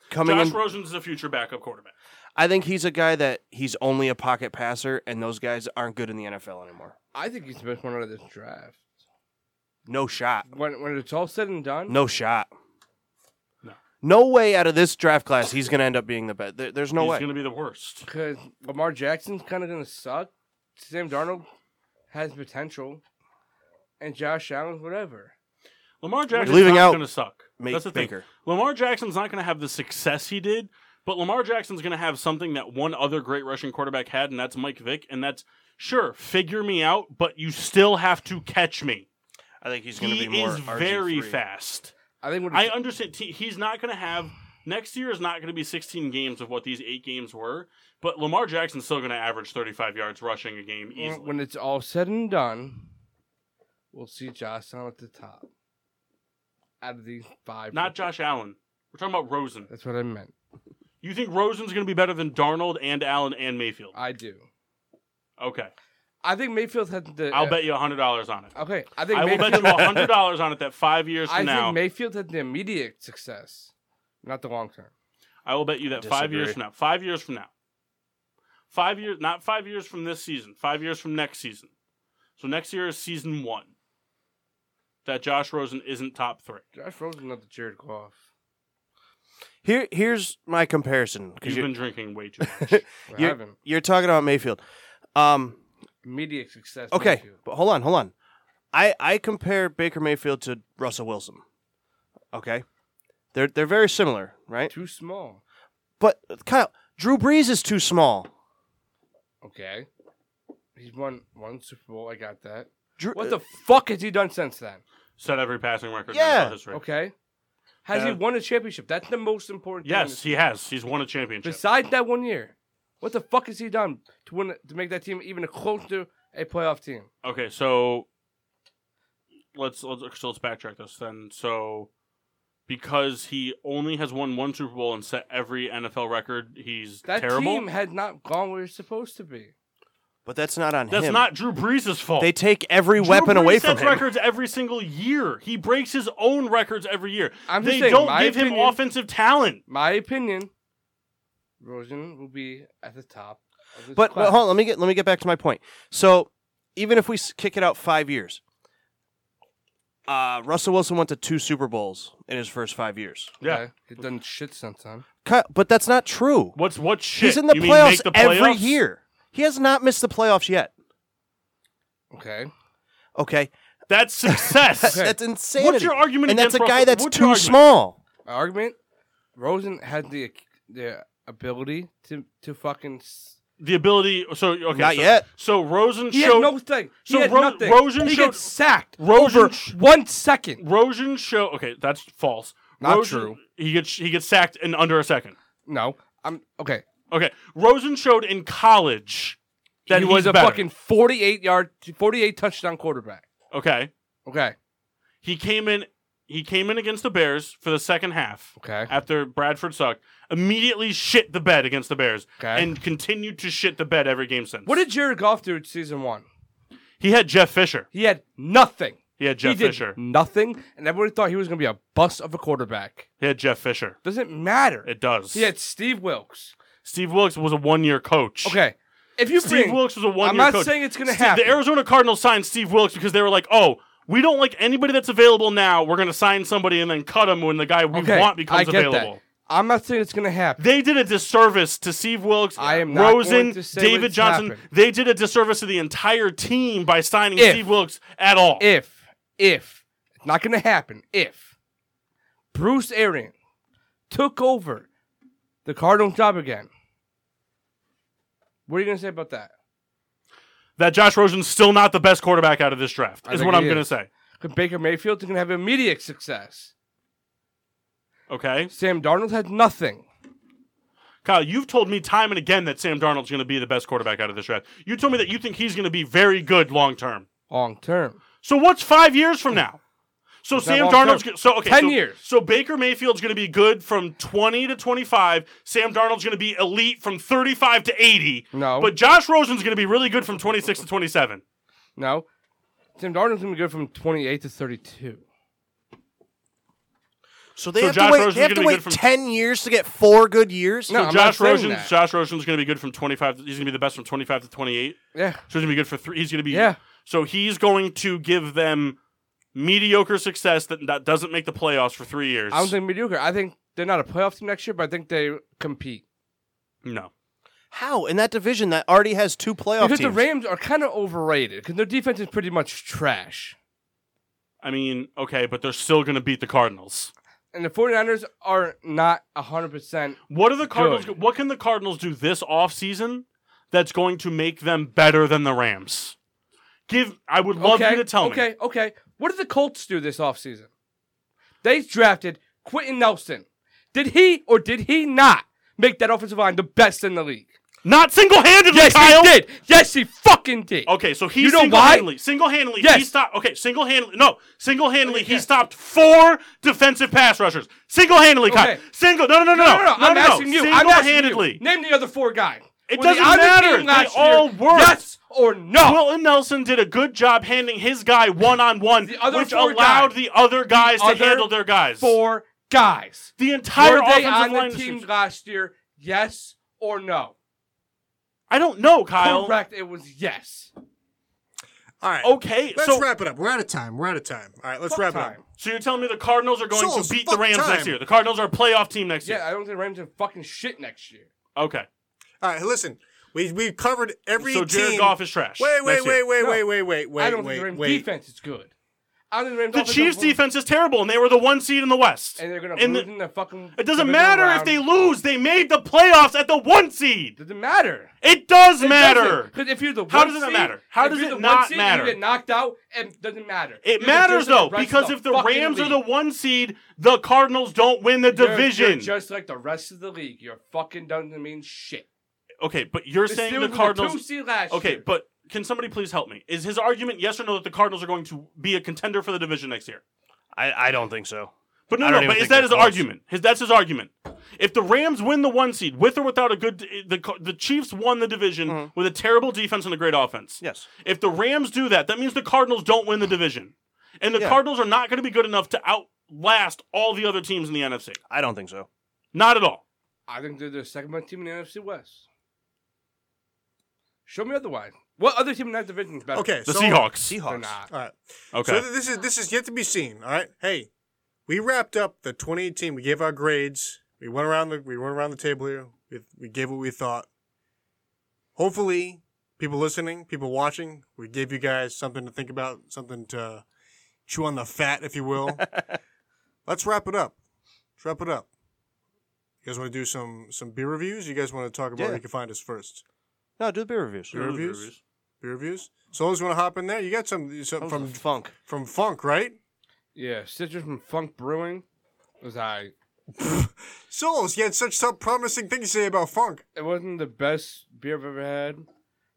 B: coming
A: Josh
B: in.
A: Rosen's the future backup quarterback.
B: I think he's a guy that he's only a pocket passer, and those guys aren't good in the NFL anymore.
C: I think he's the best one out of this draft.
B: No shot.
C: When when it's all said and done,
B: No shot.
A: No.
B: No way out of this draft class he's going to end up being the best. There, there's no
A: He's
B: way.
A: going to be the worst.
C: because Lamar Jackson's kind of gonna suck. Sam Darnold has potential, and Josh Allen, whatever.
A: Lamar Jackson's
B: leaving
A: not
B: out
A: going to suck.
B: Make
A: That's the thing.
B: Baker.
A: Lamar Jackson's not going to have the success he did, but Lamar Jackson's going to have something that one other great Russian quarterback had, and that's Mike Vick. And that's sure, figure me out, but you still have to catch me.
B: I think he's going to
A: He
B: be more
A: is very
B: RG3.
A: fast.
C: I think what
A: I understand. T- he's not going to have next year is not going to be 16 games of what these eight games were, but Lamar Jackson's still going to average 35 yards rushing a game
C: When-
A: easily.
C: When it's all said and done, we'll see Josh Allen at the top. Out of these five,
A: Not Josh Allen. We're talking about Rosen.
C: That's what I meant.
A: You think Rosen's going to be better than Darnold and Allen and Mayfield?
C: I do.
A: Okay,
C: I think Mayfield had the.
A: I'll bet you hundred dollars on it.
C: Okay, Uh, I think
A: I will
C: Mayfield,
A: bet you hundred dollars on it that five years
C: I
A: from now,
C: think Mayfield had the immediate success, not the long term.
A: I will bet you that five years from now, five years from now, five years, not five years from this season, five years from next season. So next year is season one. That Josh Rosen isn't top three.
C: Josh Rosen, not the Jared Goff.
B: Here, here's my comparison because
A: You've
B: you're,
A: been drinking way too much.
C: We're
B: You're-
C: having
B: you're talking about Mayfield. Um,
C: immediate success.
B: okay,
C: Mayfield.
B: but hold on, hold on. I I compare Baker Mayfield to Russell Wilson. Okay, they're they're very similar, right?
C: too small.
B: But Kyle, Drew Brees is too small.
C: Okay, he's won one Super Bowl. I got that.
B: Drew,
C: What
A: Uh,
C: the fuck has he done since then?
A: Set every passing record in
B: Yeah.
A: NFL history.
C: Okay, has he
A: Uh,
C: won a championship? That's the most important. thing.
A: Yes, he has. He's won a championship.
C: Besides that one year, what the fuck has he done to win to make that team even close to a playoff team?
A: Okay, so let's let's so let's backtrack this then. So because he only has won one Super Bowl and set every NFL record. He's
C: That
A: terrible.
C: team had not gone where it's supposed to be.
B: But that's not on
A: That's
B: him.
A: not Drew Brees' fault.
B: They take every
A: Drew
B: weapon
A: Brees
B: away from
A: sets
B: him.
A: records every single year. He breaks his own records every year.
C: I'm just
A: they
C: saying,
A: don't
C: my
A: give him
C: opinion-
A: offensive talent.
C: My opinion, Rosen will be at the top. Of this
B: But, but
C: class.
B: hold on, let me get let me get back to my point. So even if we s- kick it out five years, uh, Russell Wilson went to two Super Bowls in his first five years.
A: Yeah.
C: Okay, He's done shit since then.
B: Cut- But that's not true.
A: What's what shit?
B: He's in the
A: You mean
B: playoffs,
A: make the
B: every
A: playoffs?
B: year. He has not missed the playoffs yet.
C: Okay.
B: Okay,
A: That's success.
B: that's insanity.
A: What's your argument?
B: and that's a
A: against
B: guy
A: Russell-
B: that's
A: what's
B: too
A: your argument?
B: small.
C: My argument, Rosen had the the ability to to fucking. s-
A: The ability. So okay.
B: Not
A: so,
B: yet.
A: So Rosen
C: He
A: showed
C: had nothing. He
A: so
C: had
A: Ro-
C: nothing.
A: Rosen
C: he
A: showed-
C: gets sacked
A: Rosen
C: over
A: sh-
C: one second.
A: Rosen show. Okay, that's false.
C: Not
A: Rosen-
C: true.
A: He gets he gets sacked in under a second.
C: No, I'm okay.
A: Okay, Rosen showed in college that
C: he
A: he's
C: was a
A: better.
C: fucking forty-eight yard, forty-eight touchdown quarterback.
A: okay.
C: Okay,
A: He came in. He came in against the Bears for the second half.
C: okay,
A: After Bradford sucked, immediately shit the bed against the Bears
C: okay.
A: and continued to shit the bed every game since.
C: what did Jared Goff do in season one?
A: he had Jeff Fisher?
C: He had nothing.
A: He had Jeff
C: he did
A: Fisher.
C: nothing, and everybody thought he was going to be a bust of a quarterback.
A: He had Jeff Fisher.
C: Doesn't matter.
A: It does.
C: he had Steve Wilkes.
A: Steve Wilkes was a one-year coach.
C: Okay, if you
A: Steve
C: bring,
A: Wilkes was a one-year.
C: I'm not
A: coach.
C: saying it's going to
A: Steve-
C: happen.
A: The Arizona Cardinals signed Steve Wilkes because they were like, "Oh, we don't like anybody that's available now. We're going to sign somebody and then cut him when the guy we
C: Okay,
A: want becomes
C: I get
A: available."
C: That. I'm not saying it's going to happen.
A: They did a disservice to Steve Wilkes,
C: I am not
A: Rosen,
C: going to say
A: David
C: what's
A: Johnson.
C: happened.
A: They did a disservice to the entire team by signing
C: If-
A: Steve Wilkes at all.
C: if, if, it's not going to happen, if Bruce Arian took over the Cardinals job again, what are you going to say about that?
A: that Josh Rosen's still not the best quarterback out of this draft
C: I
A: is
C: think
A: what I'm
C: he
A: going to
C: is.
A: say.
C: Could Baker Mayfield going to have immediate success?
A: Okay,
C: Sam Darnold had nothing.
A: Kyle, you've told me time and again that Sam Darnold's going to be the best quarterback out of this draft. You told me that you think he's going to be very good long term.
C: Long term.
A: So what's five years from now? So
C: that
A: Sam
C: long
A: Darnold's
C: term?
A: go- so okay.
C: 10
A: so,
C: years.
A: So Baker Mayfield's going to be good from twenty to twenty-five. Sam Darnold's going to be elite from thirty-five to eighty.
C: No.
A: But Josh Rosen's going to be really good from twenty-six to twenty-seven.
C: No. Sam Darnold's going to go from 28 to 32.
B: So they
A: So
B: have
A: Josh
B: to wait.
A: Rosen's
B: they have to
A: gonna be
B: wait
A: good from-
B: ten years to get four good years.
C: No, I'm not
A: Josh
C: saying
A: Rosen.
C: that.
A: Josh Rosen's going to be good from twenty-five. He's going to be the best from twenty-five to twenty-eight.
C: Yeah.
A: So he's going to be good for three. He's going to be
C: Yeah.
A: So he's going to give them mediocre success that, that doesn't make the playoffs for three years.
C: I don't think mediocre. I think they're not a playoff team next year, but I think they compete.
A: no.
B: How in that division that already has two playoff
C: because
B: teams?
C: the Rams are kind of overrated because their defense is pretty much trash.
A: I mean, okay, but they're still going to beat the Cardinals.
C: and the 49ers are not 100%.
A: What are the Cardinals?
C: Good.
A: What can the Cardinals do this offseason that's going to make them better than the Rams? Give. I would love
C: okay,
A: you to tell
C: okay,
A: me.
C: okay. What did the Colts do this offseason? They drafted Quentin Nelson. Did he or did he not make that offensive line the best in the league?
A: Not single handedly,
C: Yes,
A: Kyle.
C: he did. Yes, he fucking did.
A: Okay, so he
C: You know
A: single
C: why?
A: handedly, single handedly, he
C: Yes.
A: stopped. Okay, single handedly, no, single handedly, he stopped four defensive pass rushers. Single handedly, Kyle.
C: Okay.
A: Single, no, no, no, no,
C: No, no, no. I'm asking you. I'm asking
A: Single-handedly.
C: you. Name the other four guys.
A: It
C: Were they
A: doesn't
C: on the
A: matter.
C: team
A: They
C: last
A: all
C: year?
A: worked.
C: Yes or no?
A: Wilton Nelson did a good job handing his guy one on one,
C: The other
A: which
C: four
A: allowed
C: guys.
A: the other guys
C: other
A: to handle their guys.
C: four guys.
A: The entire
C: Were they
A: offensive
C: on
A: line.
C: the team
A: decision-
C: last year? Yes or no?
A: I don't know, Kyle.
C: Correct. It was yes.
D: All right.
A: Okay,
D: Let's
A: Oh, so
D: wrap it up. We're out of time. We're out of time. All right, let's wrap it up.
A: so you're telling me the Cardinals are going
D: Souls,
A: to beat the
D: fuck
A: Rams
D: time.
A: next year? The Cardinals are a playoff team next
C: Yeah,
A: year.
C: I don't think Rams have fucking shit next year.
A: Okay,
D: All right, listen. We we covered every
A: so Jared
D: team.
A: Goff is trash.
D: Wait, wait,
A: next year.
D: wait, wait,
C: No.
D: wait, wait, wait, wait.
C: I don't
D: wait,
C: think the Rams
D: wait.
C: defense is good. I don't think the Rams
A: The
C: offense
A: Chiefs'
C: will lose,
A: defense is terrible, and they were the one seed in the West.
C: and they're gonna
A: in
C: lose
A: the-
C: in the fucking.
A: it doesn't
C: division
A: matter if
C: round.
A: they lose. They made the playoffs at the one seed.
C: Doesn't matter.
A: It does matter.
C: Because if you're the
A: How
C: one
A: does it not
C: seed-
A: matter? How
C: if
A: does
C: you're
A: it
C: the one
A: not
C: seed and
A: matter?
C: You get knocked out, and it doesn't matter.
A: It
C: You're the
A: matters
C: Jets and the
A: though,
C: rest of
A: because if the
C: fucking
A: Rams are the
C: league.
A: one seed, the Cardinals don't win the
C: You're- you're
A: division.
C: just like the rest of the league, you're fucking doesn't mean shit.
A: okay, but you're
C: The
A: saying
C: Steelers
A: the
C: were two
A: Cardinals.
C: seed last
A: Okay,
C: year.
A: but can somebody please help me? Is his argument yes or no that the Cardinals are going to be a contender for the division next year?
B: I, I don't think so.
A: But no,
B: I don't
A: no.
B: even
A: But
B: think
A: is that
B: they're
A: his
B: close.
A: argument? His that's his argument. If the Rams win the one seed with or without a good, the the Chiefs won the division
D: Mm-hmm.
A: with a terrible defense and a great offense.
B: Yes.
A: If the Rams do that, that means the Cardinals don't win the division, and the
B: Yeah.
A: Cardinals are not going to be good enough to outlast all the other teams in the NFC.
B: I don't think so.
A: Not at all.
C: I think they're the second best team in the NFC West. Show me otherwise. What other team in that division is better?
D: Okay,
A: The
D: so,
A: Seahawks.
C: they're
B: Seahawks.
C: not.
D: All right.
A: Okay.
D: So th- this is this is yet to be seen. All right. Hey, we wrapped up the 2018. We gave our grades. We went around the we went around the table here. We, we gave what we thought. Hopefully, people listening, people watching, we gave you guys something to think about, something to chew on the fat, if you will. Let's wrap it up. Let's wrap it up. You guys want to do some some beer reviews? You guys want to talk about where
B: Yeah.
D: you can find us first?
B: No, do the beer reviews.
D: Beer reviews. Beer reviews. Solos want to hop in there? You got some,
B: That
D: some
B: was
D: from
B: the funk.
D: from Funk, right?
C: Yeah, Citrus from Funk Brewing was I.
D: Souls, you had such some promising things to say about funk.
C: It wasn't the best beer I've ever had.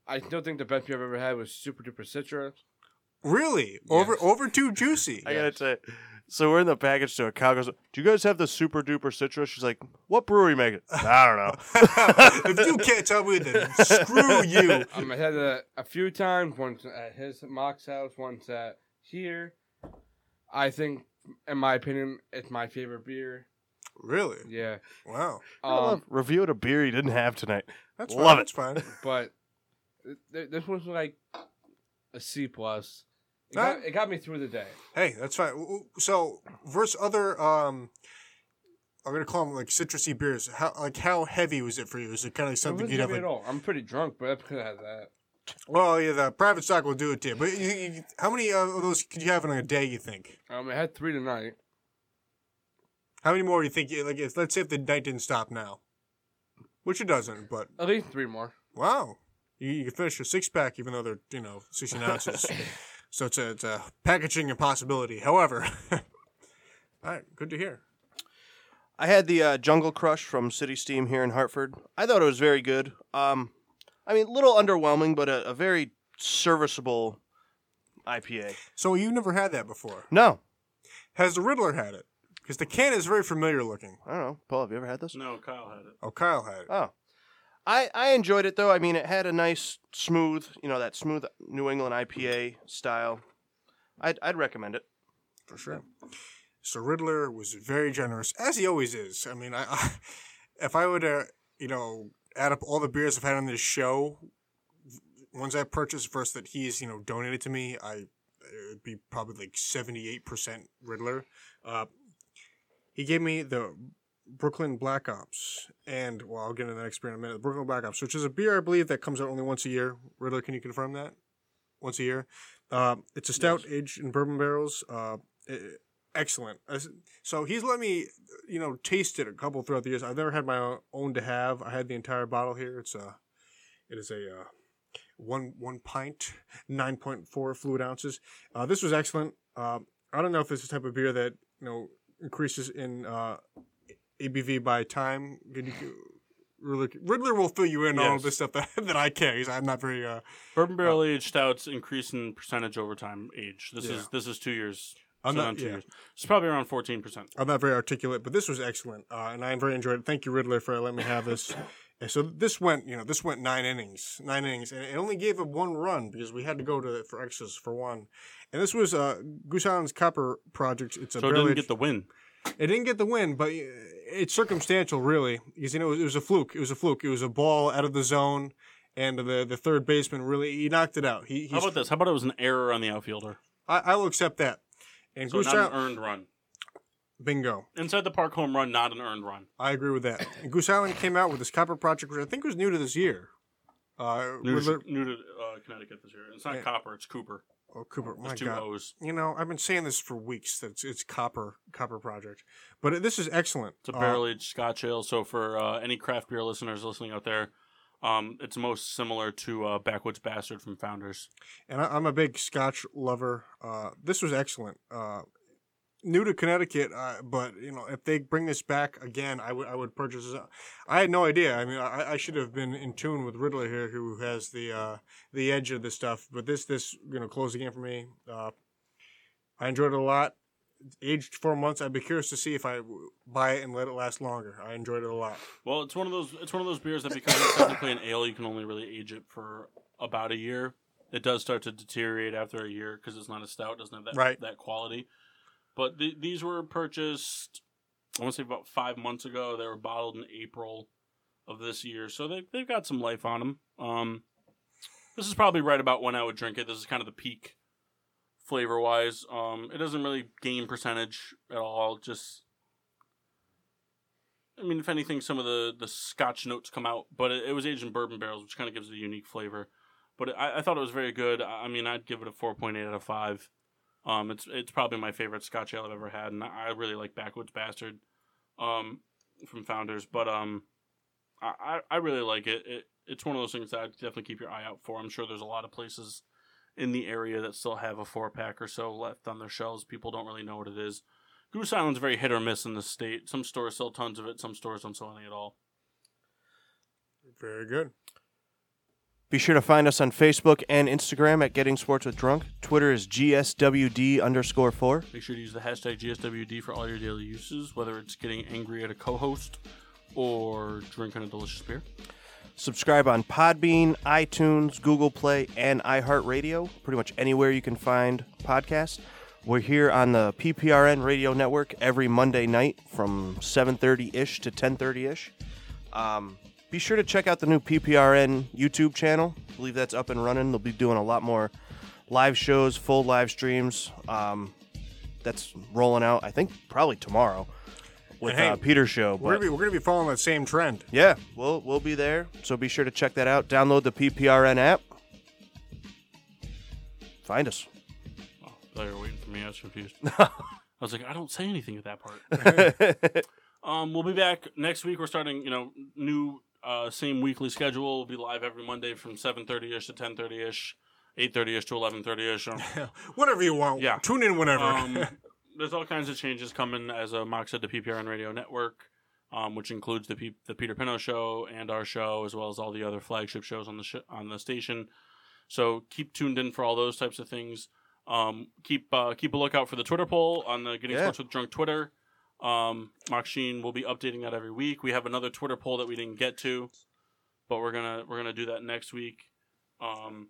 C: I still think the best beer I've ever had was Super Duper Citra.
D: Really? Over
C: Yes.
D: over too juicy.
C: I
F: I
C: gotta
F: gotta say, so we're in the package store. Kyle goes, "Do you guys have the super duper citrus?" She's like, "What brewery make it?" I don't know.
D: if you can't tell me, then screw you.
C: Um, I had it a few times. Once at his Mock's house. Once at here. I think, in my opinion, it's my favorite beer.
D: Really?
C: Yeah.
D: Wow.
F: I love
C: Um,
F: reviewed a beer you didn't have tonight.
D: That's
F: Love
D: fine.
F: it.
D: That's fine.
C: but th- th- this was like a C plus. It,
D: Huh?
C: got, it got me through the day.
D: Hey, that's fine. W- w- So, versus other, um, I'm gonna call them like citrusy beers. How like how heavy was it for you? Is it kind of
C: It
D: something
C: wasn't
D: you'd have?
C: heavy at
D: Like,
C: all. I'm pretty drunk, but that's because I had that.
D: well, yeah, the private stock will do it to you. But you, you, how many of those could you have in a day? You think?
C: Um, I had three tonight.
D: How many more do you think? you- Like, if, let's say if the night didn't stop now, which it doesn't, but
C: At least three more.
D: Wow. You, you can finish a six pack even though they're, you know, 16 ounces. so it's a, it's a packaging impossibility. However, all right, good to hear.
B: I had the uh, Jungle Crush from City Steam here in Hartford. I thought it was very good. Um, I mean, a little underwhelming, but a, a very serviceable IPA.
D: So you've never had that before.
B: No,
D: Has the Riddler had it? Because the can is very familiar looking.
F: I don't know. Paul, have you ever had this?
A: no, Kyle had it.
D: Oh, Kyle had it.
B: Oh. I, I enjoyed it though. I mean, it had a nice smooth, you know, that smooth New England IPA style. I'd, I'd recommend it.
D: For sure. So Riddler was very generous, as he always is. I mean, I, I if I were to, you know, add up all the beers I've had on this show, ones I purchased versus that he's, you know, donated to me, I it would be probably like seventy eight percent Riddler. Uh, he gave me the Brooklyn Black Ops, and well, I'll get into the next beer in a minute. The Brooklyn Black Ops, which is a beer I believe that comes out only once a year. Riddler, can you confirm that? Once a year. Uh, it's a stout aged in bourbon barrels. Uh, e- excellent. I s- So he's let me, you know, taste it a couple throughout the years. I've never had my o- own to have. I had the entire bottle here. It's a, it is a uh, one one pint, nine point four fluid ounces. Uh, this was excellent. Uh, I don't know if this is the type of beer that you know increases in uh, ABV by time. Did you? Riddler, Riddler will fill you in on all
A: Yes.
D: this stuff that, that I can't. He's- I'm not very uh,
A: Bourbon barrel aged stouts increase in percentage over time. Age. This
D: Yeah.
A: is this is two years.
D: I'm
A: So
D: not-
A: not two
D: yeah.
A: years. It's probably around fourteen percent.
D: I'm not very articulate, but this was excellent, uh, and I very enjoyed it. Thank you, Riddler, for letting me have this. And so this went, you know, this went nine innings, nine innings, and it only gave up one run because we had to go to for extras for one. And this was uh, Goose Island's Copper Project. It's a
A: So it
D: barrel
A: didn't get
D: aged-
A: the win.
D: it didn't get the win, but uh, it's circumstantial, really, because you know it was, it was a fluke. It was a fluke. It was a ball out of the zone, and the the third baseman really he knocked it out. He,
A: How
D: he's,
A: about this? How about it was an error on the outfielder?
D: I, I will accept that. And
A: So
D: Goose
A: not an
D: Island,
A: earned run.
D: bingo.
A: Inside the park home run, not an earned run.
D: I agree with that. And Goose Island came out with this copper project, which I think was new to this year. Uh,
A: New to,
D: Riddler-
A: new to uh, Connecticut this year. It's not
D: Yeah.
A: Copper. It's Cooper.
D: oh, Cooper,
A: There's
D: my
A: two
D: God.
A: O's.
D: You know, I've been saying this for weeks that it's, it's copper, copper project, but this is excellent.
A: It's a
D: Uh,
A: barrel aged Scotch ale. So for uh, any craft beer listeners listening out there, um, it's most similar to uh, Backwoods Bastard from Founders.
D: and I, I'm a big Scotch lover. Uh, this was excellent. Uh, new to Connecticut, uh, but you know, if they bring this back again, I would I would purchase it. I had no idea. I mean, I, I should have been in tune with Riddler here, who has the uh, the edge of this stuff. But this this you know closed the game for me. Uh, I enjoyed it a lot. aged four months. I'd be curious to see if I w- buy it and let it last longer. I enjoyed it a lot.
A: Well, it's one of those. It's one of those beers that becomes technically an ale. You can only really age it for about a year. It does start to deteriorate after a year because it's not a stout. Doesn't have that
D: Right.
A: that quality. But the, these were purchased. I want to say about five months ago. They were bottled in April of this year, so they they've got some life on them. Um, this is probably right about when I would drink it. This is kind of the peak flavor wise. Um, it doesn't really gain percentage at all. Just I mean, if anything, some of the, the Scotch notes come out, but it, it was aged in bourbon barrels, which kind of gives it a unique flavor. But I, I thought it was very good. I, I mean, I'd give it a four point eight out of five. Um, it's it's probably my favorite Scotch ale I've ever had, and I, I really like Backwoods Bastard, um, from Founders. But um, I, I I really like it. it. It's one of those things that I'd definitely keep your eye out for. I'm sure there's a lot of places in the area that still have a four pack or so left on their shelves. People don't really know what it is. Goose Island's very hit or miss in the state. Some stores sell tons of it, some stores don't sell any at all.
D: Very good.
B: Be sure to find us on Facebook and Instagram at Getting Sports with Drunk. Twitter is GSWD underscore four.
A: Make sure to use the hashtag GSWD for all your daily uses, whether it's getting angry at a co host or drinking a delicious beer.
B: Subscribe on Podbean, iTunes, Google Play, and iHeartRadio. Pretty much anywhere you can find podcasts. We're here on the PPRN Radio Network every Monday night from 7:30 ish to 10:30 ish. Um, be sure to check out the new PPRN YouTube channel. I believe that's up and running. They'll be doing a lot more live shows, full live streams. Um, that's rolling out. I think probably tomorrow with
D: And hey,
B: uh, Peter Show.
D: We're
B: but-
D: gonna be we're gonna be following that same trend.
B: yeah, we'll we'll be there. So be sure to check that out. Download the PPRN app. Find us.
A: Oh, they were waiting for me. I was confused. I was like, I don't say anything at that part. um, we'll be back next week. We're starting, you know, new uh, same weekly schedule. We'll be live every Monday from 7.30 ish to 10.30 ish, 8.30 ish to 11.30 ish.
D: Whatever you want.
A: Yeah.
D: Tune in whenever.
A: Um, there's all kinds of changes coming, as uh, Mock said, to PPRN Radio Network, um, which includes the P- the Peter Pino show and our show, as well as all the other flagship shows on the sh- on the station. So keep tuned in for all those types of things. Um, keep uh, keep a lookout for the Twitter poll on the Getting
B: Yeah.
A: Sports with Drunk Twitter. Um, Mock Sheen will be updating that every week. We have another Twitter poll that we didn't get to, but we're gonna we're gonna do that next week. Um,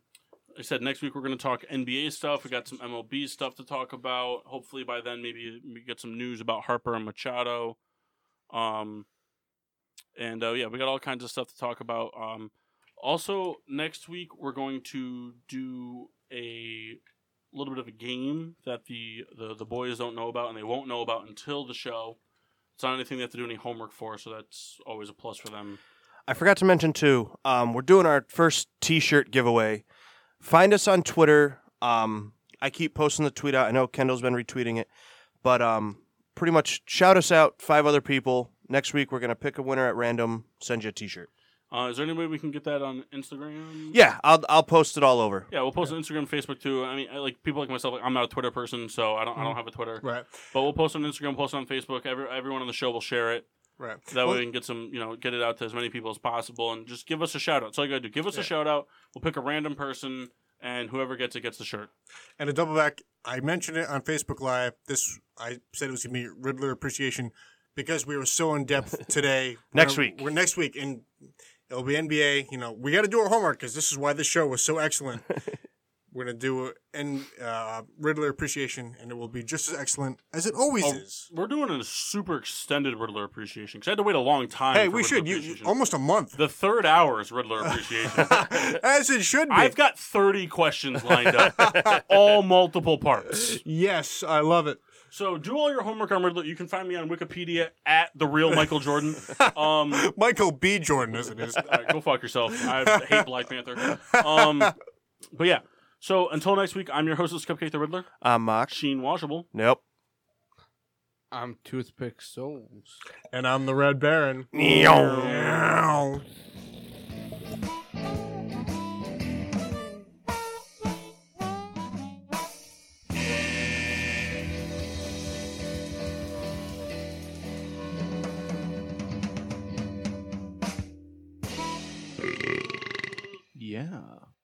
A: I said next week we're going to talk NBA stuff. We got some MLB stuff to talk about. Hopefully by then maybe we get some news about Harper and Machado. Um, and uh, yeah, we got all kinds of stuff to talk about. Um, also next week we're going to do a little bit of a game that the, the the boys don't know about and they won't know about until the show. It's not anything they have to do any homework for, so that's always a plus for them.
B: I forgot to mention too. Um, we're doing our first T-shirt giveaway. Find us on Twitter. Um, I keep posting the tweet out. I know Kendall's been retweeting it, but um, pretty much shout us out. Five other people. Next week we're gonna pick a winner at random. Send you a T-shirt.
A: Uh, is there any way we can get that on Instagram?
B: Yeah, I'll I'll post it all over.
A: Yeah, we'll post on Instagram, Facebook too. I mean, I, like people like myself, like I'm not a Twitter person, so I don't, I don't have a Twitter.
D: right.
A: But we'll post on Instagram, post on Facebook. Every, everyone on the show will share it.
D: Right.
A: That
D: Well,
A: way we can get some, you know, get it out to as many people as possible, and just give us a shout out. That's all you gotta do. Give us a shout out. We'll pick a random person, and whoever gets it gets the shirt.
D: And a double back. I mentioned it on Facebook Live. This I said it was gonna be Riddler appreciation because we were so in depth today.
B: Next
D: We're-
B: week.
D: We're next week, and it'll be NBA. You know, we got to do our homework because this is why this show was so excellent. we're gonna do a and uh, Riddler appreciation, and it will be just as excellent as it always
A: Oh,
D: is.
A: we're doing a super extended Riddler appreciation because I had to wait a long time.
D: Hey,
A: for
D: we
A: Riddler
D: should. You, you-
A: appreciation.
D: almost a month,
A: the third hour is Riddler appreciation.
D: as it should be.
A: I've got 30 questions lined up, all multiple parts.
D: yes, I love it.
A: So do all your homework on Riddler. You can find me on Wikipedia at the real Michael Jordan. Um, all
D: Michael B. Jordan, as it is.
A: right, Uh, go fuck yourself. I hate Black Panther. Um, but yeah. So until next week, I'm your hostess, Cupcake the Riddler,
B: I'm Uh, Mox.
A: Sheen Washable.
B: Nope.
C: I'm toothpick souls.
D: and I'm the Red Baron. Meow.
H: Yeah.